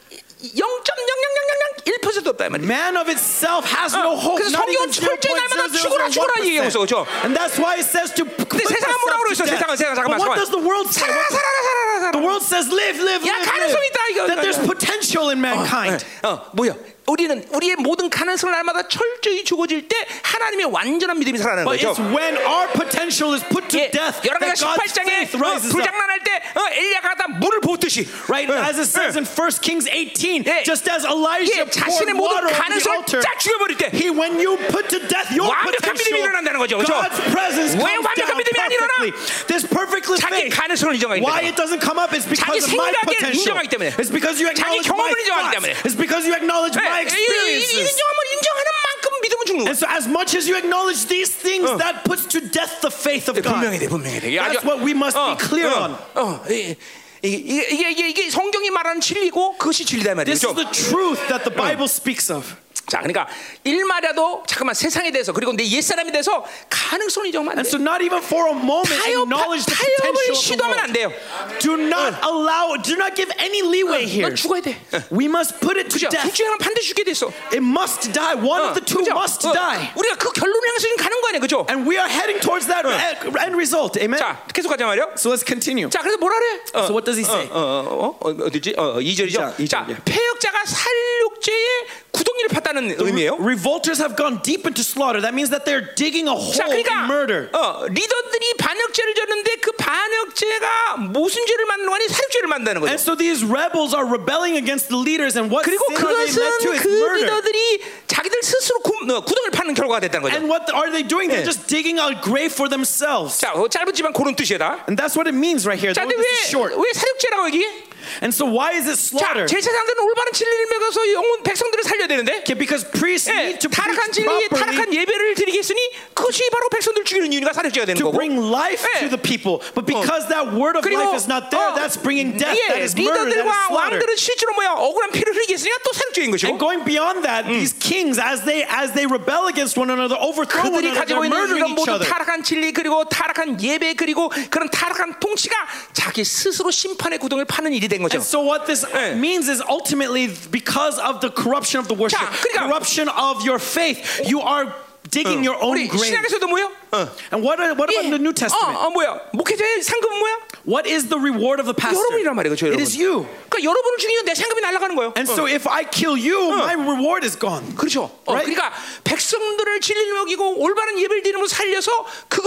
Speaker 1: 0.0001%도 없다 이 말이야
Speaker 2: Man of itself has
Speaker 1: 어,
Speaker 2: no hope.
Speaker 1: 그래서
Speaker 2: Not
Speaker 1: 성경은
Speaker 2: even
Speaker 1: 철저히 날마다 죽어라, 죽어라 얘기하고서, 그렇죠?
Speaker 2: 0.0001%. And that's why it says to put
Speaker 1: 근데 세상은 뭐라고 그랬어
Speaker 2: yourself to
Speaker 1: 세상은 세상은
Speaker 2: death.
Speaker 1: 잠깐만
Speaker 2: But what does the world
Speaker 1: 잠깐만
Speaker 2: say?
Speaker 1: 살아라 살아라 살아라
Speaker 2: The
Speaker 1: 살아라
Speaker 2: world says live, live,
Speaker 1: 야,
Speaker 2: live,
Speaker 1: 가능성 있다, 이거.
Speaker 2: live. That there's potential in mankind.
Speaker 1: 예. 어, 뭐야? 우리는 우리의 모든 가능성을 날마다 철저히 죽어질 때 하나님의 완전한 믿음이 살아나는
Speaker 2: But
Speaker 1: 거죠.
Speaker 2: it's when our potential is put to
Speaker 1: 예,
Speaker 2: death
Speaker 1: 열왕기상
Speaker 2: that God's faith
Speaker 1: 18장에 어,
Speaker 2: rises up.
Speaker 1: 불장난할 때 어, 엘리야가 다 물을 붓듯이
Speaker 2: Right,
Speaker 1: 어,
Speaker 2: as it says
Speaker 1: 어,
Speaker 2: in 1 Kings 18,
Speaker 1: 예.
Speaker 2: just as Elijah
Speaker 1: 예, 자신의
Speaker 2: poured
Speaker 1: 모든
Speaker 2: water on the
Speaker 1: 가능성을
Speaker 2: altar,
Speaker 1: 쫙 죽여버릴 때
Speaker 2: he, when you put to death your
Speaker 1: 완벽한 믿음이
Speaker 2: potential,
Speaker 1: 일어난다는 거죠, 그렇죠?
Speaker 2: God's presence
Speaker 1: 왜
Speaker 2: comes
Speaker 1: 완벽한
Speaker 2: down
Speaker 1: 믿음이 안
Speaker 2: perfectly. This perfectly
Speaker 1: 자기
Speaker 2: faith,
Speaker 1: 가능성을 인정하기
Speaker 2: why
Speaker 1: 때문에
Speaker 2: it doesn't come up is
Speaker 1: 자기
Speaker 2: because of my
Speaker 1: 생각을
Speaker 2: potential.
Speaker 1: 인정하기 때문에.
Speaker 2: It's because you
Speaker 1: 자기
Speaker 2: acknowledge
Speaker 1: 경험을
Speaker 2: my
Speaker 1: 인정하기 때문에.
Speaker 2: thoughts. It's because you acknowledge my
Speaker 1: 예, 이- 이- 이-
Speaker 2: experiences.
Speaker 1: 인정하면 인정하는 만큼 믿음은 죽는 거예요.
Speaker 2: And so, as much as you acknowledge these things, that puts to death the faith of God.
Speaker 1: 분명히 돼, 분명히 돼. 이게
Speaker 2: That's what we must be clear
Speaker 1: 어,
Speaker 2: on.
Speaker 1: 어, 이게, 이게, 이게, 이게, 이게 성경이 말하는 진리고 그것이 진리다 이
Speaker 2: This
Speaker 1: 말이죠.
Speaker 2: is the truth that the Bible speaks of.
Speaker 1: 자, 그러니까 일마라도 잠깐만 세상에 대해서 그리고 내 옛사람에 대해서 가능성이 정말 안
Speaker 2: And
Speaker 1: 돼.
Speaker 2: so, not even for a moment
Speaker 1: 타협,
Speaker 2: acknowledge the
Speaker 1: 타협을
Speaker 2: potential. Of the
Speaker 1: 시도하면
Speaker 2: world.
Speaker 1: 안 돼요.
Speaker 2: Do not allow, do not give any leeway here.
Speaker 1: 넌 죽어야 돼.
Speaker 2: We must put it to
Speaker 1: 그죠? 둘
Speaker 2: death.
Speaker 1: 중에 하나 반드시 죽게 됐어.
Speaker 2: It must die.
Speaker 1: Uh.
Speaker 2: One of the two
Speaker 1: 그죠?
Speaker 2: must
Speaker 1: 어,
Speaker 2: die.
Speaker 1: 우리가 그 결론을 향해서 지금 가는 거 아니야, 그죠?
Speaker 2: And we are heading towards that e- end result. Amen?
Speaker 1: 자, 계속 가자 말이요.
Speaker 2: So let's continue.
Speaker 1: 자, 그래서 뭐라 그래? 어,
Speaker 2: So what does he
Speaker 1: 어,
Speaker 2: say?
Speaker 1: 어, 어, 어, 어디지? 어,
Speaker 2: 자,
Speaker 1: 2절이죠.
Speaker 2: 이 절,
Speaker 1: 자,
Speaker 2: 예.
Speaker 1: 폐역자가 살육죄의 구덩이를 팠다는 의미예요.
Speaker 2: Revolters have gone deep into slaughter. That means that they're digging a
Speaker 1: 자,
Speaker 2: hole in
Speaker 1: 그러니까
Speaker 2: murder.
Speaker 1: 어, 리더들이 반역죄를 졌는데 그 반역죄가 무슨 죄를 만드는 거니? 살육죄를 만드는 거죠.
Speaker 2: And so these rebels are rebelling against the leaders, and what sin
Speaker 1: 그리고
Speaker 2: are they led to
Speaker 1: 그것은
Speaker 2: is
Speaker 1: 그
Speaker 2: murder.
Speaker 1: 리더들이 자기들 스스로 구, 어, 구덩이를 파는 결과가 됐다는 거죠.
Speaker 2: And what are they doing?
Speaker 1: 예.
Speaker 2: They're just digging a grave for themselves.
Speaker 1: 자, 어, 짧지만 그런 뜻이다.
Speaker 2: And that's what it means right here.
Speaker 1: 자,
Speaker 2: Though
Speaker 1: 근데
Speaker 2: this is short.
Speaker 1: 왜, 왜 살육죄라고 얘기해?
Speaker 2: And so why is it
Speaker 1: 자,
Speaker 2: slaughter?
Speaker 1: 제사장들은 올바른 진리를 먹어서 영혼 백성들을 살려야 되는데
Speaker 2: Okay, because priests
Speaker 1: 예,
Speaker 2: need to
Speaker 1: 타락한
Speaker 2: preach
Speaker 1: 진리에
Speaker 2: properly
Speaker 1: 타락한 예배를 드리겠으니 그것이 바로 백성들 죽이는 이유가 살육죄가 되는
Speaker 2: to
Speaker 1: 거고
Speaker 2: bring life
Speaker 1: 예.
Speaker 2: to the people. But because that word of life is not
Speaker 1: 어,
Speaker 2: there, that's bringing death.
Speaker 1: 예,
Speaker 2: That is murder. That is
Speaker 1: 리더들과
Speaker 2: slaughter.
Speaker 1: 왕들은 실제로 뭐야 억울한 피를 흘리겠으니까 또 살육죄인 것이고
Speaker 2: And going beyond that, these kings, as they as they rebel against one another, overthrow one
Speaker 1: 그들이
Speaker 2: another,
Speaker 1: 가지고
Speaker 2: they're
Speaker 1: 있는 이런
Speaker 2: murdering each
Speaker 1: 모든
Speaker 2: other.
Speaker 1: 타락한 진리 그리고 타락한 예배 그리고 그런 타락한 통치가 자기 스스로 심판의 구덩이를 파는 일이 된 거죠.
Speaker 2: And so what this
Speaker 1: 예.
Speaker 2: means is ultimately because of the corruption of the worship,
Speaker 1: 자, 그러니까-
Speaker 2: corruption of your faith, you are digging your own
Speaker 1: 우리
Speaker 2: grave.
Speaker 1: 신약에서도 뭐요?
Speaker 2: And what, are, what about
Speaker 1: 예.
Speaker 2: in the New Testament?
Speaker 1: 어, 어 뭐야? 목회자의 상급은 뭐야?
Speaker 2: What is the reward of the pastor?
Speaker 1: 여러분이란 말이에요, 그렇죠,
Speaker 2: It
Speaker 1: 여러분.
Speaker 2: is you.
Speaker 1: 그러니까 여러분을 죽이면 내 상급이 날아가는 거예요.
Speaker 2: And so if I kill you, my reward is gone.
Speaker 1: 그렇죠. 어,
Speaker 2: Right?
Speaker 1: 그러니까 백성들을 진리를 먹이고 올바른 예배를 드리면서 살려서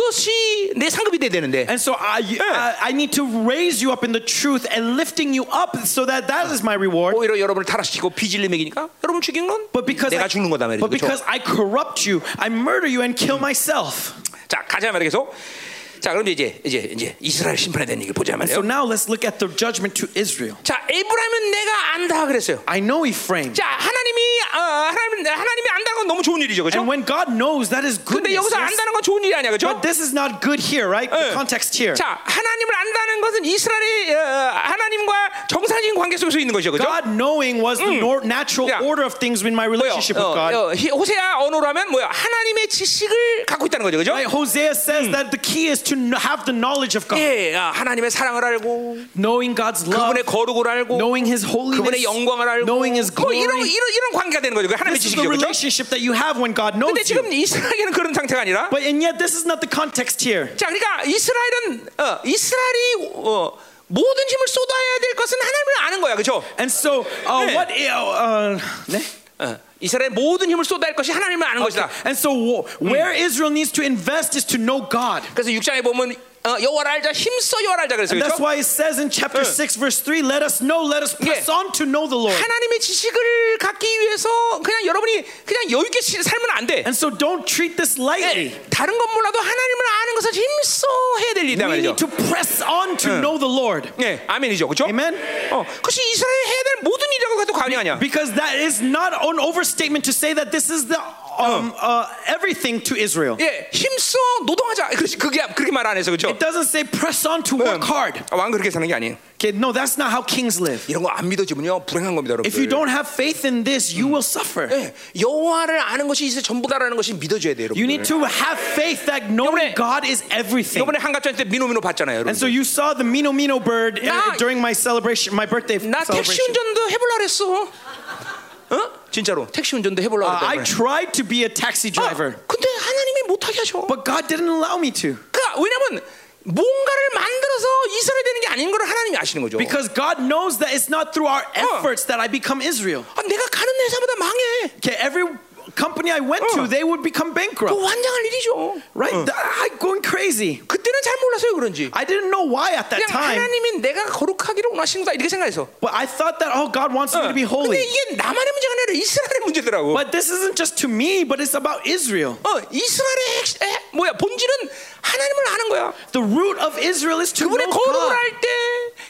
Speaker 1: 그것이 내 상급이 돼야 되는데.
Speaker 2: And so I, I, I need to raise you up in the truth and lifting you up so that that is my reward.
Speaker 1: 오히려 여러분을 타락시키고 비질리 먹이니까 여러분 죽인 건
Speaker 2: But because
Speaker 1: 내가
Speaker 2: I,
Speaker 1: 죽는 거다 말이죠.
Speaker 2: but because I corrupt you, I murder you and kill myself.
Speaker 1: 자 가자 말이야 계속. 자 그럼 이제 이제 이제 이스라엘 심판에 대한 얘기를 보자 말이에요.
Speaker 2: So now let's look at the judgment to Israel.
Speaker 1: 자 에브라임은 내가 안다 그랬어요.
Speaker 2: I know Ephraim.
Speaker 1: 자 하나님이 어, 하나님 하나님이 안다는 건 너무 좋은 일이죠,
Speaker 2: And
Speaker 1: 그렇죠?
Speaker 2: when God knows, that is
Speaker 1: 근데
Speaker 2: goodness.
Speaker 1: 여기서
Speaker 2: yes?
Speaker 1: 안다는 건 좋은 일이 아니야, 그렇죠?
Speaker 2: But this is not good here, right?
Speaker 1: 예.
Speaker 2: The context here.
Speaker 1: 자 하나님을 안다는 것은 이스라엘의 어, 하나님과 정상적인 관계 속에서 있는 것이죠, 그렇죠?
Speaker 2: God knowing was the nor- natural
Speaker 1: Yeah.
Speaker 2: order of things in my relationship
Speaker 1: 뭐요?
Speaker 2: with God.
Speaker 1: 어, 어, 히- 호세아 언어로 하면 뭐야? 하나님의 지식을 갖고 있다는 거죠, 그렇죠?
Speaker 2: Right? Hosea
Speaker 1: Hmm.
Speaker 2: says that the key is to kn- have the knowledge of God,
Speaker 1: 예, 아, 하나님의 사랑을 알고
Speaker 2: knowing God's love,
Speaker 1: 그분의 거룩을 알고
Speaker 2: knowing His
Speaker 1: 그분의
Speaker 2: holiness,
Speaker 1: 영광을 알고
Speaker 2: knowing His
Speaker 1: 뭐
Speaker 2: glory.
Speaker 1: 이런 이런 이런 관계가 되는 거죠. 그 하나님의
Speaker 2: this is
Speaker 1: 지식이죠.
Speaker 2: the
Speaker 1: 그렇죠?
Speaker 2: relationship that you have when God knows
Speaker 1: 근데
Speaker 2: you.
Speaker 1: 지금 이스라엘은 그런 상태가 아니라
Speaker 2: But and yet this is not the context here.
Speaker 1: 자, 그러니까 이스라엘은 어, 이스라엘이 어, 모든 힘을 쏟아야 될 것은 하나님을 아는 거야. 그렇죠?
Speaker 2: And so, uh,
Speaker 1: 네.
Speaker 2: what? i- Uh, 네?
Speaker 1: 어, 이스라엘 모든 힘을 쏟아야 할 것이 하나님을 아는 것이다. Hmm.
Speaker 2: And so, wo- where Israel needs to invest is to know God.
Speaker 1: 그래서 6장에 보면 어, 여호와를 알자 힘써 여호와를 알자 그랬어요. 그렇죠?
Speaker 2: That's why it says in
Speaker 1: 네.
Speaker 2: chapter six, verse three, "Let us know, let us
Speaker 1: 예.
Speaker 2: press on to know the Lord."
Speaker 1: 하나님의 지식을 갖기 위해서 그냥 여러분이 그냥 여유 있게 시- 살면 안 돼.
Speaker 2: And so, don't treat this lightly.
Speaker 1: 예, 다른 건 몰라도 하나님을 아는 것을 힘써 해야 될 일이다
Speaker 2: We
Speaker 1: 말이죠.
Speaker 2: need to press on to know the Lord.
Speaker 1: 예, 아멘이죠, 그렇죠?
Speaker 2: Amen.
Speaker 1: 어, 그것이 이스라엘 해야 될 모든 일이라고 해도 과언이 아니야.
Speaker 2: Because that is not an overstatement to say that this is the um, uh, everything to Israel.
Speaker 1: 예, 힘써 노동하자. 그렇지, 그게 그렇게 말 안 해서 그렇죠?
Speaker 2: It doesn't say press on to work hard.
Speaker 1: 아, 왕 그렇게 사는 게 아니에요.
Speaker 2: Okay, no, that's not how kings live.
Speaker 1: 이런 거 안 믿어지면요 불행한 겁니다, 여러분.
Speaker 2: If you don't have faith in this, you will suffer.
Speaker 1: 예, 여호와를 아는 것이 이제 전부다라는 것이 믿어줘야 돼요,
Speaker 2: You
Speaker 1: 여러분.
Speaker 2: need to have faith that
Speaker 1: 요번에-
Speaker 2: knowing God is everything.
Speaker 1: 이번에 한갑전 때 미노미노 봤잖아요, 여러분.
Speaker 2: And so you saw the Mino Mino bird uh,
Speaker 1: 나-
Speaker 2: during my celebration, my birthday
Speaker 1: 나 택시
Speaker 2: celebration.
Speaker 1: 운전도 해볼라 그랬어. 어? 진짜로 택시 운전도 해볼라
Speaker 2: Uh, I
Speaker 1: 그랬다.
Speaker 2: tried to be a taxi
Speaker 1: 아,
Speaker 2: driver, 뭐,
Speaker 1: 근데 하나님이 못하게 하셔.
Speaker 2: but God didn't allow me to.
Speaker 1: 그러니까 왜냐면 뭔가를 만들어서 이스라엘 되는 게 아닌 걸 하나님이 아시는 거죠.
Speaker 2: Because God knows that it's not through our efforts that I become Israel.
Speaker 1: 아, 내가 가는 회사보다 망해.
Speaker 2: Okay, every company I went
Speaker 1: 어.
Speaker 2: to, they would become
Speaker 1: 또
Speaker 2: bankrupt.
Speaker 1: 그 환장할 일이죠.
Speaker 2: Right? Th- I going crazy.
Speaker 1: 그때는 잘 몰라서요 그런지.
Speaker 2: I didn't know why at that
Speaker 1: 그냥
Speaker 2: time,
Speaker 1: 하나님이 내가 거룩하기로 원하시는구나 이렇게 생각해서. 어.
Speaker 2: but I thought that oh God wants me to be
Speaker 1: 근데
Speaker 2: holy.
Speaker 1: 이게 나만의 문제가 아니라 이스라엘의 문제더라고.
Speaker 2: But this isn't just to me, but it's about Israel.
Speaker 1: 어, 이스라엘의 핵, 에, 뭐야 본질은 하나님을 아는 거야.
Speaker 2: The root of Israel is to know
Speaker 1: 그분의 거룩을
Speaker 2: God.
Speaker 1: 알 때,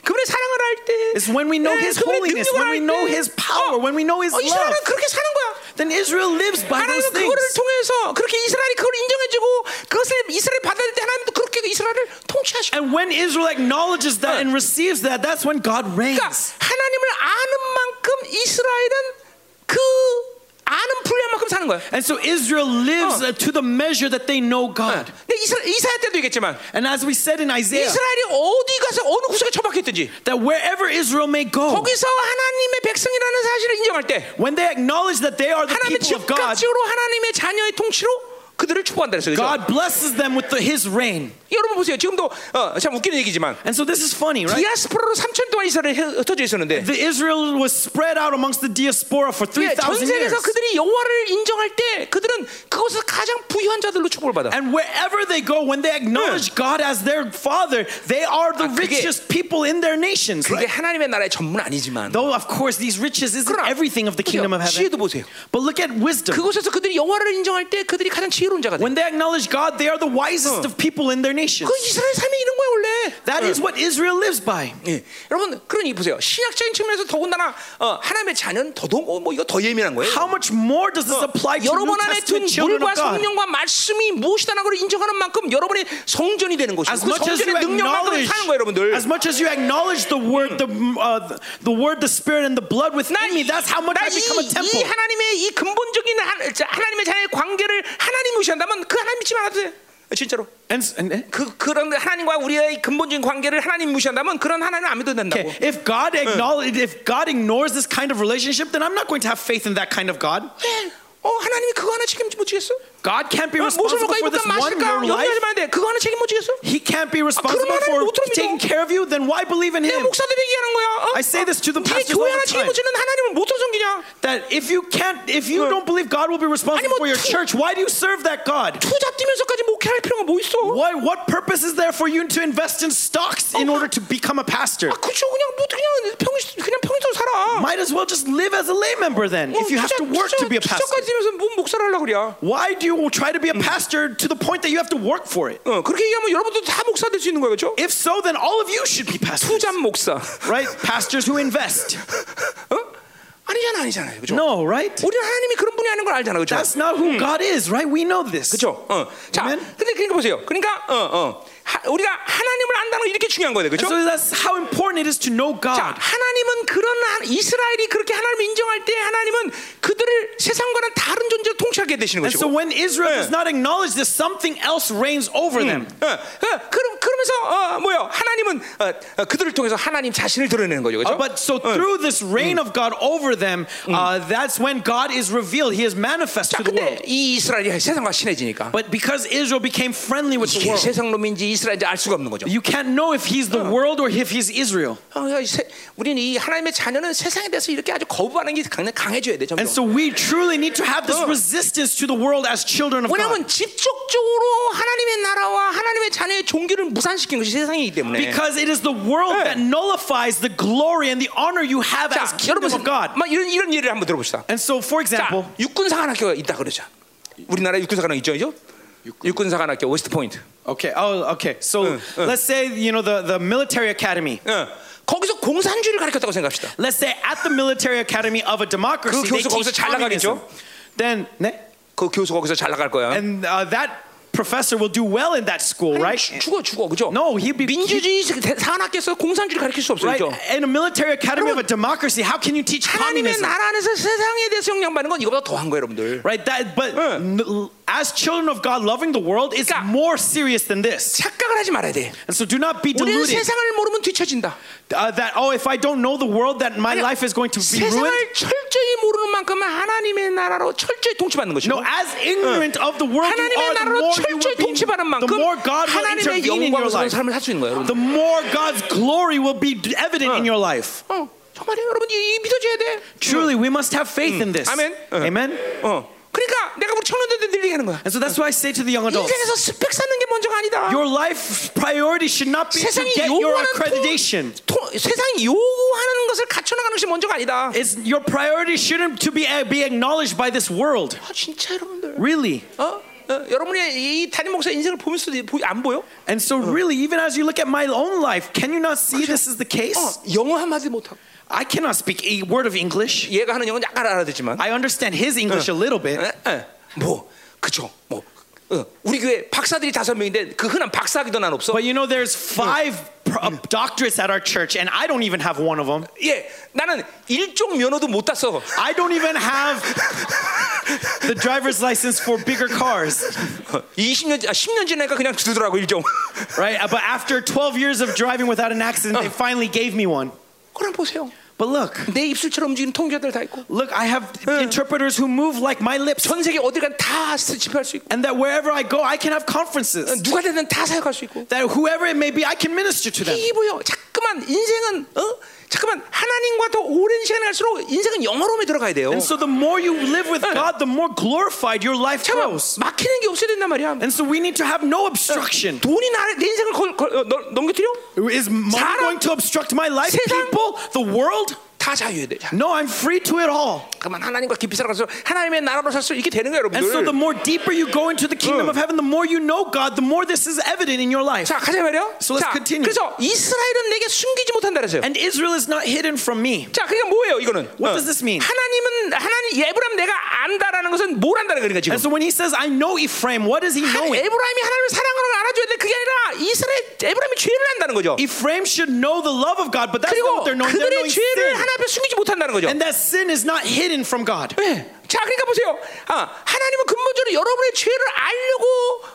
Speaker 1: 그분의 사랑을 알 때,
Speaker 2: It's when we know
Speaker 1: 예,
Speaker 2: His
Speaker 1: 그분의
Speaker 2: holiness,
Speaker 1: 능력을
Speaker 2: when we
Speaker 1: 알
Speaker 2: know
Speaker 1: 때.
Speaker 2: His power,
Speaker 1: 어,
Speaker 2: when we know His
Speaker 1: 어,
Speaker 2: love.
Speaker 1: 이스라엘은 그렇게 사는 거야.
Speaker 2: Then Israel lives by
Speaker 1: 하나님은
Speaker 2: those things.
Speaker 1: 그거를 통해서 그렇게 이스라엘이 그걸 인정해주고 그것을 이스라엘 받아들일 때 하나님도 그렇게 이스라엘을 통치하시고. 그러니까
Speaker 2: And when Israel acknowledges that
Speaker 1: 어.
Speaker 2: and receives that, that's when God
Speaker 1: 그러니까
Speaker 2: reigns.
Speaker 1: 하나님을 아는 만큼 이스라엘은 그 아는 분량만큼 사는 거야.
Speaker 2: And so Israel lives
Speaker 1: 어.
Speaker 2: uh, to the measure that they know
Speaker 1: 어.
Speaker 2: God.
Speaker 1: 근데 이스라, 이사야 때도 얘기했지만
Speaker 2: And as we said in Isaiah,
Speaker 1: 이스라엘이 어디 가서 어느 구석에 처박혔든지
Speaker 2: that wherever Israel may go,
Speaker 1: 거기서 하나님의 백성이라는 사실을 인정할 때
Speaker 2: when they acknowledge that they are the
Speaker 1: 하나님의
Speaker 2: people of God,
Speaker 1: 즉각적으로 하나님의 자녀의 통치로 그들을 축복한다 그랬어요. 그죠?
Speaker 2: God blesses them with the, His reign.
Speaker 1: 여러분 보세요. 지금도 어, 참 웃기는 얘기지만
Speaker 2: And so this is funny, right?
Speaker 1: 디아스포라로 3천 동안 이스라엘에 흩어져 있었는데
Speaker 2: The Israel was spread out amongst the diaspora for
Speaker 1: 예, 전
Speaker 2: 3,000 years.
Speaker 1: 세계에서 그들이 여호와를 인정할 때 그들은 그것을 가장 부유한 자들로 축복을 받아.
Speaker 2: And wherever they go, when they acknowledge God as their father, they are the
Speaker 1: 아, 그게-
Speaker 2: richest people in their nations.
Speaker 1: 그게
Speaker 2: Right?
Speaker 1: 하나님의 나라의 전문 아니지만
Speaker 2: Though, of course, these riches isn't
Speaker 1: 그러나
Speaker 2: everything of the kingdom of
Speaker 1: 보세요.
Speaker 2: heaven.
Speaker 1: 지혜도 보세요.
Speaker 2: But look at wisdom.
Speaker 1: 그곳에서 그들이 여호와를 인정할 때 그들이 가장 지혜로운 자가 돼.
Speaker 2: When they acknowledge God, they are the wisest of people in their nations.
Speaker 1: 그 이스라엘 삶이 이런 거야 원래.
Speaker 2: That is what Israel lives by.
Speaker 1: 예. 여러분 그런 이 보세요. 신약적인 측면에서 더군다나 어, 하나님의 자녀는 더더욱 어, 뭐 이거 더 예민한 거예요.
Speaker 2: How much more does this apply to New
Speaker 1: 여러분 안에 둔
Speaker 2: Testament children
Speaker 1: 물과
Speaker 2: of God?
Speaker 1: 성령과 말씀이 무엇이다라는 걸 인정하는 만큼 여러분의 성전이 되는 것이고
Speaker 2: As
Speaker 1: 그
Speaker 2: much as you
Speaker 1: 성전의 능력만큼
Speaker 2: acknowledge,
Speaker 1: 사는 거예요 여러분들
Speaker 2: as much as you acknowledge the word, the uh, the- the word, the spirit, and the blood within me,
Speaker 1: 이-
Speaker 2: that's how much
Speaker 1: 나
Speaker 2: I become a
Speaker 1: 이-
Speaker 2: temple.
Speaker 1: 이 하나님의 이 근본적인 하, 자, 하나님의 자녀의 관계를 하나님이 무시한다면 그 하나님 믿지 말아도 돼 진짜로
Speaker 2: And, and- eh, and-
Speaker 1: 그, 그런 하나님과 우리의 근본적인 관계를 하나님 무시한다면 그런 하나님 안 믿어도 된다고
Speaker 2: okay, if God acknowledge, if God ignores this kind of relationship, then I'm not going to have faith in that kind of God.
Speaker 1: 예. 어 하나님이 그거 하나 책임지 못 지겠어?
Speaker 2: God can't
Speaker 1: 어,
Speaker 2: be
Speaker 1: 무엇을
Speaker 2: responsible
Speaker 1: 먹까
Speaker 2: for
Speaker 1: 입을까
Speaker 2: this one in your
Speaker 1: 마실까
Speaker 2: life.
Speaker 1: 염려하지 말아야 돼 그거 하나 책임 못 지겠어?
Speaker 2: He can't be responsible
Speaker 1: 하나님
Speaker 2: for
Speaker 1: 못 믿어.
Speaker 2: taking care of you. Then why believe in
Speaker 1: 내가
Speaker 2: Him?
Speaker 1: 목사들에게 얘기하는 거야 어?
Speaker 2: I say this to the
Speaker 1: 네
Speaker 2: pastors
Speaker 1: 교회
Speaker 2: all
Speaker 1: 하나
Speaker 2: the time.
Speaker 1: 책임 못 지는 하나님을 못 섬기냐?
Speaker 2: That if you can't, if you don't believe God will be responsible
Speaker 1: 아니, 뭐
Speaker 2: for your
Speaker 1: 투-
Speaker 2: church, why do you serve that God?
Speaker 1: 투잡 뛰면서까지 목회할 필요가 뭐 있어?
Speaker 2: Why, what purpose is there for you to invest in stocks in order to become a pastor?
Speaker 1: 아, 그죠 그냥 뭐 그냥 평일 그냥 평일대로 살아. 뭐
Speaker 2: Might as well just live as a lay member then, if you have to work to be a pastor.
Speaker 1: 투잡까지 뛰면서 뭔 목사를 하려 그래? 어
Speaker 2: Why do you try to be a pastor to the point that you have to work for it?
Speaker 1: 어, 그렇게 얘기하면 여러분도 다 목사 될 수 있는 거예요, 그렇죠?
Speaker 2: If so, then all of you should be pastors,
Speaker 1: 투잡 목사.
Speaker 2: right? Pastors who invest.
Speaker 1: 어? 아니잖아, 아니잖아요, 그렇죠?
Speaker 2: No, right?
Speaker 1: 우리는 하나님이 그런 분이 아닌 걸 알잖아, 그렇죠?
Speaker 2: That's not who God is, right? We know this.
Speaker 1: 그렇죠? 어. 자,
Speaker 2: Amen.
Speaker 1: 근데 그러니까 보세요. 그러니까 어, 어. 하, 우리가 하나님을 안다는 건 이렇게 중요한 거예요, 그렇죠?
Speaker 2: So that's how important it is to know
Speaker 1: 자,
Speaker 2: God.
Speaker 1: 하나님은 그런 한- 이스라엘이 그렇게 하나님을 인정할 때 하나님은 그들을 세상과는 다른 존재로 통치하게 되시는
Speaker 2: And so
Speaker 1: 것이고.
Speaker 2: when Israel does not acknowledge this, something else reigns over them.
Speaker 1: 어, 어, 그럼 그러면서 어, 뭐요? 하나님은 어, 어, 그들을 통해서 하나님 자신을 드러내는 거죠,
Speaker 2: Uh,
Speaker 1: 그렇죠?
Speaker 2: but so through this
Speaker 1: Mm.
Speaker 2: reign of God over them, uh, that's when God is revealed. He is manifest
Speaker 1: 자,
Speaker 2: to the
Speaker 1: 근데
Speaker 2: world.
Speaker 1: 이 이스라엘이 세상과 친해지니까
Speaker 2: But because Israel became friendly with the
Speaker 1: 이게
Speaker 2: world,
Speaker 1: 세상 놈인지 이스라엘인지 알 수가 없는 거죠.
Speaker 2: you can't know if he's the world or if he's Israel.
Speaker 1: 어, 이 세- 우리는 이 하나님의 자녀는 세상에 대해서 이렇게 아주 거부하는 게 강, 강해져야 돼 점점.
Speaker 2: And so we truly need to have this
Speaker 1: Uh.
Speaker 2: resistance to the world as children of God.
Speaker 1: 왜냐하면 직접적으로 하나님의 나라와 하나님의 자녀의 종교를 무산시킨 것이 세상이기 때문에.
Speaker 2: Because it is the world
Speaker 1: Yeah.
Speaker 2: that nullifies the glory and the honor you have as
Speaker 1: 자,
Speaker 2: kingdom
Speaker 1: 여러분
Speaker 2: of God.
Speaker 1: 막 이런 이런 예를 한번 들어봅시다.
Speaker 2: And so, for
Speaker 1: 자,
Speaker 2: example,
Speaker 1: 육군사관학교가 있다 그러죠. 우리나라 육군사관학 있죠, 이죠? 육군사관학교 웨스트 포인트.
Speaker 2: okay, oh, okay. So
Speaker 1: Uh, uh.
Speaker 2: let's say you know the, the military academy.
Speaker 1: 예. 거기서 공산주의를 가르쳤다고 생각합시다.
Speaker 2: Let's say at the military academy of a democracy,
Speaker 1: 그
Speaker 2: they
Speaker 1: 교수 거기서
Speaker 2: teach
Speaker 1: 잘 나가겠죠?
Speaker 2: communism. Then, 네?
Speaker 1: 그 교수 거기서 잘 나갈 거야.
Speaker 2: and uh, that professor will do well in that school,
Speaker 1: 아니,
Speaker 2: right?
Speaker 1: 주- 죽어 죽어 그죠?
Speaker 2: No, he be-
Speaker 1: 민주주의 산악에서 공산주의를 가르칠 수 없어요.
Speaker 2: Right?
Speaker 1: 그죠?
Speaker 2: In a military academy of a democracy, how can you teach
Speaker 1: 하나님의
Speaker 2: communism?
Speaker 1: 나라 안에서 세상에 대해서 영향받는 건 이거보다 더한 거예요, 여러분들.
Speaker 2: Right? That, but
Speaker 1: Yeah.
Speaker 2: n- as children of God, loving the world is
Speaker 1: 그러니까-
Speaker 2: more serious than this.
Speaker 1: 착각을 하지 말아야 돼.
Speaker 2: And so do not be
Speaker 1: 우리는
Speaker 2: deluded
Speaker 1: 세상을 모르면 뒤처진다.
Speaker 2: uh, that, oh, if I don't know the world, that my
Speaker 1: 아니야.
Speaker 2: life is going to be ruined.
Speaker 1: 세상을 철저히 모르는 만큼 하나님의 나라로 철저히 통치받는 것이고
Speaker 2: No, as ignorant of the world you
Speaker 1: 하나님의
Speaker 2: are, the
Speaker 1: 나라로
Speaker 2: more
Speaker 1: 철저히 통치받은 만큼
Speaker 2: the more God will
Speaker 1: 하나님의
Speaker 2: intervene in your
Speaker 1: 영광스러운
Speaker 2: life,
Speaker 1: 삶을 살 수 있는 거예요,
Speaker 2: the
Speaker 1: 여러분.
Speaker 2: more God's glory will be evident in your life.
Speaker 1: 어, 정말이에요, 여러분. 이, 이 믿어줘야 돼.
Speaker 2: Truly, we must have faith in this.
Speaker 1: Amen.
Speaker 2: Amen.
Speaker 1: 어, 그러니까 내가 우리 청년들한테 늘리게 하는 거야.
Speaker 2: And so that's why I say to the young adults,
Speaker 1: 인생에서 스펙 쌓는 게 먼저가 아니다.
Speaker 2: your life priority should not be to
Speaker 1: 세상이
Speaker 2: get your
Speaker 1: 요구하는
Speaker 2: accreditation.
Speaker 1: 토- 세상이 요구하는 것을 갖춰나가는 것이 먼저가 아니다.
Speaker 2: It's, your priority shouldn't to be uh, be acknowledged by this world.
Speaker 1: 아, 진짜 여러분들.
Speaker 2: Really.
Speaker 1: 어? 어? 여러분이 이 단임 목사 인생을 보면 수도 보- 안 보여?
Speaker 2: And so, really, even as you look at my own life, can you not see this is the
Speaker 1: 어,
Speaker 2: case?
Speaker 1: 영어 한마디 못하고
Speaker 2: I cannot speak a word of English.
Speaker 1: 얘가 하는 영어는 약간 알아듣지만
Speaker 2: I understand his English a little bit.
Speaker 1: 에, 에, 뭐 그쵸 뭐 어, 우리 교회 박사들이 다섯 명인데 그 흔한 박사기도 난 없어
Speaker 2: But you know, there's five pro- uh, doctorates at our church, and I don't even have one of them.
Speaker 1: 예 나는 일종 면허도 못 땄어
Speaker 2: I don't even have the driver's license for bigger cars,
Speaker 1: 20년 아, 10년 지나니까 그냥 주더라고 일종
Speaker 2: right? Uh, But after 12 years of driving without an accident, they finally gave me one.
Speaker 1: 그럼 보세요
Speaker 2: But look,
Speaker 1: 내 입술처럼 움직이는 통역자들 다 있고
Speaker 2: look, I have interpreters who move like my lips,
Speaker 1: 전 세계 어디 가든 다 스- 집회할 수 있고
Speaker 2: and that wherever I go, I can have
Speaker 1: 어,
Speaker 2: conferences.
Speaker 1: 누가 되든 다 사역할 수 있고
Speaker 2: That whoever it may be, I can minister to them.
Speaker 1: 이게 뭐요? 자꾸만 인생은 어? 자꾸만 하나님과 더 오랜 시간이 갈수록 인생은 영어로움에 들어가야 돼요.
Speaker 2: And so the more you live with God, the more glorified your life
Speaker 1: 잠깐만
Speaker 2: grows.
Speaker 1: 막히는 게 없어야 된단 말이야.
Speaker 2: And so we need to have no obstruction.
Speaker 1: 돈이 나를 내 인생을 걸, 걸, 어, 넘- 넘겨뜨려?
Speaker 2: Is money
Speaker 1: 사람-
Speaker 2: going to obstruct my life?
Speaker 1: 세상-
Speaker 2: People, the world?
Speaker 1: 다 자유해야 돼. 자,
Speaker 2: No, I'm free to it all.
Speaker 1: 잠깐만 하나님과 깊이 살아가서 하나님의 나라로 살 수 있게 되는 거야,
Speaker 2: And so the
Speaker 1: 여러분들.
Speaker 2: more deeper you go into the kingdom of heaven, the more you know God, the more this is evident in your life.
Speaker 1: 자, 가자 말이야.
Speaker 2: So let's
Speaker 1: 자,
Speaker 2: continue.
Speaker 1: 그래서 이스라엘은 내게 숨기지 못한다 그랬어요.
Speaker 2: And Israel is not hidden from me.
Speaker 1: 자, 그러니까 뭐예요, 이거는?
Speaker 2: What does this mean?
Speaker 1: 하나님은 하나님 에브람 내가 안다라는 것은 뭘 안다는 거니까 지금.
Speaker 2: And so when he says, I know Ephraim, what is he
Speaker 1: 하-
Speaker 2: knowing?
Speaker 1: 에브라임이 하나님을 사랑하는 걸 알아줘야 돼. 그게 아니라 이스라엘 에브라임이 죄를 안다는 거죠.
Speaker 2: Ephraim should know the love of God, but that's not
Speaker 1: 그리고
Speaker 2: what they're knowing. They're
Speaker 1: 그들의
Speaker 2: knowing sin.
Speaker 1: 죄를 하나 앞에 숨기지 못한다는 거죠.
Speaker 2: And that sin is not hidden from God.
Speaker 1: 예. 자, 그러니까 보세요. 아, 하나님은 근본적으로 여러분의 죄를 알려고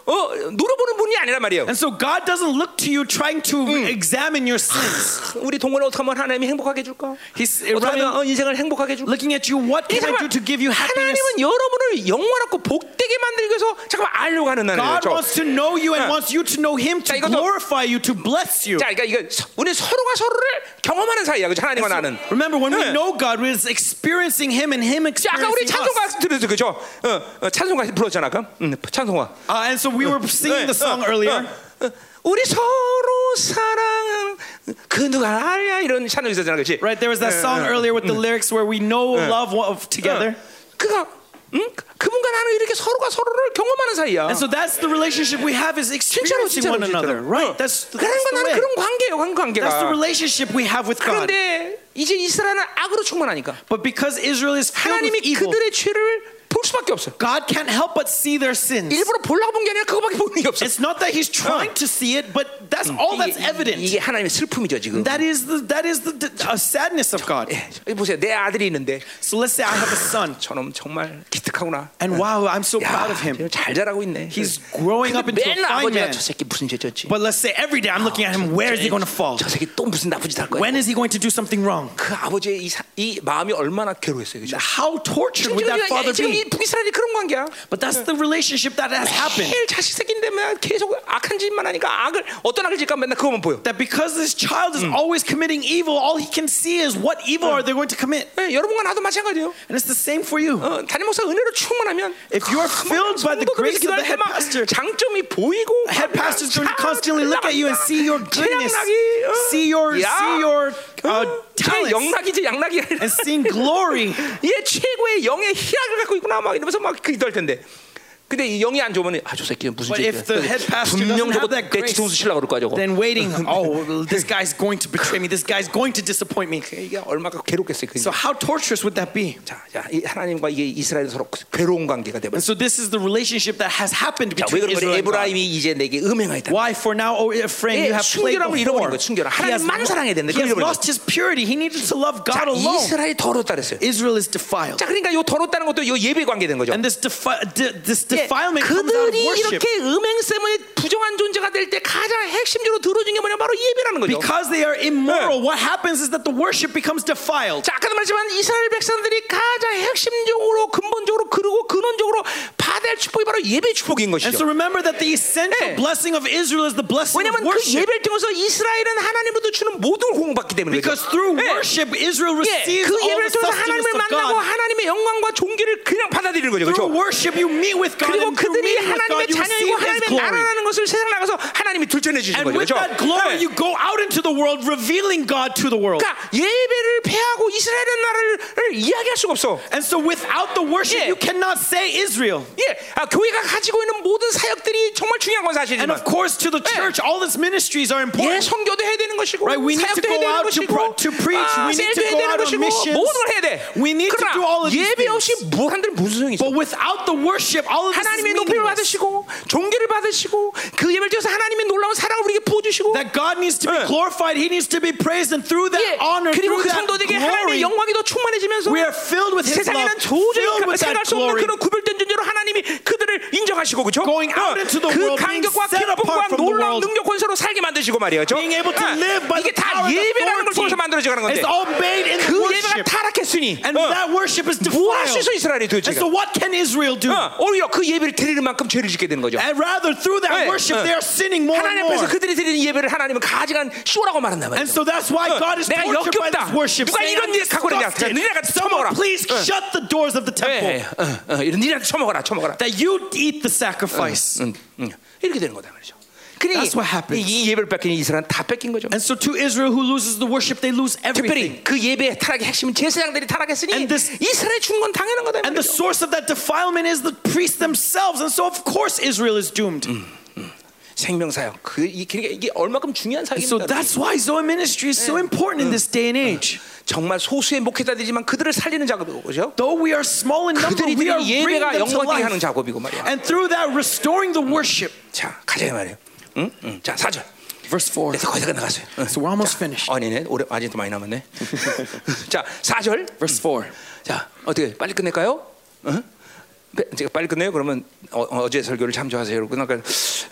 Speaker 1: 어, 노려보는 분이 아니란 말이에요.
Speaker 2: And so God doesn't look to you trying to examine your sins.
Speaker 1: 우리 동원을 어떻게 하면 하나님이 행복하게 해줄까?
Speaker 2: He's
Speaker 1: 어떻게 하면
Speaker 2: rather
Speaker 1: 어, 인생을 행복하게 해줄까?
Speaker 2: looking at you, what
Speaker 1: 이게
Speaker 2: can I do
Speaker 1: 잠깐만,
Speaker 2: to give you happiness?
Speaker 1: 하나님은 여러분을 영원하고 복되게 만들기 위해서 잠깐만 알려고 하는 그렇죠? 하나님이죠.
Speaker 2: God
Speaker 1: 자,
Speaker 2: wants to know you
Speaker 1: 응.
Speaker 2: and wants you to know Him to
Speaker 1: 이것도-
Speaker 2: glorify you, to bless you.
Speaker 1: 그러니까 이거 서- 우리 서로가 서로를 경험하는 사이야, 그죠? 하나님과 나는.
Speaker 2: Remember, when we
Speaker 1: 응.
Speaker 2: know God, we're experiencing Him and Him
Speaker 1: 자, 아까 우리
Speaker 2: experiencing us.
Speaker 1: 찬송가 들었죠, 그죠? 어, 어, 찬송가 불렀잖아, 아까. 음, 찬송가.
Speaker 2: Uh, and so we were singing the song
Speaker 1: 어, 어,
Speaker 2: earlier.
Speaker 1: 어. 우리 서로 사랑하는 그 누가 알야 이런 찬양 있었잖아, 그렇지?
Speaker 2: Right, there was that song earlier with the
Speaker 1: Mm.
Speaker 2: lyrics where we know love of together.
Speaker 1: 어, 그가 응? 그분과 나는 이렇게 서로가 서로를 경험하는 사이야.
Speaker 2: And so that's the relationship we have is
Speaker 1: 진짜로
Speaker 2: experiencing
Speaker 1: 진짜로
Speaker 2: one another.
Speaker 1: 진짜로. 응.
Speaker 2: Right, that's, that's
Speaker 1: 그런 건
Speaker 2: the
Speaker 1: 나는
Speaker 2: way.
Speaker 1: 그런 관계예요, 그런
Speaker 2: That's the
Speaker 1: 관계가.
Speaker 2: relationship we have with God.
Speaker 1: 그런데 이제 이스라엘은 악으로 충만하니까
Speaker 2: But because Israel is filled with
Speaker 1: 하나님이
Speaker 2: evil,
Speaker 1: 그들의 죄를 볼 수밖에 없어.
Speaker 2: God can't help but see their sins.
Speaker 1: 일부러 보려고 본 게 아니라 그거밖에 보는 게 없어.
Speaker 2: It's not that He's trying to see it, but that's all that's
Speaker 1: 이게,
Speaker 2: evident.
Speaker 1: 이게 하나님의 슬픔이죠 지금.
Speaker 2: That is the that is the, the uh, sadness of God.
Speaker 1: 예, 여기 보세요, 내 아들이 있는데
Speaker 2: So let's say I have a son,
Speaker 1: 저놈 정말 기특하구나.
Speaker 2: and wow, I'm so
Speaker 1: 야,
Speaker 2: proud of him.
Speaker 1: 지금 잘 자라고 있네.
Speaker 2: He's growing up
Speaker 1: 근데
Speaker 2: into a
Speaker 1: 맨날
Speaker 2: fine
Speaker 1: 아버지가
Speaker 2: man.
Speaker 1: 저 새끼 무슨 죄졌지? 예,
Speaker 2: But let's say every day I'm looking at him. Where is he going to fall?
Speaker 1: 저 새끼 또 무슨 나쁜 짓 할 거야?
Speaker 2: When is he going to do something wrong?
Speaker 1: 그 아버지의 이, 사- 이 마음이 얼마나 괴로웠어요, 그죠?
Speaker 2: How tortured
Speaker 1: 지금,
Speaker 2: would that father
Speaker 1: 지금 이
Speaker 2: be?
Speaker 1: 북이스라엘이 그런 관계야.
Speaker 2: But that's the relationship that has happened.
Speaker 1: 매일 자식 새끼인데 맨날 계속 악한 짓만 하니까 악을 어떤 악을 짓까 맨날 그거만 보여.
Speaker 2: That because this child is always committing evil, all he can see is what evil are they going to commit.
Speaker 1: 예, 여러분과 나도 마찬가지예요.
Speaker 2: And it's the same for you.
Speaker 1: 어, 담임 목사 은혜로 충만하면
Speaker 2: If you are filled by the grace of the head
Speaker 1: 막
Speaker 2: pastor,
Speaker 1: 장점이 보이고
Speaker 2: head pastor's going to constantly look at you and see your goodness,
Speaker 1: 재앙나기, 어.
Speaker 2: see your
Speaker 1: 야.
Speaker 2: see your uh,
Speaker 1: 어, 이게
Speaker 2: talents,
Speaker 1: 영락이지 양락이 아니라
Speaker 2: and seeing glory.
Speaker 1: 얘 최고의 영의 희락을 갖고 있구나 막 이러면서 막 기도할 텐데. 근데 이 영이 안 좋으면 아 저 새끼는 무슨
Speaker 2: But
Speaker 1: 죄야.
Speaker 2: if the head pastor
Speaker 1: 분명 저거
Speaker 2: doesn't have that
Speaker 1: 내
Speaker 2: grace,
Speaker 1: 뒤통수 치려고 그럴 거야 저거.
Speaker 2: Then waiting, oh, this guy's going to betray me. This guy's going to disappoint me.
Speaker 1: 그러니까 이게 얼마나 괴롭겠어요. 그
Speaker 2: So how torturous would that be?
Speaker 1: 자, 자, 이 하나님과 이게 이스라엘 서로 괴로운 관계가 되버렸어.
Speaker 2: And so this is the relationship that has happened
Speaker 1: 자, 왜 그런
Speaker 2: between Israel
Speaker 1: 거예요?
Speaker 2: and God.
Speaker 1: 에브라임이 이제 내게 음행하였다.
Speaker 2: Why for now, O Ephraim,
Speaker 1: 예,
Speaker 2: you have played
Speaker 1: 순결함을 잃어버린
Speaker 2: before.
Speaker 1: 거예요, 순결함.
Speaker 2: He has,
Speaker 1: 하나님만을 사랑해야 되는데
Speaker 2: he
Speaker 1: 그걸
Speaker 2: has
Speaker 1: 잃어버린
Speaker 2: lost his purity. He needed to love
Speaker 1: 자,
Speaker 2: God alone.
Speaker 1: 이스라엘이 더럽다 그랬어요.
Speaker 2: Israel is defiled.
Speaker 1: 자, 그러니까 요 더럽다는 것도 요 예배 관계된 거죠.
Speaker 2: And this, defi- de- this
Speaker 1: 예,
Speaker 2: defilement comes out of
Speaker 1: 그들이
Speaker 2: worship.
Speaker 1: 이렇게 음행세문에 부정한 존재가 될 때 가장 핵심적으로 들어준 게 뭐냐 바로 예배라는 거죠.
Speaker 2: Because they are immoral, what happens is that the worship becomes defiled.
Speaker 1: 자, 아까도 말했지만 이스라엘 백성들이 가장 핵심적으로 근본적으로 그리고 근원적으로 받아 받아야 할 축복이 바로 예배 축복인
Speaker 2: And
Speaker 1: 것이죠.
Speaker 2: so remember that the essential
Speaker 1: 네.
Speaker 2: blessing of Israel is the blessing of
Speaker 1: 왜냐하면 그
Speaker 2: worship.
Speaker 1: 예배를 통해서 이스라엘은 하나님으로부터 주는 모든 공받기 때문에
Speaker 2: Because
Speaker 1: 그렇죠.
Speaker 2: through
Speaker 1: 예.
Speaker 2: worship, Israel
Speaker 1: 예, 그
Speaker 2: receives all
Speaker 1: 예배를
Speaker 2: the
Speaker 1: 통해서 하나님을
Speaker 2: sustenance of
Speaker 1: 만나고
Speaker 2: God.
Speaker 1: 하나님의 영광과 존귀를 그냥 받아들이는 거죠,
Speaker 2: Through
Speaker 1: 그렇죠?
Speaker 2: worship, you meet with God,
Speaker 1: 그리고
Speaker 2: and through
Speaker 1: 그들이
Speaker 2: meeting with
Speaker 1: 하나님의
Speaker 2: God, you
Speaker 1: 자녀이고
Speaker 2: receive His
Speaker 1: 하나님의
Speaker 2: glory.
Speaker 1: 나라라는 것을 세상 나가서 하나님이 들춰내 주시는
Speaker 2: And
Speaker 1: 거죠,
Speaker 2: with
Speaker 1: 그렇죠?
Speaker 2: that
Speaker 1: 예.
Speaker 2: glory, you go out into the world, revealing God to the world.
Speaker 1: 그러니까 예배를 패하고 이스라엘의 나라를 이야기할 수가 없어.
Speaker 2: And so, without the worship,
Speaker 1: Yeah.
Speaker 2: you cannot say Israel.
Speaker 1: 예, 아, 교회가 가지고 있는 모든 사역들이 정말 중요한 건
Speaker 2: And
Speaker 1: 사실이지만
Speaker 2: of course, to the church, all its ministries are
Speaker 1: 예,
Speaker 2: important.
Speaker 1: 성교도 해야 되는 것이고
Speaker 2: Right, we need to
Speaker 1: 사역도
Speaker 2: go
Speaker 1: 해야 되는
Speaker 2: out to,
Speaker 1: 것이고
Speaker 2: pro- to preach.
Speaker 1: 아,
Speaker 2: we need to
Speaker 1: 세도 해야
Speaker 2: go
Speaker 1: 되는
Speaker 2: out on
Speaker 1: 것이고
Speaker 2: missions.
Speaker 1: 모든 걸 해야 돼.
Speaker 2: We need to do all
Speaker 1: 그러나
Speaker 2: of these
Speaker 1: 예배 없이
Speaker 2: things.
Speaker 1: 무한들 무슨 소용이 있어?
Speaker 2: But without the worship, all of this is
Speaker 1: 하나님의 높임을
Speaker 2: meaningless.
Speaker 1: 받으시고 종교를 받으시고 그 예배를 통해서 하나님의 놀라운 사랑을 우리에게 부어주시고
Speaker 2: That God needs to
Speaker 1: Yeah.
Speaker 2: be glorified. He needs to be praised. And through that
Speaker 1: 예,
Speaker 2: honor,
Speaker 1: 그리고
Speaker 2: through
Speaker 1: 그
Speaker 2: that
Speaker 1: 성도들에게 하나님의
Speaker 2: glory,
Speaker 1: 영광이 더 충만해지면서
Speaker 2: we are filled with His love,
Speaker 1: 세상에는 도저히
Speaker 2: filled
Speaker 1: 가-
Speaker 2: with
Speaker 1: 생각할
Speaker 2: that
Speaker 1: 수 없는
Speaker 2: glory.
Speaker 1: 그런 구별된 존재로 하나님이 그들을 인정하시고 그렇죠?
Speaker 2: Going out into the
Speaker 1: 그
Speaker 2: world, being
Speaker 1: 감격과
Speaker 2: set apart
Speaker 1: 기쁨과
Speaker 2: from the
Speaker 1: 놀라운
Speaker 2: world.
Speaker 1: 능력 권세로 살게 만드시고 말이에요. 그죠?
Speaker 2: Being able to
Speaker 1: 아,
Speaker 2: live by
Speaker 1: 이게
Speaker 2: the
Speaker 1: 다
Speaker 2: power and
Speaker 1: 예배라는 걸 통해서
Speaker 2: authority.
Speaker 1: 만들어져 가는 건데
Speaker 2: It's all made in the
Speaker 1: 그 예배가
Speaker 2: worship.
Speaker 1: 타락했으니
Speaker 2: And
Speaker 1: 어,
Speaker 2: that worship is
Speaker 1: 뭐 할
Speaker 2: defiled.
Speaker 1: 수 있어 이스라엘이
Speaker 2: And
Speaker 1: 도대체가
Speaker 2: so what can Israel do?
Speaker 1: 어, 오히려 그 예배를 드리는 만큼 죄를 짓게 되는 거죠.
Speaker 2: And rather, through that
Speaker 1: Yeah.
Speaker 2: worship,
Speaker 1: Yeah.
Speaker 2: they are sinning more and
Speaker 1: 하나님 앞에서
Speaker 2: more.
Speaker 1: 그들이 드리는 예배를 하나님은 가증한 쇼라고 말한단 말이에요.
Speaker 2: And so that's why
Speaker 1: 어,
Speaker 2: God is
Speaker 1: 내가
Speaker 2: tortured by this
Speaker 1: 역겹다.
Speaker 2: worship.
Speaker 1: 누가
Speaker 2: saying,
Speaker 1: 이런
Speaker 2: "I'm
Speaker 1: 일 갖고 있냐? 자,
Speaker 2: disgusted.
Speaker 1: 너희가 처먹어라.
Speaker 2: Someone please shut the doors of the
Speaker 1: 예,
Speaker 2: temple
Speaker 1: 예, 어, 어, 이런 일이라도 처먹어라, 처먹어라.
Speaker 2: that you eat the sacrifice.
Speaker 1: 응, 응. 이렇게 되는 거다 말이죠. 그러니
Speaker 2: That's what
Speaker 1: 이,
Speaker 2: happens.
Speaker 1: 이 예배를 뺏긴 이스라엘은 다 뺏긴 거죠.
Speaker 2: And so to Israel who loses the worship, they lose
Speaker 1: 특별히
Speaker 2: everything.
Speaker 1: 그 예배의 타락의 핵심은 제사장들이 타락했으니
Speaker 2: And this-
Speaker 1: 이스라엘 죽은 건 당연한 거다
Speaker 2: And the
Speaker 1: 말이죠.
Speaker 2: source of that defilement is the priests themselves. And so of course Israel is doomed.
Speaker 1: 생명사역 그, 이, 그러니까 이게 얼마큼 중요한
Speaker 2: And so
Speaker 1: 사역입니다.
Speaker 2: that's why Zoe ministry is so important in this day and age.
Speaker 1: 정말 소수의 목회자들이지만 그들을 살리는 작업이죠.
Speaker 2: Though we are small in number,
Speaker 1: 그들이
Speaker 2: we
Speaker 1: 드리는
Speaker 2: are bringing
Speaker 1: 예배가
Speaker 2: them to
Speaker 1: 영광되게 하는
Speaker 2: life.
Speaker 1: 작업이고 말이야.
Speaker 2: And through that, restoring the worship.
Speaker 1: 자 가자 이 말이에요. 응? 응. 자 사절.
Speaker 2: Verse 4.
Speaker 1: 그래서 거의 다 끝나갔어요. 응.
Speaker 2: So we're almost finished.
Speaker 1: 아니네 오래 아직도 많이 남았네. 자 사절.
Speaker 2: Verse 4.
Speaker 1: 자 어떻게 빨리 끝낼까요? 응? 네, 제가 빨리 끝내요. 그러면 어, 제 설교를 참조하세요, 여러분. 아까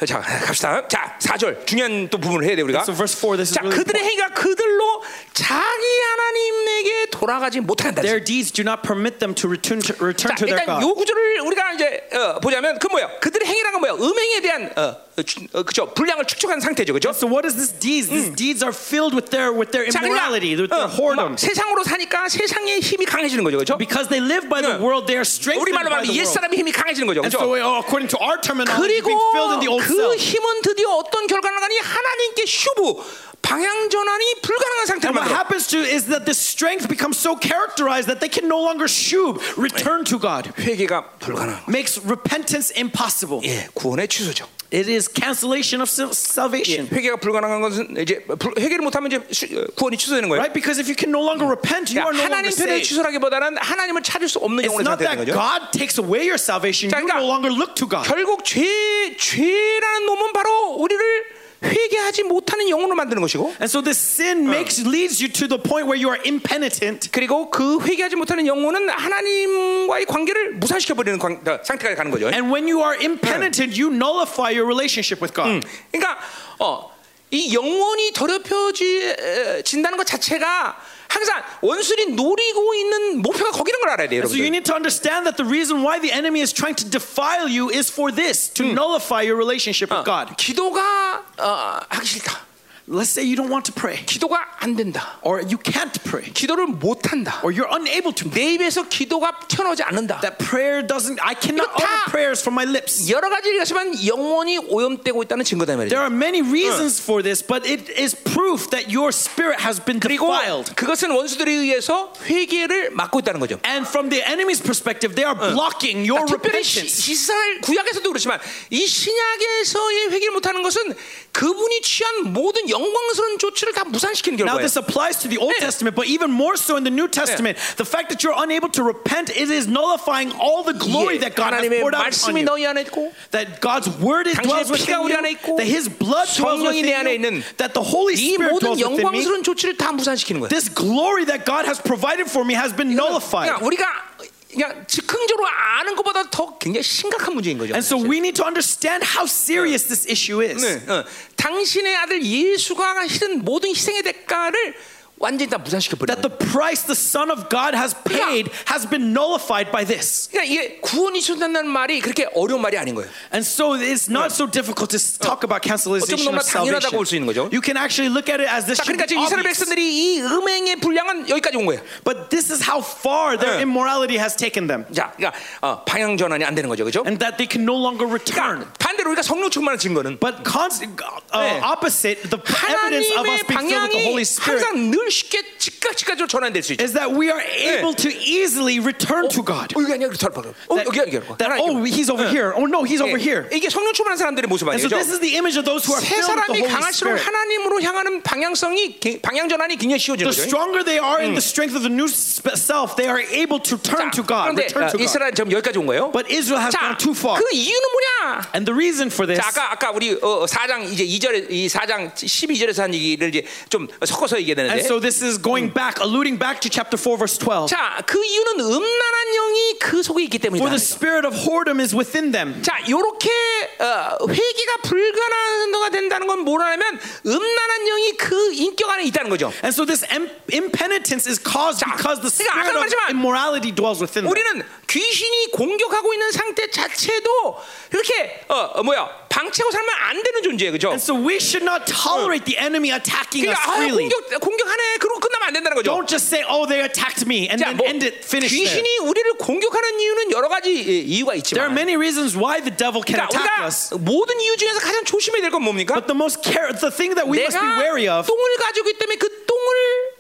Speaker 1: 자 갑시다. 자 사절 중요한 또 부분을 해야 돼 우리가.
Speaker 2: So verse 4, this is
Speaker 1: 자
Speaker 2: really
Speaker 1: 그들의 행위가 그들로 자기 하나님에게 돌아가지 못한다.
Speaker 2: Their deeds do not permit them to return to,
Speaker 1: 자
Speaker 2: return to their
Speaker 1: 일단 요
Speaker 2: God.
Speaker 1: 구절을 우리가 이제 어, 보자면 그 뭐야? 그들의 행위라는 건 뭐야? 음행에 대한 어, 어, 주- 어, 그죠? 불량을 축적한 상태죠, 그죠?
Speaker 2: So what is this deeds? These deeds are filled with their with their
Speaker 1: 자, 그러니까,
Speaker 2: immorality, with
Speaker 1: 어,
Speaker 2: their
Speaker 1: 막
Speaker 2: whoredom.
Speaker 1: 세상으로 사니까 세상의 힘이 강해지는 거죠, 그죠?
Speaker 2: Because they live by
Speaker 1: Yeah.
Speaker 2: the world, they are strengthened
Speaker 1: 우리말로
Speaker 2: by
Speaker 1: 말하면
Speaker 2: the
Speaker 1: 옛
Speaker 2: world.
Speaker 1: 사람의 힘이 강해지는 거죠,
Speaker 2: And so,
Speaker 1: 그죠?
Speaker 2: oh, according to our terminology,
Speaker 1: 그리고
Speaker 2: being filled in the old
Speaker 1: 그
Speaker 2: self.
Speaker 1: 힘은 드디어 어떤 결과를 가니 하나님께 슈브 방향 전환이 불가능한 상태로
Speaker 2: And
Speaker 1: 만들어.
Speaker 2: what happens to is that the strength becomes so characterized that they can no longer shub, return to God.
Speaker 1: 회개가 불가능.
Speaker 2: Makes repentance impossible.
Speaker 1: 예, 구원의 취소죠.
Speaker 2: It is cancellation of sal-
Speaker 1: 예,
Speaker 2: salvation.
Speaker 1: 회개가 불가능한 것은 이제 불- 회개를 못하면 이제 수- 어, 구원이 취소되는 거예요.
Speaker 2: Right? Because if you can no longer repent, you are
Speaker 1: 그러니까
Speaker 2: no longer
Speaker 1: 하나님 편에
Speaker 2: saved.
Speaker 1: 취소라기보다는 하나님을 찾을 수 없는
Speaker 2: It's
Speaker 1: 영혼의
Speaker 2: not
Speaker 1: 상태인
Speaker 2: that
Speaker 1: 거죠.
Speaker 2: God takes away your salvation,
Speaker 1: 자,
Speaker 2: you
Speaker 1: 그러니까
Speaker 2: no longer look to God.
Speaker 1: 결국 죄 죄라는 놈은 바로 우리를 회개하지 못하는 영혼으로 만드는 것이고
Speaker 2: And so this sin makes leads you to the point where you are impenitent.
Speaker 1: 그리고 그 회개하지 못하는 영혼은 하나님과의 관계를 무산시켜 버리는 상태가 가는 거죠.
Speaker 2: And when you are impenitent, you nullify your relationship with
Speaker 1: Mm.
Speaker 2: God.
Speaker 1: 그러니까 어, 이 영혼이 더럽혀진다는 것 자체가 항상 원수들이 노리고 있는 목표가 거기는 걸 알아야 돼요,
Speaker 2: So you
Speaker 1: 여러분.
Speaker 2: need to understand that the reason why the enemy is trying to defile you is for this, to nullify your relationship with God.
Speaker 1: 기도가 어, 하기 싫다.
Speaker 2: Let's say you don't want to pray,
Speaker 1: 기도가 안 된다.
Speaker 2: or you can't pray,
Speaker 1: 기도를 못 한다.
Speaker 2: or you're unable to pray.
Speaker 1: 내 입에서 기도가 튀어나오지 않는다.
Speaker 2: That prayer doesn't, I cannot
Speaker 1: 이거 다-
Speaker 2: utter prayers from my lips.
Speaker 1: 여러 가지가 있지만 영혼이 오염되고 있다는 증거다 이 말이죠.
Speaker 2: There are many reasons for this, but it is proof that your spirit has been
Speaker 1: 그리고
Speaker 2: defiled.
Speaker 1: 그것은 원수들에 의해서 회개를 막고 있다는 거죠. 그러니까
Speaker 2: And from the enemy's perspective, they are
Speaker 1: Uh.
Speaker 2: blocking your
Speaker 1: 특별히 시-
Speaker 2: repentance.
Speaker 1: 이스라엘 구약에서도 그렇지만 이 신약에서의 회개를 못하는 것은 그분이 취한 모든 영광스러운 조치를 다 무산시키는
Speaker 2: Now
Speaker 1: 결과예요.
Speaker 2: this applies to the Old
Speaker 1: Yeah.
Speaker 2: Testament, but even more so in the New Testament. The fact that you're unable to repent, it is nullifying all the glory
Speaker 1: 예,
Speaker 2: that God has
Speaker 1: 하나님의
Speaker 2: poured out on
Speaker 1: 말씀이
Speaker 2: you.
Speaker 1: 너희 안에 있고
Speaker 2: That God's word it
Speaker 1: 당신의
Speaker 2: dwells within
Speaker 1: 피가 우리
Speaker 2: you.
Speaker 1: 안에 있고,
Speaker 2: That His blood dwells
Speaker 1: 성령이
Speaker 2: within
Speaker 1: 내 안에
Speaker 2: you.
Speaker 1: 있는
Speaker 2: That the Holy
Speaker 1: 이
Speaker 2: Spirit
Speaker 1: 모든
Speaker 2: dwells within me.
Speaker 1: 영광스러운 조치를 다 무산시키는 거예요.
Speaker 2: This glory that God has provided for me has been nullified.
Speaker 1: 그러니까 우리가 그냥 즉흥적으로 아는 것보다 더 굉장히 심각한 문제인 거죠.
Speaker 2: And so
Speaker 1: 사실.
Speaker 2: we need to understand how
Speaker 1: 예,
Speaker 2: serious this issue is.
Speaker 1: 네. 어, 당신의 아들 예수가 실은 모든 희생의 대가를 완전히 다 무산시켜 버려.
Speaker 2: that the price the Son of God has paid has been nullified by this.
Speaker 1: 그러니까 이게 구원이 순단다는 말이 그렇게 어려운 말이 아닌 거예요.
Speaker 2: And so it's not so difficult to s- talk
Speaker 1: Oh. 어쩌면
Speaker 2: about cancellation
Speaker 1: 너무나
Speaker 2: of
Speaker 1: 당연하다고 볼수 있는 거죠.
Speaker 2: salvation. You can actually look at it as
Speaker 1: 자,
Speaker 2: this should
Speaker 1: 그러니까
Speaker 2: be
Speaker 1: 지금 이스라엘
Speaker 2: obvious.
Speaker 1: 백성들이 이 음행의 분량은 여기까지 온 거예요.
Speaker 2: But this is how far their
Speaker 1: Yeah.
Speaker 2: immorality has taken them.
Speaker 1: 자, 그러니까 어, 방향 전환이 안 되는 거죠, 그렇죠?
Speaker 2: And that they can no longer return.
Speaker 1: 반대로 우리가 성령 충만을 진 거는
Speaker 2: But constant, uh,
Speaker 1: Yeah.
Speaker 2: opposite, the evidence of us
Speaker 1: 하나님의
Speaker 2: being filled with the
Speaker 1: 방향이
Speaker 2: Holy Spirit
Speaker 1: 항상 늘 쉽게 즉각 즉각적으로 전환될 수 있죠.
Speaker 2: is that we are able to easily return to God.
Speaker 1: 어, 여기 아니야, 저렇게 바꿔. 어,
Speaker 2: That,
Speaker 1: 여기 여기 여기. 예.
Speaker 2: that, oh, he's over here. Oh, no, he's over here.
Speaker 1: 이게 성령 충만한 사람들의 모습
Speaker 2: And so
Speaker 1: 아니죠?
Speaker 2: this is the image of those who are
Speaker 1: 세
Speaker 2: filled with
Speaker 1: 사람이
Speaker 2: the Holy
Speaker 1: 강할수록
Speaker 2: Spirit.
Speaker 1: 하나님으로 향하는 방향성이 개- 방향 전환이 굉장히 쉬워지는
Speaker 2: The
Speaker 1: 거죠.
Speaker 2: stronger they are in the strength of the new sp- self, they are able to turn to God,
Speaker 1: 그런데
Speaker 2: return
Speaker 1: 어,
Speaker 2: to God.
Speaker 1: 이스라엘 지금 여기까지 온 거예요.
Speaker 2: But Israel has
Speaker 1: 자,
Speaker 2: gone too far.
Speaker 1: 그 이유는 뭐냐?
Speaker 2: And the reason for this,
Speaker 1: 자, 아까 아까 우리 어, 4장 이제 2절에 이 4장 12절에서 한 얘기를 이제 좀 섞어서
Speaker 2: and
Speaker 1: 얘기되는데
Speaker 2: so this is going back, alluding back to chapter 4, verse 12.
Speaker 1: 자, 그 이유는 음란한 영이 그 속에 있기
Speaker 2: For
Speaker 1: 때문이다.
Speaker 2: the spirit of whoredom is within them.
Speaker 1: 자, 요렇게 어, 회개가 불가능한 정도가 된다는 건 뭐라면 음란한 영이 그 인격 안에 있다는 거죠.
Speaker 2: And so this im- impenitence is caused
Speaker 1: 자,
Speaker 2: because the
Speaker 1: 그러니까 아까
Speaker 2: spirit of
Speaker 1: 말했지만
Speaker 2: immorality dwells within them.
Speaker 1: 우리는 귀신이 공격하고 있는 상태 자체도 이렇게 어, 어, 뭐야 방치하고 살면 안 되는 존재예요, 그죠?
Speaker 2: And so we should not tolerate the enemy attacking
Speaker 1: 그러니까
Speaker 2: us
Speaker 1: 아,
Speaker 2: freely.
Speaker 1: 공격 공격하네, 그러고 끝나면 안 된다는 거죠.
Speaker 2: Don't just say, oh, they attacked me, and
Speaker 1: 자,
Speaker 2: then
Speaker 1: 뭐
Speaker 2: end it, finish there.
Speaker 1: 귀신이 우리를 공격하는 이유는 여러 가지 예, 이유가
Speaker 2: There
Speaker 1: 있지만
Speaker 2: are many reasons why the devil can
Speaker 1: 그러니까
Speaker 2: attack
Speaker 1: 우리가
Speaker 2: us.
Speaker 1: 모든 이유 중에서 가장 조심해야 될 건 뭡니까?
Speaker 2: But the most care, the thing that we must be wary
Speaker 1: 내가
Speaker 2: of
Speaker 1: 똥을 가지고 있기 때문에 그 똥을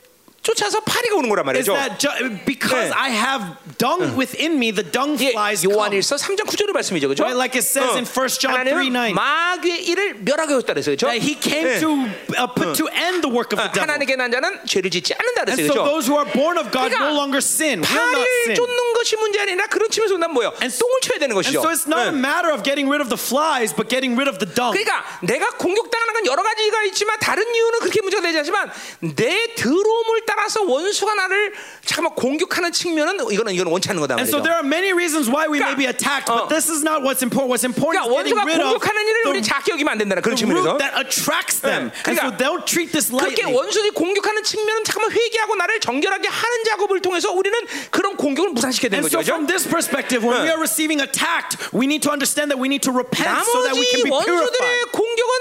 Speaker 1: 쫓아서 파리가 오는 거란
Speaker 2: is
Speaker 1: 말이죠.
Speaker 2: that ju- because
Speaker 1: 네.
Speaker 2: I have dung within me, the dung
Speaker 1: 예,
Speaker 2: flies come.
Speaker 1: 요한일서 3장 9절의 말씀이죠. 그죠?
Speaker 2: Right, like it says in 1 John
Speaker 1: 하나님은
Speaker 2: 3:9.
Speaker 1: 마귀의 일을 멸하게 했다 그랬어요. 그죠?
Speaker 2: That he
Speaker 1: 예.
Speaker 2: came to uh, put to end the work of
Speaker 1: Uh,
Speaker 2: the devil.
Speaker 1: 하나님께 난 자는 죄를 짓지 않는다
Speaker 2: 뭐. And
Speaker 1: 그랬어요.
Speaker 2: so
Speaker 1: 그죠?
Speaker 2: those who are born of God
Speaker 1: 그러니까
Speaker 2: no longer sin, will not
Speaker 1: 파리를
Speaker 2: sin.
Speaker 1: 쫓는 것이 문제 아니라 그런 측면에서 난 뭐예요?
Speaker 2: And so-
Speaker 1: 똥을 쳐야 되는
Speaker 2: And
Speaker 1: 것이죠.
Speaker 2: so it's
Speaker 1: 예.
Speaker 2: not a matter of getting rid of the flies, but getting rid of the dung.
Speaker 1: 그러니까 내가 공격당하는 건 여러 가지가 있지만 다른 이유는 그렇게 문제가 되지 않지만 내 드러움을 따라서 원수가 나를 잠깐만 공격하는 측면은 이거는 이거는 원치 않는 거다 말이죠.
Speaker 2: And so there are many reasons why we may
Speaker 1: 그러니까-
Speaker 2: be attacked,
Speaker 1: 어.
Speaker 2: but this is not what's important. What's important
Speaker 1: 그러니까
Speaker 2: is getting
Speaker 1: 원수가
Speaker 2: rid of
Speaker 1: 공격하는 일을 우리
Speaker 2: the,
Speaker 1: 작게 여기면 안 된다는 그런
Speaker 2: the
Speaker 1: 측면에서
Speaker 2: root that attracts them.
Speaker 1: 네,
Speaker 2: And so
Speaker 1: 그러니까
Speaker 2: don't treat this
Speaker 1: 그렇게
Speaker 2: lightly.
Speaker 1: 원수들이 공격하는 측면은 잠깐만 회개하고 나를 정결하게 하는 작업을 통해서 우리는 그런 공격을 무산시켜야 되는
Speaker 2: And so
Speaker 1: 거죠. 그렇죠? 그죠?
Speaker 2: from this perspective,
Speaker 1: 네.
Speaker 2: when we are receiving attacked, we need to understand that we need to repent so that we can
Speaker 1: 나머지
Speaker 2: be
Speaker 1: 원수들의
Speaker 2: purified.
Speaker 1: 공격은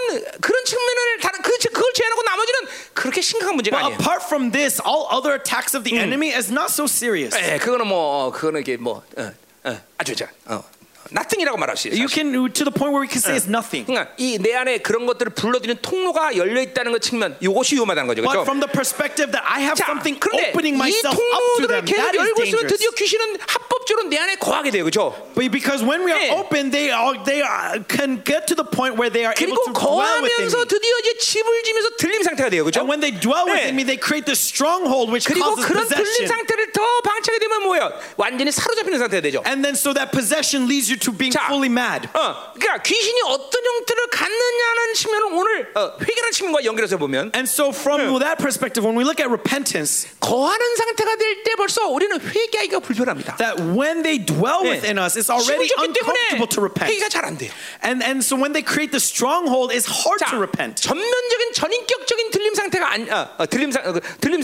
Speaker 1: 그런 측면을 다른 그 그걸 제외하고 나머지는 그렇게 심각한 문제가
Speaker 2: But
Speaker 1: 뭐, 아니에요.
Speaker 2: apart from this, all other attacks of the enemy is not so serious.
Speaker 1: 예, 그거는 뭐 어, 그거는 이게 뭐 어, 어, 아주 자, 어, 나팅이라고 말할 수 있어요.
Speaker 2: You can to the point where we can say it's nothing.
Speaker 1: 그러니까 이 내 안에 그런 것들을 불러들이는 통로가 열려 있다는 것 측면, 이것이 위험하다는 거죠.
Speaker 2: But
Speaker 1: 그렇죠?
Speaker 2: from the perspective that I have
Speaker 1: 자,
Speaker 2: something
Speaker 1: 그런데 이
Speaker 2: opening myself up to
Speaker 1: 통로들을
Speaker 2: them,
Speaker 1: 계속
Speaker 2: that is
Speaker 1: 열고 있으면
Speaker 2: dangerous.
Speaker 1: 드디어 귀신은 합법적으로 내 안에 거하게 돼요, 그렇죠?
Speaker 2: But because when we are
Speaker 1: Yeah.
Speaker 2: open, they are they are, can get to the point where they are able
Speaker 1: 그리고
Speaker 2: to dwell within
Speaker 1: 거하면서
Speaker 2: me.
Speaker 1: 드디어 이제 집을 지면서 들림 상태가 돼요, 그렇죠?
Speaker 2: And when they dwell
Speaker 1: Yeah.
Speaker 2: within me, they create this stronghold which
Speaker 1: 그리고
Speaker 2: causes
Speaker 1: 그런 들림
Speaker 2: possession.
Speaker 1: 상태를 더 방치하게 되면 뭐예요? 완전히 사로잡히는 상태가 되죠.
Speaker 2: And then so that possession leads you to being
Speaker 1: 자,
Speaker 2: fully mad.
Speaker 1: 어, 그러니까 귀신이 어떤 형태를 갖느냐는 측면을 오늘 어, 회개라는 측면과 연결해서 보면
Speaker 2: And so from that perspective, when we look at repentance,
Speaker 1: 거하는 상태가 될 때 벌써 우리는 회개하기가 불편합니다.
Speaker 2: that when they dwell
Speaker 1: Yeah.
Speaker 2: within us, it's already
Speaker 1: 심어졌기
Speaker 2: uncomfortable to
Speaker 1: 때문에
Speaker 2: repent.
Speaker 1: 회개가 잘 안 돼요.
Speaker 2: And and so when they create the stronghold, it's hard
Speaker 1: 자,
Speaker 2: to repent.
Speaker 1: 전면적인 전인격적인 들림 상태가 아니, 어, 어, 들림 상 어, 그 들림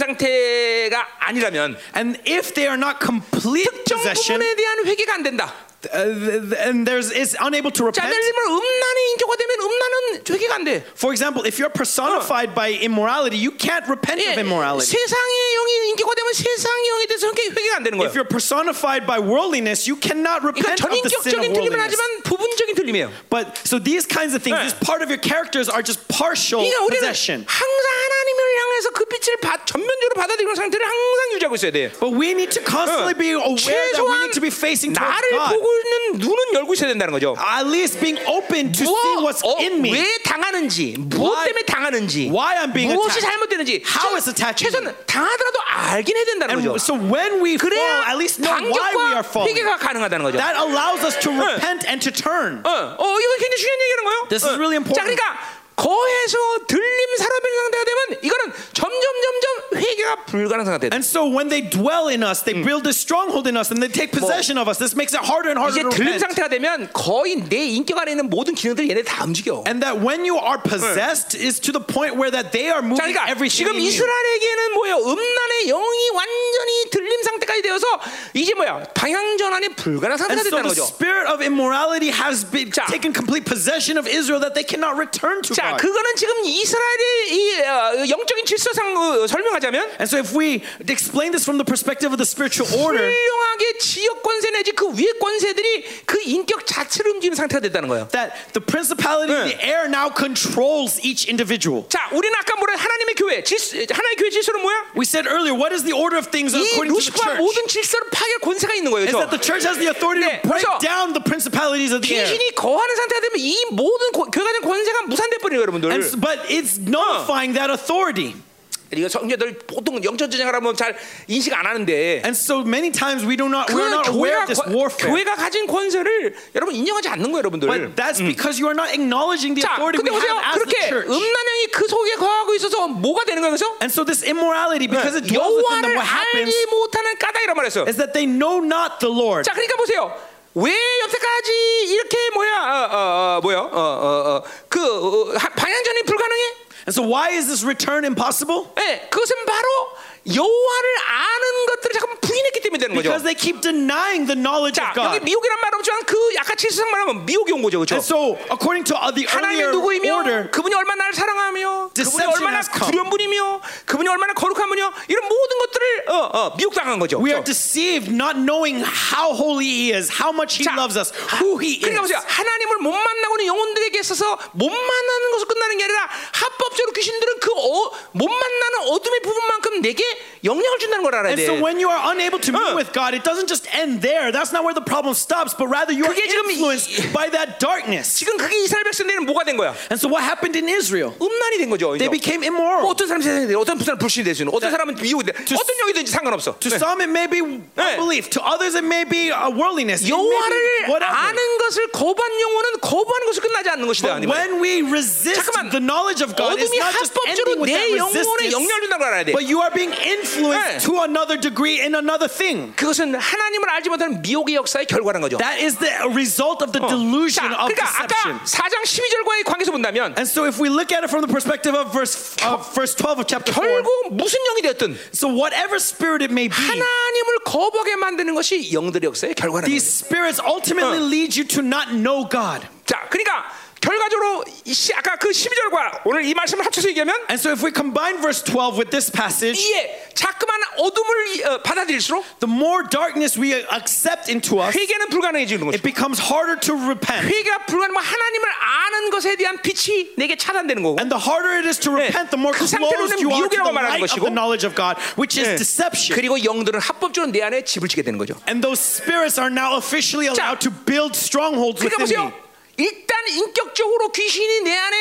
Speaker 1: 상태가 아니라면
Speaker 2: And if they are not complete
Speaker 1: 정
Speaker 2: possession,
Speaker 1: 부분에 대한 회개가 안 된다.
Speaker 2: uh, th- th- and there's is unable to
Speaker 1: 자,
Speaker 2: repent.
Speaker 1: 예를 들면 음란의 인격화 되면 음란은 회개가 안 돼.
Speaker 2: For example, if you're personified by immorality, you can't repent
Speaker 1: 예,
Speaker 2: of immorality.
Speaker 1: 세상의 영이 인격화 되면 세상의 영에 대해서 회개- 회개가 안 되는 거예요.
Speaker 2: If you're personified by worldliness, you cannot
Speaker 1: 이건
Speaker 2: repent of the sin
Speaker 1: 전인격적인
Speaker 2: of
Speaker 1: 들림은
Speaker 2: worldliness.
Speaker 1: 하지만 부분적인 들림이에요.
Speaker 2: But so these kinds of things,
Speaker 1: 네.
Speaker 2: this part of your characters are just partial
Speaker 1: 그러니까 우리는
Speaker 2: possession.
Speaker 1: 항상 하나님을 향해서 그 빛을 받- 전면적으로 받아들이는 상태를 항상 유지하고 있어야 돼.
Speaker 2: But we need to constantly be aware that we
Speaker 1: 최소한
Speaker 2: need to be facing towards
Speaker 1: 나를
Speaker 2: God.
Speaker 1: 보고 있는 눈은 열고 있어야 된다는 거죠.
Speaker 2: At least being open to see
Speaker 1: 무엇
Speaker 2: what's
Speaker 1: 어,
Speaker 2: in me.
Speaker 1: 왜 당하는지, 무엇
Speaker 2: Why-
Speaker 1: 때문에 당하는지,
Speaker 2: why I'm being
Speaker 1: 무엇이
Speaker 2: attacked.
Speaker 1: 잘못되는지,
Speaker 2: How
Speaker 1: 최-
Speaker 2: it's attacking
Speaker 1: 최소한 당하더라도 알긴 해야 된다는
Speaker 2: And
Speaker 1: 거죠.
Speaker 2: so when we fall,
Speaker 1: 그래야
Speaker 2: at least know why we
Speaker 1: 반격과
Speaker 2: are falling.
Speaker 1: 회개가 가능하다는 거죠.
Speaker 2: That allows us to repent and to turn.
Speaker 1: 어, 어, 이거 굉장히 중요한 얘기라는 거예요.
Speaker 2: This
Speaker 1: 어.
Speaker 2: is really important.
Speaker 1: 자, 그러니까 거에서 들림 사로잡힌 상태가 되면 이거는 점점 점점 회개가 불가능한 상태다.
Speaker 2: And so when they dwell in us, they build a stronghold in us and they take possession of us. This makes it harder and
Speaker 1: 이제
Speaker 2: harder to
Speaker 1: 들은
Speaker 2: repent.
Speaker 1: 상태가 되면 거의 내 인격 안에 있는 모든 기능들이 얘네 다 움직여.
Speaker 2: And that when you are possessed is to the point where that they
Speaker 1: 자,
Speaker 2: are moving
Speaker 1: 그러니까
Speaker 2: everything.
Speaker 1: 지금
Speaker 2: in you.
Speaker 1: 이스라엘에게는 뭐예요? 음란의 영이 완전히 들림 상태까지 되어서 이제 뭐야? 방향 전환이 불가능한 상태가
Speaker 2: And so
Speaker 1: 됐다는
Speaker 2: the
Speaker 1: 거죠.
Speaker 2: spirit of immorality has been
Speaker 1: 자.
Speaker 2: taken complete possession of Israel that they cannot return to
Speaker 1: 자,
Speaker 2: God.
Speaker 1: 그거는 지금 이스라엘의 이 어, 영적인 질서상 어, 설명하자면
Speaker 2: And so if we explain this from the perspective of the spiritual order,
Speaker 1: 훌륭하게 지역 권세 내지 그 위의 권세들이 그 인격 자체를 움직이는 상태가 됐다는 거예요.
Speaker 2: that the principality of the air now controls each individual.
Speaker 1: 자, 우리는 아까 뭐래 하나님의 교회, 질 하나님의 교회 질서는 뭐야?
Speaker 2: We said earlier, what is the order of things
Speaker 1: 이
Speaker 2: according to the
Speaker 1: 루시퍼
Speaker 2: church?
Speaker 1: 모든 질서를 파괴할 권세가 있는 거예요.
Speaker 2: Is
Speaker 1: 그죠?
Speaker 2: that the church has the authority
Speaker 1: 네,
Speaker 2: to break
Speaker 1: 그래서
Speaker 2: down the principalities of the air.
Speaker 1: 귀신이 거하는 상태가 되면 이 모든 고- 교회가 된 권세가 무산돼 버려요, 여러분들.
Speaker 2: And s- but it's nullifying that authority.
Speaker 1: 이거 성도들 보통 영적 전쟁을 하면 잘 인식 안 하는데
Speaker 2: And so many times we do not,
Speaker 1: 그
Speaker 2: we're not
Speaker 1: 교회가,
Speaker 2: aware of this
Speaker 1: 권-
Speaker 2: warfare.
Speaker 1: 교회가 가진 권세를 여러분 인정하지 않는 거예요, 여러분들.
Speaker 2: But that's because you are not acknowledging the
Speaker 1: 자,
Speaker 2: authority
Speaker 1: 근데
Speaker 2: we
Speaker 1: 보세요.
Speaker 2: have as the
Speaker 1: 그렇게
Speaker 2: church.
Speaker 1: 음란형이 그 속에 거하고 있어서 뭐가 되는 거예요, 그래서?
Speaker 2: And so this immorality, because it dwells within
Speaker 1: 여호와를
Speaker 2: them, what 뭐 happens
Speaker 1: 알지 못하는 까닭이란 말했어요.
Speaker 2: is that they know not the Lord.
Speaker 1: 자, 그러니까 보세요. 왜 여태까지 이렇게 뭐야, 어, 어, 어, 뭐야, 어, 어, 어, 그 어, 하- 방향전이 불가능해?
Speaker 2: And so why is this return impossible?
Speaker 1: 예, 그것은 바로 여호와를 아는 것들을 잠깐 부인했기 때문에 되는 거죠.
Speaker 2: Because they keep denying the knowledge
Speaker 1: 자,
Speaker 2: of
Speaker 1: 여기
Speaker 2: God.
Speaker 1: 미혹이란 말 없지만 그 약간 질서상 말하면 미혹이 온 거죠, 그렇죠?
Speaker 2: And so, according to uh, the
Speaker 1: 하나님이
Speaker 2: earlier
Speaker 1: 누구이며
Speaker 2: order,
Speaker 1: 그분이 얼마나 나를 사랑하며 그분이
Speaker 2: Deception
Speaker 1: 얼마나
Speaker 2: has come.
Speaker 1: 두려운 분이며 그분이 얼마나 거룩한 분이며 이런 모든 것들을 어, 어, 미혹당한 거죠.
Speaker 2: we are
Speaker 1: 그렇죠?
Speaker 2: deceived not knowing how holy He is, how much He
Speaker 1: 자,
Speaker 2: loves us, who He
Speaker 1: 그러니까
Speaker 2: is.
Speaker 1: 보세요. 하나님을 못 만나고는 영혼들에게 있어서 못 만나는 것으로 끝나는 게 아니라 합법적으로 귀신들은 그 못 만나는 어둠의 부분만큼 내게 영향을 준다는 걸 알아야
Speaker 2: And
Speaker 1: 돼.
Speaker 2: so, when you are unable to
Speaker 1: Uh.
Speaker 2: meet with God, it doesn't just end there. That's not where the problem stops, but rather you are
Speaker 1: 그게 지금 이-
Speaker 2: influenced by that darkness.
Speaker 1: 지금 그게 이스라엘 백성들은 뭐가 된 거야?
Speaker 2: And so, what happened in Israel?
Speaker 1: 음란이 된 거죠.
Speaker 2: They
Speaker 1: 이제.
Speaker 2: became
Speaker 1: 뭐
Speaker 2: immoral.
Speaker 1: 어떤 사람 세상에 돼요. 어떤 사람 불신이 될수 있는 어떤 사람은 미혹이 돼 어떤 영이든지 상관없어
Speaker 2: To
Speaker 1: 네.
Speaker 2: some, it may be unbelief. To others, it may be uh, worldliness. It may be
Speaker 1: 여호와를
Speaker 2: whatever.
Speaker 1: 아는 것을 거부한 영혼은 거부하는 것을 끝나지 않는 것이다
Speaker 2: But
Speaker 1: 아니면
Speaker 2: when we resist
Speaker 1: 잠깐만,
Speaker 2: the knowledge of God, it's
Speaker 1: 어둠이
Speaker 2: not just ending
Speaker 1: 합법적으로
Speaker 2: with
Speaker 1: 내 영혼에
Speaker 2: that
Speaker 1: 영향을
Speaker 2: resistance,
Speaker 1: 준다는 걸 알아야 돼
Speaker 2: but you are being influenced
Speaker 1: 네.
Speaker 2: to another degree in another thing.
Speaker 1: 그것은 하나님을 알지 못하는 미혹의 역사의 결과라는 거죠
Speaker 2: That is the result of the
Speaker 1: 어. 자,
Speaker 2: delusion of
Speaker 1: 그러니까
Speaker 2: deception.
Speaker 1: 아까 4장 12절과의 관계에서 본다면
Speaker 2: And so, if we look at it from the perspective of verse of verse 12 of chapter 4,
Speaker 1: 결국 무슨 영이 되었든
Speaker 2: so whatever spirit it may be,
Speaker 1: 하나님을 거부하게 만드는 것이 영들의 역사의 결과라는
Speaker 2: these
Speaker 1: 거죠
Speaker 2: spirits ultimately lead you to not know God.
Speaker 1: 자 그러니까 결과적으로 이 시- 아까 그 12절과 오늘 이 말씀을 합쳐서 얘기하면
Speaker 2: And so, if we combine verse 12 with this passage,
Speaker 1: 이에 자꾸만 어둠을 이- 어, 받아들일수록
Speaker 2: the more darkness we accept into us,
Speaker 1: 회개는 불가능해지는 거죠.
Speaker 2: it becomes harder to repent.
Speaker 1: 회개가 불가능하면 하나님을 아는 것에 대한 빛이 내게 차단되는 거고
Speaker 2: And the harder it is to repent, the more
Speaker 1: 그 상태로는
Speaker 2: closed Eh. you Eh. are to
Speaker 1: 미혹이라고
Speaker 2: the
Speaker 1: 말하는
Speaker 2: light of
Speaker 1: 것이고.
Speaker 2: the knowledge of God, which is deception.
Speaker 1: 그리고 영들은 합법적으로 내 안에 집을 지게 되는 거죠.
Speaker 2: And those spirits are now officially allowed to build strongholds
Speaker 1: 그러니까
Speaker 2: within me.
Speaker 1: 보세요. 일단 인격적으로 귀신이 내 안에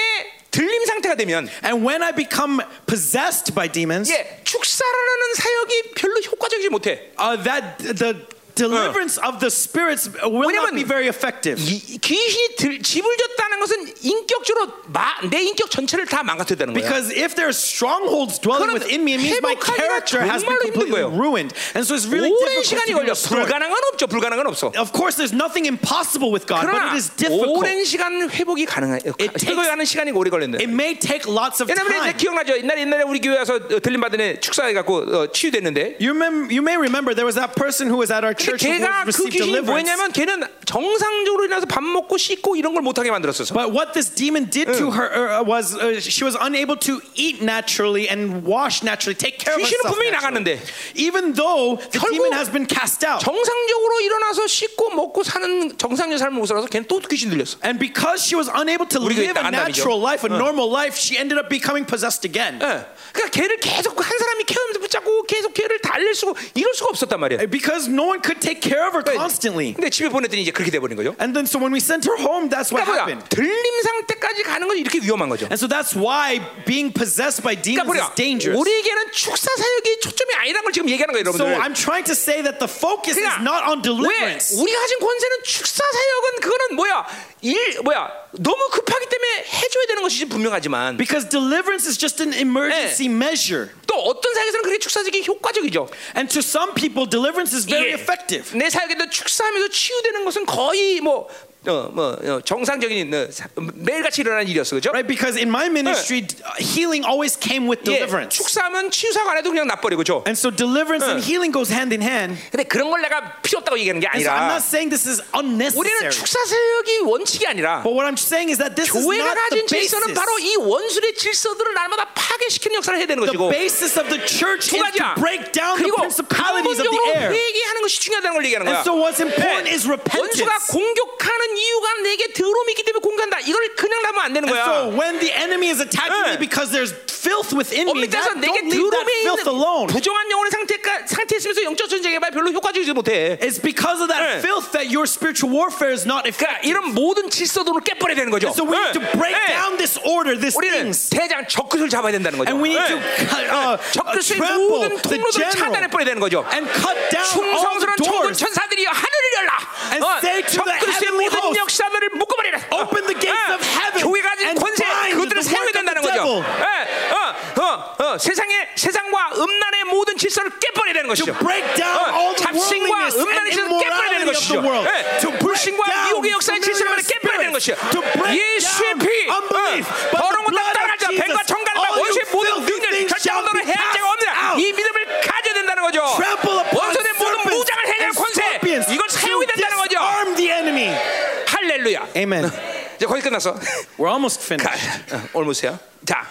Speaker 1: 들림 상태가 되면
Speaker 2: And when I become possessed by demons,
Speaker 1: 예, 축사라는 사역이 별로 효과적이지 못해.
Speaker 2: uh, that the deliverance of the spirits will not
Speaker 1: 왜냐면-
Speaker 2: be very effective.
Speaker 1: 이- 귀신이 들, 집을 졌다는 것은 인격적으로 마, 내 인격 전체를 다 망가뜨렸다는 거예요.
Speaker 2: Because if there are strongholds dwelling
Speaker 1: 그건
Speaker 2: within me, it means my
Speaker 1: 회복하기가
Speaker 2: character has been
Speaker 1: 정말로 힘든
Speaker 2: completely
Speaker 1: 거예요.
Speaker 2: ruined. And so it's really
Speaker 1: 오랜
Speaker 2: difficult
Speaker 1: 시간이
Speaker 2: to be
Speaker 1: 걸려.
Speaker 2: restored.
Speaker 1: 불가능한 없죠. 불가능한 없어.
Speaker 2: Of course, there's nothing impossible with God, but
Speaker 1: 그러나
Speaker 2: it is difficult.
Speaker 1: 오랜 시간 회복이 가능해.
Speaker 2: takes-
Speaker 1: 회복하는 시간이 오래 걸린다.
Speaker 2: It may take lots of
Speaker 1: 옛날에 이제
Speaker 2: time.
Speaker 1: 기억나죠? 옛날에 옛날에 우리 교회 와서 어, 들림 받은 애 축사해 갖고 어, 치유됐는데.
Speaker 2: You, remem- you may remember there was that person who was at our
Speaker 1: 근데
Speaker 2: church who
Speaker 1: 걔가 그
Speaker 2: was- received
Speaker 1: 귀신이
Speaker 2: deliverance.
Speaker 1: 뭐냐면 걔는 정상적으로 일어나서 밥 먹고 씻고 이런 걸 못하게 만들었었어.
Speaker 2: But what this demon did to her uh, was uh, she was unable to eat naturally and wash naturally, take care of
Speaker 1: 귀신은
Speaker 2: herself.
Speaker 1: 분명히
Speaker 2: naturally.
Speaker 1: 나갔는데.
Speaker 2: Even though the
Speaker 1: 결국
Speaker 2: demon has been cast out.
Speaker 1: 정상적으로 일어나서 씻고 먹고 사는 정상적인 삶을 못 살아서 걔는 또 귀신 들렸어.
Speaker 2: And because she was unable to
Speaker 1: 우리가
Speaker 2: live
Speaker 1: 이따
Speaker 2: a
Speaker 1: 안담이죠.
Speaker 2: natural life, a normal life, she ended up becoming possessed again.
Speaker 1: 예. 그러니까 걔를 계속 한 사람이 케어하면서 붙잡고 계속 걔를 달랠 수고 이럴 수가 없었단 말이야. 그러니까
Speaker 2: Because no one could take care of her constantly.
Speaker 1: 근데 집에 보냈더니 이제 그렇게 돼 버린 거죠.
Speaker 2: And then so when we sent her home, that's what
Speaker 1: 그러니까
Speaker 2: happened.
Speaker 1: 뭐야? 들림 상태까지 가는 건 이렇게 위험한 거죠.
Speaker 2: And so that's why being possessed by demons is
Speaker 1: 그러니까 우리가
Speaker 2: dangerous.
Speaker 1: 우리에게는 축사 사역이 초점이 아니라는 걸 지금 얘기하는 거예요,
Speaker 2: So
Speaker 1: 여러분들.
Speaker 2: I'm trying to say that the focus is
Speaker 1: 그러니까
Speaker 2: not on
Speaker 1: 왜
Speaker 2: deliverance.
Speaker 1: 우리가 가진 권세는 축사 사역은 그거는 뭐야 일 뭐야 너무 급하기 때문에 해줘야 되는 것이지 분명하지만
Speaker 2: Because deliverance is just an emergency measure.
Speaker 1: 또 어떤 사역에서는 그게 축사적이 효과적이죠.
Speaker 2: And to some people, deliverance is very
Speaker 1: 예.
Speaker 2: effective.
Speaker 1: 내 사역에도 축사하면서 치유되는 것은 거의 뭐, 어, 뭐 어, 정상적인 어, 사- 매일같이 일어나는 일이었어, 그죠?
Speaker 2: Right? Because in my ministry, d- uh, healing always came with
Speaker 1: 예,
Speaker 2: deliverance. 네.
Speaker 1: 축사하면 치유사가 안 해도 그냥 놔버리고, 그죠?
Speaker 2: And so deliverance and healing goes hand in hand.
Speaker 1: 근데 그런 걸 내가 필요 없다고 얘기하는 게
Speaker 2: And so I'm
Speaker 1: 아니라
Speaker 2: not saying this is
Speaker 1: 우리는
Speaker 2: unnecessary.
Speaker 1: 축사 사역이 원칙이 아니라
Speaker 2: But what I'm saying is that this is
Speaker 1: 교회가
Speaker 2: not the
Speaker 1: 가진 질서는
Speaker 2: basis.
Speaker 1: 바로 이 원수의 질서들을 날마다 파괴시키는 역사를 해야 되는
Speaker 2: The
Speaker 1: 것이고
Speaker 2: basis of the church
Speaker 1: 두
Speaker 2: is to
Speaker 1: 가지야.
Speaker 2: break down the
Speaker 1: 그리고
Speaker 2: principalities of the
Speaker 1: 근본적으로
Speaker 2: air.
Speaker 1: 회개하는 것이 중요하다는 걸 얘기하는 거야.
Speaker 2: And so what's important
Speaker 1: 예.
Speaker 2: is
Speaker 1: 원수가
Speaker 2: repentance.
Speaker 1: 공격하는 이유가 내게 더러움이 있기 때문에 공격한다. 이걸 그냥 놔면 안 되는
Speaker 2: And
Speaker 1: 거야.
Speaker 2: so when the enemy is
Speaker 1: 예.
Speaker 2: attacking me because there's filth within me,
Speaker 1: 엄밀해서 어,
Speaker 2: that,
Speaker 1: 내게
Speaker 2: don't leave
Speaker 1: 더러움이
Speaker 2: that filth alone.
Speaker 1: 있는 부정한 영혼의 상태가 상태 있으면서 영적 전쟁에 봐 별로 효과적이지 못해.
Speaker 2: It's because of that
Speaker 1: 예.
Speaker 2: filth that your spiritual warfare is not
Speaker 1: 그러니까
Speaker 2: effective.
Speaker 1: 이런 모든 질서들을 깨버려야 되는 거죠.
Speaker 2: So we
Speaker 1: 예.
Speaker 2: need to break
Speaker 1: 예.
Speaker 2: down this order, these
Speaker 1: 우리는
Speaker 2: things.
Speaker 1: 대장 적그리스를 잡아야 된다는 거죠.
Speaker 2: And we need
Speaker 1: 예.
Speaker 2: to cut, uh, uh,
Speaker 1: 적그리스의
Speaker 2: trample
Speaker 1: 모든
Speaker 2: the
Speaker 1: 통로들을 차단해
Speaker 2: general
Speaker 1: 버려야 되는 거죠.
Speaker 2: and cut down all the
Speaker 1: 충성스러운 천군
Speaker 2: doors.
Speaker 1: 천사들이여 하늘을
Speaker 2: And
Speaker 1: 열라.
Speaker 2: say to the
Speaker 1: 적그리스의
Speaker 2: heavenly
Speaker 1: 모든
Speaker 2: host,
Speaker 1: 역사면을 묶어버리라. 어,
Speaker 2: Open the gates
Speaker 1: 어,
Speaker 2: of heaven
Speaker 1: 교회가 가진
Speaker 2: and
Speaker 1: 권세
Speaker 2: bind
Speaker 1: 그들을
Speaker 2: the
Speaker 1: 사용해야
Speaker 2: work
Speaker 1: 된다는
Speaker 2: of the
Speaker 1: 거죠.
Speaker 2: devil.
Speaker 1: 예, 어, 어, 세상의 세상과 음란의 모든 질서를 깨버려야 되는 것이죠.
Speaker 2: break down
Speaker 1: 어,
Speaker 2: all the
Speaker 1: 잡신과
Speaker 2: worldliness
Speaker 1: 음란의
Speaker 2: and
Speaker 1: 질서를 깨버려야 되는
Speaker 2: immorality of the
Speaker 1: 것이죠.
Speaker 2: world.
Speaker 1: 예,
Speaker 2: To break
Speaker 1: 불신과
Speaker 2: down
Speaker 1: 유혹의 역사의 질서를
Speaker 2: familiar
Speaker 1: 깨버려야 되는 것이죠.
Speaker 2: spirits. To break
Speaker 1: 예수의
Speaker 2: down
Speaker 1: 피,
Speaker 2: unbelief.
Speaker 1: 어,
Speaker 2: But
Speaker 1: 더러운
Speaker 2: the
Speaker 1: 것들
Speaker 2: blood of
Speaker 1: 따라가자.
Speaker 2: Jesus,
Speaker 1: 뱀과 청간과
Speaker 2: all you
Speaker 1: 원수의 모든
Speaker 2: filthy
Speaker 1: 능력,
Speaker 2: things shall
Speaker 1: 결정으로
Speaker 2: be
Speaker 1: 해할 자가 없느라
Speaker 2: cast
Speaker 1: 이 믿음을 가져야 된다는 거죠.
Speaker 2: Trample upon
Speaker 1: 원수의 모든
Speaker 2: serpents
Speaker 1: 무장을 해낼
Speaker 2: and
Speaker 1: 권세
Speaker 2: scorpions
Speaker 1: 이걸 사용이
Speaker 2: to
Speaker 1: 된다는 거죠.
Speaker 2: disarm the enemy.
Speaker 1: 할렐루야. 예,
Speaker 2: Amen.
Speaker 1: 이제 거의 끝났어. 아,
Speaker 2: We're almost finished.
Speaker 1: 올무세요. 자,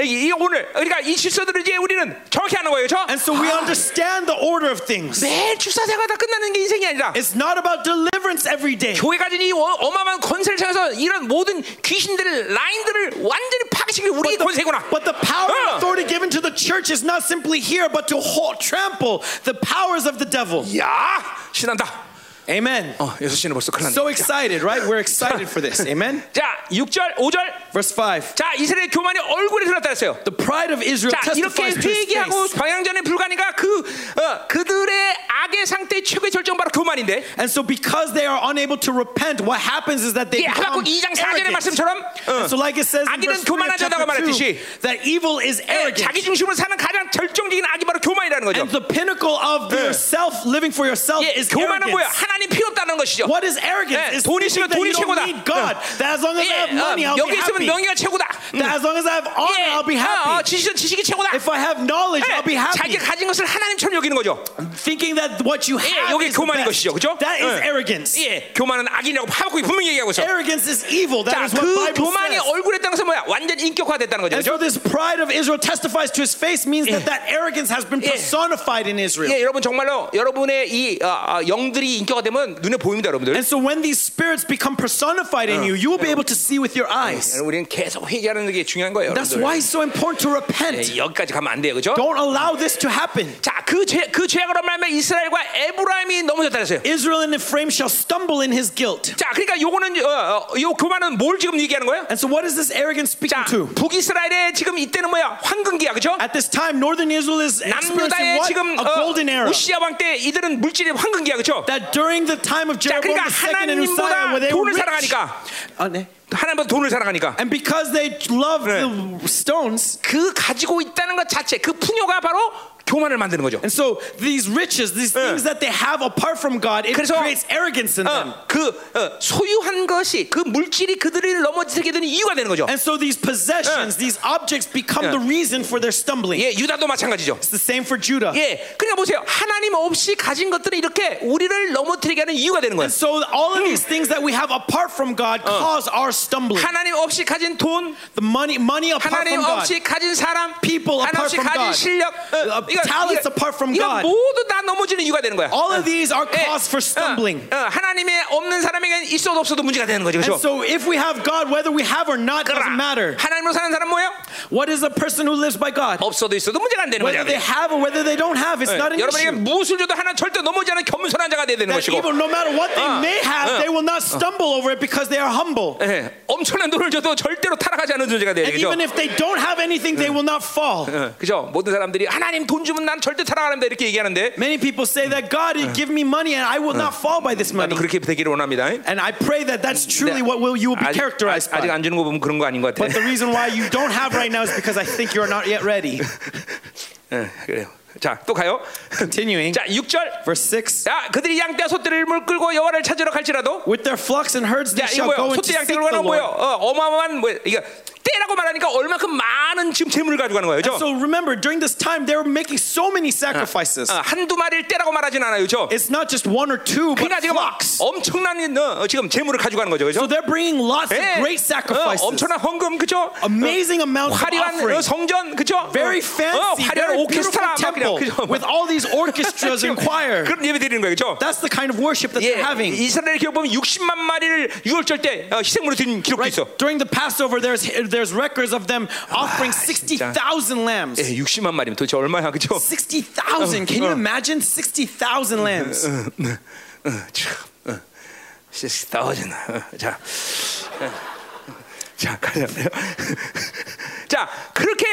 Speaker 1: 이, 이 오늘 그러니까 이 질서들을 이제 우리는 정확히 하는 거예요, 그렇죠?
Speaker 2: And so we understand the order of things.
Speaker 1: 매일 출사생활 다 끝나는 게 인생이 아니라
Speaker 2: It's not about deliverance every day.
Speaker 1: 교회 가진 이 어- 어마어마한 권세를 통해서 이런 모든 귀신들을 라인들을 완전히 파괴시키는 우리의 권세구나.
Speaker 2: But the power
Speaker 1: Uh.
Speaker 2: and authority given to the church is not simply here, but to halt, trample the powers of the devil.
Speaker 1: 야, 신난다.
Speaker 2: Amen.
Speaker 1: 어, 여섯 시는 벌써 큰일
Speaker 2: So
Speaker 1: 났네.
Speaker 2: excited, right? We're excited for this. Amen.
Speaker 1: 자, 6절, 5절.
Speaker 2: Verse 5.
Speaker 1: 자, 이스라엘 교만이 얼굴에 드러났다 했어요.
Speaker 2: The pride of Israel
Speaker 1: 자, 이렇게
Speaker 2: testifies to his
Speaker 1: 회개하고
Speaker 2: face.
Speaker 1: 방향전에 불가니까 그 어, 그들의 악의 상태 최고의 절정 바로 교만인데. 예,
Speaker 2: And so because they are unable to repent, what happens is that they
Speaker 1: 예, 하박국
Speaker 2: become
Speaker 1: 2장 4절의
Speaker 2: arrogant.
Speaker 1: 말씀처럼
Speaker 2: And so like it says in
Speaker 1: 악인은
Speaker 2: verse 3 of
Speaker 1: 교만하다고
Speaker 2: chapter 2,
Speaker 1: 말했듯이
Speaker 2: that evil is
Speaker 1: 예,
Speaker 2: arrogant.
Speaker 1: 자기 중심으로 사는 가장 절정적인 악이 바로 교만이라는 거죠.
Speaker 2: And the pinnacle of yourself, living for yourself,
Speaker 1: 예,
Speaker 2: is
Speaker 1: 교만은 뭐야?
Speaker 2: arrogance.
Speaker 1: 하나님 필요 없다는 것이죠.
Speaker 2: What is arrogance?
Speaker 1: 예,
Speaker 2: It's
Speaker 1: 돈이
Speaker 2: thinking
Speaker 1: 있으면
Speaker 2: that
Speaker 1: 돈이
Speaker 2: you
Speaker 1: 최고다.
Speaker 2: don't need God. That as long as I have
Speaker 1: 예, 어,
Speaker 2: money, I'll
Speaker 1: 여기
Speaker 2: be
Speaker 1: 있으면
Speaker 2: happy.
Speaker 1: 명예가 최고다. 음.
Speaker 2: That as long as I have honor,
Speaker 1: 예,
Speaker 2: I'll be
Speaker 1: 어, 어,
Speaker 2: happy.
Speaker 1: 지식은 지식이 최고다.
Speaker 2: If I have knowledge, I'll
Speaker 1: 예,
Speaker 2: be happy.
Speaker 1: 자기가 가진 것을 하나님처럼 여기는 거죠.
Speaker 2: Thinking that what you
Speaker 1: 예,
Speaker 2: have
Speaker 1: 여기
Speaker 2: is the
Speaker 1: 교만인
Speaker 2: best.
Speaker 1: 것이죠, 그죠?
Speaker 2: That is
Speaker 1: 예.
Speaker 2: arrogance.
Speaker 1: 예, 교만은 악이라고 파고 분명히 얘기하고 있어.
Speaker 2: Arrogance is evil.
Speaker 1: 자,
Speaker 2: That is
Speaker 1: 그
Speaker 2: what Bible
Speaker 1: 교만이
Speaker 2: says.
Speaker 1: 얼굴에 따라서 뭐야? 완전 인격화됐다는 거죠.
Speaker 2: And
Speaker 1: 그죠?
Speaker 2: so this pride of Israel testifies to his face means that that arrogance has been personified in Israel.
Speaker 1: 예, 여러분 정말로 여러분의 이 어, 어, 영들이 인격화되면 눈에 보입니다, 여러분들.
Speaker 2: And so when these spirits become personified in you, you will be able to see with your eyes.
Speaker 1: 여러분, 우리는 계속 회개하는 게 중요한 거예요,
Speaker 2: That's
Speaker 1: 여러분들.
Speaker 2: why it's so important to repent.
Speaker 1: 예, 여기까지 가면 안 돼요, 그죠?
Speaker 2: Don't allow this to happen.
Speaker 1: 자, 그, 죄, 그 죄악으로 말하면 이스라엘과 에브라임이 넘어졌다 그랬어요.
Speaker 2: Israel and Ephraim shall stumble in his guilt.
Speaker 1: 자, 그러니까 요거는 어, 어, 요 교만은 뭘 지금 얘기하는 거예요?
Speaker 2: And so what is this arrogance
Speaker 1: 자,
Speaker 2: speaking to?
Speaker 1: 북이스라엘의 지금 이때는 뭐야? 황금기야, 그죠?
Speaker 2: At this time, northern Israel is experiencing
Speaker 1: 남유다의
Speaker 2: what?
Speaker 1: 지금
Speaker 2: A golden
Speaker 1: 어,
Speaker 2: era.
Speaker 1: 우시아 왕 때 이들은 물질의 황금기야, 그죠?
Speaker 2: That during the time of
Speaker 1: 자,
Speaker 2: Jeroboam
Speaker 1: 그러니까
Speaker 2: II and Uzziah, where
Speaker 1: 하나님보다
Speaker 2: they were
Speaker 1: 돈을
Speaker 2: rich,
Speaker 1: 사랑하니까
Speaker 2: 아, 네.
Speaker 1: 하나님보다 돈을 사랑하니까
Speaker 2: and because they loved the stones,
Speaker 1: 그 가지고 있다는 것 자체, 그 풍요가 바로 교만을 만드는 거죠.
Speaker 2: and so these riches, these things that they have apart from God, it
Speaker 1: 그래서-
Speaker 2: creates arrogance in them.
Speaker 1: 어, 그 어, 소유한 것이 그 물질이 그들을 넘어지게 되는 이유가 되는 거죠.
Speaker 2: And so these possessions, these objects become the reason for their stumbling.
Speaker 1: 예, 유다도 마찬가지죠.
Speaker 2: It's the same for Judah.
Speaker 1: 예, 그러니까 보세요. 하나님 없이 가진 것들은 이렇게 우리를 넘어뜨리게 하는 이유가 되는 거예요.
Speaker 2: And so all of
Speaker 1: Hmm.
Speaker 2: these things that we have apart from God cause our stumbling.
Speaker 1: 하나님 없이 가진 돈,
Speaker 2: The money, money apart
Speaker 1: 하나님
Speaker 2: from God.
Speaker 1: 없이 가진 사람,
Speaker 2: People
Speaker 1: 하나님
Speaker 2: apart
Speaker 1: 없이
Speaker 2: from
Speaker 1: 가진
Speaker 2: God.
Speaker 1: 실력, 어,
Speaker 2: Uh, talents apart from
Speaker 1: 이거
Speaker 2: God.
Speaker 1: 모두 다 넘어지는 이유가 되는 거야.
Speaker 2: All of these are
Speaker 1: 예,
Speaker 2: cause for stumbling.
Speaker 1: 어, 어, 하나님의 없는 사람에게는 있어도 없어도 문제가 되는 거죠,
Speaker 2: And
Speaker 1: 그렇죠?
Speaker 2: so if we have God, whether we have or not, doesn't matter.
Speaker 1: 하나님으로 사는 사람 뭐예요?
Speaker 2: What is a person who lives by God?
Speaker 1: 없어도 있어도 문제가 안 되는
Speaker 2: Whether
Speaker 1: 거죠.
Speaker 2: they have or whether they don't have, it's
Speaker 1: Eh,
Speaker 2: not an
Speaker 1: 여러분에게
Speaker 2: issue.
Speaker 1: 무엇을 줘도 하나 절대 넘어지 않는 겸손한 자가 되야 되는
Speaker 2: That
Speaker 1: 것이고.
Speaker 2: evil, no matter what
Speaker 1: Uh,
Speaker 2: they may
Speaker 1: uh,
Speaker 2: have, they will not stumble over it because they are humble.
Speaker 1: 예, 엄청난 돈을 줘도 절대로 타락하지 않는 존재가 되야
Speaker 2: And
Speaker 1: 되죠.
Speaker 2: even if they don't have anything, they will not fall.
Speaker 1: 어, 그죠? 모든 사람들이 하나님 돈 주면 난 절대 타락 안 합니다 이렇게 얘기하는데
Speaker 2: Many people say that God give me money and I will not fall by this
Speaker 1: 나도
Speaker 2: money.
Speaker 1: 그렇게 되기를 원합니다.
Speaker 2: And I pray that that's truly what will you will be
Speaker 1: 아직,
Speaker 2: characterized
Speaker 1: 아직
Speaker 2: by.
Speaker 1: 안 주는 거 보면 그런 거 아닌 것 같아.
Speaker 2: But the reason why you don't have right now is because I think you're not yet ready.
Speaker 1: 예, 그래요. 자, 또 가요.
Speaker 2: Continuing,
Speaker 1: 자, 6절.
Speaker 2: verse 6
Speaker 1: 야, 그들이 양떼와 소떼를 물 끌고 여호와를 찾으러 갈지라도
Speaker 2: With their flocks and herds they
Speaker 1: 야, 이거
Speaker 2: shall go
Speaker 1: 뭐야?
Speaker 2: and to
Speaker 1: 소떼
Speaker 2: seek
Speaker 1: 양떼
Speaker 2: the
Speaker 1: 끌고 가는 거 뭐야?
Speaker 2: Lord.
Speaker 1: 어, 어마어마한 뭐야? 이거 떼라고 말하니까 얼마큼 많은 지금 재물을 가지고 가는 거예요.
Speaker 2: And
Speaker 1: 그죠?
Speaker 2: so remember, during this time, they were making so many sacrifices.
Speaker 1: 어, 한두 마리를 떼라고 말하진 않아요. 그죠?
Speaker 2: It's not just one or two, but
Speaker 1: 그러니까 지금
Speaker 2: flocks.
Speaker 1: 엄청난 어, 지금 재물을 가지고 가는 거죠. 그죠?
Speaker 2: So they're bringing lots of
Speaker 1: 예. 어,
Speaker 2: great sacrifices.
Speaker 1: 엄청난 헌금 그죠?
Speaker 2: Amazing amounts of
Speaker 1: 화려한 어,
Speaker 2: offerings.
Speaker 1: 성전 그죠? 어,
Speaker 2: Very fancy,
Speaker 1: 어, 화려한
Speaker 2: very Oh, beautiful
Speaker 1: 오케스트라 막 그냥
Speaker 2: temple
Speaker 1: 그죠?
Speaker 2: with all these orchestras and choir.
Speaker 1: 그런 예배 드리는 거예요. 그죠?
Speaker 2: That's the kind of worship that
Speaker 1: 예,
Speaker 2: they're having.
Speaker 1: 이스라엘 기록 보면 60만 마리를 6월절 때 어, 희생물로 드린 기록도
Speaker 2: Right?
Speaker 1: 있어.
Speaker 2: During the Passover, there's there's records of them offering sixty thousand lambs.
Speaker 1: 예, 60만 마리면 도대체 얼마야? 그죠? 어,
Speaker 2: Sixty thousand. Can you imagine sixty thousand lambs?
Speaker 1: 어, 참. 어, 60,000. 어, 자. 어, 자, 가자. 자, 그렇게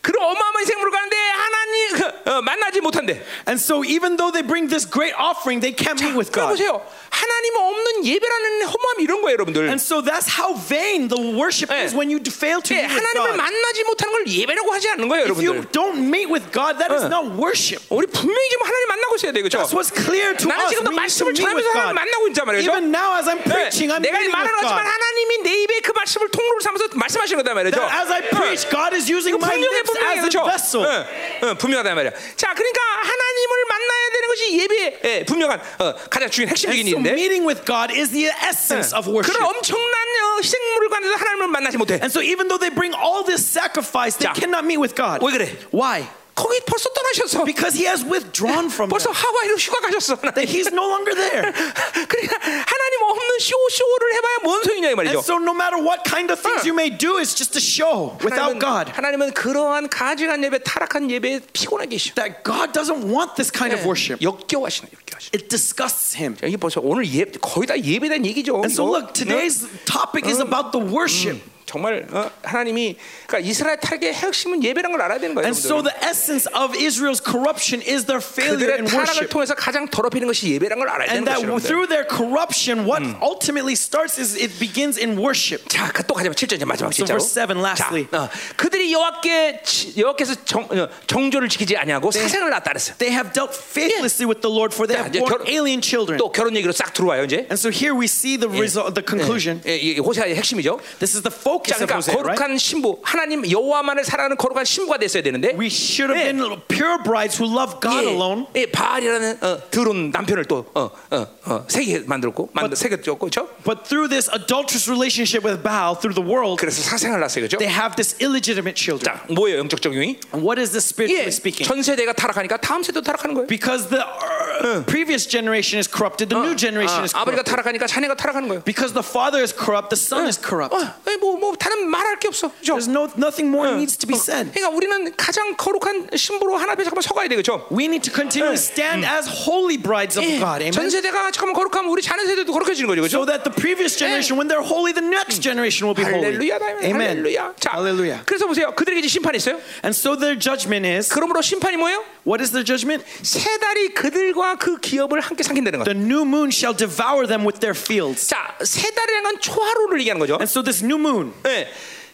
Speaker 1: 그런 어마어마한 생물을 가는데 하나님 그, 어, 만나지 못한대.
Speaker 2: And so, even though they bring this great offering, they can't meet with
Speaker 1: 그래
Speaker 2: God.
Speaker 1: 보세요. 하나님 없는 예배라는 허무함 이런 거예요, 여러분들.
Speaker 2: And so that's how vain the worship is
Speaker 1: 예.
Speaker 2: when you d- fail to
Speaker 1: 예,
Speaker 2: meet with
Speaker 1: 하나님을
Speaker 2: God.
Speaker 1: 만나지 못하는 걸 예배라고 하지 않는 거예요,
Speaker 2: If you
Speaker 1: 여러분들.
Speaker 2: don't meet with God, that
Speaker 1: 예.
Speaker 2: is not worship.
Speaker 1: 우리 분명히 지금 하나님 만나고 있어야 돼, 그렇죠?
Speaker 2: That's what's clear to
Speaker 1: 나는
Speaker 2: us.
Speaker 1: 지금도
Speaker 2: We need to
Speaker 1: 말씀을
Speaker 2: meet
Speaker 1: 전하면서
Speaker 2: with
Speaker 1: 하나님
Speaker 2: God.
Speaker 1: 만나고 있단 말이죠.
Speaker 2: Even now, as I'm preaching, I'm
Speaker 1: 네, 내가
Speaker 2: meeting
Speaker 1: 말을
Speaker 2: with
Speaker 1: 하지만
Speaker 2: God.
Speaker 1: 하나님이 내 입에 그 말씀을 통로로 삼아서 말씀하시는 거다 말이죠.
Speaker 2: That as I preach, God is using my
Speaker 1: 분명해
Speaker 2: lips
Speaker 1: 분명해
Speaker 2: as a
Speaker 1: 그렇죠?
Speaker 2: vessel.
Speaker 1: 어, 어, 분명하다 말이야. 자, 그러니까 하나님을 만나야 되는 것이 예배의 예, 분명한 어, 가장 중요한
Speaker 2: And
Speaker 1: 핵심적인
Speaker 2: so
Speaker 1: 일인데. 네.
Speaker 2: meeting with God is the essence of worship.
Speaker 1: 그런 엄청난 어, 희생물을 가는데도 하나님을 만나지 못해.
Speaker 2: And so even though they bring all this sacrifice, they
Speaker 1: 자,
Speaker 2: cannot meet with God.
Speaker 1: 왜 그래?
Speaker 2: Why?
Speaker 1: 거기 벌써 떠나셨어.
Speaker 2: Because he has withdrawn from
Speaker 1: 벌써
Speaker 2: them.
Speaker 1: 하와이로 휴가 가셨어.
Speaker 2: That he's no longer there.
Speaker 1: 그러니까 하나님 없는 쇼 쇼를 해봐야 뭔 소용이냐 이 말이죠.
Speaker 2: And so no matter what kind of
Speaker 1: 어.
Speaker 2: things you may do, it's just a show without
Speaker 1: 하나님은,
Speaker 2: God.
Speaker 1: 하나님은 그러한 가증한 예배, 타락한 예배에 피곤하게 계셔.
Speaker 2: that God doesn't want this kind of worship.
Speaker 1: 네. 역겨워하시는 역겨워하시는.
Speaker 2: It disgusts him.
Speaker 1: 이게 벌써 오늘 예, 거의 다 예배에 대한 얘기죠.
Speaker 2: And so
Speaker 1: 이거.
Speaker 2: look, today's topic is about the worship.
Speaker 1: Mm. 정말 어, 하나님이 그러니까 이스라엘 타락의 핵심은 예배란 걸 알아야 되는 거예요.
Speaker 2: And so
Speaker 1: 여러분들.
Speaker 2: the essence of Israel's corruption is their failure
Speaker 1: 그들의
Speaker 2: in
Speaker 1: 타락을
Speaker 2: worship.
Speaker 1: 통해서 가장 더럽히는 것이 예배란 걸 알아야 되는 Mm.
Speaker 2: And that
Speaker 1: 것이죠. 여러분들.
Speaker 2: through their corruption, what ultimately starts is it begins in worship.
Speaker 1: 자, 그 또 가자. 7절 이제 마지막
Speaker 2: So
Speaker 1: 진짜로.
Speaker 2: verse seven, lastly.
Speaker 1: 자, 어, 그들이 여호와께 치- 여호와께서 정, 어, 정조를 지키지 아니하고
Speaker 2: 네.
Speaker 1: 사생을 낳았다 그랬어요.
Speaker 2: They have dealt faithlessly with the Lord, for they
Speaker 1: 자,
Speaker 2: have
Speaker 1: 이제
Speaker 2: born
Speaker 1: 결혼-
Speaker 2: alien children.
Speaker 1: 또 결혼 얘기로 싹 들어와요, 이제.
Speaker 2: And so here we see the result, the conclusion.
Speaker 1: 예, 예, 호세아의 핵심이죠.
Speaker 2: This is the
Speaker 1: 자,
Speaker 2: focus of
Speaker 1: 그러니까
Speaker 2: Hosea, right?
Speaker 1: 거룩한 신부, 하나님 여호와만을 사랑하는 거룩한 신부가 됐어야 되는데.
Speaker 2: We should have
Speaker 1: 예.
Speaker 2: been little pure brides who love God alone.
Speaker 1: 예, 예, 바알이라는 어, 드론 남편을 또 어, 어, 어, 세계 만들었고, 만 세계였고, 그렇죠?
Speaker 2: But through this adulterous relationship with Baal, through the world,
Speaker 1: 그래서 사생활 났어요, 그렇죠?
Speaker 2: they have this illegitimate children.
Speaker 1: 자, 뭐예요, 영적 적용이?
Speaker 2: And what is this spiritually
Speaker 1: 예,
Speaker 2: speaking?
Speaker 1: 전 세대가 타락하니까 다음 세대도 타락하는 거예요.
Speaker 2: Because the uh, previous generation is corrupted, the new generation is
Speaker 1: 아, 아버지가
Speaker 2: corrupt.
Speaker 1: 타락하니까 자네가 타락하는 거예요.
Speaker 2: Because the father is corrupt, the son is corrupt.
Speaker 1: 어, 에, 뭐, 뭐 다른 말할 게 없어. 그죠?
Speaker 2: There's no nothing more needs to be
Speaker 1: 어,
Speaker 2: said.
Speaker 1: 그러니까 우리는 가장 거룩한 신부로 하나 앞에 잠깐만 서가야 되겠죠.
Speaker 2: We need to continue to stand as holy brides of God.
Speaker 1: 예, 전
Speaker 2: Amen.
Speaker 1: 세대가 잠깐만 거룩하면 우리 자녀 세대도 거룩해지는 거죠,
Speaker 2: So
Speaker 1: 그렇죠?
Speaker 2: that the previous generation, when they're holy, the next generation will be holy.
Speaker 1: 할렐루야, 다이면
Speaker 2: Amen.
Speaker 1: 할렐루야. 자,
Speaker 2: Mm. Hallelujah.
Speaker 1: 그래서 보세요. 그들에게 이제 심판이 있어요.
Speaker 2: And so their judgment is
Speaker 1: 그러므로 심판이 뭐예요?
Speaker 2: what is their judgment?
Speaker 1: 세 달이 그들과 그 기업을 함께 삼킨다는 거.
Speaker 2: The new moon shall devour them with their fields.
Speaker 1: 자, 세 달이라는 건 초하루를 얘기하는 거죠.
Speaker 2: And so this new moon,
Speaker 1: 예.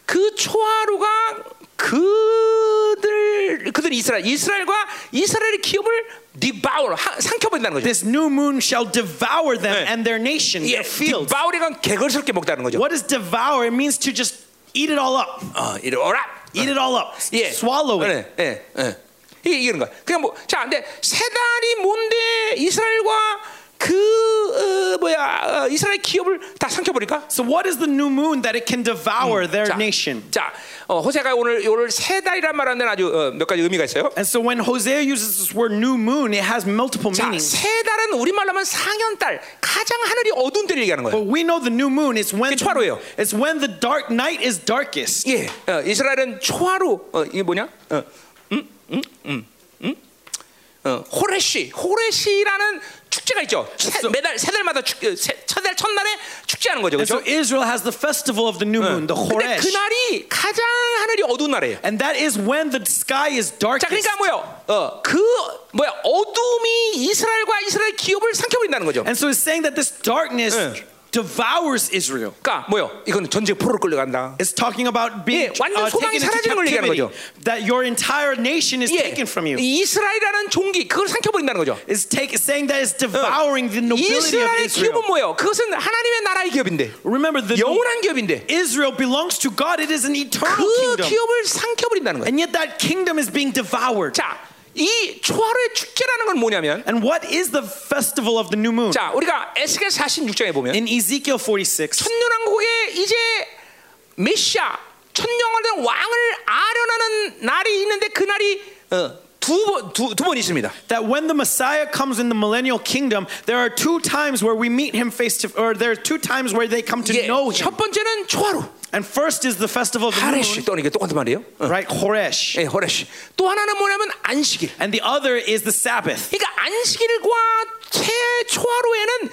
Speaker 1: 그 초하루가 그들 그들 이스라엘 이스라엘과 이스라엘의 기업을 디바울 삼켜버린다는 거죠.
Speaker 2: this new moon shall devour them
Speaker 1: Yeah.
Speaker 2: and their nation,
Speaker 1: 예,
Speaker 2: their fields.
Speaker 1: 디바울이건 개걸스럽게 먹다는 거죠.
Speaker 2: What is devour? It means to just eat it all up.
Speaker 1: 어, 이리 오라.
Speaker 2: Eat it all up.
Speaker 1: 예.
Speaker 2: Uh, Swallow it.
Speaker 1: 예, 예, 예. 이게 이런 거야. 그냥 뭐, 자, 근데 세 달이 뭔데 이스라엘과 그 어, 뭐야 어, 이스라엘 기업을 다 삼켜버릴까?
Speaker 2: So what is the new moon that it can devour their
Speaker 1: 자,
Speaker 2: nation?
Speaker 1: 자, 어, 호세가 오늘 오늘 세 달이란 말하는 데는 아주 어, 몇 가지 의미가 있어요.
Speaker 2: And so when Hosea uses this word new moon, it has multiple
Speaker 1: 자,
Speaker 2: meanings.
Speaker 1: 세 달은 우리말로 하면 상현달, 가장 하늘이 어두운 때를 얘기하는 거예요.
Speaker 2: But we know the new moon is when
Speaker 1: 그게 초하루예요.
Speaker 2: it's when the dark night is darkest.
Speaker 1: 예, 어, 이스라엘은 초하루, 어, 이게 뭐냐? 어, 음, 음, 음, 음. 어, 호레시, 호레시라는 축제가 있죠. 세, 매달 세 달마다 축, 어, 세달 첫날에 축제하는 거죠,
Speaker 2: And
Speaker 1: 그렇죠? 어.
Speaker 2: so Israel has the festival of the
Speaker 1: Uh.
Speaker 2: new moon, the
Speaker 1: 근데
Speaker 2: Choresh.
Speaker 1: 그날이 가장 하늘이 어두운 날이에요.
Speaker 2: And that is when the sky is
Speaker 1: 자,
Speaker 2: darkest.
Speaker 1: 그러니까 뭐요? 어, 그 뭐야? 어둠이 이스라엘과 이스라엘 기업을 삼켜버린다는 거죠.
Speaker 2: And so it's saying that this darkness
Speaker 1: 예.
Speaker 2: devours Israel.
Speaker 1: 그러니까 뭐요? 이건 전쟁 포로로 끌려간다.
Speaker 2: It's talking about being
Speaker 1: 예, 완전
Speaker 2: uh,
Speaker 1: 소망이
Speaker 2: taken into
Speaker 1: 사라지는 걸 얘기하는
Speaker 2: captivity.
Speaker 1: 거죠.
Speaker 2: That your entire nation is
Speaker 1: 예,
Speaker 2: taken from you.
Speaker 1: 이스라엘이라는 종기 그걸 삼켜버린다는 거죠. 어.
Speaker 2: It's take, saying that it's devouring the nobility of
Speaker 1: 이스라엘의
Speaker 2: Israel.
Speaker 1: 기업은 뭐예요? 그것은 하나님의 나라의 기업인데
Speaker 2: Remember, the
Speaker 1: 영원한 기업인데
Speaker 2: Israel belongs to God. It is an eternal
Speaker 1: 그
Speaker 2: kingdom.
Speaker 1: 기업을 삼켜버린다는 거예요.
Speaker 2: And yet that kingdom is being devoured.
Speaker 1: 자, 이 초하루의 축제라는 건 뭐냐면
Speaker 2: And what is the festival of the new moon?
Speaker 1: 자, 우리가 에스겔 46장에 보면
Speaker 2: In Ezekiel 46,
Speaker 1: 천년왕국에 이제 메시아 천년왕된 왕을 아련하는 날이 있는데 그 날이 두번두번 두, 번 있습니다.
Speaker 2: that when the Messiah comes in the millennial kingdom, there are two times where we meet him face to or there are two times where they come to
Speaker 1: 예,
Speaker 2: know him.
Speaker 1: 첫 번째는 초하루
Speaker 2: And first is the festival of the new
Speaker 1: 하레시
Speaker 2: moon,
Speaker 1: 또 이게 똑같은 말이에요. 어,
Speaker 2: right? Horesh.
Speaker 1: 예, 호레시. 또 하나는 뭐냐면 안식일.
Speaker 2: And the other is the Sabbath.
Speaker 1: 그러니까 안식일과 최초하루에는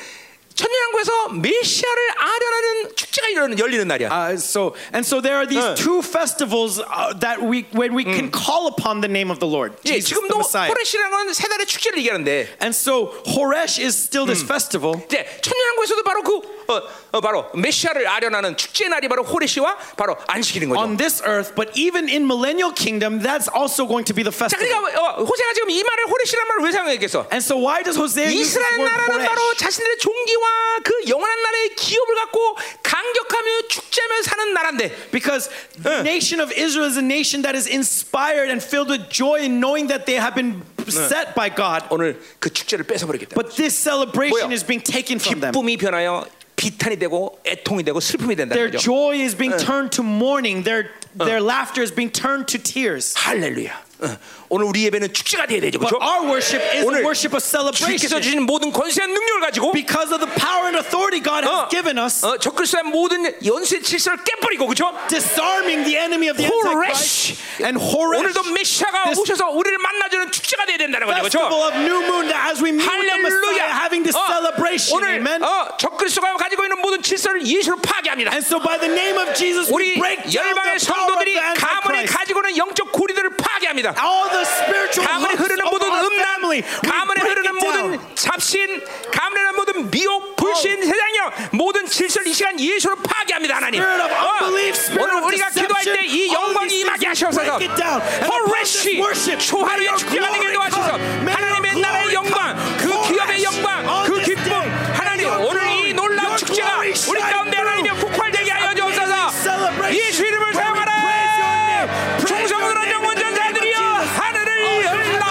Speaker 1: 천년왕국에서 메시아를 아련하는 축제가 열리는, 열리는 날이야.
Speaker 2: Uh, so and so there are these
Speaker 1: Uh.
Speaker 2: two festivals uh, that we when we can call upon the name of the Lord,
Speaker 1: 예,
Speaker 2: Jesus, the
Speaker 1: Hmm. 지금도
Speaker 2: Messiah.
Speaker 1: 호레시라는 건 세 달의 축제를 얘기하는데
Speaker 2: And so Horesh is still
Speaker 1: Hmm.
Speaker 2: this festival.
Speaker 1: 이제 천년왕국에서도 바로 그 어, 어, 바로 메시아를 아련하는 축제 날이 바로 호레시와 바로 안식일인 거죠.
Speaker 2: on this earth, but even in millennial kingdom, that's also going to be the
Speaker 1: 자,
Speaker 2: festival.
Speaker 1: 그러니까 어, 호세가 지금 이 말을 호레시란 말을 왜 사용했겠어?
Speaker 2: And so why does Hosea use this
Speaker 1: 이스라엘
Speaker 2: word
Speaker 1: 나라는 바로
Speaker 2: Koresh?
Speaker 1: 자신들의 종기와 그 영원한 나라의 기업을 갖고 강격하며 축제하며 사는 나라인데
Speaker 2: Because the nation of Israel is a nation that is inspired and filled with joy in knowing that they have been set by God.
Speaker 1: 오늘 그 축제를 뺏어버리겠다.
Speaker 2: But this celebration
Speaker 1: 뭐야?
Speaker 2: is being taken from them.
Speaker 1: 기쁨이 변하여 비탄이 되고 애통이 되고 슬픔이
Speaker 2: Their
Speaker 1: 된다는 거죠.
Speaker 2: joy is being
Speaker 1: Uh.
Speaker 2: turned to mourning. Their their laughter is being turned to tears.
Speaker 1: 할렐루야. 어, 오늘 우리 예배는 축제가 돼야 되죠.
Speaker 2: But
Speaker 1: 그렇죠?
Speaker 2: our worship is
Speaker 1: 오늘
Speaker 2: a worship of
Speaker 1: 주님께서 주신
Speaker 2: celebration.
Speaker 1: 모든 권세한 능력을 가지고
Speaker 2: Because of the power and authority God
Speaker 1: 어,
Speaker 2: has given us,
Speaker 1: 어, 적그리스도의 모든 연쇄 질서를 깨버리고 그렇죠?
Speaker 2: disarming the enemy of the
Speaker 1: Koresh.
Speaker 2: Antichrist and Horesh.
Speaker 1: 오늘도 메시아가
Speaker 2: This-
Speaker 1: 오셔서 우리를 만나주는 축제가 돼야 된다는 거죠.
Speaker 2: festival
Speaker 1: 그렇죠?
Speaker 2: of new moon that as we meet with the Messiah,
Speaker 1: 할렐루야.
Speaker 2: having this
Speaker 1: 어,
Speaker 2: celebration,
Speaker 1: 오늘
Speaker 2: amen.
Speaker 1: 어, 적그리스도가 가지고 있는 모든 질서를 예수로 파괴합니다.
Speaker 2: And so by the name of Jesus,
Speaker 1: 우리
Speaker 2: we break down
Speaker 1: 열방의
Speaker 2: the power of
Speaker 1: 성도들이
Speaker 2: the
Speaker 1: 가문이
Speaker 2: Antichrist.
Speaker 1: 가지고 있는 영적 고리들을 파괴합니다.
Speaker 2: All the spiritual
Speaker 1: 가문에
Speaker 2: hooks
Speaker 1: 흐르는
Speaker 2: of
Speaker 1: 모든
Speaker 2: our
Speaker 1: 음란,
Speaker 2: family, we
Speaker 1: 가문에
Speaker 2: break
Speaker 1: 흐르는
Speaker 2: it down.
Speaker 1: 모든 잡신, 가문에 흐르는 모든 미혹,
Speaker 2: 어.
Speaker 1: 불신, 세상이여 모든 질서를 이 시간 예수로 파괴합니다 하나님.
Speaker 2: Spirit of
Speaker 1: 어,
Speaker 2: unbelief, spirit
Speaker 1: 오늘
Speaker 2: of
Speaker 1: 우리가 기도할
Speaker 2: deception,
Speaker 1: 때 이
Speaker 2: all
Speaker 1: 영광이
Speaker 2: these
Speaker 1: 임하게
Speaker 2: things,
Speaker 1: 하셔서
Speaker 2: break it down. And upon this
Speaker 1: 허레시
Speaker 2: worship, may
Speaker 1: 초하루의
Speaker 2: your
Speaker 1: 축제가 되게
Speaker 2: glory
Speaker 1: 도와주셔서
Speaker 2: come. May
Speaker 1: 하나님의
Speaker 2: your
Speaker 1: 나라의
Speaker 2: glory
Speaker 1: 영광,
Speaker 2: come.
Speaker 1: 그 기업의
Speaker 2: Koresh,
Speaker 1: 영광,
Speaker 2: on
Speaker 1: 그
Speaker 2: this
Speaker 1: 기쁨
Speaker 2: day,
Speaker 1: 하나님
Speaker 2: may your
Speaker 1: 오늘 이
Speaker 2: glory,
Speaker 1: 놀라운
Speaker 2: your
Speaker 1: 축제가
Speaker 2: glory
Speaker 1: 우리
Speaker 2: shine
Speaker 1: 가운데 하나님의
Speaker 2: through.
Speaker 1: 폭발되게 하여 주옵소서
Speaker 2: celebration.
Speaker 1: 예수 이름을
Speaker 2: When we praise your name,
Speaker 1: 사용하라
Speaker 2: praise your
Speaker 1: 충성으로
Speaker 2: name in the
Speaker 1: 영원전자들이여
Speaker 2: name of Jesus. Oh,
Speaker 1: 하늘을 열라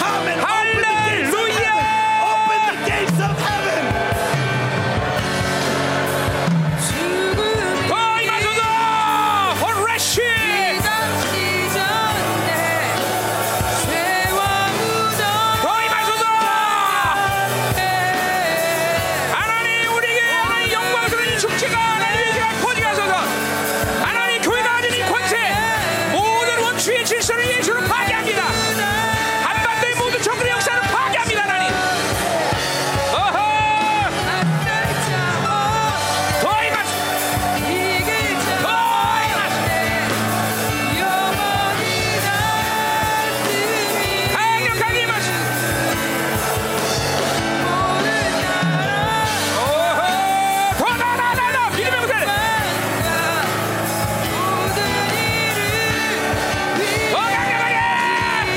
Speaker 2: Come and open the gates of
Speaker 1: Hallelujah.
Speaker 2: heaven. Open the gates of heaven.
Speaker 1: 더 임하소서 호레시 더 임하소서 하나님 우리에게 하나님 영광스러운 이 축제가 하나님의 시간 퍼지게 하소서 하나님 교회가 가진 이 권세 모든 원추의 질서를 예수로 파괴합니다 한반도의 모든 정글의 역사를 파괴합니다 하나님 어허 더 임하소서 더 임하소서 강력하게 마시. 오호, 더 나나나나 믿음의 구세. 더 강력하게.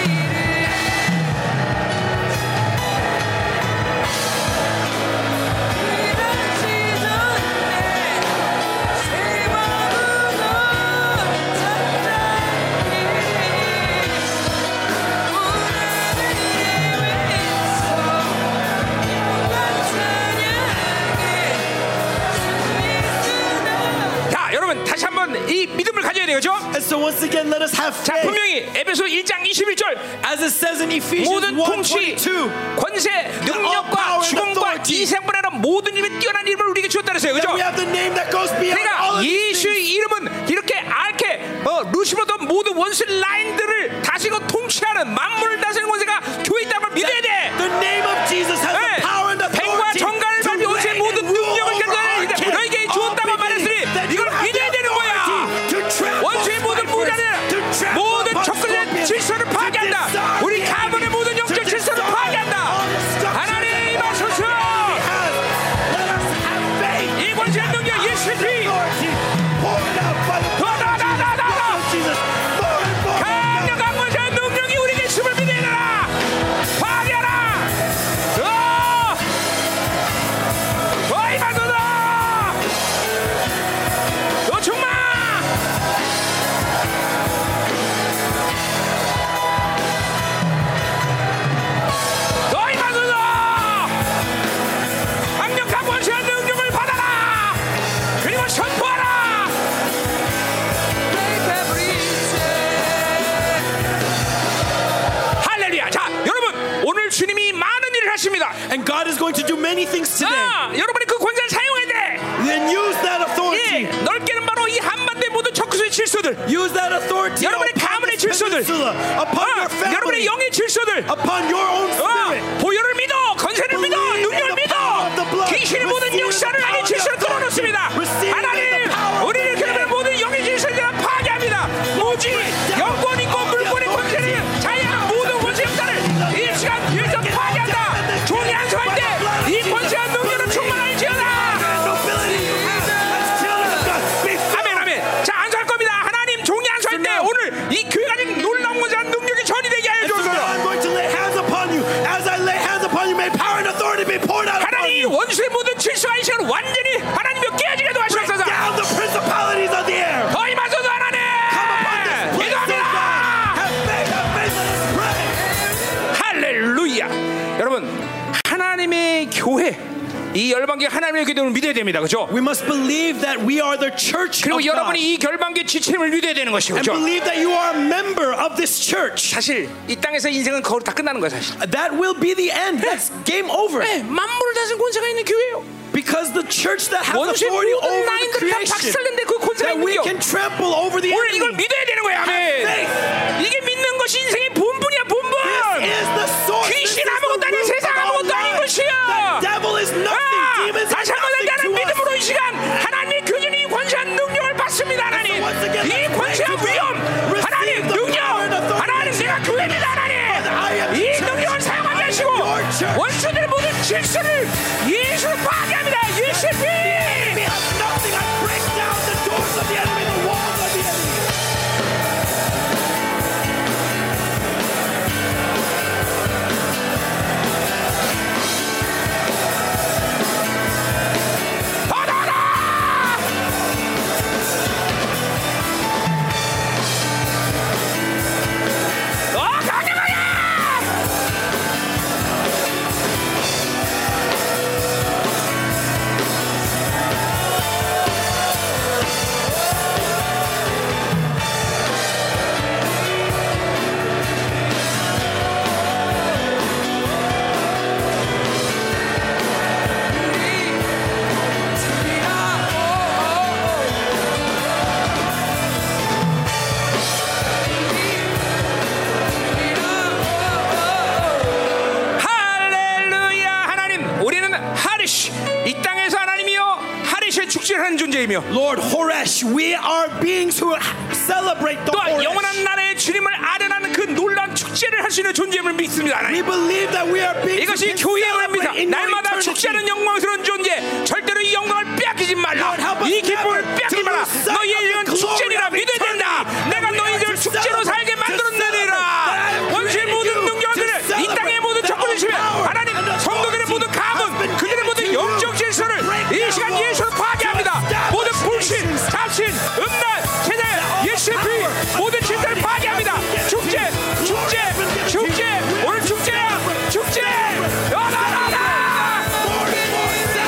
Speaker 1: 자, 여러분 다시 한번 이 믿음을 가져야 되겠죠?
Speaker 2: And so once again, let us have
Speaker 1: 자,
Speaker 2: faith.
Speaker 1: 분명히 에베소 1장 21절
Speaker 2: As 네. it says in Ephesians
Speaker 1: 모든
Speaker 2: 1
Speaker 1: 통치, 권세,
Speaker 2: power
Speaker 1: 능력과
Speaker 2: and
Speaker 1: 주권과
Speaker 2: authority.
Speaker 1: 이생분에는 모든 일에 뛰어난 이름을 우리에게 주었다 그랬어요. 그죠?
Speaker 2: we have the name that goes beyond
Speaker 1: 그러니까
Speaker 2: all of these
Speaker 1: 예수
Speaker 2: things.
Speaker 1: 의 이름은 이렇게 알게 어, 루시버도 모든 원수 라인들을 다스리고 통치하는 만물을 다스리는 권세가 교회 있다는 걸 믿어야 돼.
Speaker 2: The name of Jesus has
Speaker 1: 네.
Speaker 2: the power and
Speaker 1: 백과
Speaker 2: authority
Speaker 1: 정가를
Speaker 2: to
Speaker 1: 가지고 오신
Speaker 2: reign
Speaker 1: 모든
Speaker 2: and rule
Speaker 1: 능력을
Speaker 2: over
Speaker 1: 가져야
Speaker 2: our
Speaker 1: 되는데
Speaker 2: king.
Speaker 1: 너에게
Speaker 2: All
Speaker 1: 주었다고
Speaker 2: believe
Speaker 1: 말했으니
Speaker 2: that you
Speaker 1: 이걸
Speaker 2: have
Speaker 1: 믿어야
Speaker 2: the
Speaker 1: 되는 거야.
Speaker 2: authority to trample
Speaker 1: 원수의 모든
Speaker 2: vipers, to
Speaker 1: 무자는
Speaker 2: trample
Speaker 1: 모든
Speaker 2: upon
Speaker 1: 적그리의
Speaker 2: scorpions,
Speaker 1: 질서를
Speaker 2: to
Speaker 1: 파괴한다.
Speaker 2: disarm
Speaker 1: 우리
Speaker 2: the
Speaker 1: 가문의
Speaker 2: enemy,
Speaker 1: 모든
Speaker 2: to
Speaker 1: 영적 질서를
Speaker 2: disarm
Speaker 1: 파괴한다.
Speaker 2: all the structures
Speaker 1: 하나님
Speaker 2: that
Speaker 1: 임하소서.
Speaker 2: the enemy has. Let us have
Speaker 1: 어! 것입니다.
Speaker 2: And God is going to do many things today.
Speaker 1: 아, 여러분이 그 권세를 사용해야 돼.
Speaker 2: Then use that
Speaker 1: 예,
Speaker 2: authority.
Speaker 1: 넓게는 바로 이 한반도의 모든 적그리스도의 질서들,
Speaker 2: Use that authority
Speaker 1: 여러분의
Speaker 2: upon
Speaker 1: 가문의
Speaker 2: this
Speaker 1: 질서들.
Speaker 2: peninsula, upon your
Speaker 1: 아, 여러분의
Speaker 2: family,
Speaker 1: 영의 질서들,
Speaker 2: upon your own spirit.
Speaker 1: 어, 보혈을 믿어, 건세를 믿어, 능력을 믿어, 귀신의 모든 역사를 나의 질서로 끌어넣습니다. 하나님, 우리를 괴롭히는 모든 영의 질서에 대한 파괴합니다. 오직 영권 있고 물권의 권세를 자유한 모든 권세 역사를 이 시간 일선 파괴한다. 종이 안수할 때 이 권세와 능력을 충만할지어다. 아멘 아멘. 자 안수할 겁니다. 하나님 종이 안수할 때 오늘 이 교회 가진 놀라운 권세와 능력이 전이되게 하여 주옵소서. 하나님 이 원수의 모든 질서와 이 시간 완전히 하나님이 깨지게 도와주옵소서. 더이 마소서 하나님.
Speaker 2: oh
Speaker 1: 기도합니다. 할렐루야. 여러분 하나님의 교회 이 열방계 하나님의 교회를 믿어야 됩니다. 그렇죠?
Speaker 2: We must believe that we are the church of
Speaker 1: 그리고
Speaker 2: God.
Speaker 1: 여러분이 이 결방계 지침을 믿어야 되는 것이죠.
Speaker 2: And
Speaker 1: 그렇죠?
Speaker 2: believe that you are a member of this church.
Speaker 1: 사실 이 땅에서 인생은 거울 다 끝나는 거야 사실.
Speaker 2: That will be the end. That's game over.
Speaker 1: 네, 만물을 다스린 권세가 있는 교회예요.
Speaker 2: Because the church that has
Speaker 1: 원수의
Speaker 2: authority
Speaker 1: 모든
Speaker 2: over the
Speaker 1: 라인들을 다
Speaker 2: creation,
Speaker 1: 박살낸데 그 권세가
Speaker 2: that
Speaker 1: 있는
Speaker 2: we
Speaker 1: 요
Speaker 2: can trample over the
Speaker 1: 오늘 이걸
Speaker 2: enemy,
Speaker 1: 믿어야 되는 거야. 아멘. 이게 믿는 것이 인생의 본분이야 본분.
Speaker 2: is the source.
Speaker 1: 귀신 아무것도
Speaker 2: This is the
Speaker 1: 아닌
Speaker 2: root
Speaker 1: 세상
Speaker 2: of all
Speaker 1: 아무것도 아닌
Speaker 2: lies.
Speaker 1: 것이야.
Speaker 2: The devil is nothing.
Speaker 1: 아,
Speaker 2: Demons
Speaker 1: 다시
Speaker 2: are
Speaker 1: 한번 나는
Speaker 2: nothing to us.
Speaker 1: 믿음으로 이 시간 하나님의 교준이 권세한 능력을 받습니다 하나님
Speaker 2: once again,
Speaker 1: 이
Speaker 2: let's
Speaker 1: 권세와
Speaker 2: pray
Speaker 1: 위험
Speaker 2: together.
Speaker 1: 하나님
Speaker 2: Receive the
Speaker 1: 능력
Speaker 2: power and authority.
Speaker 1: 하나님 내가 교회입니다
Speaker 2: I am
Speaker 1: 하나님
Speaker 2: the
Speaker 1: 이
Speaker 2: church.
Speaker 1: 능력을 사용하게 하시고
Speaker 2: I am your church.
Speaker 1: 원수들의 모든 질서를 예수로 파괴합니다 예수의 피
Speaker 2: We have nothing. I break down the doors of the enemy, the walls of the enemy.
Speaker 1: 어, 강력하게! 할렐루야 하나님 우리는 하리시 이 땅에서 하나님이요 하리시의 축제를 하는 존재이며
Speaker 2: Lord Horesh, we are beings who celebrate the
Speaker 1: 또한
Speaker 2: Horesh.
Speaker 1: 영원한 나라의 주님을 아련하는 그 놀라운 축제를 할 수 있는 존재임을 믿습니다 하나님
Speaker 2: We believe that we are beings who
Speaker 1: 네, 이것이
Speaker 2: can
Speaker 1: 교회의
Speaker 2: celebrate
Speaker 1: 원합니다
Speaker 2: in your
Speaker 1: 날마다
Speaker 2: eternity.
Speaker 1: 축제하는 영광스러운 존재 절대로 이 영광을 빼앗기지 말라
Speaker 2: Lord, help us
Speaker 1: 이 기쁨을
Speaker 2: never
Speaker 1: 빼앗기지
Speaker 2: to
Speaker 1: 마라
Speaker 2: lose sight
Speaker 1: 너희의
Speaker 2: of the
Speaker 1: 이런
Speaker 2: glory
Speaker 1: 축제니라
Speaker 2: of
Speaker 1: 믿어야 된다
Speaker 2: eternity.
Speaker 1: 내가
Speaker 2: And we are
Speaker 1: 너희들을
Speaker 2: to
Speaker 1: 축제로
Speaker 2: celebrate,
Speaker 1: 살게
Speaker 2: to
Speaker 1: 만들었느니라
Speaker 2: celebrate.
Speaker 1: 원수의
Speaker 2: I am
Speaker 1: 모든
Speaker 2: created you
Speaker 1: 능력들을
Speaker 2: to
Speaker 1: 이 땅의
Speaker 2: celebrate
Speaker 1: 모든
Speaker 2: that
Speaker 1: 적군을 주며
Speaker 2: all power
Speaker 1: 하나님
Speaker 2: and authority
Speaker 1: 성도들의 모든
Speaker 2: has
Speaker 1: 가문
Speaker 2: been
Speaker 1: 그들의
Speaker 2: given
Speaker 1: 모든
Speaker 2: to you.
Speaker 1: 영적 질서를 이
Speaker 2: Break
Speaker 1: 시간
Speaker 2: down
Speaker 1: 예수로
Speaker 2: walls to
Speaker 1: 파괴합니다 모든
Speaker 2: establish
Speaker 1: 불신
Speaker 2: nations.
Speaker 1: 잡신 음란 세대 예수의 피 모든 질서를 파괴합니다 축제 축제 축제 오늘 축제야 축제 아, 라라라라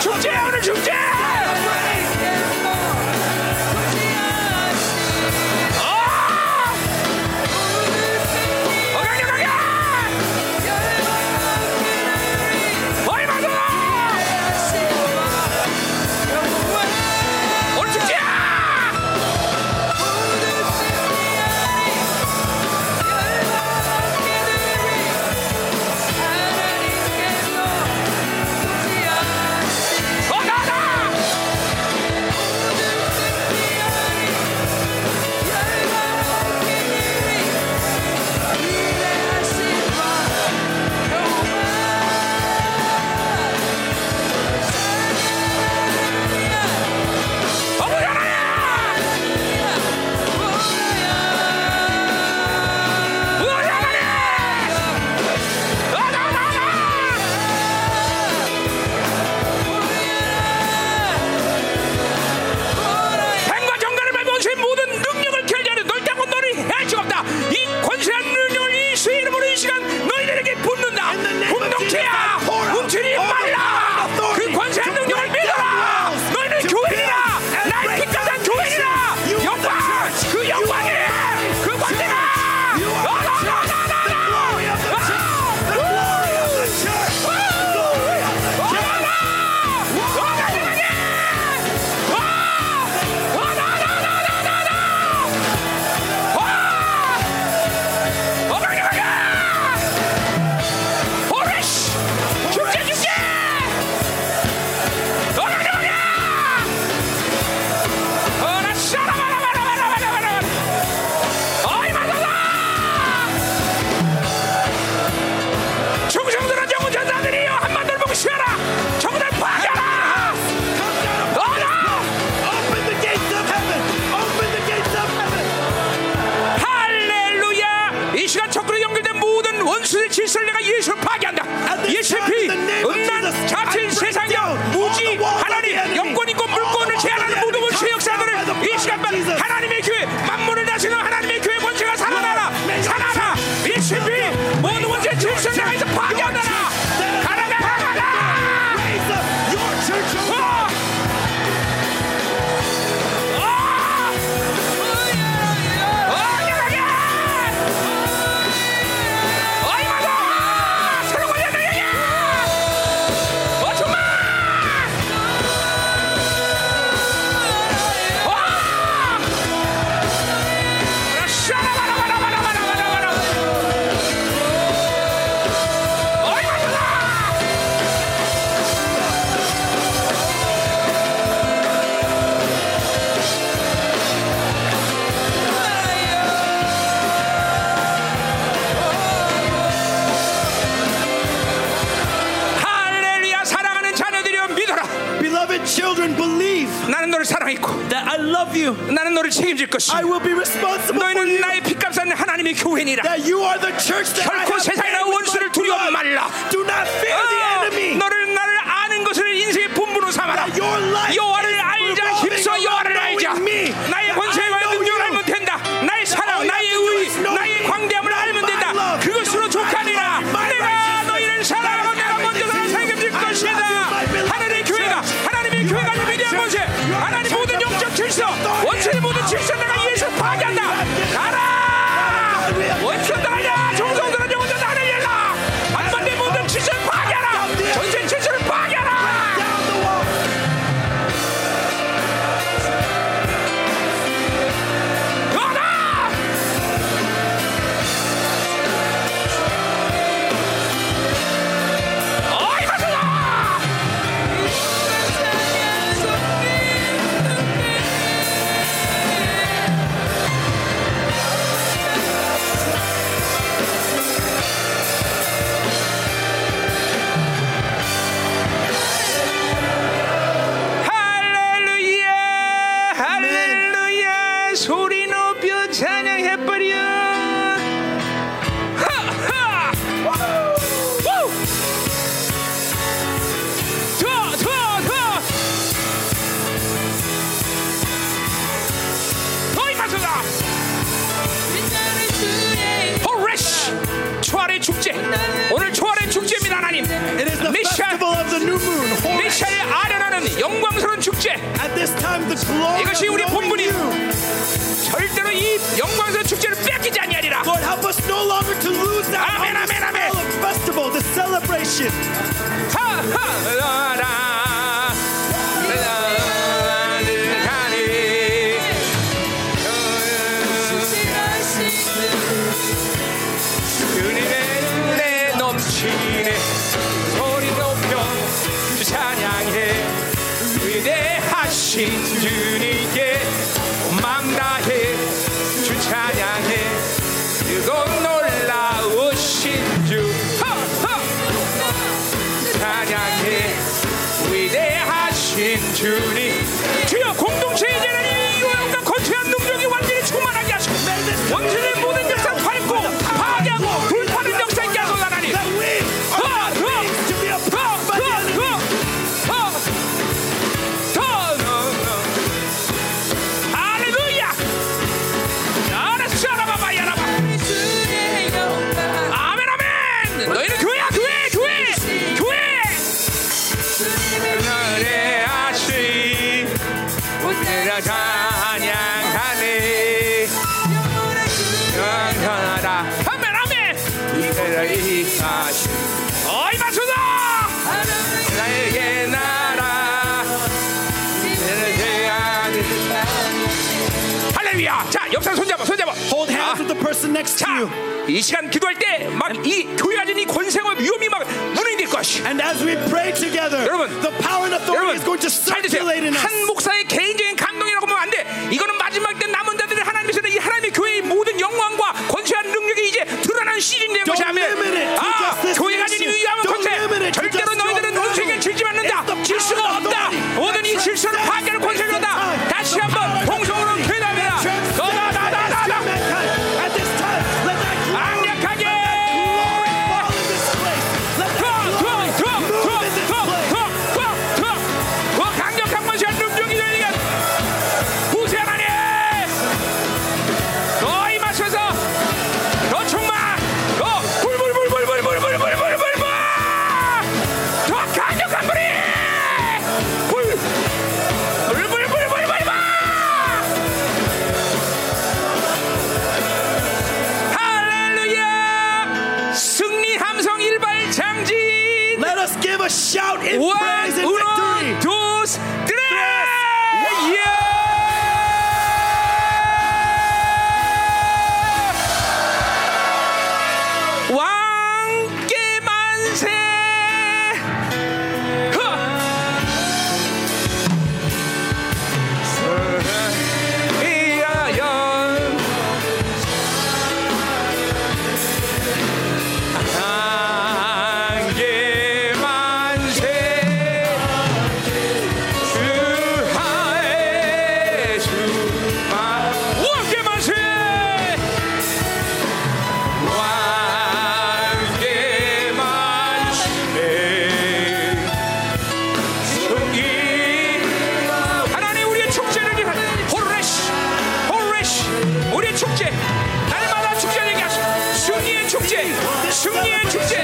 Speaker 1: 축제 오늘 축제 어, 어, 그 적그로 연결된 모든 원수의 질서를 내가 예수로
Speaker 2: At
Speaker 1: 파괴한다.
Speaker 2: this
Speaker 1: 예수의
Speaker 2: time,
Speaker 1: 피,
Speaker 2: in the name of
Speaker 1: 음란,
Speaker 2: Jesus, I
Speaker 1: 자질,
Speaker 2: break down
Speaker 1: 세상력,
Speaker 2: all
Speaker 1: 무지,
Speaker 2: the walls of the
Speaker 1: 하나님,
Speaker 2: enemy,
Speaker 1: 영권 있고
Speaker 2: all the
Speaker 1: 물건을
Speaker 2: walls of
Speaker 1: 제한하는
Speaker 2: the
Speaker 1: 모든
Speaker 2: enemy,
Speaker 1: 원수의
Speaker 2: cast down by the
Speaker 1: 역사들을 이
Speaker 2: blood
Speaker 1: 시간
Speaker 2: of
Speaker 1: 만
Speaker 2: Jesus.
Speaker 1: 하나님의 교회, 만물을 다스리는 하나님의 교회 권세가 살아나라,
Speaker 2: Lord,
Speaker 1: 살아라. 예수의 피, 모든 원수의 질서를 내가 이제 파괴한다. 가라가, 가라.
Speaker 2: Raise up your church, oh God.
Speaker 1: 아! 할렐루야 사랑하는 자녀들이여 믿어라
Speaker 2: Beloved children, believe
Speaker 1: 나는 너를 사랑했고
Speaker 2: that I love you.
Speaker 1: 나는 너를 책임질 것이요
Speaker 2: I will be responsible for
Speaker 1: 너희는
Speaker 2: you.
Speaker 1: 나의 피값한 하나님의 교회니라
Speaker 2: That you are the church that I
Speaker 1: 결코
Speaker 2: have
Speaker 1: 세상이나
Speaker 2: made with
Speaker 1: 원수를
Speaker 2: my
Speaker 1: 두려워
Speaker 2: blood.
Speaker 1: 말라
Speaker 2: Do not fear
Speaker 1: 어,
Speaker 2: the enemy.
Speaker 1: 너를 나를 아는 것을 인생의 본분으로 삼아라
Speaker 2: That your life
Speaker 1: 여호와를
Speaker 2: is
Speaker 1: 알자
Speaker 2: revolving
Speaker 1: 힘써 여호와를
Speaker 2: around
Speaker 1: 알자
Speaker 2: knowing me.
Speaker 1: 나의
Speaker 2: That I
Speaker 1: 권세와
Speaker 2: know
Speaker 1: 능력을
Speaker 2: you.
Speaker 1: 알면 된다 나의 사랑
Speaker 2: all you
Speaker 1: 나의
Speaker 2: have to do
Speaker 1: 의의
Speaker 2: is know
Speaker 1: 나의
Speaker 2: me.
Speaker 1: 광대함을
Speaker 2: Know
Speaker 1: 알면
Speaker 2: my
Speaker 1: 된다
Speaker 2: love.
Speaker 1: 그것으로
Speaker 2: Know my
Speaker 1: 족하니라
Speaker 2: love, my
Speaker 1: 내가
Speaker 2: righteousness.
Speaker 1: 너희를 사랑하고
Speaker 2: That is
Speaker 1: 내가 먼저 너를
Speaker 2: everything
Speaker 1: 책임질
Speaker 2: you. I
Speaker 1: 것이다
Speaker 2: love you, my beloved
Speaker 1: 하나님의
Speaker 2: church.
Speaker 1: 교회가 하나님의
Speaker 2: You
Speaker 1: 교회가
Speaker 2: are my
Speaker 1: 위대한
Speaker 2: church.
Speaker 1: 권세
Speaker 2: You are
Speaker 1: 하나님
Speaker 2: my
Speaker 1: 모든
Speaker 2: church.
Speaker 1: 영적 질서
Speaker 2: Authority.
Speaker 1: 원수의 모든 질서 내가 예수 파괴한다 가라 원수다야 종성들은 영원전 나를 열라 한번내 모든 질서를 파괴하라 전세 질서를 파괴하라
Speaker 2: Down the wall.
Speaker 1: 가라! 어이, 가자! 할렐루야 할렐루야 소리 높여 찬양해버려 하하 우! 더, 더, 더! 더 임하소서! 호레쉬! 초월의 축제 오늘 초월의 축제입니다 하나님
Speaker 2: It is the
Speaker 1: 미샤
Speaker 2: festival of the new moon. Horace.
Speaker 1: 미샤의 아련하는 영광스러운 축제
Speaker 2: At this time, the glory of
Speaker 1: 이것이 우리
Speaker 2: knowing
Speaker 1: 본분이야.
Speaker 2: you.
Speaker 1: 절대로 이 영광스러운 축제를 뺏기지 아니하리라
Speaker 2: Lord, help us no longer to lose that
Speaker 1: Amen, amen, amen.
Speaker 2: wonderful festival, the celebration.
Speaker 1: 하하라라 라라라라라라리. 은혜는 은혜 넘치네 소리 높여 주 찬양해 위대하신 주님께 맘 다해 주 찬양해 뜨거운 놀라우신 주 허허 찬양해 위대하신 주님 주여 공동체의 재난이 이용과 거대한 능력이 완전히 충만하게 하시고 원수의 모든 역사 밟고 파괴하고 불파는 역사 있게 하소서 하나님
Speaker 2: That we
Speaker 1: Ah, ah,
Speaker 2: are beings to be oppressed by the enemy.
Speaker 1: 할렐루야 나라샤라바바야라바 아멘 아멘 너희는 교회야 교회 교회 교회 은혜하시 우리라 찬양하네 영원하다 아멘 아멘 이스라엘 하시 어이 맞소다 나에게 나라 할렐루야 자 옆사람 손잡아 손잡아
Speaker 2: Hold hands with the person next to you.
Speaker 1: 자이 시간 기도할 때 막 이 교회 안에 이 권세와 위험이 막 무너질 것이
Speaker 2: And as we pray together,
Speaker 1: 여러분,
Speaker 2: the power and authority
Speaker 1: 여러분
Speaker 2: is going to
Speaker 1: 잘 드세요
Speaker 2: circulate in us.
Speaker 1: 한 목사의 개인적인 감동이라고 보면 안돼 이거는 마지막 때 남은 자들이 하나님의 세대 이 하나님의 교회의 모든 영광과 권세한 능력이 이제 드러나는 시즌이 된 것이
Speaker 2: Don't
Speaker 1: 아멘
Speaker 2: limit it to
Speaker 1: 아
Speaker 2: just this
Speaker 1: 교회가 지닌
Speaker 2: nation.
Speaker 1: 위험한
Speaker 2: Don't limit
Speaker 1: 권세
Speaker 2: it to
Speaker 1: 절대로
Speaker 2: just your
Speaker 1: 너희들은
Speaker 2: family.
Speaker 1: 원수에게 질지
Speaker 2: It's the
Speaker 1: 않는다 질
Speaker 2: power
Speaker 1: 수가
Speaker 2: and
Speaker 1: 없다
Speaker 2: authority
Speaker 1: 모든 이
Speaker 2: that
Speaker 1: 질서를
Speaker 2: transcends
Speaker 1: 파괴할 권세를
Speaker 2: space and
Speaker 1: 얻다
Speaker 2: time.
Speaker 1: 다시
Speaker 2: The power
Speaker 1: 한번
Speaker 2: and
Speaker 1: 동성으로
Speaker 2: authority
Speaker 1: 괴담해라
Speaker 2: that transcends
Speaker 1: 너나나나나나
Speaker 2: space and time. At this time, let that glory
Speaker 1: 강력한 승리 함성 일발장진
Speaker 2: Let us give a shout in
Speaker 1: 원
Speaker 2: 네, praise and
Speaker 1: 우노
Speaker 2: victory.
Speaker 1: 두스
Speaker 2: 와!
Speaker 1: 드레스 예 왕께 만세 이하여 한계 만세 그 주하의 주만 왕계 만세 왕계 만세 승리 하나님 우리의 축제를 위한 호레시 호레시 우리의 축제 날마다 축제를 얘기하시오 승리의 축제 승리의 축제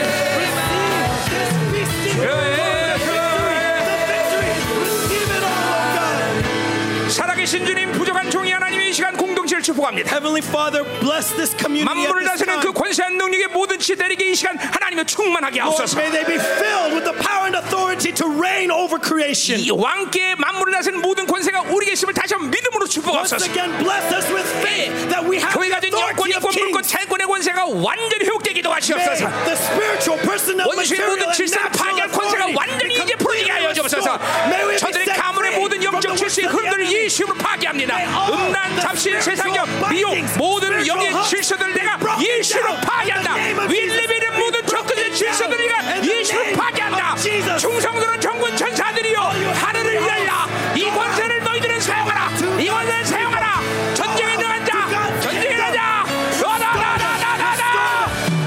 Speaker 2: oh
Speaker 1: 살아계신 주님 부족한 종이 하나님의 이 시간 공동체를 축복합니다
Speaker 2: Heavenly Father, bless this community.
Speaker 1: 만물을
Speaker 2: At this
Speaker 1: 다스리는 그
Speaker 2: time.
Speaker 1: 권세한 능력의 모든 지대리게 이 시간 하나님의 충만하게
Speaker 2: Lord,
Speaker 1: 하옵소서
Speaker 2: may they be filled with the power and authority to reign over creation.
Speaker 1: 이 왕께 만물을 다스리는 모든 권세가 우리에게 있음을 다시 한번 믿음으로
Speaker 2: Once
Speaker 1: 축복하옵소서
Speaker 2: again, bless us with faith that we have
Speaker 1: 교회가
Speaker 2: the
Speaker 1: 진 영권,
Speaker 2: authority of
Speaker 1: 이권, 물권,
Speaker 2: kings.
Speaker 1: 채권의 권세가 완전히 회복되기도
Speaker 2: May
Speaker 1: 하시옵소서
Speaker 2: the spiritual, personnel,
Speaker 1: 원수의
Speaker 2: material,
Speaker 1: 모든
Speaker 2: and
Speaker 1: 질서를
Speaker 2: natural
Speaker 1: 파괴할 권세가
Speaker 2: authority
Speaker 1: 완전히
Speaker 2: become
Speaker 1: 이제 풀리게
Speaker 2: clearly
Speaker 1: 하여 주옵소서
Speaker 2: restored. May we be
Speaker 1: 저들의
Speaker 2: set
Speaker 1: 가문의
Speaker 2: free
Speaker 1: 모든
Speaker 2: from
Speaker 1: 영적
Speaker 2: the
Speaker 1: 출신
Speaker 2: works of the
Speaker 1: 흐름들을
Speaker 2: enemy.
Speaker 1: 예수로 파괴합니다 음란, 잡신, 세상적, 미혹 모든 영의 질서들을 내가 예수로 파괴한다 윌리비는 모든 적그의 질서들을 내가 예수로 파괴한다 충성들은 정군 천사들이여 하늘을 열라 이 권세를 너희들은 사용하라 이 권세를 사용하라 전쟁에 나간 자 전쟁에 나간 자 나나나나나나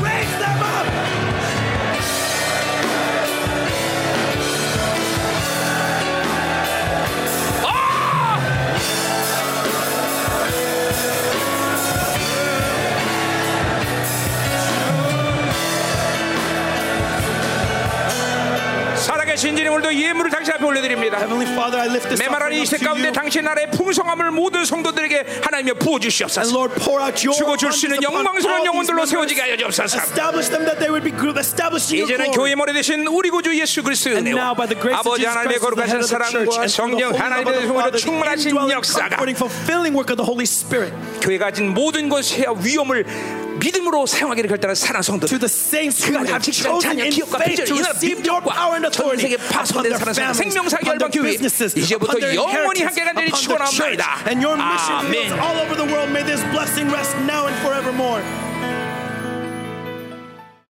Speaker 2: Raise them up.
Speaker 1: 아! 살아계신 주님 오늘도 예물을 당신 앞에 올려드립니다
Speaker 2: Heavenly Father, I lift this
Speaker 1: 메마른 이
Speaker 2: offering up
Speaker 1: 시대
Speaker 2: to
Speaker 1: 가운데
Speaker 2: you.
Speaker 1: 당신 나라의 풍성함을 모든 성도들에게 하나님의
Speaker 2: And
Speaker 1: 부어주시옵소서
Speaker 2: Lord, pour out your
Speaker 1: 주고 줄 수 있는
Speaker 2: abundance
Speaker 1: 영광스러운
Speaker 2: upon all these
Speaker 1: 영혼들로 세워지게
Speaker 2: members.
Speaker 1: 하여 주옵소서
Speaker 2: Establish them that they would be group, established in your
Speaker 1: 이제는
Speaker 2: glory.
Speaker 1: 교회 머리 되신 우리 구주 예수 그리스도의
Speaker 2: And
Speaker 1: 은혜와
Speaker 2: now, by the grace of
Speaker 1: 아버지
Speaker 2: Jesus
Speaker 1: 하나님의
Speaker 2: Christ, the head
Speaker 1: 거룩하신
Speaker 2: of the church,
Speaker 1: 사랑과
Speaker 2: and through the
Speaker 1: 성령
Speaker 2: holy love of
Speaker 1: 하나님의
Speaker 2: the
Speaker 1: 성으로
Speaker 2: Father, the
Speaker 1: 충만하신
Speaker 2: indwelling,
Speaker 1: 역사가
Speaker 2: comforting, fulfilling work of the Holy Spirit,
Speaker 1: 교회가 가진 모든 것의 위험을 믿음으로 사용하기를 결단한 사랑
Speaker 2: to
Speaker 1: 성도들
Speaker 2: the saints who
Speaker 1: 그간
Speaker 2: have
Speaker 1: 합치시간
Speaker 2: chosen
Speaker 1: 자녀
Speaker 2: in
Speaker 1: 기업과 백절
Speaker 2: faith to
Speaker 1: 이나
Speaker 2: receive your power and
Speaker 1: 민족과 전
Speaker 2: authority
Speaker 1: 세계
Speaker 2: upon
Speaker 1: 파손된
Speaker 2: their
Speaker 1: 사랑 성도
Speaker 2: families,
Speaker 1: 생명사기
Speaker 2: upon
Speaker 1: 열방
Speaker 2: their
Speaker 1: 교회
Speaker 2: businesses,
Speaker 1: 이제부터
Speaker 2: upon their
Speaker 1: 영원히
Speaker 2: inheritance,
Speaker 1: 함께 간절히
Speaker 2: upon their church.
Speaker 1: 축원합니다
Speaker 2: And your mission
Speaker 1: 아멘
Speaker 2: fields all over the world, may this blessing rest now and forevermore.